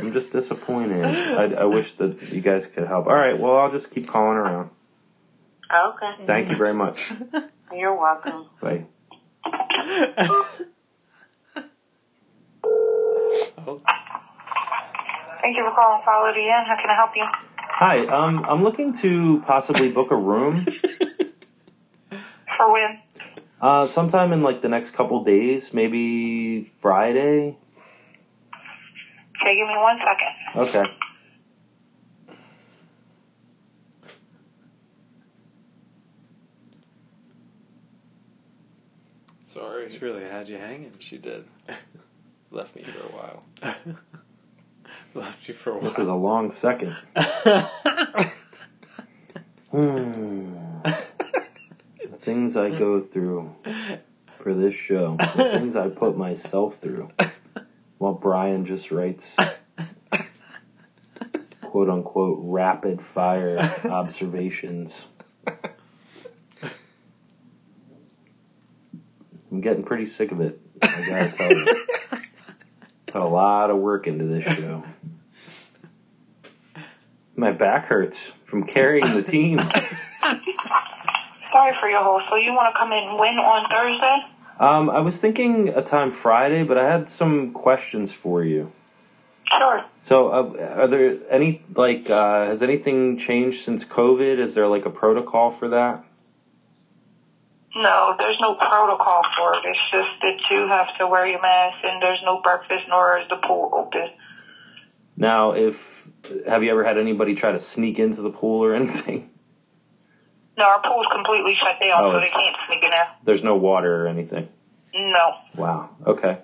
[SPEAKER 1] I'm just disappointed. I, I wish that you guys could help. All right. Well, I'll just keep calling around.
[SPEAKER 18] Okay.
[SPEAKER 1] Thank you very much.
[SPEAKER 18] You're welcome.
[SPEAKER 1] Bye.
[SPEAKER 11] Thank you for calling Follow the End. How can I help you?
[SPEAKER 1] Hi. Um, I'm looking to possibly book a room.
[SPEAKER 11] For when?
[SPEAKER 1] Uh, sometime in like the next couple days, maybe Friday.
[SPEAKER 11] Okay, give me one second.
[SPEAKER 1] Okay.
[SPEAKER 2] Sorry. She really had you hanging. She did. Left me for a while. Left you for a while.
[SPEAKER 1] This is a long second. Hmm. the things I go through for this show, the things I put myself through, while Brian just writes quote unquote rapid fire observations. I'm getting pretty sick of it. I gotta tell you. Put a lot of work into this show. My back hurts from carrying the team.
[SPEAKER 11] Sorry for your hole. So you want to come in when on Thursday?
[SPEAKER 1] Um, I was thinking a time Friday, but I had some questions for you.
[SPEAKER 11] Sure.
[SPEAKER 1] So, uh, are there any like uh, has anything changed since COVID? Is there like a protocol for that?
[SPEAKER 11] No, there's no protocol for it. It's just that you have to wear your mask and there's no breakfast nor is the pool open.
[SPEAKER 1] Now, if have you ever had anybody try to sneak into the pool or anything?
[SPEAKER 11] No, our pool's completely shut down,
[SPEAKER 1] Oh,
[SPEAKER 11] so they
[SPEAKER 1] it's-
[SPEAKER 11] can't sneak in there.
[SPEAKER 1] There's no water or anything.
[SPEAKER 11] No.
[SPEAKER 1] Wow. Okay.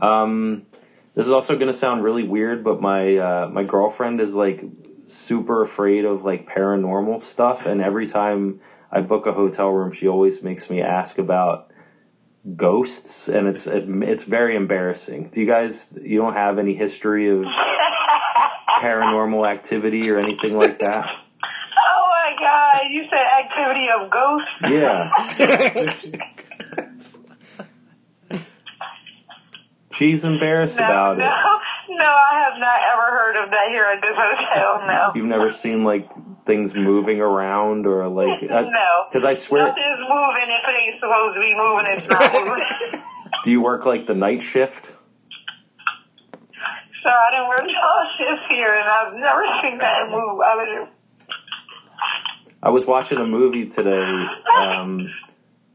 [SPEAKER 1] Um, this is also going to sound really weird, but my uh, my girlfriend is like super afraid of like paranormal stuff, and every time I book a hotel room, she always makes me ask about ghosts, and it's it, it's very embarrassing. Do you guys you don't have any history of paranormal activity or anything like that?
[SPEAKER 11] Oh my god, you said activity of ghosts?
[SPEAKER 1] Yeah. She's embarrassed about
[SPEAKER 11] no,
[SPEAKER 1] it.
[SPEAKER 11] no, I have not ever heard of that here at this hotel. No.
[SPEAKER 1] You've never seen like things moving around or like
[SPEAKER 11] No.
[SPEAKER 1] because I swear.
[SPEAKER 11] Nothing's moving if it ain't supposed to be moving. It's not moving.
[SPEAKER 1] Do you work like the night shift?
[SPEAKER 11] so I didn't work all shifts here, and I've never seen that move. Other than
[SPEAKER 1] I was watching a movie today, um,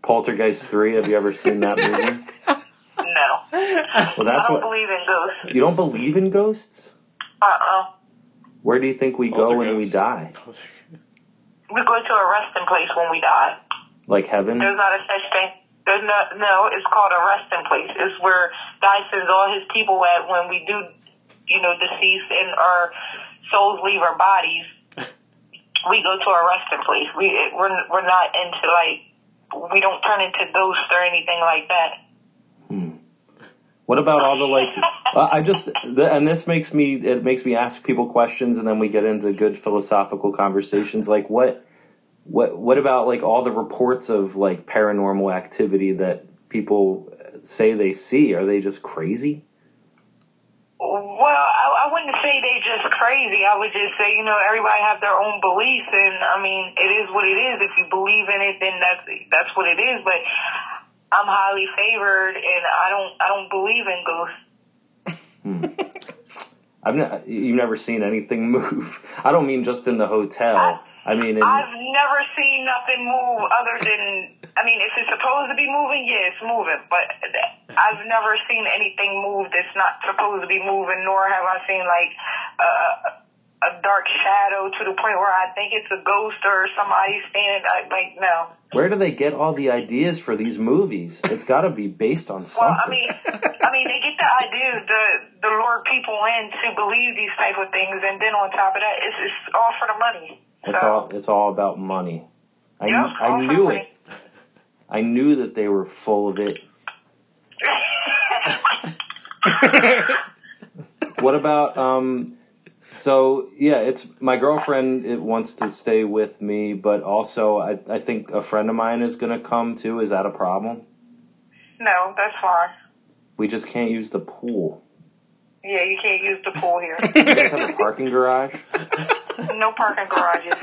[SPEAKER 1] Poltergeist Three. Have you ever seen that movie?
[SPEAKER 11] no.
[SPEAKER 1] Well, that's
[SPEAKER 11] I don't
[SPEAKER 1] what-
[SPEAKER 11] believe in ghosts.
[SPEAKER 1] You don't believe in ghosts?
[SPEAKER 11] Uh uh
[SPEAKER 1] Where do you think we go when we die?
[SPEAKER 11] We go to a resting place when we die.
[SPEAKER 1] Like heaven?
[SPEAKER 11] There's not a such thing. There's no, no, it's called a resting place. It's where God sends all his people at when we do, you know, decease and our souls leave our bodies. We go to a resting place. We, we're, we're not into like, we don't turn into ghosts or anything like that.
[SPEAKER 1] What about all the like? uh, I just th- and this makes me it makes me ask people questions, and then we get into good philosophical conversations. Like what, what, what about like all the reports of like paranormal activity that people say they see? Are they just crazy?
[SPEAKER 11] Well, I, I wouldn't say they just crazy. I would just say, you know, everybody have their own beliefs, and I mean, it is what it is. If you believe in it, then that's that's what it is. But I'm highly favored, and I don't I don't believe in ghosts.
[SPEAKER 1] I've ne- you've never seen anything move. I don't mean just in the hotel. I mean, in,
[SPEAKER 11] I've never seen nothing move other than I mean, if it's supposed to be moving, yeah, it's moving. But I've never seen anything move that's not supposed to be moving. Nor have I seen like uh, a dark shadow to the point where I think it's a ghost or somebody standing. I, like no.
[SPEAKER 1] where do they get all the ideas for these movies? It's got to be based on something.
[SPEAKER 11] Well, I mean, I mean, they get the idea the the lure people in to believe these type of things, and then on top of that, it's, it's all for the money.
[SPEAKER 1] It's all it's all about money. I
[SPEAKER 11] Yeah,
[SPEAKER 1] I knew it. I knew that they were full of it. what about um so yeah, it's my girlfriend it wants to stay with me, but also I, I think a friend of mine is gonna come too. Is that a problem?
[SPEAKER 11] No, that's fine.
[SPEAKER 1] We just can't use the pool.
[SPEAKER 11] Yeah, you can't use the pool here.
[SPEAKER 1] You guys have a parking garage?
[SPEAKER 11] no parking garages.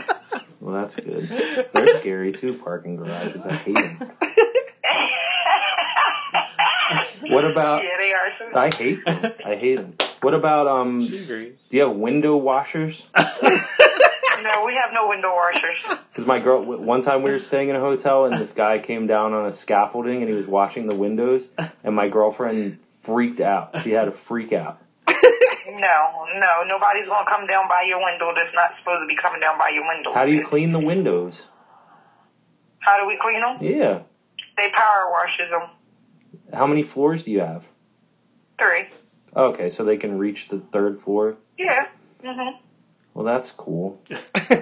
[SPEAKER 1] Well that's good. They're scary too, parking garages. I hate them. What about
[SPEAKER 11] Yeah, they are. So-
[SPEAKER 1] I hate them. I hate them. What about um? Do you have window washers?
[SPEAKER 11] no, we have no window washers.
[SPEAKER 1] Because my girl, w- one time we were staying in a hotel and this guy came down on a scaffolding and he was washing the windows, and my girlfriend freaked out. She had a freak out.
[SPEAKER 11] No, no, nobody's gonna come down by your window that's not supposed to be coming down by your window.
[SPEAKER 1] How do you clean the windows?
[SPEAKER 11] How do we clean them?
[SPEAKER 1] Yeah.
[SPEAKER 11] They power washes them.
[SPEAKER 1] How many floors do you have?
[SPEAKER 11] Three.
[SPEAKER 1] Okay, so they can reach the third floor.
[SPEAKER 11] Yeah. Mhm.
[SPEAKER 1] Well, that's cool.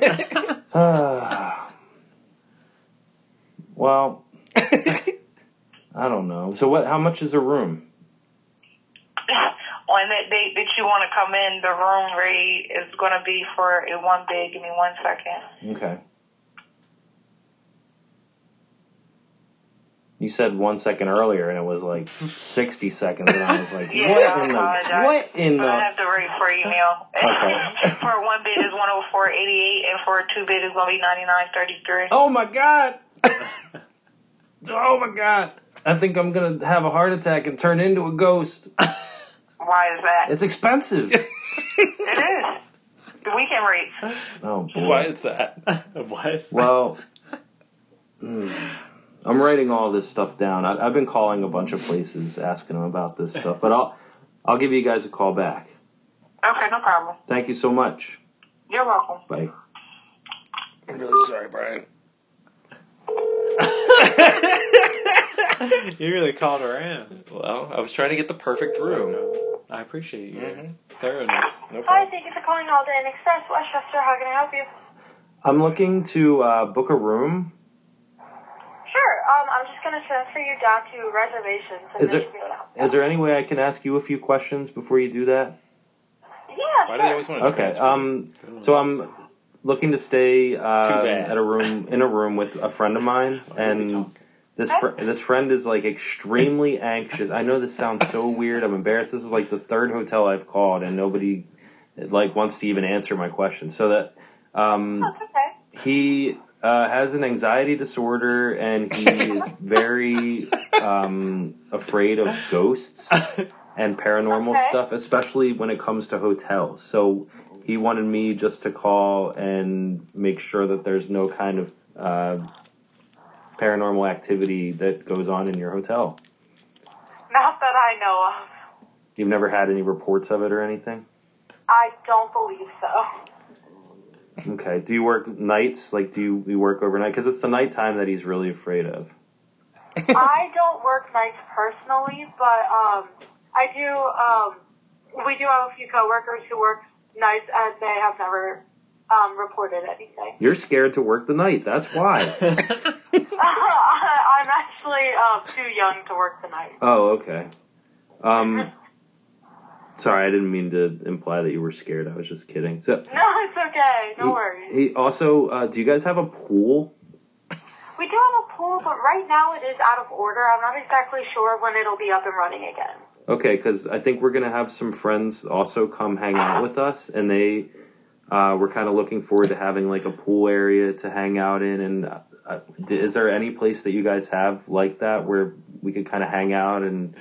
[SPEAKER 1] well, I don't know. So what? How much is a room?
[SPEAKER 11] On that date that you want to come in, the room rate is gonna be for a one bed. Give me one second.
[SPEAKER 1] Okay. You said one second earlier, and it was like sixty seconds, and I was like,
[SPEAKER 11] Yeah,
[SPEAKER 1] "What
[SPEAKER 11] I
[SPEAKER 1] in the?
[SPEAKER 11] apologize.
[SPEAKER 1] What in
[SPEAKER 11] I
[SPEAKER 1] the?"
[SPEAKER 11] have to wait for email.
[SPEAKER 1] Okay.
[SPEAKER 11] for one bid is one hundred four eighty eight, and for two bid is gonna be ninety nine thirty three.
[SPEAKER 1] Oh my god! oh my god! I think I'm gonna have a heart attack and turn into a ghost.
[SPEAKER 11] Why is that?
[SPEAKER 1] It's expensive.
[SPEAKER 11] It is. The weekend rates.
[SPEAKER 1] Oh boy!
[SPEAKER 2] Why is that? Why is that?
[SPEAKER 1] Well, mm, I'm writing all this stuff down. I, I've been calling a bunch of places asking them about this stuff, but I'll I'll give you guys a call back.
[SPEAKER 11] Okay, no problem.
[SPEAKER 1] Thank you so much.
[SPEAKER 11] You're welcome.
[SPEAKER 1] Bye.
[SPEAKER 19] I'm really sorry, Brian.
[SPEAKER 2] you really called her in.
[SPEAKER 12] Well, I was trying to get the perfect room.
[SPEAKER 2] I appreciate you.
[SPEAKER 1] Mm-hmm.
[SPEAKER 2] Thoroughness.
[SPEAKER 20] Hi, thank you for calling Holiday Inn Express, Westchester. How can I help you?
[SPEAKER 1] I'm looking to uh, book a room.
[SPEAKER 20] Sure. Um, I'm just gonna transfer you down to reservations, and
[SPEAKER 1] Is
[SPEAKER 20] then
[SPEAKER 1] there
[SPEAKER 20] you can go down.
[SPEAKER 1] is there any way I can ask you a few questions before you do that?
[SPEAKER 20] Yeah.
[SPEAKER 12] Why
[SPEAKER 20] sure.
[SPEAKER 12] do they always want to
[SPEAKER 1] Okay. Um. So I'm looking to stay uh,
[SPEAKER 12] bad.
[SPEAKER 1] at a room in a room with a friend of mine, and this fr- this friend is like extremely anxious. I know this sounds so weird. I'm embarrassed. This is like the third hotel I've called, and nobody like wants to even answer my question. So that um, he uh, has an anxiety disorder, and he is very um, afraid of ghosts and paranormal stuff, especially when it comes to hotels. So he wanted me just to call and make sure that there's no kind of uh, paranormal activity that goes on in your hotel.
[SPEAKER 3] Not that I know of.
[SPEAKER 1] You've never had any reports of it or anything?
[SPEAKER 3] I don't believe so.
[SPEAKER 1] Okay. Do you work nights? Like, do you, you work overnight? Because it's the nighttime that he's really afraid of.
[SPEAKER 3] I don't work nights personally, but um, I do. Um, we do have a few coworkers who work nights, and they have never um, reported anything.
[SPEAKER 1] You're scared to work the night. That's why.
[SPEAKER 3] I'm actually um, too young to work the night.
[SPEAKER 1] oh, okay. Um, sorry, I didn't mean to imply that you were scared. I was just kidding. So,
[SPEAKER 3] No, it's okay. No
[SPEAKER 1] He-
[SPEAKER 3] worries.
[SPEAKER 1] He, also, uh, do you guys have a pool?
[SPEAKER 3] We do have a pool, but right now it is out of order. I'm not exactly sure when it'll be up and running again.
[SPEAKER 1] Okay, because I think we're gonna have some friends also come hang out with us, and they uh, we're kind of looking forward to having like a pool area to hang out in. And uh, uh, d- is there any place that you guys have like that where we could kind of hang out and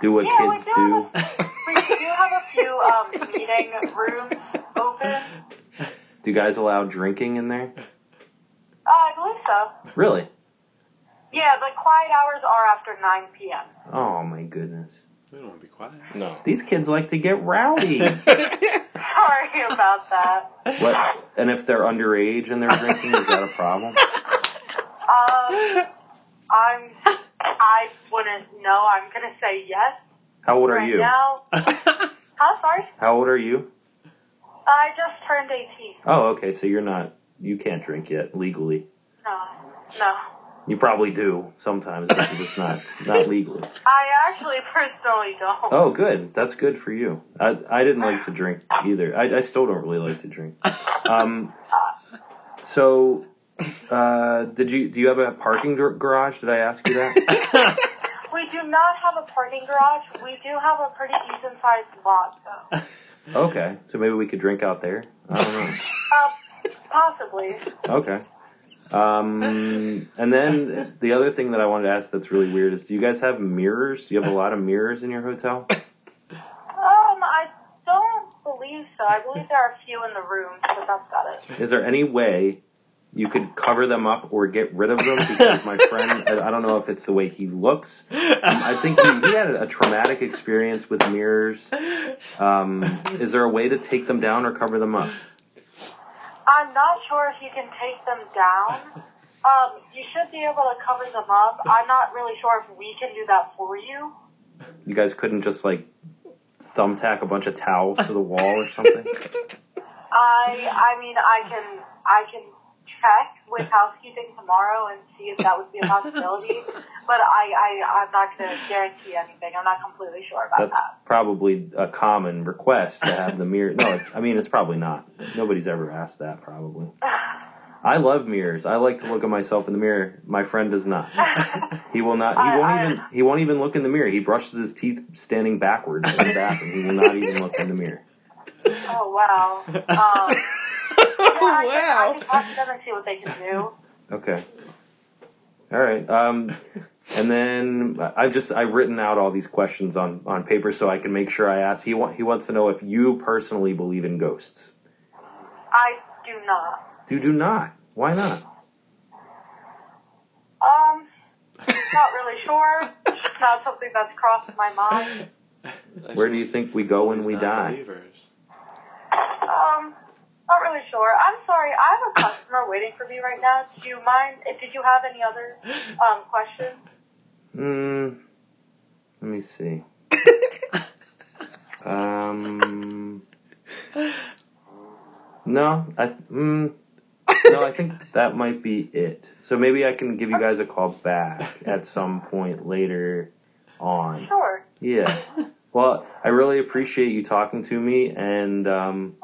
[SPEAKER 1] do what
[SPEAKER 3] Yeah, we
[SPEAKER 1] kids
[SPEAKER 3] do
[SPEAKER 1] do?
[SPEAKER 3] We do have a few um, meeting rooms open.
[SPEAKER 1] Do you guys allow drinking in there?
[SPEAKER 3] Uh, I believe so.
[SPEAKER 1] Really?
[SPEAKER 3] Yeah, the quiet hours are after 9 p.m.
[SPEAKER 1] Oh my goodness!
[SPEAKER 2] We don't want to be quiet.
[SPEAKER 12] No.
[SPEAKER 1] These kids like to get rowdy.
[SPEAKER 3] Sorry about that.
[SPEAKER 1] what? And if they're underage and they're drinking, is that a problem?
[SPEAKER 3] Um, I'm. I wouldn't know. I'm gonna say yes.
[SPEAKER 1] How old are
[SPEAKER 3] right
[SPEAKER 1] you?
[SPEAKER 3] Now. How sorry?
[SPEAKER 1] How old are you?
[SPEAKER 3] I just turned 18.
[SPEAKER 1] Oh, okay, so you're not you can't drink yet legally.
[SPEAKER 3] No, no.
[SPEAKER 1] You probably do sometimes, but it's not not legally.
[SPEAKER 3] I actually personally don't.
[SPEAKER 1] Oh, good. That's good for you. I I didn't like to drink either. I I still don't really like to drink. Um, so. Uh, did you do you have a parking gar- garage? Did I ask you that?
[SPEAKER 3] We do not have a parking garage. We do have a pretty decent sized lot, though.
[SPEAKER 1] Okay, so maybe we could drink out there. I don't know.
[SPEAKER 3] Uh, possibly.
[SPEAKER 1] Okay. Um, and then the other thing that I wanted to ask that's really weird is do you guys have mirrors? Do you have a lot of mirrors in your hotel?
[SPEAKER 3] Um, I don't believe so. I believe there are a few in the room, but that's about it.
[SPEAKER 1] Is there any way you could cover them up or get rid of them? Because my friend, I, I don't know if it's the way he looks. Um, I think he, he had a traumatic experience with mirrors. Um, is there a way to take them down or cover them up?
[SPEAKER 3] I'm not sure if you can take them down. Um, you should be able to cover them up. I'm not really sure if we can do that for you.
[SPEAKER 1] You guys couldn't just like thumbtack a bunch of towels to the wall or something?
[SPEAKER 3] I, I mean, I can, I can check with housekeeping tomorrow and see if that would be a possibility. but I, I, I'm not going to guarantee anything. I'm not completely sure about
[SPEAKER 1] That's
[SPEAKER 3] that.
[SPEAKER 1] probably a common request to have the mirror. No, it's- I mean it's probably not. Nobody's ever asked that. Probably. I love mirrors. I like to look at myself in the mirror. My friend does not. He will not. He won't even. He won't even look in the mirror. He brushes his teeth standing backwards in the bathroom. He will not even look in the mirror.
[SPEAKER 3] Oh wow. Um, wow. I can talk to them and see what they can do.
[SPEAKER 1] Okay. All right. Um, and then I've just I've written out all these questions on on paper so I can make sure I ask. He wa- he wants to know if you personally believe in ghosts.
[SPEAKER 3] I do not.
[SPEAKER 1] You do not. Why not?
[SPEAKER 3] Um, not really sure. It's not something that's crossed my mind.
[SPEAKER 1] Where do you think we go when we die?
[SPEAKER 3] Um, not really sure. I'm sorry. I have a customer waiting for me right now. Do you mind? If, did you have any other um questions?
[SPEAKER 1] Mm, let me see. um, no, I mm, no, I think that might be it. So maybe I can give you guys a call back at some point later on.
[SPEAKER 3] Sure.
[SPEAKER 1] Yeah. Well, I really appreciate you talking to me, and um,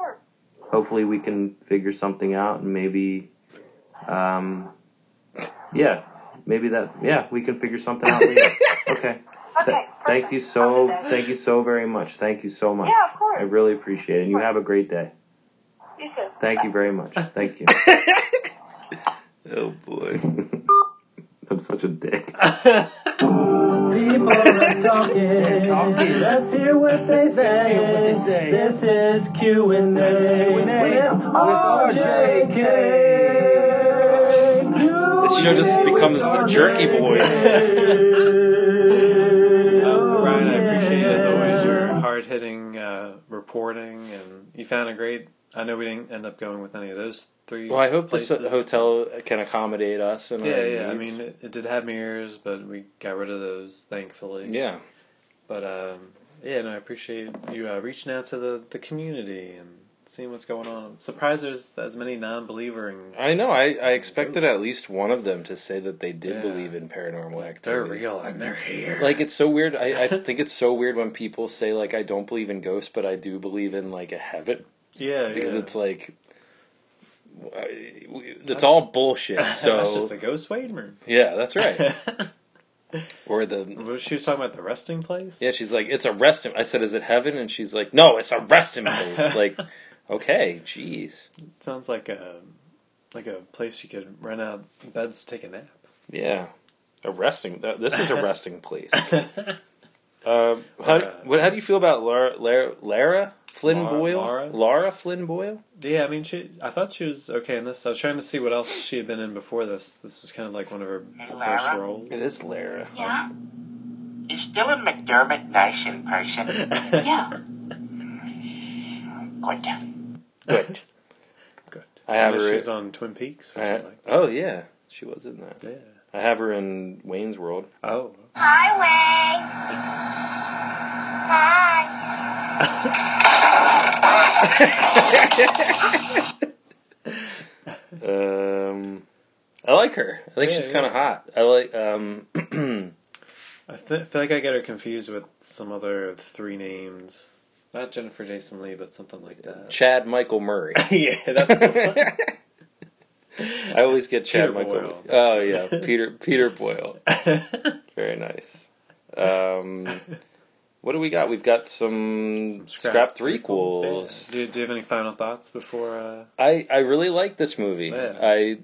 [SPEAKER 1] hopefully we can figure something out, and maybe, um, yeah, maybe that, yeah, we can figure something out later. okay. Th- thank you so, thank you so very much. Thank you so much.
[SPEAKER 3] Yeah, of course.
[SPEAKER 1] I really appreciate it, and you have a great day.
[SPEAKER 3] You too.
[SPEAKER 1] Thank you very much. Thank you. oh boy, I'm such a dick.
[SPEAKER 11] People are talking. They're talking. Let's hear what they say. This is Q and A with RJK.
[SPEAKER 21] This show just becomes the Jerky Boys.
[SPEAKER 11] Oh,
[SPEAKER 2] Um, Ryan, I appreciate as always your hard hitting uh, reporting, and you found a great. I know we didn't end up going with any of those three.
[SPEAKER 5] Well, I hope this
[SPEAKER 2] places.
[SPEAKER 5] hotel can accommodate us. And
[SPEAKER 2] Yeah,
[SPEAKER 5] our
[SPEAKER 2] yeah. I
[SPEAKER 5] needs.
[SPEAKER 2] mean, it, it did have mirrors, but we got rid of those, thankfully.
[SPEAKER 5] Yeah.
[SPEAKER 2] But um, yeah, and no, I appreciate you uh, reaching out to the, the community and seeing what's going on. I'm surprised there's as many non-believer and
[SPEAKER 5] I know. I, I expected at least one of them to say that they did believe in paranormal activity.
[SPEAKER 2] they're real and they're here.
[SPEAKER 5] Like it's so weird. I, I think it's so weird when people say like I don't believe in ghosts, but I do believe in like a heaven.
[SPEAKER 2] Yeah,
[SPEAKER 5] because
[SPEAKER 2] yeah.
[SPEAKER 5] it's like I- we- it's all bullshit. So
[SPEAKER 2] that's just a ghost waiter.
[SPEAKER 5] yeah, that's right. or the
[SPEAKER 2] Well, she was talking about the resting place.
[SPEAKER 5] yeah, she's like it's a resting. I said, is it heaven? And she's like, no, it's a resting place. like okay, jeez,
[SPEAKER 2] Sounds like a like a place you could rent out beds to take a nap.
[SPEAKER 5] yeah, a resting. th- This is a resting place. Um, how, what, how do you feel about Lara, Lara, Lara Flynn
[SPEAKER 2] Uh, Lara-
[SPEAKER 5] Boyle?
[SPEAKER 2] Lara?
[SPEAKER 5] Laura Flynn Boyle?
[SPEAKER 2] Yeah, I mean, she. I thought she was okay in this. I was trying to see what else she had been in before this. This was kind of like one of her first
[SPEAKER 22] Lara?
[SPEAKER 2] roles.
[SPEAKER 5] It is Lara.
[SPEAKER 22] Yeah. Is Dylan McDermott nice in person? yeah. Good.
[SPEAKER 5] Good.
[SPEAKER 2] Good.
[SPEAKER 5] I have
[SPEAKER 2] know
[SPEAKER 5] her
[SPEAKER 2] She
[SPEAKER 5] in-
[SPEAKER 2] was on Twin Peaks. Which
[SPEAKER 5] I-
[SPEAKER 2] I, like.
[SPEAKER 5] oh yeah, she was in that.
[SPEAKER 2] Yeah.
[SPEAKER 5] I have her in Wayne's World.
[SPEAKER 2] Oh,
[SPEAKER 23] Highway. Hi.
[SPEAKER 5] uh,
[SPEAKER 1] like her. I think
[SPEAKER 2] Yeah,
[SPEAKER 1] she's
[SPEAKER 2] yeah.
[SPEAKER 1] kind of hot. I like. Um,
[SPEAKER 2] I th- feel like I get her confused with some other three names. Not Jennifer Jason Lee, but something like that.
[SPEAKER 1] Chad Michael Murray.
[SPEAKER 2] yeah, that's the one.
[SPEAKER 1] I always get Chad
[SPEAKER 2] Peter
[SPEAKER 1] Michael.
[SPEAKER 2] Boyle.
[SPEAKER 1] Oh yeah, Peter Peter Boyle. Very nice. Um, what do we got? We've got some, scrap, threequels.
[SPEAKER 2] Do, do you have any final thoughts before? Uh...
[SPEAKER 1] I, I really like this movie.
[SPEAKER 2] Yeah.
[SPEAKER 1] I,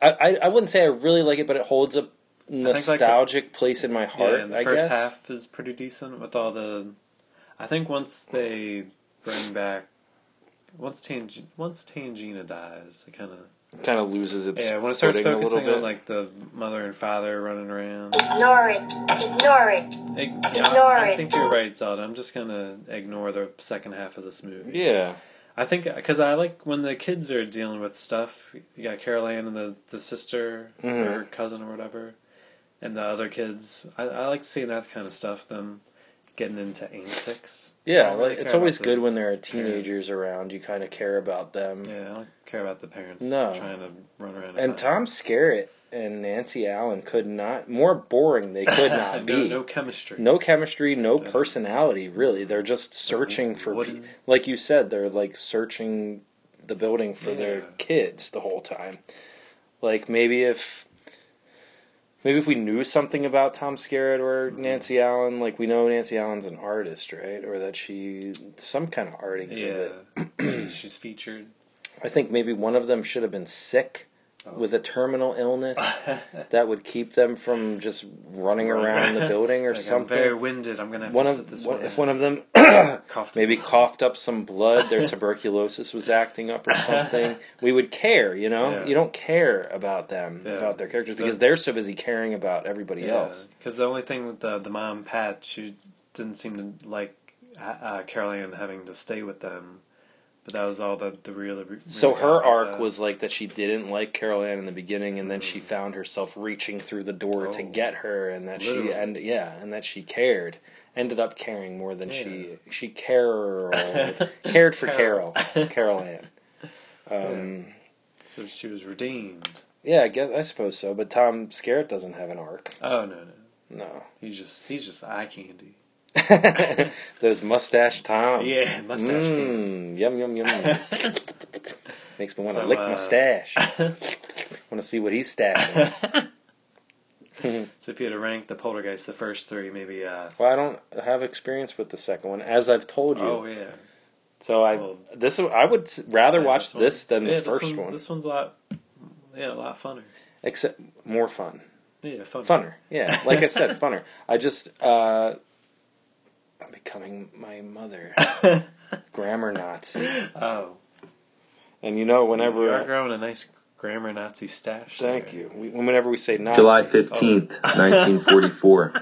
[SPEAKER 1] I I- I wouldn't say I really like it, but it holds a
[SPEAKER 2] like the-
[SPEAKER 1] nostalgic place in my heart.
[SPEAKER 2] yeah, and the
[SPEAKER 1] I
[SPEAKER 2] first
[SPEAKER 1] guess.
[SPEAKER 2] half is pretty decent with all the. I think once they bring back, once Tang once Tangina dies, they kind of
[SPEAKER 1] kind of loses its
[SPEAKER 2] yeah. When it starts
[SPEAKER 1] footing a little
[SPEAKER 2] focusing
[SPEAKER 1] bit.
[SPEAKER 2] on like the mother and father running around,
[SPEAKER 15] Ignore it. Ignore it.
[SPEAKER 2] Ig-
[SPEAKER 15] Ignore
[SPEAKER 2] I, I
[SPEAKER 15] it.
[SPEAKER 2] think you're right, Zelda. I'm just gonna ignore the second half of this movie.
[SPEAKER 1] Yeah.
[SPEAKER 2] I think because I like when the kids are dealing with stuff. You got Carol Ann and the the sister
[SPEAKER 1] Mhm.
[SPEAKER 2] or her cousin or whatever, and the other kids. I, I like seeing that kind of stuff. Them getting into antics. I
[SPEAKER 1] yeah,
[SPEAKER 2] don't really
[SPEAKER 1] like, it's
[SPEAKER 2] care
[SPEAKER 1] always
[SPEAKER 2] about the-
[SPEAKER 1] good when there are teenagers around. You kind of care about them.
[SPEAKER 2] Yeah, I don't care about the parents.
[SPEAKER 1] No.
[SPEAKER 2] trying to run around.
[SPEAKER 1] And Tom Skerritt and Nancy Allen could not more boring. They could
[SPEAKER 2] No-
[SPEAKER 1] not be.
[SPEAKER 2] no chemistry.
[SPEAKER 1] No chemistry. No personality. Really, they're just searching for. pe- like you said, they're like searching the building for their kids the whole time. Like maybe if. Maybe if we knew something about Tom Skerritt or
[SPEAKER 2] Mm-hmm.
[SPEAKER 1] Nancy Allen, like we know Nancy Allen's an artist, right? Or that she some kind of art exhibit.
[SPEAKER 2] Yeah, she's featured.
[SPEAKER 1] I think maybe one of them should have been sick
[SPEAKER 2] Oh.
[SPEAKER 1] with a terminal illness that would keep them from just running around the building or
[SPEAKER 2] Like,
[SPEAKER 1] something.
[SPEAKER 2] I'm very winded. I'm gonna have
[SPEAKER 1] one
[SPEAKER 2] to
[SPEAKER 1] of
[SPEAKER 2] sit this
[SPEAKER 1] one-
[SPEAKER 2] one
[SPEAKER 1] if
[SPEAKER 2] out.
[SPEAKER 1] one of them maybe coughed up some blood, their tuberculosis was acting up or something. We would care, you know.
[SPEAKER 2] Yeah.
[SPEAKER 1] You don't care about them, about their characters, because
[SPEAKER 2] But-
[SPEAKER 1] they're so busy caring about everybody else.
[SPEAKER 2] Because the only thing with the, the mom, Pat, she didn't seem to like uh, uh, Carol Ann having to stay with them. But that was all the, the real. re-
[SPEAKER 1] So
[SPEAKER 2] really
[SPEAKER 1] her
[SPEAKER 2] about
[SPEAKER 1] arc
[SPEAKER 2] that. Mm-hmm.
[SPEAKER 1] was like that she didn't like Carol Ann in the beginning, and then she found herself reaching through the door to get her, and that
[SPEAKER 2] Oh. Literally.
[SPEAKER 1] she and yeah, and that she cared. Ended up caring more than she she Carol cared for Carol
[SPEAKER 2] Carol.
[SPEAKER 1] Carol Ann. Um,
[SPEAKER 2] So she was redeemed.
[SPEAKER 1] yeah. I guess I suppose so. But Tom Skerritt doesn't have an arc.
[SPEAKER 2] Oh no no.
[SPEAKER 1] No,
[SPEAKER 2] he's just he's just eye candy.
[SPEAKER 1] Those mustache Tom.
[SPEAKER 2] Yeah, mustache
[SPEAKER 1] Mm, yum yum yum. Makes me want to
[SPEAKER 2] So,
[SPEAKER 1] lick
[SPEAKER 2] uh,
[SPEAKER 1] my stash. want to see what he's stashing.
[SPEAKER 2] So if you had to rank the Poltergeist, the first three, maybe. Uh,
[SPEAKER 1] Well, I don't have experience with the second one, as I've told you.
[SPEAKER 2] oh yeah.
[SPEAKER 1] So I this I would s- rather watch
[SPEAKER 2] one-
[SPEAKER 1] this than
[SPEAKER 2] yeah,
[SPEAKER 1] the first
[SPEAKER 2] this
[SPEAKER 1] one,
[SPEAKER 2] This one's a lot. Yeah, a lot funner.
[SPEAKER 1] except more fun,
[SPEAKER 2] Yeah, funner.
[SPEAKER 1] funner. Yeah, like I said, funner. I just uh, I'm becoming my mother, grammar Nazi.
[SPEAKER 2] Oh.
[SPEAKER 1] And you know, whenever
[SPEAKER 2] You are growing a nice grammar Nazi stash. Oh,
[SPEAKER 1] Thank you. We, whenever we say Nazi,
[SPEAKER 9] July 15th, 1944.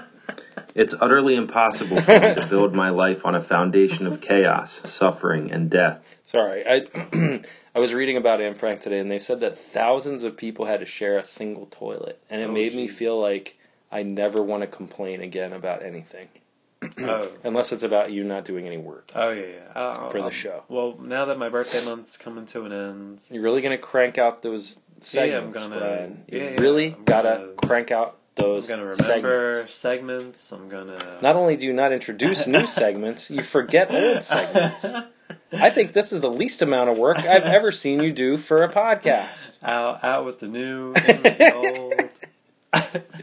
[SPEAKER 9] It's utterly impossible for me to build my life on a foundation of chaos, suffering, and death.
[SPEAKER 1] Sorry, I I was reading about Anne Frank today, and they said that thousands of people had to share a single toilet, and it
[SPEAKER 2] Oh,
[SPEAKER 1] made me
[SPEAKER 2] gee.
[SPEAKER 1] feel like I never want to complain again about anything,
[SPEAKER 2] Oh.
[SPEAKER 1] unless it's about you not doing any work.
[SPEAKER 2] Oh yeah, yeah. I'll-
[SPEAKER 1] For the
[SPEAKER 2] I'll-
[SPEAKER 1] show.
[SPEAKER 2] Well, now that my birthday month's coming to an end,
[SPEAKER 1] You're really gonna crank out those segments,
[SPEAKER 2] gonna-
[SPEAKER 1] Brian. You
[SPEAKER 2] yeah, yeah,
[SPEAKER 1] really
[SPEAKER 2] I'm
[SPEAKER 1] gotta
[SPEAKER 2] gonna-
[SPEAKER 1] crank out those.
[SPEAKER 2] I'm gonna
[SPEAKER 1] segments.
[SPEAKER 2] remember segments. I'm gonna.
[SPEAKER 1] Not only do you not introduce new segments, you forget old segments. I think this is the least amount of work I've ever seen you do for a podcast.
[SPEAKER 2] out out with the new, in with the old.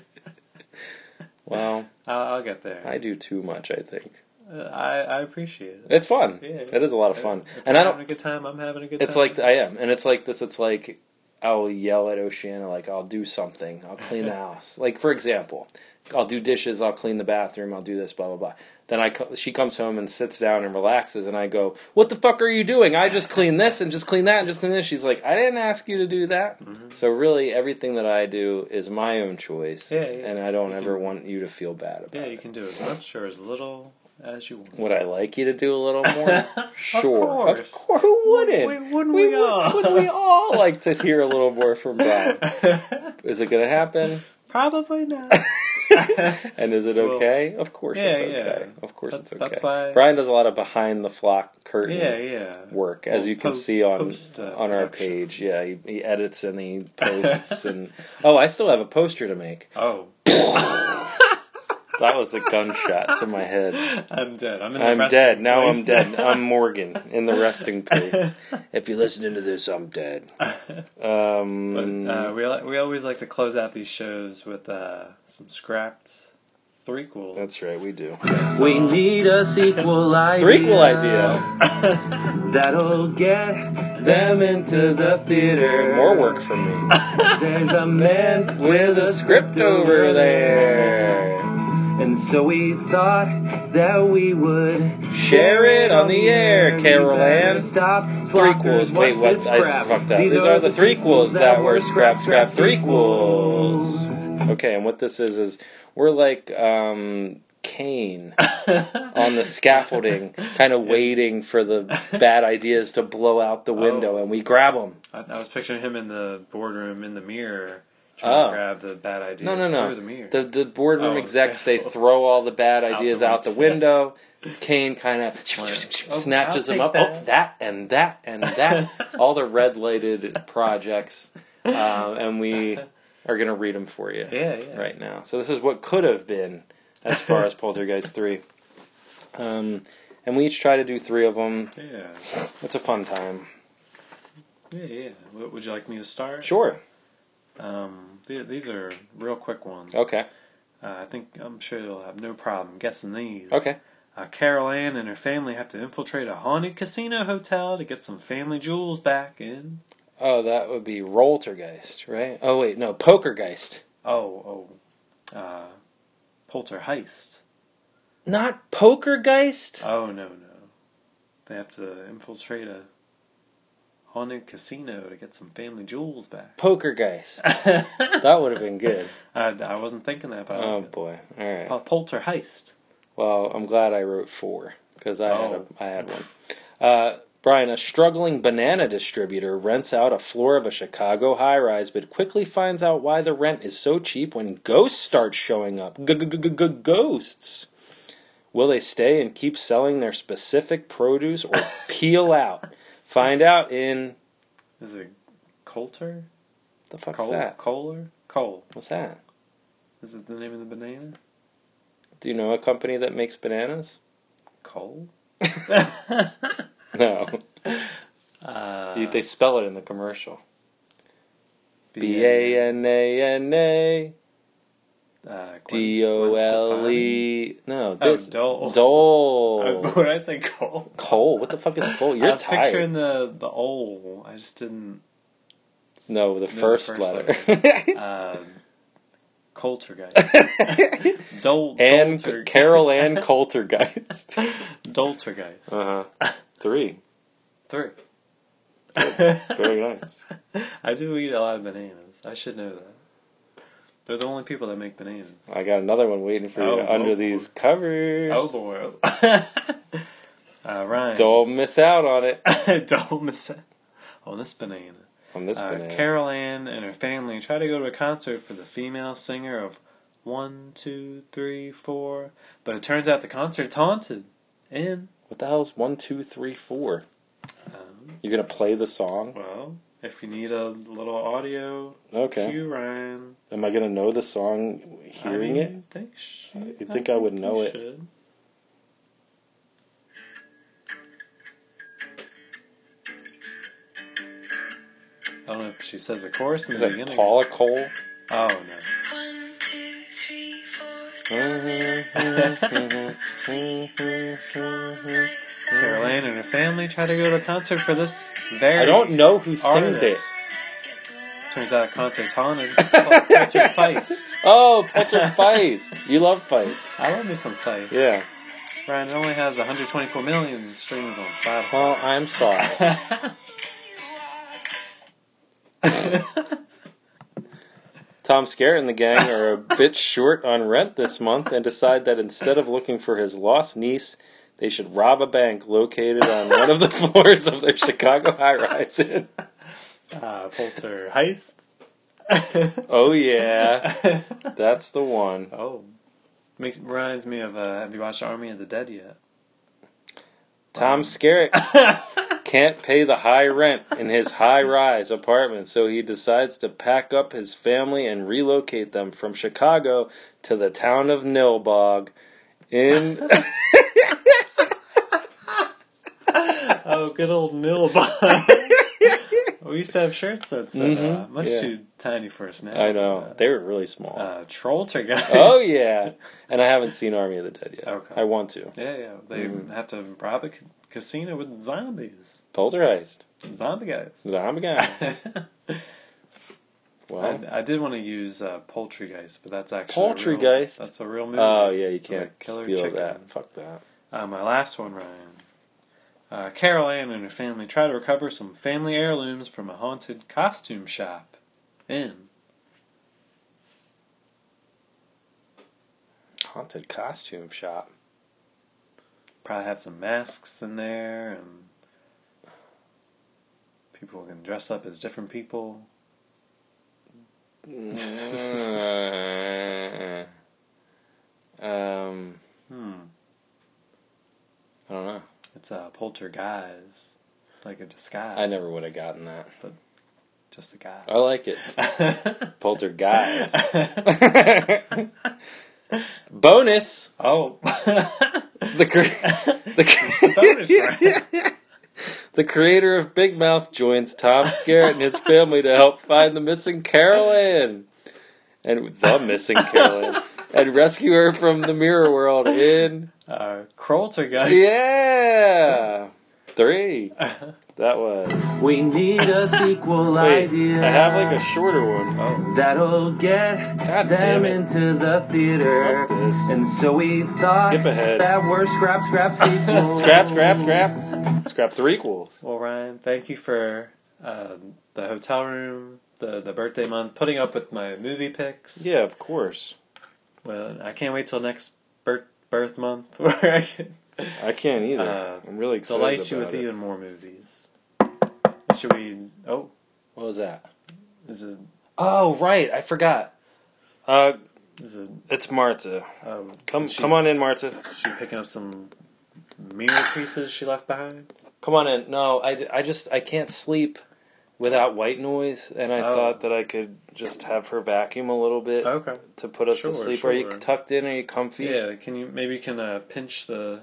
[SPEAKER 1] Well,
[SPEAKER 2] I'll, I'll get there.
[SPEAKER 1] I do too much, I think.
[SPEAKER 2] Uh, I I appreciate it.
[SPEAKER 1] It's fun.
[SPEAKER 2] Yeah, yeah.
[SPEAKER 1] It is a lot of fun.
[SPEAKER 2] If
[SPEAKER 1] And
[SPEAKER 2] you're
[SPEAKER 1] I don't
[SPEAKER 2] having a good time. I'm having a good
[SPEAKER 1] it's
[SPEAKER 2] time.
[SPEAKER 1] like I am, and it's like this. It's like I'll yell at Oceana, like I'll do something, I'll clean the house. Like for example, I'll do dishes, I'll clean the bathroom, I'll do this, blah blah blah. Then I co- she comes home and sits down and relaxes, and I go, "What the fuck are you doing? I just cleaned this and just cleaned that and just cleaned this." She's like, "I didn't ask you to do that."
[SPEAKER 2] Mm-hmm.
[SPEAKER 1] So really, everything that I do is my own choice,
[SPEAKER 2] Yeah, yeah.
[SPEAKER 1] and I don't
[SPEAKER 2] You
[SPEAKER 1] ever
[SPEAKER 2] can-
[SPEAKER 1] want you to feel bad about
[SPEAKER 2] yeah, you can do as much or as little as you want.
[SPEAKER 1] it. Would I like you to do a little more? sure,
[SPEAKER 2] course.
[SPEAKER 1] of course. Who wouldn't?
[SPEAKER 2] Wait, wouldn't we, all?
[SPEAKER 1] Would we all like to hear a little more from Bob? Is it going to happen?
[SPEAKER 2] Probably not.
[SPEAKER 1] and is it
[SPEAKER 2] Well,
[SPEAKER 1] okay? of course
[SPEAKER 2] yeah,
[SPEAKER 1] it's
[SPEAKER 2] yeah.
[SPEAKER 1] okay. Of course
[SPEAKER 2] That's-
[SPEAKER 1] it's okay.
[SPEAKER 2] that's why-
[SPEAKER 1] Brian does a lot of behind the flock curtain
[SPEAKER 2] Yeah, yeah.
[SPEAKER 1] work, as
[SPEAKER 2] Well,
[SPEAKER 1] you can
[SPEAKER 2] post-
[SPEAKER 1] see on
[SPEAKER 2] post, uh,
[SPEAKER 1] on our page. Yeah, he, he edits and he posts and oh, I still have a poster to make.
[SPEAKER 2] Oh.
[SPEAKER 1] That was a gunshot to my head.
[SPEAKER 2] I'm dead. I'm in the
[SPEAKER 1] I'm
[SPEAKER 2] resting
[SPEAKER 1] dead. Now
[SPEAKER 2] place.
[SPEAKER 1] I'm dead. I'm Morgan in the resting place. If you're listening to this, I'm dead. Um,
[SPEAKER 2] Uh, we al- we always like to close out these shows with uh, some scrapped threequel.
[SPEAKER 1] That's right, we do.
[SPEAKER 9] We need a sequel idea. That'll get them into the theater.
[SPEAKER 1] More work for me.
[SPEAKER 9] There's a man with a script over there. And so we thought that we would
[SPEAKER 1] Share it on the air, Carol Ann.
[SPEAKER 9] Stop.
[SPEAKER 1] Threequels. Wait, what? I fucked up. These are the threequels that were scrap, scrap threequels. Okay, and what this is is we're like um Cain on the scaffolding, kind of waiting for the bad ideas to blow out the window, and we grab them.
[SPEAKER 2] I, I was picturing him in the boardroom in the mirror trying
[SPEAKER 1] Oh.
[SPEAKER 2] to grab the bad ideas
[SPEAKER 1] No, no, no.
[SPEAKER 2] through the mirror.
[SPEAKER 1] The the boardroom
[SPEAKER 2] Oh,
[SPEAKER 1] execs they throw all the bad ideas out the window. Kane kind of snatches
[SPEAKER 2] I'll
[SPEAKER 1] them up.
[SPEAKER 2] take
[SPEAKER 1] Oh, that and that and that. all the red lighted projects, um, and we are gonna read them for you.
[SPEAKER 2] Yeah, yeah.
[SPEAKER 1] Right now. So this is what could have been as far as Poltergeist three. Um, and we each try to do three of them.
[SPEAKER 2] Yeah.
[SPEAKER 1] It's a fun time.
[SPEAKER 2] Yeah, yeah. What, would you like me to start?
[SPEAKER 1] Sure.
[SPEAKER 2] Um, th- these are real quick ones.
[SPEAKER 1] Okay.
[SPEAKER 2] Uh, I think I'm sure you'll have no problem guessing these.
[SPEAKER 1] Okay.
[SPEAKER 2] Uh, Carol Ann and her family have to infiltrate a haunted casino hotel to get some family jewels back in.
[SPEAKER 1] Oh, that would be Roltergeist, right? Oh wait, no, Pokergeist.
[SPEAKER 2] Oh, oh. Uh, Polter Heist.
[SPEAKER 1] Not Pokergeist.
[SPEAKER 2] Oh, no, no. They have to infiltrate a haunted casino to get some family jewels back.
[SPEAKER 1] Pokergeist. that would have been good.
[SPEAKER 2] I, I wasn't thinking that, but I
[SPEAKER 1] Oh
[SPEAKER 2] like it.
[SPEAKER 1] boy! All right.
[SPEAKER 2] Oh, Polter Heist.
[SPEAKER 1] Well, I'm glad I wrote four because I
[SPEAKER 2] Oh.
[SPEAKER 1] had a, I had one. Uh, Brian, a struggling banana distributor rents out a floor of a Chicago high-rise, but quickly finds out why the rent is so cheap when ghosts start showing up. Ghosts. Will they stay and keep selling their specific produce or peel out? Find out in
[SPEAKER 2] Is it Coulter?
[SPEAKER 1] the fuck's
[SPEAKER 2] Cole?
[SPEAKER 1] that?
[SPEAKER 2] Kohler? Cole.
[SPEAKER 1] What's that?
[SPEAKER 2] Is it the name of the banana?
[SPEAKER 1] Do you know a company that makes bananas?
[SPEAKER 2] Cole?
[SPEAKER 1] No.
[SPEAKER 2] Uh,
[SPEAKER 1] They- they spell it in the commercial. B
[SPEAKER 2] B-A-
[SPEAKER 1] A N A N A
[SPEAKER 2] uh,
[SPEAKER 1] D O L E. No, this
[SPEAKER 2] Oh, Dole.
[SPEAKER 1] Dole.
[SPEAKER 2] What did I say, Cole?
[SPEAKER 1] Cole. What the fuck is Cole?
[SPEAKER 2] I
[SPEAKER 1] You're
[SPEAKER 2] was
[SPEAKER 1] tired.
[SPEAKER 2] picturing the, the old. I just didn't.
[SPEAKER 1] no, the
[SPEAKER 2] know
[SPEAKER 1] first, letter.
[SPEAKER 2] uh, Coulter guy. Dol-
[SPEAKER 1] and
[SPEAKER 2] Dolter-
[SPEAKER 1] Carol Ann Coultergeist.
[SPEAKER 2] Dolter guy.
[SPEAKER 1] Uh huh. Three.
[SPEAKER 2] Three.
[SPEAKER 1] Oh, Very nice.
[SPEAKER 2] I do eat a lot of bananas. I should know that. They're the only people that make bananas.
[SPEAKER 1] I got another one waiting for you
[SPEAKER 2] Oh,
[SPEAKER 1] under
[SPEAKER 2] oh,
[SPEAKER 1] these covers.
[SPEAKER 2] Oh boy. uh, Ryan.
[SPEAKER 1] Don't miss out on it.
[SPEAKER 2] Don't miss out on this banana.
[SPEAKER 1] On this
[SPEAKER 2] uh,
[SPEAKER 1] banana.
[SPEAKER 2] Carol Ann and her family try to go to a concert for the female singer of One, Two, Three, Four, but it turns out the concert's haunted. And
[SPEAKER 1] what the hell's one, two, three, four? You're gonna play the song?
[SPEAKER 2] um, well, if you need a little audio
[SPEAKER 1] Okay.
[SPEAKER 2] cue, Ryan,
[SPEAKER 1] Am I gonna know the song hearing
[SPEAKER 2] I
[SPEAKER 1] it?
[SPEAKER 2] Think sh-
[SPEAKER 1] You think I would know
[SPEAKER 2] you
[SPEAKER 1] it?
[SPEAKER 2] should. I don't know if she says the chorus in
[SPEAKER 1] Is
[SPEAKER 2] the
[SPEAKER 1] that
[SPEAKER 2] beginning.
[SPEAKER 1] Paula Cole?
[SPEAKER 2] Oh no. Carol Ann and her family try to go to a concert for this very.
[SPEAKER 1] I don't know who sings it.
[SPEAKER 2] Turns out a concert's haunted. Richard Feist.
[SPEAKER 1] Oh, Peter Feist. You love Feist.
[SPEAKER 2] I love me some Feist.
[SPEAKER 1] Yeah.
[SPEAKER 2] Ryan, it only has 124 million streams on Spotify.
[SPEAKER 1] Well, I'm sorry. Tom Skerritt and the gang are a bit short on rent this month and decide that instead of looking for his lost niece, they should rob a bank located on one of the floors of their Chicago high rise.
[SPEAKER 2] Uh, Polter Heist.
[SPEAKER 1] oh yeah, that's the one.
[SPEAKER 2] Oh, makes reminds me of. Uh, have you watched Army of the Dead yet?
[SPEAKER 1] Tom Skerritt can't pay the high rent in his high-rise apartment, so he decides to pack up his family and relocate them from Chicago to the town of Nilbog. In
[SPEAKER 2] Oh, good old Nilbog. we used to have shirts that said uh,
[SPEAKER 1] Mhm,
[SPEAKER 2] much
[SPEAKER 1] yeah.
[SPEAKER 2] too tiny for us now.
[SPEAKER 1] I know they were really small.
[SPEAKER 2] Uh, Trolltergeist.
[SPEAKER 1] oh yeah, and I haven't seen Army of the Dead yet. Okay, I want to.
[SPEAKER 2] Yeah, yeah. They
[SPEAKER 1] Mhm.
[SPEAKER 2] have to rob a ca- casino with zombies.
[SPEAKER 1] Poltergeist,
[SPEAKER 2] Zombie guys.
[SPEAKER 1] zombie guy. wow.
[SPEAKER 2] I, I did want to use uh, poultry guys, but that's actually a real-
[SPEAKER 1] Poltergeist.
[SPEAKER 2] that's a real movie.
[SPEAKER 1] Oh yeah, you
[SPEAKER 2] With a
[SPEAKER 1] can't
[SPEAKER 2] killer
[SPEAKER 1] steal
[SPEAKER 2] chicken.
[SPEAKER 1] that. Fuck that.
[SPEAKER 2] Uh, my last one, Ryan. Uh, Carol Ann and her family try to recover some family heirlooms from a haunted costume shop in
[SPEAKER 1] Haunted costume shop.
[SPEAKER 2] probably have some masks in there and people can dress up as different people.
[SPEAKER 1] Uh, um,
[SPEAKER 2] Hmm.
[SPEAKER 1] I don't know.
[SPEAKER 2] It's a uh, poltergeist, like a disguise.
[SPEAKER 1] I never would have gotten that.
[SPEAKER 2] But just a guy.
[SPEAKER 1] I like it. Poltergeist. Bonus.
[SPEAKER 2] Oh.
[SPEAKER 1] the cre- the, cre- the creator of Big Mouth joins Tom Skerritt and his family to help find the missing Carol Ann. And the missing Carol Ann. And rescue her from the mirror world in.
[SPEAKER 2] Uh, Kroltergeist.
[SPEAKER 1] Yeah! Three.
[SPEAKER 2] Uh-huh.
[SPEAKER 1] That was.
[SPEAKER 4] We need a sequel
[SPEAKER 1] Wait,
[SPEAKER 4] idea.
[SPEAKER 1] I have like a shorter one. Oh,
[SPEAKER 4] That'll get them
[SPEAKER 1] damn it.
[SPEAKER 4] into the theater.
[SPEAKER 1] Fuck this.
[SPEAKER 4] And so we thought
[SPEAKER 1] Skip ahead.
[SPEAKER 4] that were scrap, scrap sequels.
[SPEAKER 1] Scrap, scrap, scrap. Scrap three equals.
[SPEAKER 2] Well, Ryan, thank you for uh, the hotel room, the, the birthday month, putting up with my movie picks.
[SPEAKER 1] Yeah, of course.
[SPEAKER 2] Well, I can't wait till next birth birth month where I can
[SPEAKER 1] I can't either.
[SPEAKER 2] Uh,
[SPEAKER 1] I'm really excited.
[SPEAKER 2] delight you
[SPEAKER 1] about
[SPEAKER 2] with uh,
[SPEAKER 1] it.
[SPEAKER 2] even more movies. Should we? Oh,
[SPEAKER 1] What was that?
[SPEAKER 2] is it?
[SPEAKER 1] Oh right, I forgot. Uh,
[SPEAKER 2] Is it?
[SPEAKER 1] it's Marta.
[SPEAKER 2] Oh,
[SPEAKER 1] Come,
[SPEAKER 2] she-
[SPEAKER 1] come on in, Marta.
[SPEAKER 2] She picking up some mirror pieces she left behind.
[SPEAKER 1] Come on in. No, I, d- I just I can't sleep without white noise, and I
[SPEAKER 2] Oh.
[SPEAKER 1] thought that I could just have her vacuum a little bit
[SPEAKER 2] Okay.
[SPEAKER 1] to put us
[SPEAKER 2] Sure,
[SPEAKER 1] to sleep. Are you
[SPEAKER 2] sure.
[SPEAKER 1] tucked in? Are you comfy?
[SPEAKER 2] Yeah, can you maybe you can uh, pinch the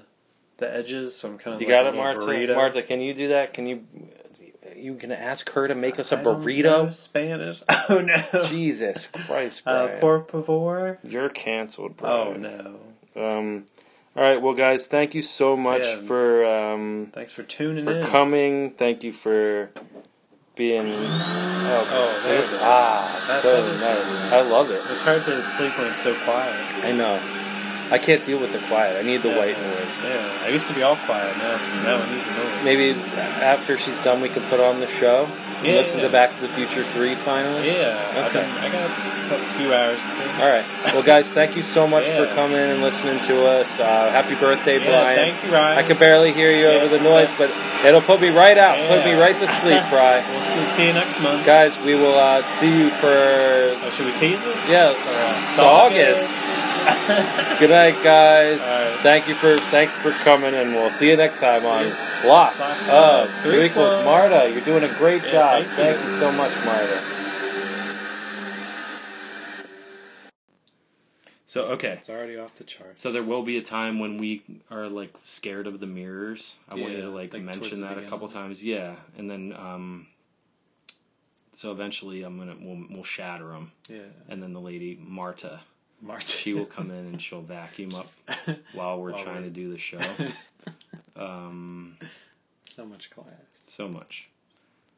[SPEAKER 2] the edges so I'm kind of
[SPEAKER 1] You
[SPEAKER 2] like
[SPEAKER 1] got
[SPEAKER 2] a
[SPEAKER 1] it,
[SPEAKER 2] little
[SPEAKER 1] Marta.
[SPEAKER 2] burrito.
[SPEAKER 1] Marta, can you do that? Can you? You can ask her to make us a
[SPEAKER 2] I don't
[SPEAKER 1] burrito.
[SPEAKER 2] know Spanish. Oh no.
[SPEAKER 1] Jesus Christ,
[SPEAKER 2] Uh,
[SPEAKER 1] Brian.
[SPEAKER 2] por favor.
[SPEAKER 1] You're canceled,
[SPEAKER 2] Oh
[SPEAKER 1] Brian.
[SPEAKER 2] no.
[SPEAKER 1] Um, all right, well, guys, thank you so much
[SPEAKER 2] Yeah.
[SPEAKER 1] for um,
[SPEAKER 2] Thanks for tuning
[SPEAKER 1] for
[SPEAKER 2] in.
[SPEAKER 1] coming. Thank you for being. Oh,
[SPEAKER 2] Oh,
[SPEAKER 1] see,
[SPEAKER 2] there
[SPEAKER 1] this-
[SPEAKER 2] it is.
[SPEAKER 1] ah,
[SPEAKER 2] That-
[SPEAKER 1] so
[SPEAKER 2] that is-
[SPEAKER 1] nice. I love it.
[SPEAKER 2] It's hard to sleep when it's so quiet.
[SPEAKER 1] I know. I can't deal with the quiet. I need the
[SPEAKER 2] Yeah.
[SPEAKER 1] white noise.
[SPEAKER 2] Yeah, I used to be all quiet. Now, now I need the noise.
[SPEAKER 1] Maybe after she's done, we can put on the show. and
[SPEAKER 2] Yeah,
[SPEAKER 1] listen
[SPEAKER 2] yeah.
[SPEAKER 1] to Back to the Future Three finally.
[SPEAKER 2] Yeah. I,
[SPEAKER 1] Okay.
[SPEAKER 2] can, I got a few hours. To
[SPEAKER 1] All right. Well, guys, thank you so much
[SPEAKER 2] Yeah.
[SPEAKER 1] for coming and listening to us. Uh, happy birthday,
[SPEAKER 2] Yeah,
[SPEAKER 1] Brian.
[SPEAKER 2] thank you, Ryan.
[SPEAKER 1] I can barely hear you over the noise, but it'll put me right out, put me
[SPEAKER 2] Yeah.
[SPEAKER 1] right to sleep, Brian.
[SPEAKER 2] We'll see, see you next month.
[SPEAKER 1] Guys, we will uh, see you for
[SPEAKER 2] Oh, should we tease it?
[SPEAKER 1] yeah
[SPEAKER 2] Or, uh,
[SPEAKER 1] August. Good night, guys.
[SPEAKER 2] All right.
[SPEAKER 1] Thank you for thanks for coming, and we'll see you next time on
[SPEAKER 2] you.
[SPEAKER 1] Flock
[SPEAKER 2] Flock
[SPEAKER 1] of
[SPEAKER 2] of
[SPEAKER 1] Three Equals
[SPEAKER 2] Prequels.
[SPEAKER 1] Marta. You're doing a great
[SPEAKER 2] Yeah,
[SPEAKER 1] job.
[SPEAKER 2] thank you.
[SPEAKER 1] Thank you so much, Marta.
[SPEAKER 9] So okay.
[SPEAKER 2] It's already off the charts.
[SPEAKER 9] So there will be a time when we are like scared of the mirrors. I wanted
[SPEAKER 2] Yeah,
[SPEAKER 9] to like,
[SPEAKER 2] like, towards
[SPEAKER 9] mention
[SPEAKER 2] the
[SPEAKER 9] that a
[SPEAKER 2] beginning.
[SPEAKER 9] couple times. Yeah, and then um, so eventually I'm gonna we'll, we'll shatter them,
[SPEAKER 2] Yeah.
[SPEAKER 9] and then the lady Marta,
[SPEAKER 2] March.
[SPEAKER 9] she will come in and she'll vacuum up while we're
[SPEAKER 2] While
[SPEAKER 9] trying
[SPEAKER 2] we're-
[SPEAKER 9] to do the show. Um,
[SPEAKER 2] so much class.
[SPEAKER 9] so much.